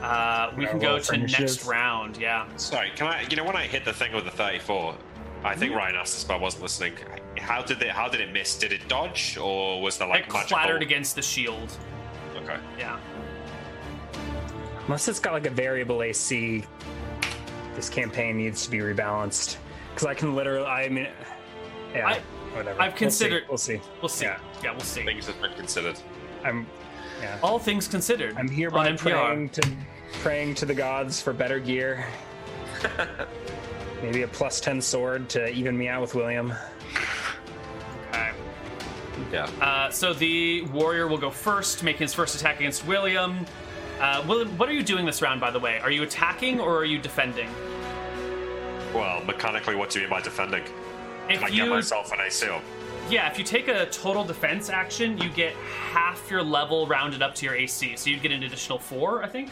S1: Uh, we
S3: Yeah,
S1: can
S3: roll
S1: go
S3: for
S1: to next
S3: initiative.
S1: round, yeah.
S2: sorry. Can I? You know, when I hit the thing with the 34, I
S1: Hmm?
S2: think Ryan asked this, but I wasn't listening. How did it? How did it miss? Did it dodge, or was there like
S1: It
S2: magical?
S1: clattered against the shield,
S2: Okay.
S1: yeah.
S3: Unless it's got like a variable AC, this campaign needs to be rebalanced. Because I can literally, I mean, yeah,
S1: I-
S3: whatever.
S1: I've considered-
S3: We'll see.
S1: We'll see.
S3: Yeah.
S1: yeah we'll see.
S2: Things have been considered.
S3: We'll see. I'm, yeah.
S1: All things considered, on
S3: I'm hereby
S1: NPR.
S3: praying to praying to the gods for
S1: *laughs*
S3: better gear. Maybe a plus ten sword to even me out with William.
S1: Okay.
S2: Yeah.
S1: Uh, so the warrior will go first, making his first attack against William. Uh, William, what are you doing this round, by the way? Are you attacking or are you defending?
S2: Well, mechanically, what do you mean by defending?
S1: If
S2: Can I
S1: you,
S2: get myself an AC up?
S1: yeah, if you take a total defense action, you get half your level rounded up to your AC, so you'd get an additional four, I think.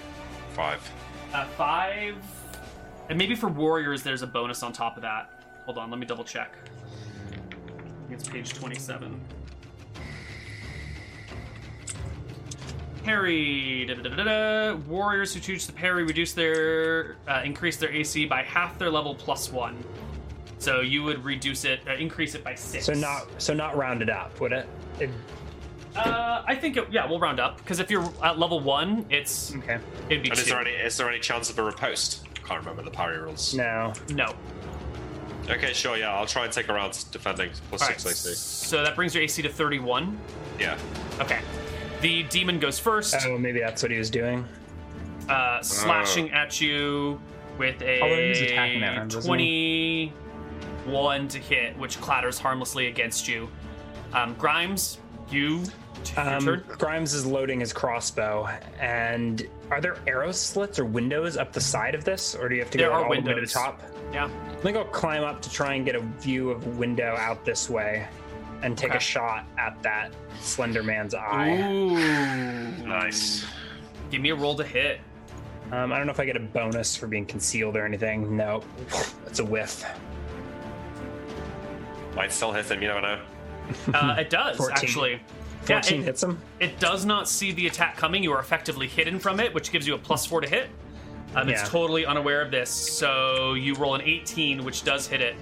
S2: Five.
S1: Uh, five, and maybe for warriors, there's a bonus on top of that. Hold on, let me double check. I think It's page twenty-seven. Parry. da, da, da, da, da. Warriors who choose to parry reduce their uh, increase their AC by half their level plus one. So you would reduce it, uh, increase it by six.
S3: So not so not rounded up, would it? it
S1: Uh, I think it, yeah, we'll round up because if you're at level one, it's
S3: okay.
S1: it'd be
S2: And
S1: two.
S2: is there any is there any chance of a riposte? Can't remember the parry rules.
S3: No.
S1: no.
S2: Okay, sure, yeah, I'll try and take around defending plus
S1: All right.
S2: six AC.
S1: So that brings your AC to thirty-one.
S2: Yeah.
S1: Okay. The demon goes first,
S3: Oh, maybe that's what he was doing. Oh.
S1: uh, slashing at you with a
S3: Although he's attacking that round, isn't
S1: 21 to hit, which clatters harmlessly against you. Um, Grimes, you. your
S3: Um,
S1: turn.
S3: Grimes is loading his crossbow, and are there arrow slits or windows up the side of this, or do you have to
S1: There
S3: go
S1: are
S3: all the way to the
S1: windows.
S3: top?
S1: Yeah.
S3: I think I'll climb up to try and get a view of window out this way, and take
S1: Okay.
S3: a shot at that slender man's eye.
S1: Ooh.
S2: Nice.
S1: Give me a roll to hit.
S3: Um, I don't know if I get a bonus for being concealed or anything. No, *sighs* that's a whiff.
S2: Might still hit him, you never know.
S1: Uh, it
S3: *laughs*
S1: does,
S3: 14.
S1: actually. Yeah,
S3: Fourteen
S1: it-
S3: hits him.
S1: It does not see the attack coming. You are effectively hidden from it, which gives you a plus four to hit. Um, It's
S3: Yeah.
S1: totally unaware of this, so you roll an 18, which does hit it.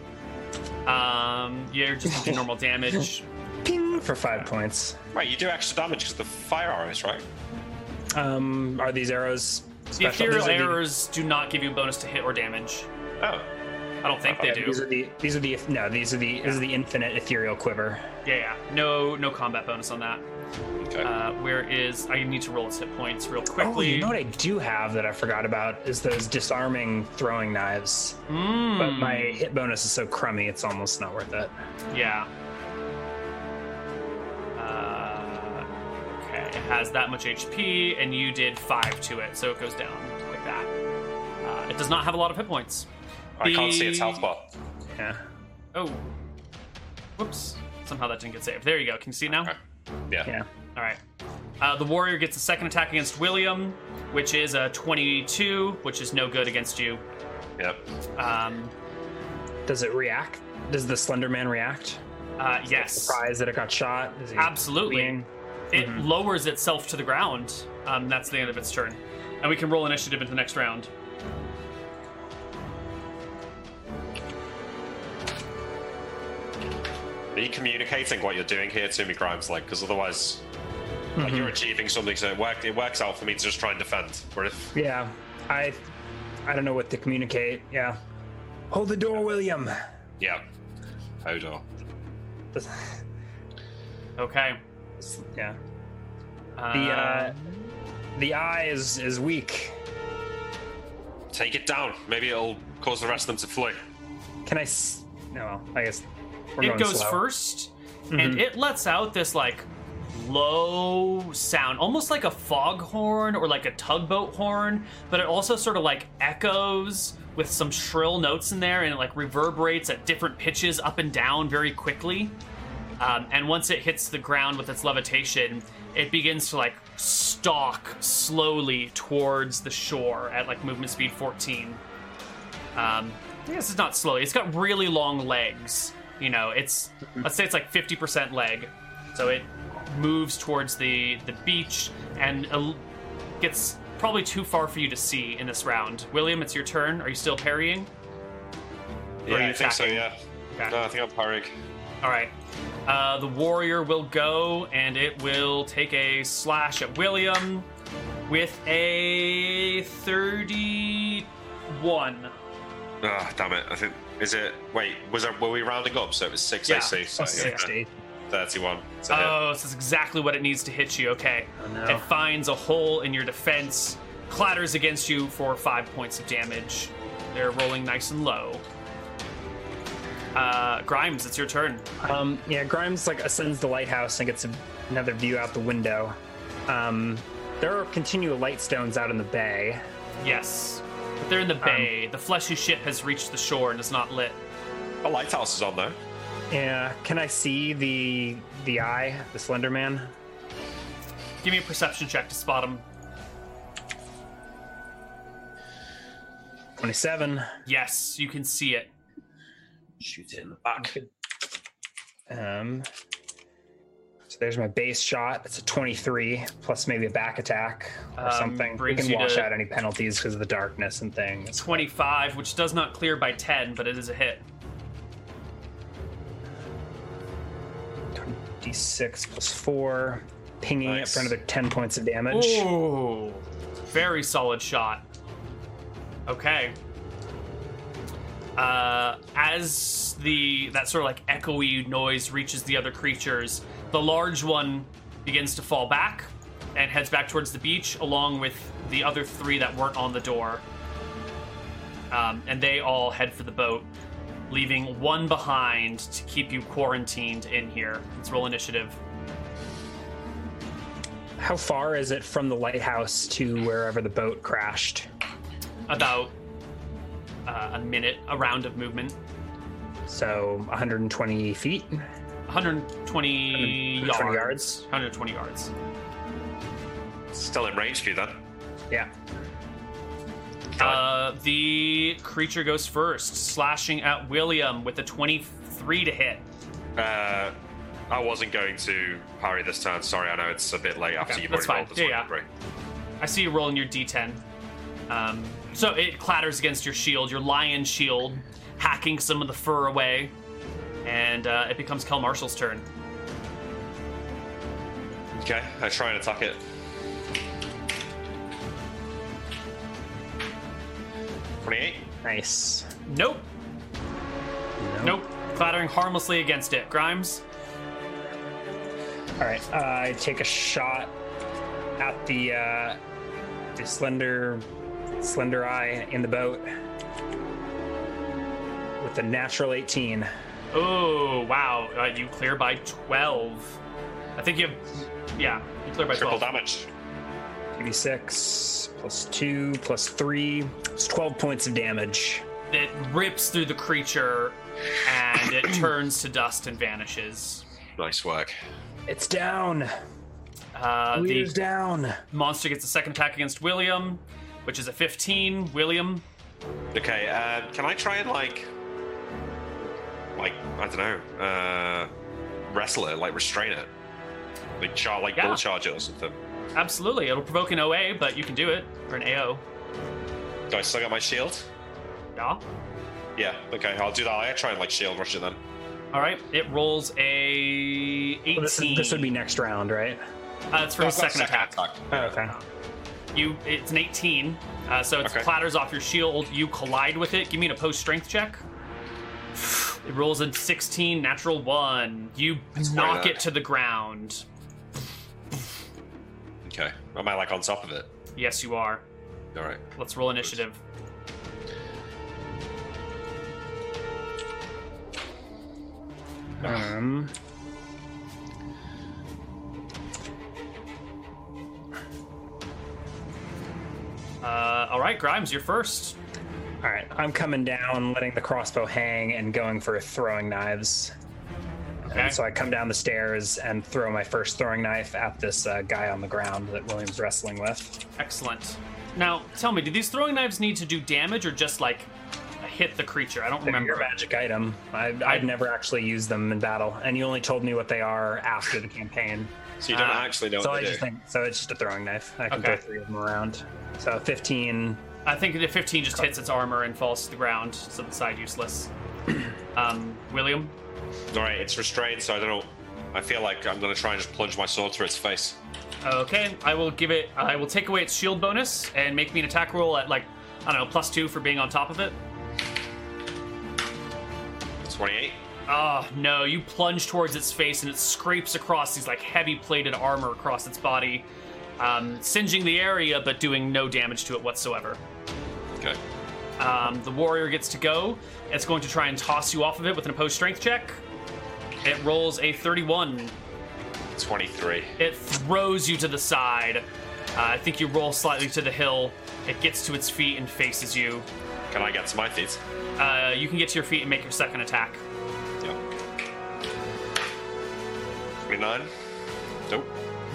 S1: Um, you're just
S3: *laughs*
S1: doing normal damage.
S3: Ping for five points.
S2: Wait, you do extra damage because the fire arrows, right?
S3: Um, are these arrows
S1: The
S3: special?
S1: ethereal
S3: These are the-
S1: errors do not give you a bonus to hit or damage.
S2: Oh,
S1: I don't think they
S3: yeah,
S1: do.
S3: These are the these are the no these are the this is the infinite ethereal quiver.
S1: Yeah, yeah. No, no combat bonus on that.
S2: okay.
S1: Uh, where is I need to roll its hit points real
S3: Oh,
S1: quickly.
S3: you know what I do have that I forgot about is those disarming throwing knives.
S1: Mm,
S3: But my hit bonus is so crummy, it's almost not worth it.
S1: yeah. Uh, okay, it has that much HP, and you did five to it, so it goes down like that. Uh, it does not have a lot of hit points.
S2: I can't see its health
S1: the-
S2: bar.
S3: Yeah.
S1: Oh, whoops! Somehow that didn't get saved. There you go. Can you see it now?
S2: Okay. Yeah.
S3: Yeah.
S1: All right. Uh, the warrior gets a second attack against William, which is a 22, which is no good against you.
S2: Yep.
S1: Um,
S3: Does it react? Does the Slender Man react?
S1: uh, yes.
S3: Surprised that it got shot? Is he
S1: Absolutely.
S3: fleeing?
S1: It lowers itself to the ground. Um, that's the end of its turn. And we can roll initiative into the next round.
S2: Are you communicating what you're doing here to me, Grimes? Like, because otherwise, like, you're achieving something, so it, work, it works out for me to just try and defend. Where if
S3: Yeah. I I don't know what to communicate. Yeah. Hold the door, William.
S2: yeah, Hodor.
S3: Does-
S1: Okay.
S3: yeah.
S1: Uh,
S3: The uh, the eye is is weak.
S2: Take it down. Maybe it'll cause the rest of them to flee.
S3: Can I? S- no, I guess we're
S1: it
S3: going
S1: goes
S3: slow. Mm-hmm.
S1: 1st and it lets out this like low sound, almost like a foghorn or like a tugboat horn, but it also sort of like echoes with some shrill notes in there, and it like reverberates at different pitches up and down very quickly. Um, and once it hits the ground with its levitation, it begins to like stalk slowly towards the shore at like movement speed 14. Um, I guess it's not slowly. It's got really long legs. You know, it's let's say it's like 50% leg, so it moves towards the the beach and el- gets probably too far for you to see in this round. William, it's your turn. Are you still parrying? Or are
S2: Yeah,
S1: you
S2: I think so.
S1: attacking?
S2: Yeah.
S1: Okay.
S2: No, I think I'm parrying.
S1: All right. Uh, the warrior will go and it will take a slash at William with a 31.
S2: Ah, damn it. I think is it. Wait, was there, were we rounding up? So it was six
S1: Yeah.
S2: AC. So,
S1: Plus
S2: yeah,
S1: six.
S3: 60.
S2: Thirty-one. It's a hit.
S1: Oh, this is exactly what it needs to hit you. Okay.
S3: Oh, no.
S1: It finds a hole in your defense, clatters against you for five points of damage. They're rolling nice and low. Uh, Grimes, it's your turn.
S3: Um, yeah, Grimes like ascends the lighthouse and gets a, another view out the window. Um, there are continual light stones out in the bay.
S1: Yes. But they're in the
S3: Um,
S1: bay. the fleshy ship has reached the shore and is not lit.
S2: A lighthouse is on though.
S3: Yeah, can I see the the eye, the Slender Man?
S1: Give me a perception check to spot him.
S3: Twenty-seven.
S1: Yes, you can see it.
S2: Shoot it in the back.
S3: Um, so there's my base shot. It's a twenty-three plus maybe a back attack or
S1: Um,
S3: something. We
S1: brings
S3: can
S1: you
S3: wash
S1: to-
S3: out any penalties because of the darkness and things.
S1: 25, which does not clear by 10, but it is a hit.
S3: Twenty-six plus four, pinging it
S2: Nice.
S3: for another ten points of damage.
S1: Ooh, very solid shot. Okay. Uh, as the that sort of like echoey noise reaches the other creatures, the large one begins to fall back and heads back towards the beach, along with the other three that weren't on the door. Um, and they all head for the boat, leaving one behind to keep you quarantined in here. Let's roll initiative.
S3: How far is it from the lighthouse to wherever the boat crashed?
S1: about uh, a minute, a round of movement,
S3: So 120 feet.
S1: 120 yards, 120
S3: 120 yards.
S1: yards.
S2: Still in range for you then.
S3: Yeah.
S1: Uh, the creature goes first, slashing at William with a 23 to hit.
S2: Uh, I wasn't going to parry this turn. Sorry, I know it's a bit late after
S1: Okay,
S2: you've
S1: that's
S2: already rolled
S1: fine.
S2: this
S1: Yeah,
S2: one. Right.
S1: I see you rolling your d10. Um, so it clatters against your shield, your lion shield, hacking some of the fur away. and uh, it becomes Kel Marshall's turn.
S2: Okay, I try and attack it. Twenty-eight.
S3: Nice.
S1: Nope.
S3: No.
S1: Nope. Clattering harmlessly against it. Grimes.
S3: All right. Uh, I take a shot at the uh, the slender slender eye in the boat with a natural 18.
S1: Oh wow! Uh, you clear by twelve. I think you have. Yeah, you clear by
S2: Triple
S1: twelve.
S2: damage.
S3: 2d6 plus 2 plus 3. It's 12 points of damage.
S1: It rips through the creature, and it turns to dust and vanishes.
S2: Nice work.
S3: It's down.
S1: Uh,
S3: Leader's
S1: the
S3: down.
S1: monster gets a second attack against William, which is a fifteen. William.
S2: Okay, uh, can I try and like, like I don't know, uh, wrestle it, like restrain it, like char, like
S1: Yeah.
S2: bull charge it or something?
S1: Absolutely, it'll provoke an OA, but you can do it or an AO.
S2: Do I still got my shield?
S1: Yeah.
S2: Yeah. Okay, I'll do that. I try and like shield rush it then.
S1: All right. It rolls a eighteen.
S3: Well, this, this would be next round, right?
S1: Uh, that's for his
S2: I've got
S1: second attack.
S3: Okay.
S1: You. It's an eighteen. Uh, so it
S2: Okay.
S1: clatters off your shield. You collide with it. Give me an opposed strength check. It rolls a sixteen, natural one. You knock
S2: that.
S1: it to the ground.
S2: Okay. Am I like on top of it?
S1: Yes, you are.
S2: All right.
S1: Let's roll initiative.
S3: Um.
S1: Uh, all right, Grimes, you're first.
S3: All right, I'm coming down, letting the crossbow hang, and going for throwing knives.
S1: Okay.
S3: And so I come down the stairs and throw my first throwing knife at this uh, guy on the ground that William's wrestling with.
S1: Excellent. Now, tell me, do these throwing knives need to do damage or just like hit the creature? I don't
S3: They're your
S1: remember.
S3: magic item. I, I've never actually used them in battle, and you only told me what they are after the campaign.
S2: So you don't
S1: Ah,
S2: actually know
S3: so
S2: what
S3: I
S2: to do.
S3: just think so. It's just a throwing knife. I can
S1: Okay.
S3: throw three of them around. So 15.
S1: I think the 15 just hits its armor and falls to the ground, so the side useless. *clears throat* Um, William,
S2: All right, it's restrained, so I don't know. I feel like I'm gonna try and just plunge my sword through its face.
S1: okay, I will give it. I will take away its shield bonus and make me an attack roll at like I don't know plus two for being on top of it.
S2: Twenty-eight.
S1: Oh no! You plunge towards its face and it scrapes across these like heavy plated armor across its body, um, singeing the area but doing no damage to it whatsoever.
S2: Okay.
S1: Um, the warrior gets to go. It's going to try and toss you off of it with an opposed strength check. It rolls a 31.
S2: Twenty-three.
S1: It throws you to the side. Uh, I think you roll slightly to the hill. It gets to its feet and faces you.
S2: Can I get to my feet?
S1: Uh, you can get to your feet and make your second attack.
S2: Yeah. Twenty-nine. Nope.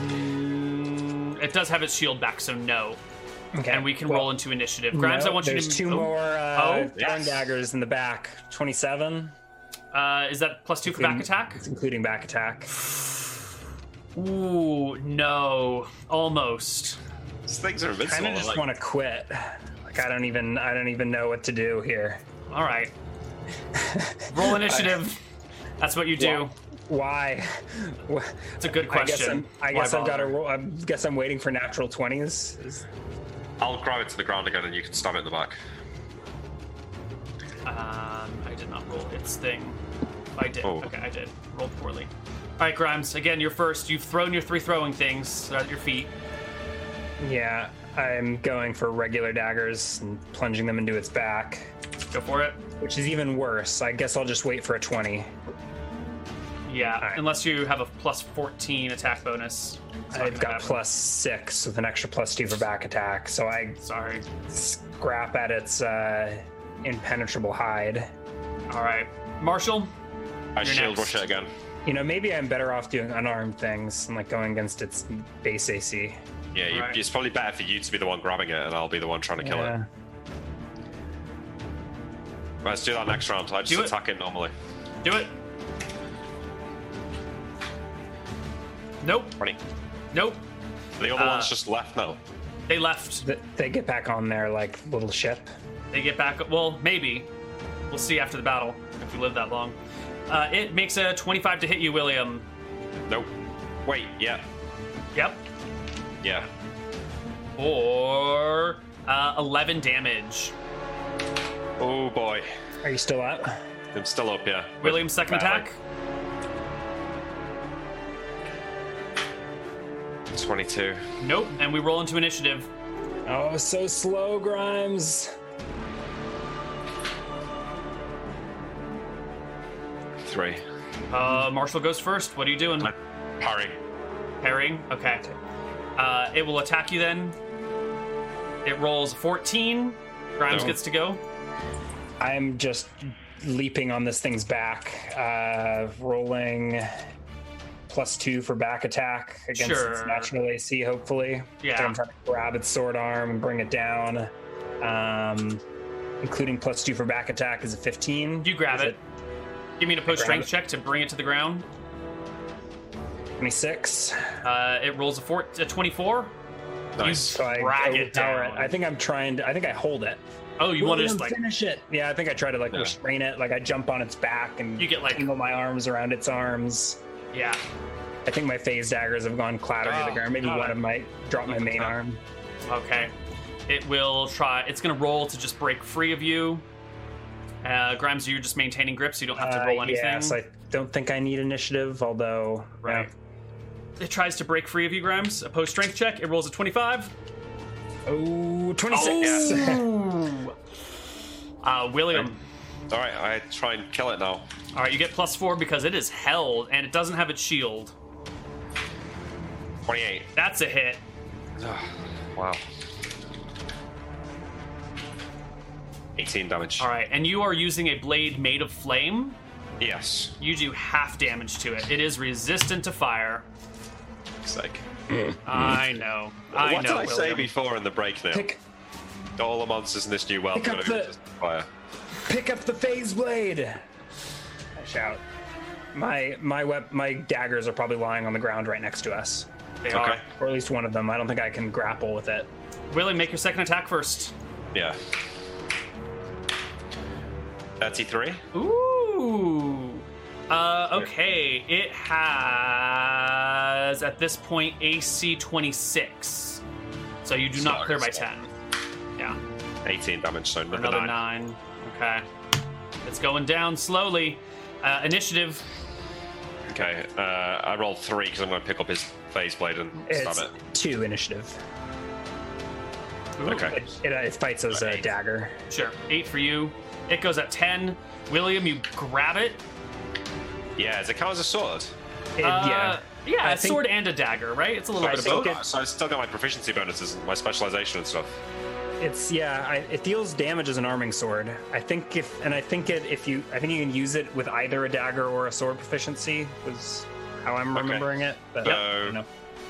S1: Mm, it does have its shield back, so no.
S3: Okay.
S1: And we can
S3: Well,
S1: roll into initiative. Grimes,
S3: no,
S1: I want you to.
S3: there's two
S1: oh,
S3: more uh,
S1: Oh,
S3: throwing
S2: yes.
S3: daggers in the back. 27.
S1: Uh, is that plus two for back
S3: Including-
S1: attack?
S3: It's including back attack.
S1: Ooh, no. Almost.
S2: These things are invincible.
S3: kind of
S2: they're
S3: just
S2: like-
S3: want to quit. Like I don't even I don't even know what to do here.
S1: All
S3: *laughs*
S1: right. Roll initiative. That's what you do.
S3: Why? *laughs* Why?
S1: It's a good
S3: I guess
S1: question.
S3: I'm, I
S1: Why
S3: guess I've got to.
S1: bother?
S3: roll- I guess I'm waiting for natural twenties. Is-
S2: I'll grab it to the ground again, and you can stab it in the back.
S1: Um, I did not roll its thing. I did.
S2: Oh.
S1: Okay, I did. Rolled poorly. All right, Grimes. Again, you're first. You've thrown your three throwing things at your feet.
S3: Yeah, I'm going for regular daggers and plunging them into its back,
S1: Go for it.
S3: which is even worse. I guess I'll just wait for a twenty.
S1: Yeah,
S3: right.
S1: unless you have a plus 14 attack bonus. It's not
S3: I've
S1: gonna
S3: got
S1: happen.
S3: plus six with an extra plus two for back attack, so I
S1: Sorry.
S3: scrap at its uh, impenetrable hide.
S1: All right, Marshall.
S2: I
S1: You're
S2: shield
S1: next.
S2: rush it again.
S3: You know, maybe I'm better off doing unarmed things and like going against its base AC.
S2: Yeah, you,
S1: Right.
S2: it's probably better for you to be the one grabbing it, and I'll be the one trying to kill it.
S3: Yeah.
S2: Right, let's do that next round. I just
S1: Do it.
S2: attack it normally.
S1: Do it. Nope.
S2: Twenty.
S1: Nope.
S2: The other
S1: Uh,
S2: one's just left now.
S1: They left.
S3: Th- They get back on their like little ship.
S1: They get back. Well, maybe. We'll see after the battle if we live that long. Uh, it makes a 25 to hit you, William.
S2: Nope. Wait, yeah.
S1: Yep.
S2: Yeah.
S1: Or uh, 11 damage.
S2: Oh boy.
S3: Are you still up?
S2: I'm still up, yeah.
S1: William's second
S2: Valak.
S1: attack.
S2: 22.
S1: Nope. And we roll into initiative.
S3: Oh, so slow, Grimes.
S2: Three.
S1: Uh, Marshall goes first. What are you doing?
S2: Uh, Parry.
S1: Parrying? Okay. Uh, it will attack you then. It rolls 14. Grimes
S2: No.
S1: gets to go.
S3: I'm just leaping on this thing's back, uh, rolling plus two for back attack against its
S1: Sure.
S3: natural AC, hopefully.
S1: Yeah.
S3: So I'm trying to grab its sword arm and bring it down. Um, including plus two for back attack is a 15.
S1: You grab
S3: Is
S1: it. Give me an opposed
S3: grab
S1: strength
S3: it.
S1: check to bring it to the ground.
S3: 26.
S1: Uh, it rolls a, four, a 24.
S2: Nice.
S3: So I
S1: Drag it
S3: overpower
S1: down.
S3: I think I'm trying to, I think I hold it.
S1: Oh, you want to
S3: William,
S1: just like
S3: finish it? Yeah, I think I try to like
S2: Yeah.
S3: restrain it. Like I jump on its back and
S1: You get, like-
S3: tangle my arms around its arms.
S1: yeah.
S3: I think my phase daggers have gone clatter to
S2: Oh,
S3: the ground. Maybe
S1: God.
S3: one of might drop my main arm.
S1: Okay. It will try. It's going to roll to just break free of you. Uh, Grimes, you're just maintaining grip, so you don't have to
S3: Uh,
S1: roll anything.
S3: Yeah, so I don't think I need initiative, although
S1: Right. It tries to break free of you, Grimes. Opposed strength check. It rolls a 25.
S3: yeah. Oh, 26.
S1: Oh. uh, William.
S2: All right, I try and kill it now.
S1: All right, you get plus four because it is held and it doesn't have its shield.
S2: 28.
S1: That's a hit.
S2: Ugh, wow. 18 damage.
S1: All right, and you are using a blade made of flame.
S2: Yes.
S1: You do half damage to it. It is resistant to fire.
S2: It's like,
S1: I know. I
S2: Hmm. what
S1: know.
S2: did I say
S1: William.
S2: before in the break now?
S3: *laughs* pick,
S2: All the monsters in this new world are
S3: Pick
S2: going
S3: up
S2: to be
S3: the-
S2: resistant to fire.
S3: pick up the phase blade. I shout. My my web my daggers are probably lying on the ground right next to us,
S1: They
S2: Okay.
S1: are.
S3: or at least one of them. I don't think I can grapple with it.
S1: William, make your second attack first.
S2: Yeah. 33.
S1: Ooh. Uh, okay. It has at this point AC 26. So you do not
S2: Sorry,
S1: clear by
S2: sorry.
S1: 10. Yeah.
S2: 18 damage, so another,
S1: Another
S2: nine.
S1: nine. Okay. It's going down slowly. Uh, initiative.
S2: Okay, uh, I rolled three because I'm going to pick up his phase blade and
S3: It's
S2: stab
S3: two initiative.
S1: Ooh,
S2: it. Okay.
S3: It, uh, it fights as a
S2: Eight.
S3: dagger.
S1: Sure. Eight for you. It goes at 10. William, you grab it.
S2: Yeah, does it count as a sword?
S3: It-
S1: Uh,
S3: yeah.
S1: Yeah,
S3: I
S1: a
S3: think-
S1: sword and a dagger, right? It's a little
S2: I
S1: bit of
S2: still,
S1: both.
S2: got, so I still got my proficiency bonuses and my specialization and stuff.
S3: It's yeah. I, it deals damage as an arming sword. I think if and I think it if you I think you can use it with either a dagger or a sword proficiency was how I'm
S2: Okay.
S3: remembering it. But
S2: Yep.
S3: I don't know.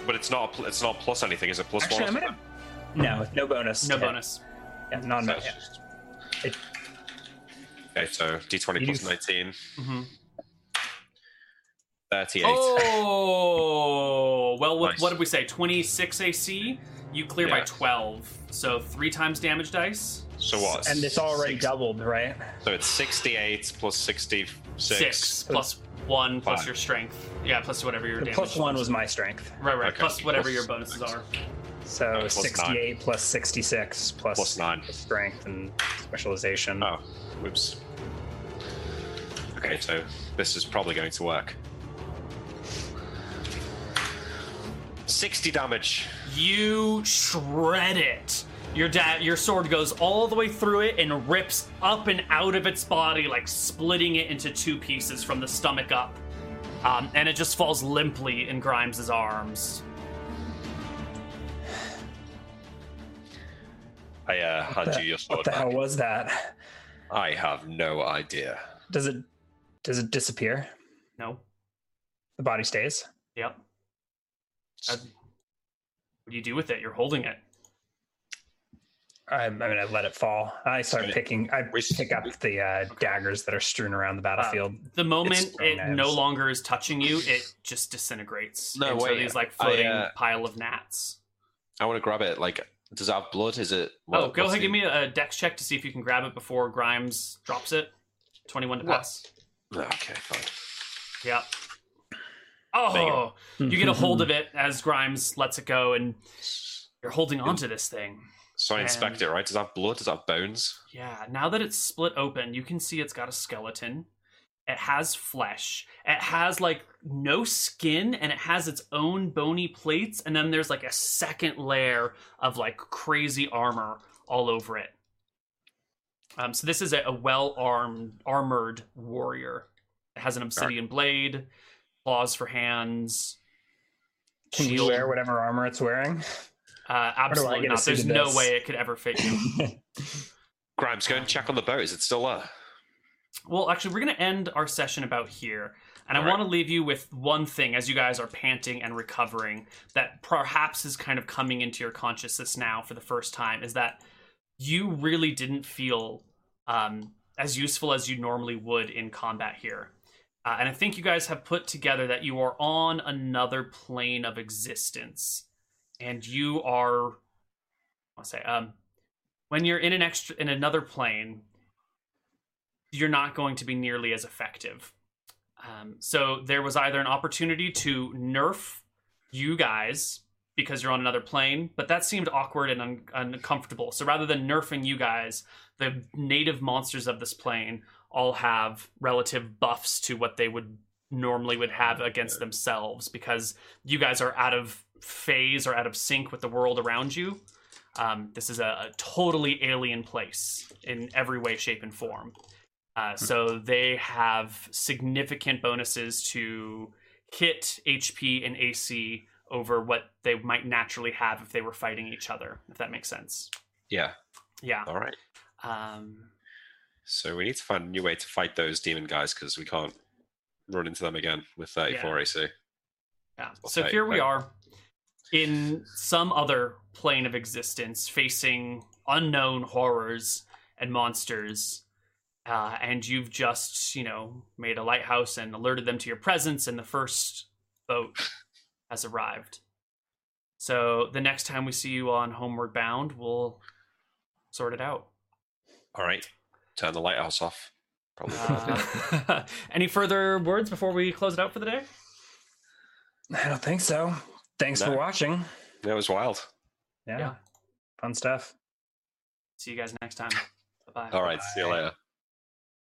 S2: But it's not a pl- it's not plus anything, is it? Plus
S3: actually, I'm
S2: one?
S3: gonna. No, no bonus.
S1: No
S3: Yeah,
S1: bonus.
S3: Yeah, non
S2: So
S3: bonus.
S2: it's
S3: Yeah.
S2: just-
S3: It-
S2: Okay, so d20
S3: You
S2: plus
S3: do-
S2: 19,
S1: hmm
S2: 38.
S3: Oh!
S1: Oh, well, what,
S2: Nice.
S1: what did we say? 26 AC? You clear by
S2: Yeah.
S1: 12. So three times damage dice?
S2: So what?
S3: And it's already
S2: six-
S3: doubled, right?
S2: So it's 68 plus 66.
S1: plus one plus
S2: Five.
S1: your strength. Yeah, plus whatever your
S3: The
S1: damage
S3: plus one was my strength,
S1: Right, right.
S2: Okay.
S1: Plus whatever
S2: Plus
S1: your bonuses
S2: six.
S1: are.
S3: so
S2: Uh, plus nine.
S3: 68 plus 66 plus
S2: Plus nine.
S3: strength and specialization.
S2: Oh, whoops. Okay, so this is probably going to work. 60 damage.
S1: You shred it. Your da- your sword goes all the way through it and rips up and out of its body, like splitting it into two pieces from the stomach up. Um, and it just falls limply in Grimes' arms.
S2: I uh, hand
S3: the-
S2: you your sword
S3: what the
S2: back.
S3: hell was that?
S2: I have no idea.
S3: Does it does it disappear?
S1: No.
S3: The body stays.
S1: Yep. Uh, what do you do with it? You're holding it.
S3: I, I mean, I let it fall. I start
S2: Right.
S3: picking. I
S2: We-
S3: pick up the uh, daggers that are strewn around the battlefield.
S1: The moment
S2: It's-
S1: it no
S3: Knives.
S1: longer is touching you, it just disintegrates
S2: No,
S1: into
S2: wait,
S1: these like
S2: I,
S1: floating
S2: uh,
S1: pile of gnats.
S2: I want to grab it. Like, does it have blood? Is it.
S1: oh,
S2: what-
S1: go ahead.
S2: what's the-
S1: Give me a dex check to see if you can grab it before Grimes drops it. Twenty-one to
S2: What?
S1: pass.
S2: Oh, Okay, fine.
S1: Yep. Oh, you, get a hold of it as Grimes lets it go, and you're holding on to this thing.
S2: So I inspect
S1: And-
S2: it, right? Does it have blood? Does it have bones?
S1: Yeah, now that it's split open, you can see it's got a skeleton. It has flesh. It has like no skin and it has its own bony plates. And then there's like a second layer of like crazy armor all over it. Um, so this is a, a well armed, armored warrior. It has an obsidian blade, claws for hands.
S3: Can you
S1: shield.
S3: wear whatever armor it's wearing?
S1: Uh,
S3: get
S1: absolutely
S3: a
S1: not.
S3: suit
S1: There's
S3: of
S1: no
S3: this?
S1: way it could ever fit you.
S2: Grimes, go and check on the boat. Is it still there?
S1: Well, actually, we're going to end our session about here. And I
S2: All right.
S1: want to leave you with one thing as you guys are panting and recovering that perhaps is kind of coming into your consciousness now for the first time is that you really didn't feel um, as useful as you normally would in combat here. Uh, and I think you guys have put together that you are on another plane of existence. And you are, I'll say, um, when you're in an extra in another plane, you're not going to be nearly as effective. Um, so there was either an opportunity to nerf you guys because you're on another plane, but that seemed awkward and un- uncomfortable. So rather than nerfing you guys, the native monsters of this plane all have relative buffs to what they would normally would have against themselves because you guys are out of phase or out of sync with the world around you. Um, this is a, a totally alien place in every way, shape, and form. Uh, so they have significant bonuses to hit, HP, and AC over what they might naturally have if they were fighting each other, if that makes sense.
S2: Yeah.
S1: Yeah.
S2: All right.
S1: Um,
S2: So we need to find a new way to fight those demon guys because we can't run into them again with 34 AC.
S1: Yeah.
S2: Well,
S1: So
S2: thank-
S1: here we
S2: thank-
S1: are in some other plane of existence facing unknown horrors and monsters. Uh, and you've just, you know, made a lighthouse and alerted them to your presence, and the first boat has arrived. So the next time we see you on Homeward Bound, we'll sort it out.
S2: All right. Turn the lighthouse off.
S1: *laughs*
S2: Probably.
S1: Uh, any further words before we close it out for the day?
S3: I don't think so. Thanks
S2: No.
S3: for watching.
S2: That was wild.
S3: Yeah.
S1: Yeah.
S3: Fun stuff.
S1: See you guys next time. Bye bye.
S2: All right. See you later.